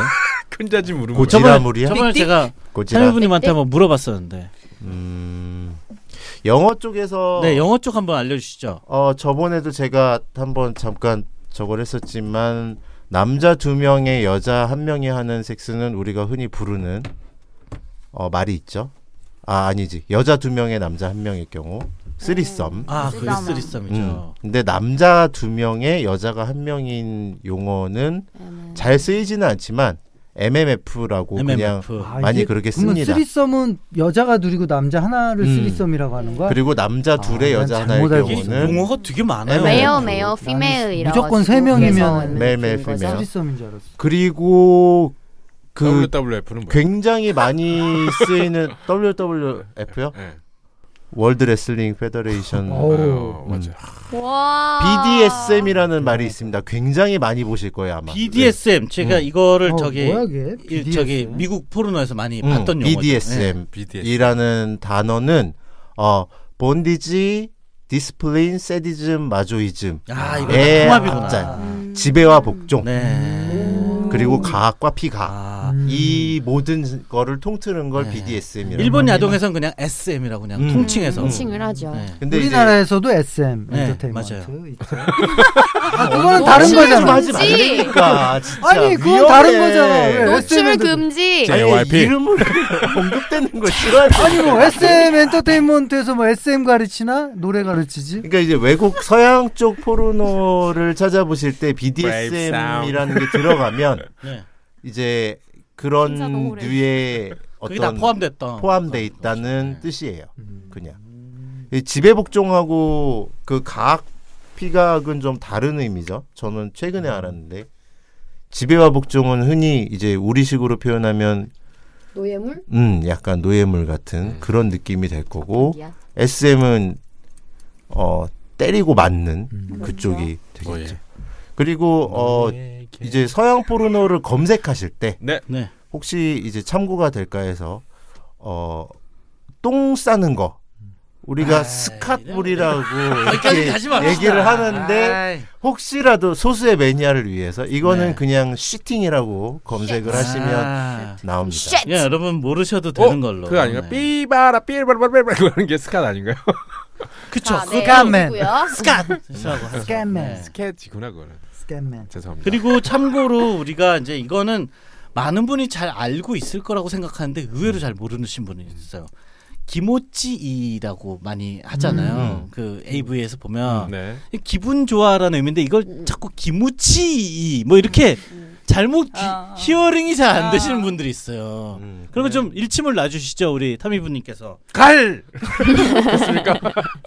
[SPEAKER 4] 큰 자지 무릎.
[SPEAKER 5] 고지라물이야?
[SPEAKER 6] 저번에 제가
[SPEAKER 5] 고지라.
[SPEAKER 6] 참여분님한테 한번 물어봤었는데.
[SPEAKER 5] 음. 영어 쪽에서
[SPEAKER 6] 네, 영어 쪽 한번 알려주시죠.
[SPEAKER 5] 어 저번에도 제가 한번 잠깐 저걸 했었지만 남자 두 명에 여자 한 명이 하는 섹스는 우리가 흔히 부르는 어 말이 있죠. 아 아니지 여자 두 명에 남자 한 명일 경우
[SPEAKER 8] 음.
[SPEAKER 5] 쓰리썸.
[SPEAKER 6] 아, 그게
[SPEAKER 9] 쓰리썸.
[SPEAKER 5] 음.
[SPEAKER 8] 그렇죠.
[SPEAKER 6] 쓰리썸이죠.
[SPEAKER 5] 근데 남자 두 명에 여자가 한 명인 용어는
[SPEAKER 9] 음.
[SPEAKER 5] 잘 쓰이지는 않지만 MMF라고 그냥
[SPEAKER 6] MMF.
[SPEAKER 8] 아,
[SPEAKER 5] 많이
[SPEAKER 8] 이게
[SPEAKER 5] 그렇게
[SPEAKER 8] 그러면
[SPEAKER 5] 씁니다.
[SPEAKER 8] 쓰리썸은 여자가 둘이고 남자 하나를
[SPEAKER 5] 음.
[SPEAKER 8] 쓰리썸이라고 하는 거야?
[SPEAKER 5] 그리고 남자 둘에
[SPEAKER 8] 아, 난
[SPEAKER 5] 여자
[SPEAKER 8] 잘못
[SPEAKER 5] 하나일
[SPEAKER 8] 알고
[SPEAKER 6] 이게
[SPEAKER 5] 경우는
[SPEAKER 6] 용어가 되게 많아요.
[SPEAKER 9] 메어
[SPEAKER 5] 네.
[SPEAKER 9] 메어 피메일이라고.
[SPEAKER 8] 네. 무조건 세 명이면
[SPEAKER 5] male, male, female.
[SPEAKER 8] 쓰리썸인 줄 알았어.
[SPEAKER 5] 그리고 그
[SPEAKER 4] WWF는 뭐야?
[SPEAKER 5] 굉장히 많이 쓰이는 WWF요?
[SPEAKER 4] 예.
[SPEAKER 5] 월드 레슬링 페더레이션
[SPEAKER 4] 어,
[SPEAKER 8] 어우.
[SPEAKER 4] 맞아.
[SPEAKER 9] 와.
[SPEAKER 5] BDSM이라는 말이 있습니다. 굉장히 많이 보실 거예요, 아마.
[SPEAKER 6] BDSM. 제가
[SPEAKER 5] 음.
[SPEAKER 6] 이거를
[SPEAKER 8] 어,
[SPEAKER 6] 저기
[SPEAKER 8] 뭐야, 걔?
[SPEAKER 6] 이-
[SPEAKER 8] BDSM?
[SPEAKER 6] 저기 미국 포르노에서 많이
[SPEAKER 5] 음,
[SPEAKER 6] 봤던 용어죠. 예.
[SPEAKER 5] BDSM.
[SPEAKER 4] BDS.
[SPEAKER 5] 이라는 단어는 어 본디지, 디스플레인, 세디즘, 마조이즘,
[SPEAKER 6] 아, 이거
[SPEAKER 5] 예,
[SPEAKER 6] 통합이구나.
[SPEAKER 5] 합자. 지배와 복종.
[SPEAKER 6] 네.
[SPEAKER 5] 그리고 가학과 피가학
[SPEAKER 13] 아,
[SPEAKER 5] 이 모든 거를 통틀은 걸 BDSM이라고
[SPEAKER 6] 일본 야동에서는 그냥 SM이라고 그냥
[SPEAKER 5] 음.
[SPEAKER 6] 통칭해서.
[SPEAKER 9] 칭을 하죠.
[SPEAKER 6] 네.
[SPEAKER 5] 근데 이제
[SPEAKER 8] 우리나라에서도 SM
[SPEAKER 6] 네,
[SPEAKER 8] 엔터테인먼트
[SPEAKER 6] 맞아요.
[SPEAKER 8] 있죠. 아, 그거는 다른
[SPEAKER 9] 노출
[SPEAKER 8] 거잖아. 네.
[SPEAKER 5] 하지 말라니까 진짜
[SPEAKER 8] 그러니까 아니, 그건
[SPEAKER 5] 위험해.
[SPEAKER 8] 다른 거잖아. 왜?
[SPEAKER 9] 노출
[SPEAKER 8] SM에도
[SPEAKER 9] 금지.
[SPEAKER 4] 네. JYP.
[SPEAKER 5] 이름을 언급되는 걸 싫어하지
[SPEAKER 8] 아니 뭐 SM 엔터테인먼트에서 뭐 SM 가르치나 노래
[SPEAKER 6] 네.
[SPEAKER 8] 가르치지?
[SPEAKER 5] 그러니까 이제 외국 서양 쪽 포르노를 찾아보실 때
[SPEAKER 4] Brave sound.
[SPEAKER 5] BDSM이라는 게 들어가면
[SPEAKER 6] 네.
[SPEAKER 5] 이제
[SPEAKER 13] 진짜
[SPEAKER 5] 그런
[SPEAKER 13] 너무 오래
[SPEAKER 5] 류의
[SPEAKER 6] 그게 다 네.
[SPEAKER 5] 어떤
[SPEAKER 6] 포함됐다.
[SPEAKER 5] 포함돼
[SPEAKER 8] 네.
[SPEAKER 5] 있다는 뜻이에요.
[SPEAKER 8] 음.
[SPEAKER 5] 그냥 이 지배 복종하고 그 가학 피각은 좀 다른 의미죠. 저는 최근에 알았는데 지배와 복종은 흔히 이제 우리식으로 표현하면
[SPEAKER 9] 노예물?
[SPEAKER 5] 음 약간 노예물
[SPEAKER 6] 네.
[SPEAKER 5] 같은 그런 느낌이 될 거고
[SPEAKER 9] 야.
[SPEAKER 5] SM은 어 때리고 맞는
[SPEAKER 6] 음.
[SPEAKER 5] 그쪽이
[SPEAKER 6] 어, 예.
[SPEAKER 5] 되겠죠. 그리고 어 이제 서양 포르노를 검색하실 때
[SPEAKER 6] 네.
[SPEAKER 5] 혹시 이제 참고가 될까 해서 어 똥 싸는 거 우리가 스카트물이라고
[SPEAKER 6] 아, 거기까지 가지 맙시다.
[SPEAKER 5] 얘기를 하는데
[SPEAKER 6] 아이.
[SPEAKER 5] 혹시라도 소수의 매니아를 위해서 이거는
[SPEAKER 6] 네. 그냥
[SPEAKER 5] 그냥 슈팅이라고 검색을 하시면
[SPEAKER 6] 아.
[SPEAKER 5] 나옵니다.
[SPEAKER 6] 예, 여러분 모르셔도 되는 걸로.
[SPEAKER 4] 어? 그거 아닌가? 요
[SPEAKER 6] 네.
[SPEAKER 4] 삐바라 삐바라 삐바라 그런 게 스카드 아닌가요?
[SPEAKER 6] 그쵸.
[SPEAKER 9] 아, 네,
[SPEAKER 8] 스카맨.
[SPEAKER 9] 있고요.
[SPEAKER 6] 스카라고 네, 하죠.
[SPEAKER 8] 스캔맨.
[SPEAKER 6] 네.
[SPEAKER 4] 스케치구나 그거는.
[SPEAKER 8] 스캔맨.
[SPEAKER 4] 죄송합니다.
[SPEAKER 6] 그리고 참고로 우리가 이제 이거는 많은 분이 잘 알고 있을 거라고 생각하는데 의외로 잘 모르는 분이 있어요. 기모찌이라고 많이
[SPEAKER 5] 음.
[SPEAKER 6] 하잖아요. 그 AV에서 보면
[SPEAKER 4] 네.
[SPEAKER 6] 기분 좋아라는 의미인데 이걸 자꾸 기무치 뭐 이렇게 잘못 기-
[SPEAKER 7] 아, 아.
[SPEAKER 6] 히어링이 잘 안
[SPEAKER 7] 아.
[SPEAKER 6] 되시는 분들이 있어요.
[SPEAKER 5] 음,
[SPEAKER 6] 그런
[SPEAKER 4] 네.
[SPEAKER 6] 거 좀 일침을 놔주시죠 우리 타미분님께서
[SPEAKER 4] 갈.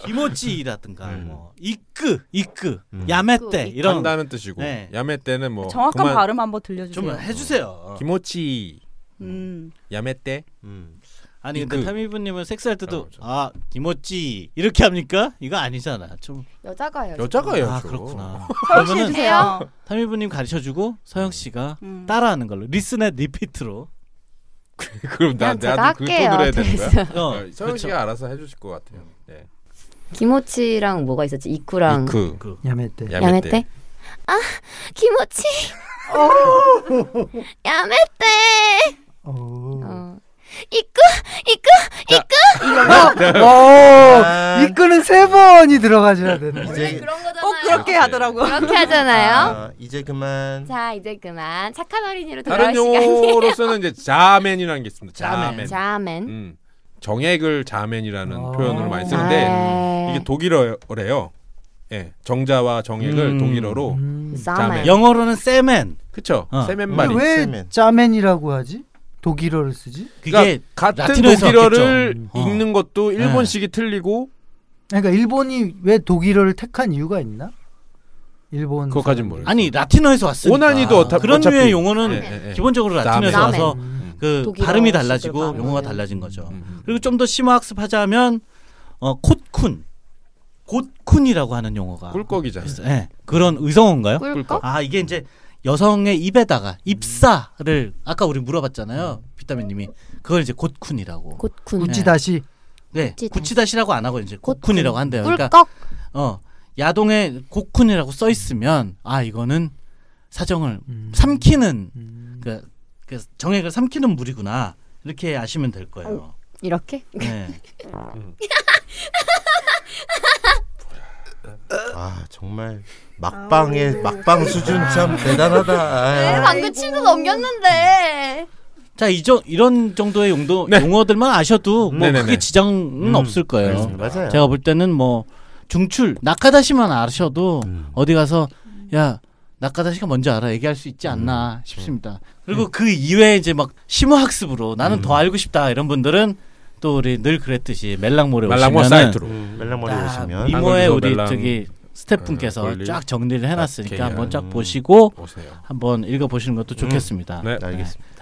[SPEAKER 6] 기모찌라든가
[SPEAKER 5] 음.
[SPEAKER 6] 뭐 이끄 이끄
[SPEAKER 5] 음.
[SPEAKER 6] 야매떼
[SPEAKER 9] 이끄,
[SPEAKER 6] 이런
[SPEAKER 4] 한다는 뜻이고
[SPEAKER 6] 네.
[SPEAKER 4] 야매 때는 뭐
[SPEAKER 7] 정확한
[SPEAKER 4] 그만-
[SPEAKER 7] 발음 한번 들려주세요.
[SPEAKER 6] 좀 해주세요.
[SPEAKER 4] 어. 김오치
[SPEAKER 7] 음.
[SPEAKER 4] 야매 때
[SPEAKER 5] 음.
[SPEAKER 6] 아니 근데
[SPEAKER 4] 이끄.
[SPEAKER 6] 타미분님은 섹스할 때도
[SPEAKER 4] 그렇죠.
[SPEAKER 6] 아 기모찌 이렇게 합니까? 이거 아니잖아. 좀
[SPEAKER 9] 여자가 해요.
[SPEAKER 4] 여자가 해요. 음.
[SPEAKER 6] 아
[SPEAKER 4] 저거.
[SPEAKER 6] 그렇구나.
[SPEAKER 7] 서영 씨
[SPEAKER 6] 그러면은
[SPEAKER 7] 해주세요.
[SPEAKER 6] 타미분님 가르쳐주고 서영 씨가
[SPEAKER 7] 음.
[SPEAKER 6] 따라하는 걸로 리슨 앤 리피트로.
[SPEAKER 4] 그럼 나
[SPEAKER 9] 그냥 제가
[SPEAKER 4] 나도 그
[SPEAKER 9] 할게요.
[SPEAKER 4] 돈으로 해야 되는 거야?
[SPEAKER 6] 어,
[SPEAKER 4] 어, 서영
[SPEAKER 6] 그쵸.
[SPEAKER 4] 씨가 알아서 해주실 것 같아요. 네.
[SPEAKER 9] 김오치랑 뭐가 있었지? 이쿠랑
[SPEAKER 4] 이크
[SPEAKER 6] 그
[SPEAKER 8] 야매 때.
[SPEAKER 4] 야매 때.
[SPEAKER 9] 야매떼? 아, 김오치. 야매떼.
[SPEAKER 8] 오.
[SPEAKER 9] 어. 이끄 이끄
[SPEAKER 8] 오, 이끄는 세 번이 들어가줘야 되는.
[SPEAKER 12] 네,
[SPEAKER 5] 아, 이제
[SPEAKER 9] 그런 거잖아요.
[SPEAKER 7] 꼭 그렇게 하더라고.
[SPEAKER 9] 그렇게 하잖아요.
[SPEAKER 5] 아, 이제 그만
[SPEAKER 9] 자, 이제 그만 착한 어린이로 돌아올
[SPEAKER 4] 다른
[SPEAKER 9] 시간이에요.
[SPEAKER 4] 용어로서는 이제 자맨이라는 게 있습니다. 자맨.
[SPEAKER 8] 네.
[SPEAKER 9] 자맨.
[SPEAKER 4] 음. 정액을 자맨이라는
[SPEAKER 8] 아.
[SPEAKER 4] 표현으로 많이 쓰는데
[SPEAKER 9] 아,
[SPEAKER 4] 이게 독일어래요. 예, 정자와 정액을
[SPEAKER 6] 음.
[SPEAKER 4] 독일어로
[SPEAKER 8] 음.
[SPEAKER 9] 자맨.
[SPEAKER 6] 영어로는 세맨.
[SPEAKER 4] 그쵸?
[SPEAKER 6] 어.
[SPEAKER 4] 세맨발이.
[SPEAKER 8] 근데 왜
[SPEAKER 5] 세면.
[SPEAKER 8] 짜맨이라고 하지? 독일어를 쓰지?
[SPEAKER 6] 그게
[SPEAKER 4] 그러니까 같은
[SPEAKER 6] 라틴어에서
[SPEAKER 4] 독일어를
[SPEAKER 6] 왔겠죠. 어.
[SPEAKER 4] 읽는 것도 일본식이 틀리고
[SPEAKER 8] 그러니까 일본이 왜 독일어를 택한 이유가 있나? 일본.
[SPEAKER 4] 그것까진
[SPEAKER 8] 사람들이.
[SPEAKER 4] 모르겠어요.
[SPEAKER 6] 음. 아니 라틴어에서 왔으니까.
[SPEAKER 4] 오나니도 어차-
[SPEAKER 6] 그런
[SPEAKER 4] 어차피-
[SPEAKER 6] 류의 용어는
[SPEAKER 4] 예, 예, 예.
[SPEAKER 6] 기본적으로 라틴어에서
[SPEAKER 9] 자맨.
[SPEAKER 6] 와서
[SPEAKER 8] 음.
[SPEAKER 6] 그
[SPEAKER 9] 독일어 네.
[SPEAKER 6] 발음이 달라지고
[SPEAKER 9] 식으로
[SPEAKER 6] 용어가
[SPEAKER 9] 발음을.
[SPEAKER 6] 달라진 거죠.
[SPEAKER 4] 음.
[SPEAKER 6] 그리고 좀 더 심화 학습하자면 어, 콧쿤, 곧쿤이라고 하는 용어가
[SPEAKER 4] 꿀꺽이잖아요.
[SPEAKER 6] 있어요. 예, 그런 의성어인가요?
[SPEAKER 9] 꿀꺽?
[SPEAKER 6] 아 이게 이제 여성의 입에다가 입사를 아까 우리 물어봤잖아요. 비타민님이 그걸 이제 곧쿤이라고.
[SPEAKER 9] 곧군.
[SPEAKER 8] 우찌
[SPEAKER 6] 네.
[SPEAKER 8] 다시.
[SPEAKER 6] 네,
[SPEAKER 9] 굳이 다-
[SPEAKER 6] 구치다시라고 안 하고 이제
[SPEAKER 9] 곧쿤.
[SPEAKER 6] 곧쿤이라고 한대요. 그러니까
[SPEAKER 9] 꿀꺽.
[SPEAKER 6] 어 야동에 고쿤이라고 써 있으면 아 이거는 사정을
[SPEAKER 4] 음.
[SPEAKER 6] 삼키는 그, 그 정액을 삼키는 물이구나 이렇게 아시면 될 거예요.
[SPEAKER 9] 어, 이렇게?
[SPEAKER 6] 네.
[SPEAKER 5] 아 정말 막방의 막방 수준 참 대단하다 아유.
[SPEAKER 9] 방금 친구 넘겼는데.
[SPEAKER 6] 자 이저 이런 정도의 용도
[SPEAKER 4] 네.
[SPEAKER 6] 용어들만 아셔도 뭐
[SPEAKER 4] 네네네.
[SPEAKER 6] 크게 지장은
[SPEAKER 4] 음,
[SPEAKER 6] 없을 거예요.
[SPEAKER 5] 맞아요
[SPEAKER 6] 제가 볼 때는 뭐 중출 나카다시만 아셔도
[SPEAKER 5] 음.
[SPEAKER 6] 어디 가서 야 나카다시가 뭔지 알아 얘기할 수 있지
[SPEAKER 5] 음.
[SPEAKER 6] 않나 싶습니다. 그리고 그 이외에 이제 막 심화 학습으로 나는
[SPEAKER 5] 음.
[SPEAKER 6] 더 알고 싶다 이런 분들은 또 우리 늘 그랬듯이 멜랑몰에
[SPEAKER 4] 말랑모
[SPEAKER 6] 오시면은
[SPEAKER 4] 사이트로.
[SPEAKER 5] 음, 멜랑머리
[SPEAKER 6] 딱
[SPEAKER 5] 오시면
[SPEAKER 6] 이모의
[SPEAKER 4] 당근도
[SPEAKER 6] 우리
[SPEAKER 4] 멜랑,
[SPEAKER 6] 저기
[SPEAKER 4] 어,
[SPEAKER 6] 스태프분께서
[SPEAKER 4] 걸리.
[SPEAKER 6] 쫙 정리를
[SPEAKER 4] 오케이.
[SPEAKER 6] 해놨으니까 한번 쫙
[SPEAKER 5] 음.
[SPEAKER 6] 보시고
[SPEAKER 4] 오세요.
[SPEAKER 6] 한번 읽어보시는 것도 좋겠습니다.
[SPEAKER 4] 네.
[SPEAKER 5] 알겠습니다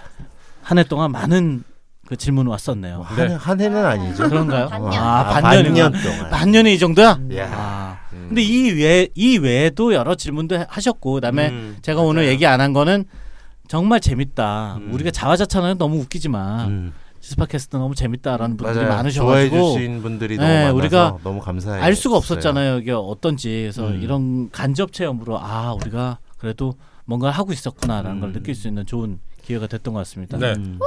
[SPEAKER 6] 한 해 동안 많은 그 질문 왔었네요.
[SPEAKER 5] 뭐 한, 해- 한 해는 아니죠
[SPEAKER 6] 그런가요?
[SPEAKER 9] 반년.
[SPEAKER 6] 아,
[SPEAKER 5] 아,
[SPEAKER 6] 반년이구나.
[SPEAKER 5] 반년 동안
[SPEAKER 6] 반년이 이 정도야?
[SPEAKER 5] 야.
[SPEAKER 6] 아. 근데 이 외, 이 외에도 여러 질문도 하- 하셨고, 그다음에
[SPEAKER 5] 음,
[SPEAKER 6] 제가 오늘 얘기 안 한 거는 정말 재밌다.
[SPEAKER 5] 음.
[SPEAKER 6] 우리가 자화자찬하는 너무 웃기지만
[SPEAKER 5] 음.
[SPEAKER 6] 스파캐스트 너무 재밌다라는 분들이
[SPEAKER 5] 맞아요. 좋아해
[SPEAKER 6] 많으셔가지고
[SPEAKER 5] 주신 분들이
[SPEAKER 6] 네,
[SPEAKER 5] 너무 많아서
[SPEAKER 6] 우리가
[SPEAKER 5] 너무 감사해요
[SPEAKER 6] 알 수가 없었잖아요. 이게 어떤지. 그래서
[SPEAKER 5] 음.
[SPEAKER 6] 이런 간접 체험으로 아 우리가 그래도 뭔가 하고 있었구나라는 걸 느낄 수 있는 좋은 기회가 됐던 것 같습니다.
[SPEAKER 4] 네.
[SPEAKER 6] 음.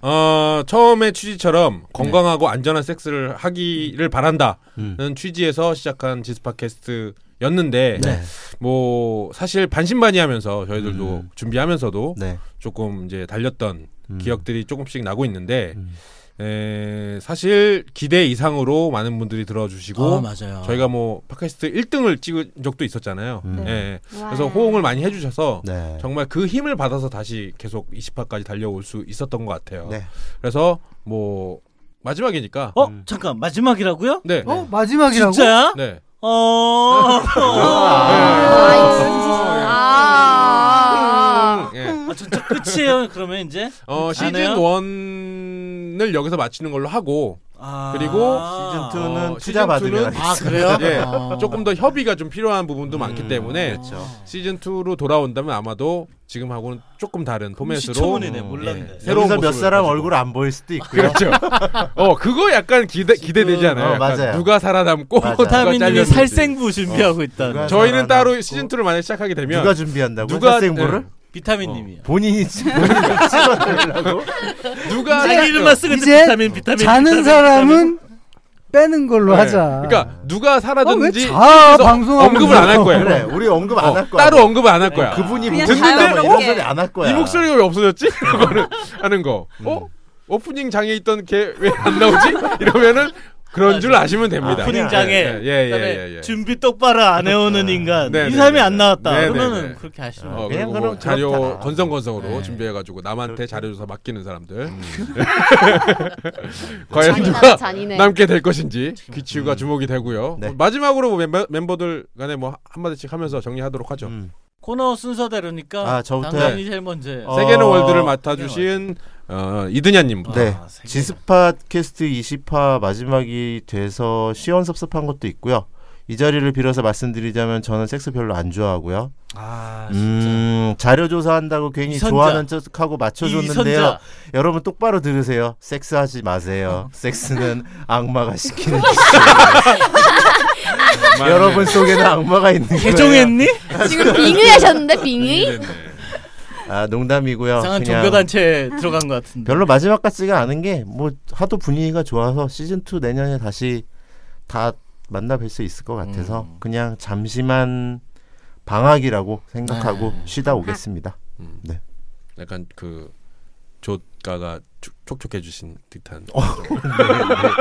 [SPEAKER 4] 어, 처음에
[SPEAKER 6] 네.
[SPEAKER 4] 취지처럼 건강하고 안전한 섹스를 하기를 바란다는
[SPEAKER 5] 음.
[SPEAKER 4] 취지에서 시작한 지스파 캐스트였는데
[SPEAKER 5] 네.
[SPEAKER 4] 뭐 사실 반신반의하면서 저희들도
[SPEAKER 5] 음.
[SPEAKER 4] 준비하면서도
[SPEAKER 5] 네.
[SPEAKER 4] 조금 이제 달렸던
[SPEAKER 5] 음.
[SPEAKER 4] 기억들이 조금씩 나고 있는데
[SPEAKER 5] 음.
[SPEAKER 4] 에, 사실 기대 이상으로 많은 분들이 들어주시고
[SPEAKER 6] 어, 맞아요.
[SPEAKER 4] 저희가 뭐 팟캐스트 1등을 찍은 적도 있었잖아요.
[SPEAKER 5] 음.
[SPEAKER 4] 예.
[SPEAKER 12] 와.
[SPEAKER 4] 그래서 호응을 많이 해주셔서
[SPEAKER 5] 네.
[SPEAKER 4] 정말 그 힘을 받아서 다시 계속 20화까지 달려올 수 있었던 것 같아요.
[SPEAKER 5] 네.
[SPEAKER 4] 그래서 뭐 마지막이니까
[SPEAKER 6] 어 잠깐 마지막이라고요?
[SPEAKER 4] 네.
[SPEAKER 8] 어 마지막이라고?
[SPEAKER 6] 진짜야?
[SPEAKER 4] 네.
[SPEAKER 6] 어.
[SPEAKER 9] 아.
[SPEAKER 4] 예.
[SPEAKER 6] 아, 저, 저 끝이에요. 그러면 이제
[SPEAKER 4] 어, 시즌
[SPEAKER 6] 해요?
[SPEAKER 4] 1을 여기서 마치는 걸로 하고
[SPEAKER 6] 아.
[SPEAKER 4] 그리고
[SPEAKER 5] 시즌 2는
[SPEAKER 4] 어,
[SPEAKER 5] 투자
[SPEAKER 4] 시즌
[SPEAKER 5] 받으면
[SPEAKER 4] 투는-
[SPEAKER 6] 아 그래요?
[SPEAKER 4] 예.
[SPEAKER 6] 아.
[SPEAKER 4] 조금 더 협의가 좀 필요한 부분도 많기
[SPEAKER 5] 음,
[SPEAKER 4] 때문에
[SPEAKER 5] 그렇죠.
[SPEAKER 4] 시즌 2로 돌아온다면 아마도 지금하고는 조금 다른 포맷으로
[SPEAKER 6] 시초문이네 몰랐네.
[SPEAKER 4] 예. 새로운
[SPEAKER 5] 여기서 몇
[SPEAKER 4] 모습을
[SPEAKER 5] 사람
[SPEAKER 4] 가지고.
[SPEAKER 5] 얼굴 안 보일 수도 있고요.
[SPEAKER 4] 그렇죠. 어 그거 약간 기대 기대되지 않아요?
[SPEAKER 5] 어,
[SPEAKER 4] 약간
[SPEAKER 5] 맞아요.
[SPEAKER 4] 누가 살아남고
[SPEAKER 5] 맞아요.
[SPEAKER 4] 누가
[SPEAKER 6] 타미님이
[SPEAKER 4] 잘렸는지.
[SPEAKER 6] 살생부
[SPEAKER 4] 어.
[SPEAKER 6] 준비하고 있다.
[SPEAKER 5] 누가-
[SPEAKER 4] 저희는
[SPEAKER 5] 살아남고.
[SPEAKER 4] 따로 시즌 2를 만약 시작하게 되면
[SPEAKER 5] 누가 준비한다고?
[SPEAKER 4] 누가- 네.
[SPEAKER 5] 누가 생물을
[SPEAKER 4] 어.
[SPEAKER 6] 비타민님이요.
[SPEAKER 5] 본인이 찍- 본인이 찍어달라고?
[SPEAKER 4] 누가 어, 예.
[SPEAKER 6] 자기 아, 이름만 쓰고
[SPEAKER 8] 이제
[SPEAKER 6] 비타민 비타민.
[SPEAKER 8] 자는
[SPEAKER 6] 비타민,
[SPEAKER 8] 사람은 빼는 걸로
[SPEAKER 4] 네.
[SPEAKER 8] 하자.
[SPEAKER 4] 그러니까 누가
[SPEAKER 8] 왜자
[SPEAKER 4] 살아든지 그래서
[SPEAKER 8] 방송하면서
[SPEAKER 4] 언급을 안 할 거예요.
[SPEAKER 5] 그래, 우리 언급 안
[SPEAKER 4] 어,
[SPEAKER 5] 할 거야.
[SPEAKER 4] 따로 언급을 안 할 거야.
[SPEAKER 5] 그분이
[SPEAKER 7] 그냥
[SPEAKER 5] 듣는다 뭐 이런
[SPEAKER 7] 자연스럽게.
[SPEAKER 5] 소리 안 할 거야. 음.
[SPEAKER 4] 이 목소리가 왜 없어졌지? 그거를 하는 거.
[SPEAKER 6] 음.
[SPEAKER 4] 어? 오프닝 장에 있던 걔 왜 안 나오지? 이러면은 그런 줄 아시면 됩니다.
[SPEAKER 5] 오프닝
[SPEAKER 6] 장에.
[SPEAKER 4] 예, 예, 예,
[SPEAKER 6] 그다음에
[SPEAKER 4] 예, 예.
[SPEAKER 6] 준비 똑바로 안 해오는 인간
[SPEAKER 4] 네, 네,
[SPEAKER 6] 이 사람이
[SPEAKER 4] 네,
[SPEAKER 6] 안
[SPEAKER 4] 네.
[SPEAKER 6] 나왔다
[SPEAKER 4] 네, 네,
[SPEAKER 6] 그러면은
[SPEAKER 4] 네.
[SPEAKER 6] 그렇게 하시면
[SPEAKER 4] 어, 그리고
[SPEAKER 6] 어,
[SPEAKER 5] 그냥
[SPEAKER 4] 뭐
[SPEAKER 5] 그럼
[SPEAKER 4] 자료
[SPEAKER 5] 그렇다. 그렇죠.
[SPEAKER 4] 건성건성으로
[SPEAKER 6] 네.
[SPEAKER 4] 준비해가지고 남한테 자료조사 맡기는 사람들
[SPEAKER 5] 음.
[SPEAKER 4] 과연
[SPEAKER 9] 잔인하다
[SPEAKER 8] 그러니까
[SPEAKER 4] 누가
[SPEAKER 9] 잔인해.
[SPEAKER 8] 네.
[SPEAKER 4] 남게 될 것인지 귀치유가 주목이 되고요.
[SPEAKER 5] 그렇죠. 음. 네.
[SPEAKER 4] 마지막으로 뭐 멤버, 멤버들 간에 뭐 한마디씩 하면서 정리하도록 하죠.
[SPEAKER 5] 음.
[SPEAKER 6] 코너 순서대로니까
[SPEAKER 5] 아, 저부터요?
[SPEAKER 6] 당연히 제일 먼저.
[SPEAKER 5] 어,
[SPEAKER 4] 세계는 월드를 맡아주신 어, 이든야님부터.
[SPEAKER 5] 네.
[SPEAKER 6] 아, 세계.
[SPEAKER 5] 지스팟 캐스트 20화 마지막이 돼서 시원섭섭한 것도 있고요. 이 자리를 빌어서 말씀드리자면 저는 섹스 별로 안 좋아하고요.
[SPEAKER 6] 아 진짜.
[SPEAKER 5] 음, 자료 조사한다고 괜히
[SPEAKER 6] 이선자.
[SPEAKER 5] 좋아하는 척하고 맞춰줬는데요.
[SPEAKER 6] 이선자. 어.
[SPEAKER 5] 여러분 똑바로 들으세요. 섹스하지 마세요. 섹스는 악마가 시키는 짓. 여러분 속에는 악마가 있는 거예요.
[SPEAKER 6] 아, 개종했니?
[SPEAKER 9] 지금 빙의 하셨는데 빙의?
[SPEAKER 5] 아 농담이고요.
[SPEAKER 6] 이상한
[SPEAKER 5] 그냥
[SPEAKER 6] 종교단체에 들어간 것 같은데.
[SPEAKER 5] 별로 마지막 같지가 않은 게 뭐 하도 분위기가 좋아서 시즌 2 내년에 다시 다 만나 뵐 수 있을 것 같아서
[SPEAKER 6] 음.
[SPEAKER 5] 그냥 잠시만 방학이라고 생각하고
[SPEAKER 6] 네.
[SPEAKER 5] 쉬다 오겠습니다.
[SPEAKER 4] 음. 약간 그 조가가 촉- 촉촉해주신 듯한 네,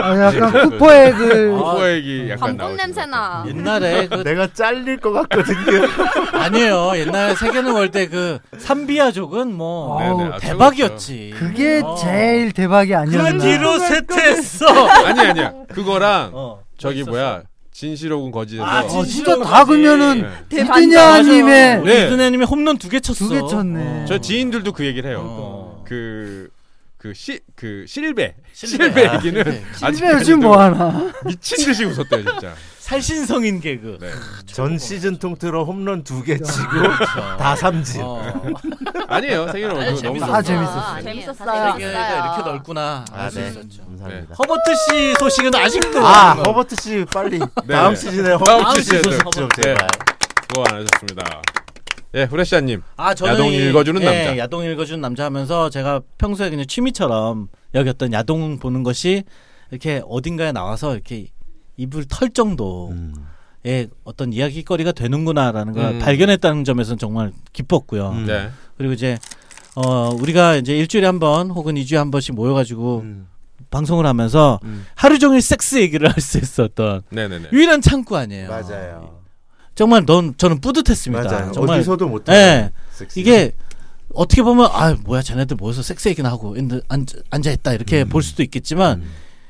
[SPEAKER 8] 아, 약간 쿠퍼의 그
[SPEAKER 4] 후보액이 네.
[SPEAKER 12] 밤꽃
[SPEAKER 4] 약간 나오시는
[SPEAKER 12] 냄새나.
[SPEAKER 6] 옛날에 그
[SPEAKER 5] 아, 내가 잘릴 것 같거든요.
[SPEAKER 6] 아니에요. 옛날에 세계는 월드 그 삼비아족은 뭐
[SPEAKER 4] 네, 네. 그렇죠.
[SPEAKER 8] 어우,
[SPEAKER 4] 아,
[SPEAKER 6] 대박이었지.
[SPEAKER 8] 그게
[SPEAKER 6] 어.
[SPEAKER 8] 제일 대박이
[SPEAKER 6] 그
[SPEAKER 8] 아니었나.
[SPEAKER 6] 뒤로 세퇴했어.
[SPEAKER 4] 예. 아니 아니야 그거랑
[SPEAKER 6] 어,
[SPEAKER 4] 저기 뭐야 진실옥은 거지에서
[SPEAKER 6] 아,
[SPEAKER 8] 어,
[SPEAKER 6] 진-
[SPEAKER 8] 진짜 다 그러면은
[SPEAKER 4] 네.
[SPEAKER 8] 이드냐님의
[SPEAKER 6] 우리 이드네님이 홈런 두 개 쳤어.
[SPEAKER 8] 두개 쳤네.
[SPEAKER 4] 저 지인들도 그 얘기를 해요 그,
[SPEAKER 6] 어.
[SPEAKER 4] 그그시그 실베
[SPEAKER 6] 실베.
[SPEAKER 4] 실베
[SPEAKER 6] 아,
[SPEAKER 4] 얘기는
[SPEAKER 6] 실베.
[SPEAKER 8] 실제 요즘
[SPEAKER 4] 아직까지도
[SPEAKER 8] 뭐 하나?
[SPEAKER 4] 미친 듯이 웃었대요 진짜
[SPEAKER 6] 살신성인 개그.
[SPEAKER 4] 네.
[SPEAKER 5] 전 시즌 통틀어 홈런 두 개 치고 다 삼진.
[SPEAKER 6] 어.
[SPEAKER 4] 네. 아니에요 생일은
[SPEAKER 6] 아니,
[SPEAKER 4] 너무
[SPEAKER 6] 재밌었어.
[SPEAKER 8] 아, 재밌었어요.
[SPEAKER 12] 재밌었어요.
[SPEAKER 6] 세계가 이렇게 넓구나.
[SPEAKER 5] 아,
[SPEAKER 6] 알수
[SPEAKER 5] 네.
[SPEAKER 6] 있었죠.
[SPEAKER 5] 감사합니다.
[SPEAKER 6] 허버트 씨 소식은 아직도
[SPEAKER 5] 아
[SPEAKER 6] 없는 거.
[SPEAKER 5] 허버트 씨 빨리
[SPEAKER 6] 네.
[SPEAKER 5] 다음 시즌에
[SPEAKER 4] 다음
[SPEAKER 5] 허버트 씨
[SPEAKER 4] 시즌에
[SPEAKER 5] 소식 좀
[SPEAKER 4] 네.
[SPEAKER 5] 제발.
[SPEAKER 4] 수고 안 하셨습니다 예 후레시아님
[SPEAKER 6] 아, 저는
[SPEAKER 4] 야동
[SPEAKER 6] 이-
[SPEAKER 4] 읽어주는
[SPEAKER 6] 예,
[SPEAKER 4] 남자.
[SPEAKER 6] 야동 읽어주는 남자 하면서 제가 평소에 그냥 취미처럼 여겼던 야동 보는 것이 이렇게 어딘가에 나와서 이렇게 입을 털 정도의
[SPEAKER 5] 음.
[SPEAKER 6] 어떤 이야기거리가 되는구나라는 걸
[SPEAKER 4] 음.
[SPEAKER 6] 발견했다는 점에서는 정말 기뻤고요.
[SPEAKER 5] 음.
[SPEAKER 4] 네
[SPEAKER 6] 그리고 이제 어 우리가 이제 일주일에 한 번 혹은 이주에한 번씩 모여가지고
[SPEAKER 5] 음.
[SPEAKER 6] 방송을 하면서
[SPEAKER 5] 음.
[SPEAKER 6] 하루 종일 섹스 얘기를 할 수 있었던
[SPEAKER 4] 네네네
[SPEAKER 6] 유일한 창구 아니에요.
[SPEAKER 5] 맞아요.
[SPEAKER 6] 정말 넌 저는 뿌듯했습니다.
[SPEAKER 5] 맞아요.
[SPEAKER 6] 정말
[SPEAKER 5] 어디서도 네. 못해.
[SPEAKER 6] 예. 이게 어떻게 보면 아 뭐야 쟤네들 모여서 섹스 얘기나 하고 앉아 있다
[SPEAKER 5] 음.
[SPEAKER 6] 이렇게 볼 수도 있겠지만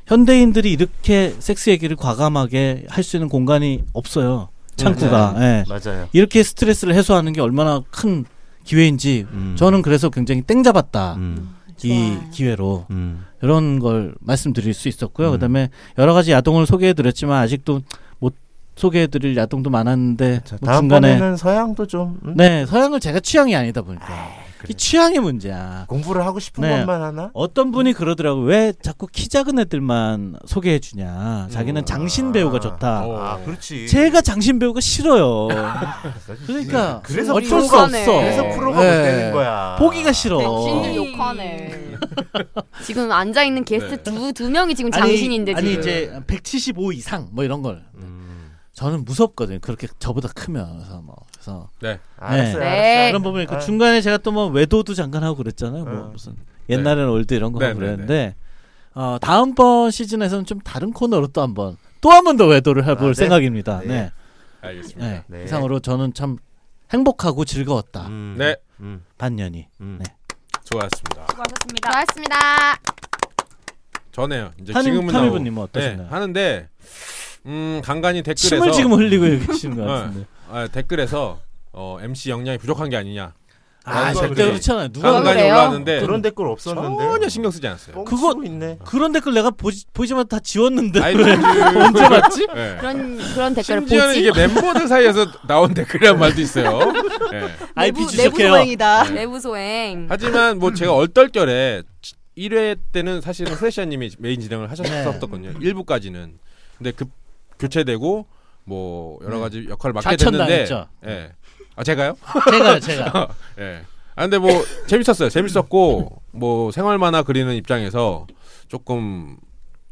[SPEAKER 6] 현대인들이 이렇게 섹스 얘기를 과감하게 할 수 있는 공간이 없어요. 창구가.
[SPEAKER 5] 네.
[SPEAKER 6] 예.
[SPEAKER 5] 맞아요.
[SPEAKER 6] 이렇게 스트레스를 해소하는 게 얼마나 큰 기회인지
[SPEAKER 5] 음.
[SPEAKER 6] 저는 그래서 굉장히 땡 잡았다.
[SPEAKER 5] 음.
[SPEAKER 6] 이
[SPEAKER 12] 좋아요.
[SPEAKER 6] 기회로
[SPEAKER 5] 음.
[SPEAKER 6] 이런 걸 말씀드릴 수 있었고요.
[SPEAKER 5] 음.
[SPEAKER 6] 그다음에 여러 가지 야동을 소개해드렸지만 아직도 못 소개해드릴 야동도 많았는데
[SPEAKER 5] 자,
[SPEAKER 6] 뭐 중간에
[SPEAKER 5] 다음번에는 서양도 좀. 음?
[SPEAKER 6] 네 서양을 제가 취향이 아니다 보니까 이 취향의 문제야.
[SPEAKER 5] 공부를 하고 싶은
[SPEAKER 6] 네.
[SPEAKER 5] 것만 하나?
[SPEAKER 6] 어떤
[SPEAKER 5] 음.
[SPEAKER 6] 분이 그러더라고 왜 자꾸 키 작은 애들만 소개해 주냐
[SPEAKER 5] 음.
[SPEAKER 6] 자기는 장신 배우가 좋다
[SPEAKER 4] 어.
[SPEAKER 5] 아, 그렇지.
[SPEAKER 6] 제가 장신 배우가 싫어요 그러니까
[SPEAKER 5] 그래서
[SPEAKER 6] 어쩔 수
[SPEAKER 5] 프로가-
[SPEAKER 6] 없어 네.
[SPEAKER 5] 그래서 프로가
[SPEAKER 8] 네.
[SPEAKER 5] 못 되는 거야.
[SPEAKER 6] 보기가 싫어
[SPEAKER 7] 대신이
[SPEAKER 9] 욕하네. 지금 앉아 있는
[SPEAKER 4] 네.
[SPEAKER 9] 게스트 두 두 명이 지금 장신인데
[SPEAKER 6] 아니
[SPEAKER 9] 지금.
[SPEAKER 6] 이제 175 이상 뭐 이런 걸
[SPEAKER 5] 음.
[SPEAKER 6] 저는 무섭거든요 그렇게 저보다 크면 그래서 뭐 그래서
[SPEAKER 5] 알았어요.
[SPEAKER 9] 네.
[SPEAKER 5] 알았어요.
[SPEAKER 6] 그런 부분이 그
[SPEAKER 5] 아.
[SPEAKER 6] 중간에 제가 또 뭐 외도도 잠깐 하고 그랬잖아요. 뭐
[SPEAKER 5] 어.
[SPEAKER 6] 무슨 옛날에는 올드 이런 거
[SPEAKER 4] 네,
[SPEAKER 6] 하고
[SPEAKER 4] 네,
[SPEAKER 6] 그랬는데 어, 다음번 시즌에서는 좀 다른 코너로 또 한번 또 한 번 더 외도를 해볼
[SPEAKER 5] 아, 네.
[SPEAKER 6] 생각입니다.
[SPEAKER 5] 네.
[SPEAKER 6] 네.
[SPEAKER 4] 알겠습니다.
[SPEAKER 6] 네.
[SPEAKER 5] 네.
[SPEAKER 6] 이상으로 저는 참 행복하고 즐거웠다.
[SPEAKER 5] 음.
[SPEAKER 4] 네.
[SPEAKER 5] 음.
[SPEAKER 6] 반년이.
[SPEAKER 5] 음.
[SPEAKER 6] 네.
[SPEAKER 4] 좋았습니다.
[SPEAKER 7] 수고하셨습니다.
[SPEAKER 9] 고맙습니다.
[SPEAKER 4] 전에요. 이제
[SPEAKER 6] 타님
[SPEAKER 4] 지금은 나오고.
[SPEAKER 6] 타미부님 은
[SPEAKER 4] 네,
[SPEAKER 6] 어떠셨나요?
[SPEAKER 4] 하는데 음 간간히 댓글에서
[SPEAKER 6] 침을 지금 흘리고 계시는 것 같은데.
[SPEAKER 4] 아, 댓글에서 어, MC 역량이 부족한 게 아니냐.
[SPEAKER 6] 아
[SPEAKER 5] 아,
[SPEAKER 6] 절대
[SPEAKER 5] 그래요?
[SPEAKER 6] 그렇잖아요. 누가
[SPEAKER 4] 간간히
[SPEAKER 9] 그래요?
[SPEAKER 4] 올라왔는데
[SPEAKER 5] 네. 그런 댓글 없었는데.
[SPEAKER 4] 전혀 신경 쓰지 않았어요.
[SPEAKER 5] 그거 있네. 아,
[SPEAKER 6] 그런 댓글 내가 보지, 보지만 다 지웠는데
[SPEAKER 4] 그
[SPEAKER 6] 왜
[SPEAKER 4] 언제 봤지?
[SPEAKER 9] 그런 그런 댓글을
[SPEAKER 4] 네. 심지어는
[SPEAKER 9] 보지.
[SPEAKER 4] 이게 멤버들 사이에서 나온 댓글이란 말도 있어요. 네.
[SPEAKER 6] IP
[SPEAKER 7] 내부
[SPEAKER 6] 주적해요.
[SPEAKER 7] 소행이다.
[SPEAKER 9] 내부 소행.
[SPEAKER 4] 하지만 뭐 제가 얼떨결에 1회 때는 사실은 프레시아님이 메인 진행을
[SPEAKER 6] 네.
[SPEAKER 4] 하셨었거든요. 일부까지는. 근데 급 교체되고 뭐 여러
[SPEAKER 6] 네.
[SPEAKER 4] 가지 역할을 맡게 됐는데.
[SPEAKER 6] 좌천당했죠. 네.
[SPEAKER 4] 예. 아 제가요?
[SPEAKER 6] 제가 제가
[SPEAKER 4] 예. 아 근데 뭐 재밌었어요. 재밌었고 뭐 생활 만화 그리는 입장에서 조금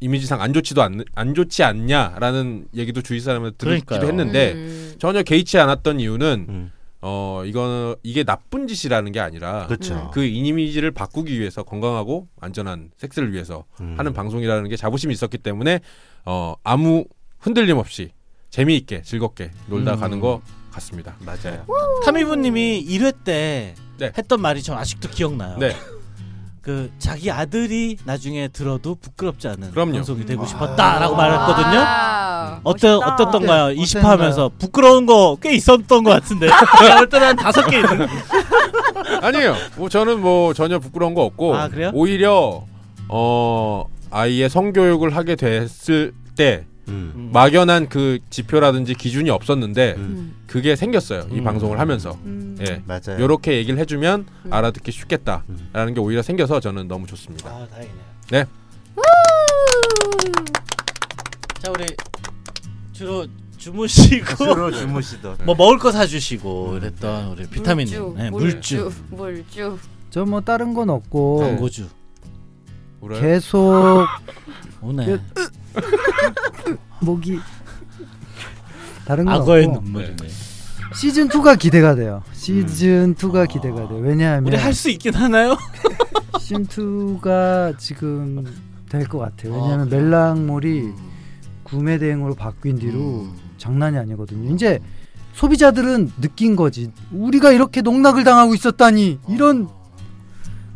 [SPEAKER 4] 이미지상 안 좋지도 않, 안 좋지 않냐라는 얘기도 주위 사람한테 들기도
[SPEAKER 6] 그러니까요.
[SPEAKER 4] 했는데
[SPEAKER 9] 음.
[SPEAKER 4] 전혀 개의치 않았던 이유는
[SPEAKER 5] 음.
[SPEAKER 4] 어 이거는 이게 나쁜 짓이라는 게 아니라
[SPEAKER 5] 그렇죠.
[SPEAKER 4] 그 이미지를 바꾸기 위해서 건강하고 안전한 섹스를 위해서
[SPEAKER 5] 음.
[SPEAKER 4] 하는 방송이라는 게 자부심이 있었기 때문에 어 아무 흔들림 없이 재미있게 즐겁게 놀다
[SPEAKER 6] 음.
[SPEAKER 4] 가는 것 같습니다.
[SPEAKER 5] 맞아요.
[SPEAKER 6] 타미부님이 1회 때
[SPEAKER 4] 네.
[SPEAKER 6] 했던 말이 전 아직도 기억나요.
[SPEAKER 4] 네.
[SPEAKER 6] 그 자기 아들이 나중에 들어도 부끄럽지 않은
[SPEAKER 4] 그럼요.
[SPEAKER 6] 방송이 되고 싶었다라고 말했거든요.
[SPEAKER 9] 와우.
[SPEAKER 6] 어때
[SPEAKER 7] 아. 멋있다.
[SPEAKER 6] 아. 어땠던가요?
[SPEAKER 8] 어때-
[SPEAKER 6] 20화 하면서 부끄러운 거 꽤 있었던 것 같은데. 제가 볼 때는 한 다섯 개 있는. 거.
[SPEAKER 4] 아니에요. 뭐 저는 뭐 전혀 부끄러운 거 없고
[SPEAKER 6] 아, 그래요?
[SPEAKER 4] 오히려 어 아이의 성교육을 하게 됐을 때
[SPEAKER 5] 음.
[SPEAKER 6] 음.
[SPEAKER 4] 막연한 그 지표라든지 기준이 없었는데
[SPEAKER 5] 음.
[SPEAKER 9] 음.
[SPEAKER 4] 그게 생겼어요. 이
[SPEAKER 5] 음. 네.
[SPEAKER 4] 방송을 하면서
[SPEAKER 7] 음.
[SPEAKER 4] 예
[SPEAKER 5] 맞아요.
[SPEAKER 4] 요렇게 얘기를 해주면
[SPEAKER 9] 음.
[SPEAKER 4] 알아듣기
[SPEAKER 5] 음.
[SPEAKER 4] 쉽겠다라는 게 오히려 생겨서 저는 너무 좋습니다.
[SPEAKER 6] 아 다행이네요.
[SPEAKER 9] 우!
[SPEAKER 6] 자 우리 주로 아, 주무시고
[SPEAKER 5] 주로 주무시던.
[SPEAKER 6] 뭐 먹을 거 사주시고 이랬던 우리 비타민님 네, 물주,
[SPEAKER 9] 물주 물주
[SPEAKER 8] 저 뭐 다른 건 없고
[SPEAKER 6] 광고주
[SPEAKER 5] 아,
[SPEAKER 4] 울어요?
[SPEAKER 8] 계속 그,
[SPEAKER 6] 오네
[SPEAKER 8] 목이 다른 건
[SPEAKER 6] 악어의
[SPEAKER 8] 없고
[SPEAKER 6] 눈물이네.
[SPEAKER 8] 시즌 2가 기대가 돼요.
[SPEAKER 6] 음.
[SPEAKER 8] 시즌 2가 기대가 돼요. 왜냐하면
[SPEAKER 6] 우리 할 수 있긴 하나요?
[SPEAKER 8] 시즌 2가 지금 될 것 같아요.
[SPEAKER 6] 아,
[SPEAKER 8] 왜냐하면
[SPEAKER 6] 그래요? 음.
[SPEAKER 8] 멜랑몰이 구매 대행으로 바뀐 뒤로 장난이 아니거든요. 이제 소비자들은 느낀 거지. 우리가 이렇게 농락을 당하고 있었다니 이런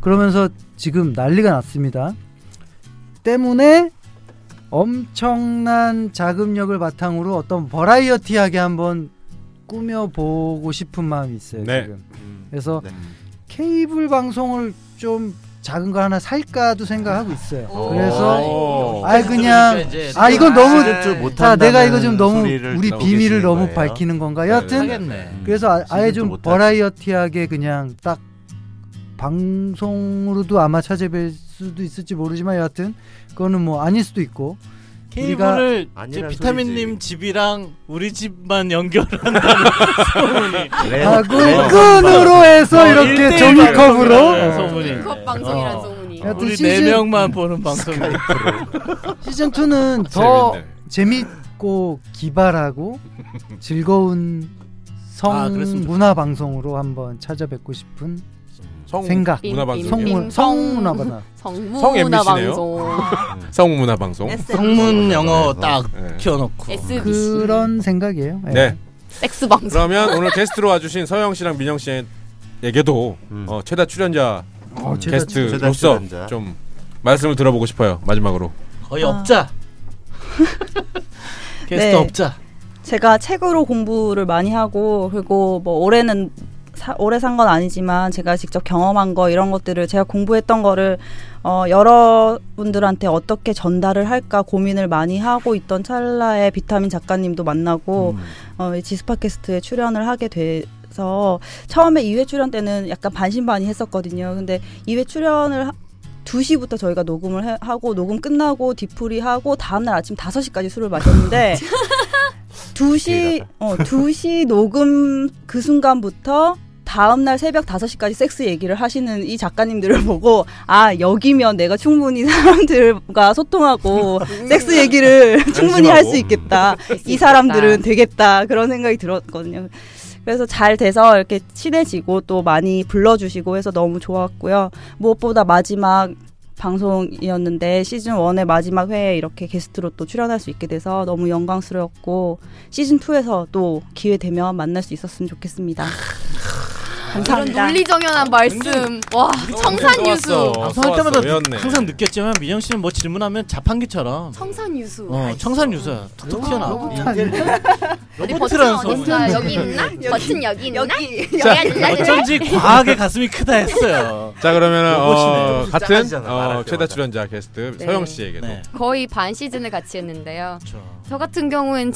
[SPEAKER 8] 그러면서 지금 난리가 났습니다. 때문에 엄청난 자금력을 바탕으로 어떤 버라이어티하게 한번 꾸며보고 싶은 마음이 있어요.
[SPEAKER 4] 네.
[SPEAKER 8] 지금. 그래서
[SPEAKER 5] 네.
[SPEAKER 8] 케이블 방송을 좀 작은 걸 하나 살까도 생각하고 있어요.
[SPEAKER 9] 오.
[SPEAKER 8] 그래서
[SPEAKER 4] 오.
[SPEAKER 8] 아이 그냥
[SPEAKER 6] 이제
[SPEAKER 8] 아 이건 너무 다
[SPEAKER 5] 못한다는
[SPEAKER 8] 내가 이거 좀 너무
[SPEAKER 5] 소리를
[SPEAKER 8] 우리
[SPEAKER 5] 듣고
[SPEAKER 8] 비밀을
[SPEAKER 5] 계시는
[SPEAKER 8] 너무
[SPEAKER 5] 거예요. 음,
[SPEAKER 8] 밝히는 건가?
[SPEAKER 4] 네,
[SPEAKER 8] 여하튼
[SPEAKER 6] 하겠네.
[SPEAKER 8] 그래서 아, 아예
[SPEAKER 5] 시즌도
[SPEAKER 8] 좀
[SPEAKER 5] 못하지.
[SPEAKER 8] 버라이어티하게 그냥 딱 방송으로도 아마 찾아뵐 수도 있을지 모르지만 여하튼 그거는 뭐 아닐 수도 있고
[SPEAKER 6] 케이블을 이제
[SPEAKER 5] 아니란
[SPEAKER 6] 비타민님 집이랑 우리 집만 연결한다는 소문이
[SPEAKER 5] 레오,
[SPEAKER 8] 하고
[SPEAKER 4] 아,
[SPEAKER 5] 레오.
[SPEAKER 8] 끈으로 해서
[SPEAKER 6] 어,
[SPEAKER 8] 이렇게
[SPEAKER 6] 일대일
[SPEAKER 8] 종이컵으로
[SPEAKER 6] 방송이라는
[SPEAKER 8] 어.
[SPEAKER 6] 네, 소문이
[SPEAKER 9] 컵 방송이란
[SPEAKER 6] 어.
[SPEAKER 9] 소문이
[SPEAKER 8] 야, 하여튼
[SPEAKER 6] 우리 네
[SPEAKER 8] 시즌-
[SPEAKER 6] 명만 보는 방송.
[SPEAKER 8] 시즌 2는 더 재밌고 기발하고 즐거운 성
[SPEAKER 6] 아, 그랬으면 좋겠다.
[SPEAKER 8] 문화 방송으로 한번 찾아뵙고 싶은
[SPEAKER 4] 성
[SPEAKER 8] 생각.
[SPEAKER 4] 문화
[SPEAKER 9] 임-
[SPEAKER 4] 방송
[SPEAKER 9] 임-
[SPEAKER 8] 성문 성문화 문화
[SPEAKER 4] 성
[SPEAKER 9] 성문화
[SPEAKER 4] MBC 네요.
[SPEAKER 9] 방송
[SPEAKER 4] 성 문화 방송. 네.
[SPEAKER 6] 성문 영어 딱
[SPEAKER 4] 네.
[SPEAKER 6] 키워놓고.
[SPEAKER 9] SBC
[SPEAKER 8] 그런 생각이에요. 예.
[SPEAKER 9] 섹스 방송
[SPEAKER 4] 그러면 오늘 게스트로 와주신 서영 씨랑 민영 씨에게도
[SPEAKER 5] 음.
[SPEAKER 4] 어, 최다 출연자
[SPEAKER 8] 어, 제가
[SPEAKER 5] 최다
[SPEAKER 4] 게스트로서
[SPEAKER 5] 출연자.
[SPEAKER 4] 좀 말씀을 들어보고 싶어요. 마지막으로.
[SPEAKER 6] 거의
[SPEAKER 7] 아.
[SPEAKER 6] 없자. 게스트
[SPEAKER 7] 네.
[SPEAKER 6] 없자.
[SPEAKER 7] 제가 책으로 공부를 많이 하고 그리고 뭐 올해는 사, 오래 산 건 아니지만 제가 직접 경험한 거 이런 것들을 제가 공부했던 거를 어, 여러분들한테 어떻게 전달을 할까 고민을 많이 하고 있던
[SPEAKER 6] 뭐,
[SPEAKER 7] 음.
[SPEAKER 4] 음.
[SPEAKER 7] 찰나에 비타민 작가님도 만나고 어, 이 지스팟캐스트에 출연을 하게 돼서 그래서 처음에 2회 출연 때는 약간 반신반의 했었거든요. 근데 2회 출연을 하- 2시부터 저희가 녹음을 해- 하고 녹음 끝나고 디풀이 하고 다음날 아침 5시까지 술을 마셨는데 2시 어 2시 녹음 그 순간부터 다음날 새벽 5시까지 섹스 얘기를 하시는 이 작가님들을 보고 아 여기면 내가 충분히 사람들과 소통하고 섹스 얘기를 충분히 할 수 있겠다 이 사람들은 되겠다 그런 생각이 들었거든요. 그래서 잘 돼서 이렇게 친해지고 또 많이 불러주시고 해서 너무 좋았고요. 무엇보다 마지막 방송이었는데 시즌 1의 마지막 회에 이렇게 게스트로 또 출연할 수 있게 돼서 너무 영광스러웠고 시즌 2에서 또 기회 되면 만날 수 있었으면 좋겠습니다.
[SPEAKER 9] 이런
[SPEAKER 7] 감사합니다.
[SPEAKER 9] 논리정연한 말씀. 와
[SPEAKER 4] 어,
[SPEAKER 9] 청산 유수.
[SPEAKER 6] 방송할 때마다
[SPEAKER 4] 좋았어, 외웠네.
[SPEAKER 6] 항상 느꼈지만 민영 씨는 뭐 질문하면 자판기처럼
[SPEAKER 9] 청산 유수.
[SPEAKER 6] 어, 청산 유수야. 툭툭 튀어나와.
[SPEAKER 9] 어디
[SPEAKER 6] 로봇이라는 소리.
[SPEAKER 9] 버튼 어디 있나? 여기 있나? 버튼 여기 있나?
[SPEAKER 4] 자,
[SPEAKER 9] 여기 있나?
[SPEAKER 6] 어쩐지 과하게 가슴이 크다 했어요.
[SPEAKER 4] 자 그러면
[SPEAKER 6] 로봇이네.
[SPEAKER 4] 어,
[SPEAKER 5] 로봇이
[SPEAKER 4] 같은
[SPEAKER 5] 짱하잖아, 말할
[SPEAKER 4] 어,
[SPEAKER 5] 때마다.
[SPEAKER 4] 최다 출연자 게스트
[SPEAKER 9] 네.
[SPEAKER 4] 서영 씨에게도
[SPEAKER 6] 네.
[SPEAKER 9] 거의 반 시즌을 같이 했는데요.
[SPEAKER 6] 그렇죠.
[SPEAKER 9] 저 같은 경우엔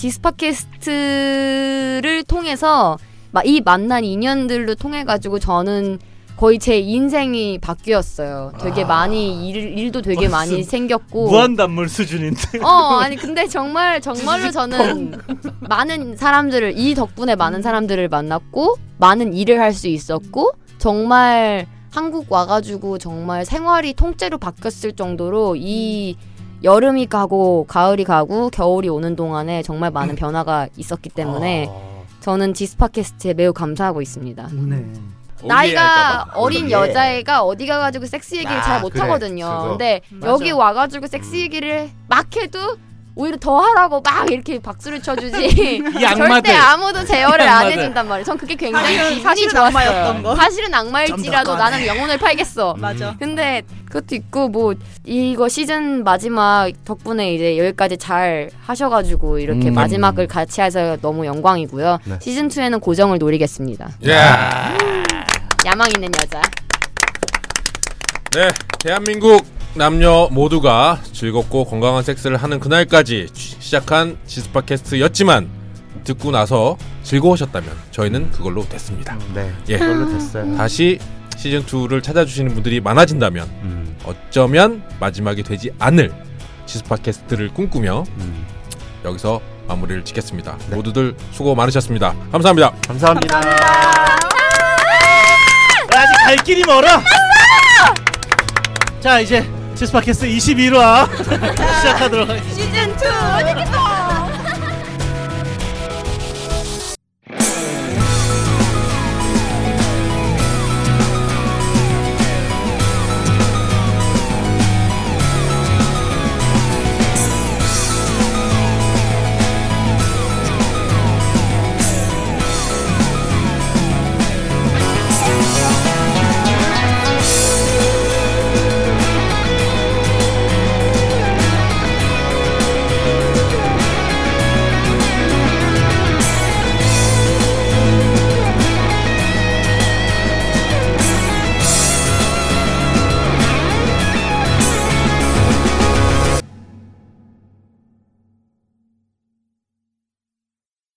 [SPEAKER 9] 디스팟캐스트를 통해서 막 이 만난 인연들로 통해 가지고 저는 거의 제 인생이 바뀌었어요. 되게 많이 일, 일도 되게
[SPEAKER 6] 아. 벌써
[SPEAKER 9] 많이 생겼고
[SPEAKER 6] 무한 단물 수준인데.
[SPEAKER 9] 어 아니 근데 정말 정말로 저는 많은 사람들을 이 덕분에 많은 사람들을 만났고 많은 일을 할 수 있었고 정말 한국 와가지고 정말 생활이 통째로 바뀌었을 정도로 이 여름이 가고 가을이 가고 겨울이 오는 동안에 정말 많은 변화가 있었기 때문에
[SPEAKER 5] 아.
[SPEAKER 9] 저는 디스팟캐스트에 매우 감사하고 있습니다.
[SPEAKER 8] 우네.
[SPEAKER 5] 어,
[SPEAKER 9] 나이가
[SPEAKER 4] 오해할까봐.
[SPEAKER 9] 어린
[SPEAKER 5] 예.
[SPEAKER 9] 여자애가 어디 가가지고 섹스 얘기를
[SPEAKER 5] 아, 그래.
[SPEAKER 9] 잘 못하거든요.
[SPEAKER 5] 그거. 음.
[SPEAKER 9] 근데
[SPEAKER 6] 맞아.
[SPEAKER 9] 여기 와가지고 섹스 얘기를 막 해도 오히려 더 하라고 막 이렇게 박수를 쳐주지.
[SPEAKER 6] 이 악마들.
[SPEAKER 9] 절대 아무도 제어를 안
[SPEAKER 6] 악마들.
[SPEAKER 9] 해준단 말이에요. 전 그게 굉장히 사실 좋았어요.
[SPEAKER 7] 악마였던 거.
[SPEAKER 9] 사실은 악마일지라도 나는 영혼을 팔겠어.
[SPEAKER 5] 음.
[SPEAKER 7] 맞아.
[SPEAKER 9] 근데 그것도 있고 뭐 이거 시즌 마지막 덕분에 이제 여기까지 잘 하셔가지고 이렇게
[SPEAKER 4] 음.
[SPEAKER 9] 마지막을 같이 해서 너무 영광이고요.
[SPEAKER 5] 네.
[SPEAKER 9] 시즌 2에는 고정을 노리겠습니다.
[SPEAKER 4] 예.
[SPEAKER 9] 야망 있는 여자.
[SPEAKER 4] 네, 대한민국 남녀 모두가 즐겁고 건강한 섹스를 하는 그날까지 취- 시작한 지스파캐스트였지만 듣고 나서 즐거우셨다면 저희는 그걸로 됐습니다.
[SPEAKER 5] 네.
[SPEAKER 4] 예.
[SPEAKER 5] 그걸로 됐어요.
[SPEAKER 4] 다시 시즌 2를 찾아주시는 분들이 많아진다면
[SPEAKER 5] 음,
[SPEAKER 4] 어쩌면 마지막이 되지 않을 지스파캐스트를 꿈꾸며
[SPEAKER 5] 음. 네.
[SPEAKER 4] 여기서 마무리를 짓겠습니다. 모두들 수고 많으셨습니다. 감사합니다.
[SPEAKER 5] 감사합니다.
[SPEAKER 6] 아직 갈 길이 멀어. 자 이제 지스팟캐스트 21화 시작하도록 하겠습니다.
[SPEAKER 7] 시즌 2 어떻게 봐?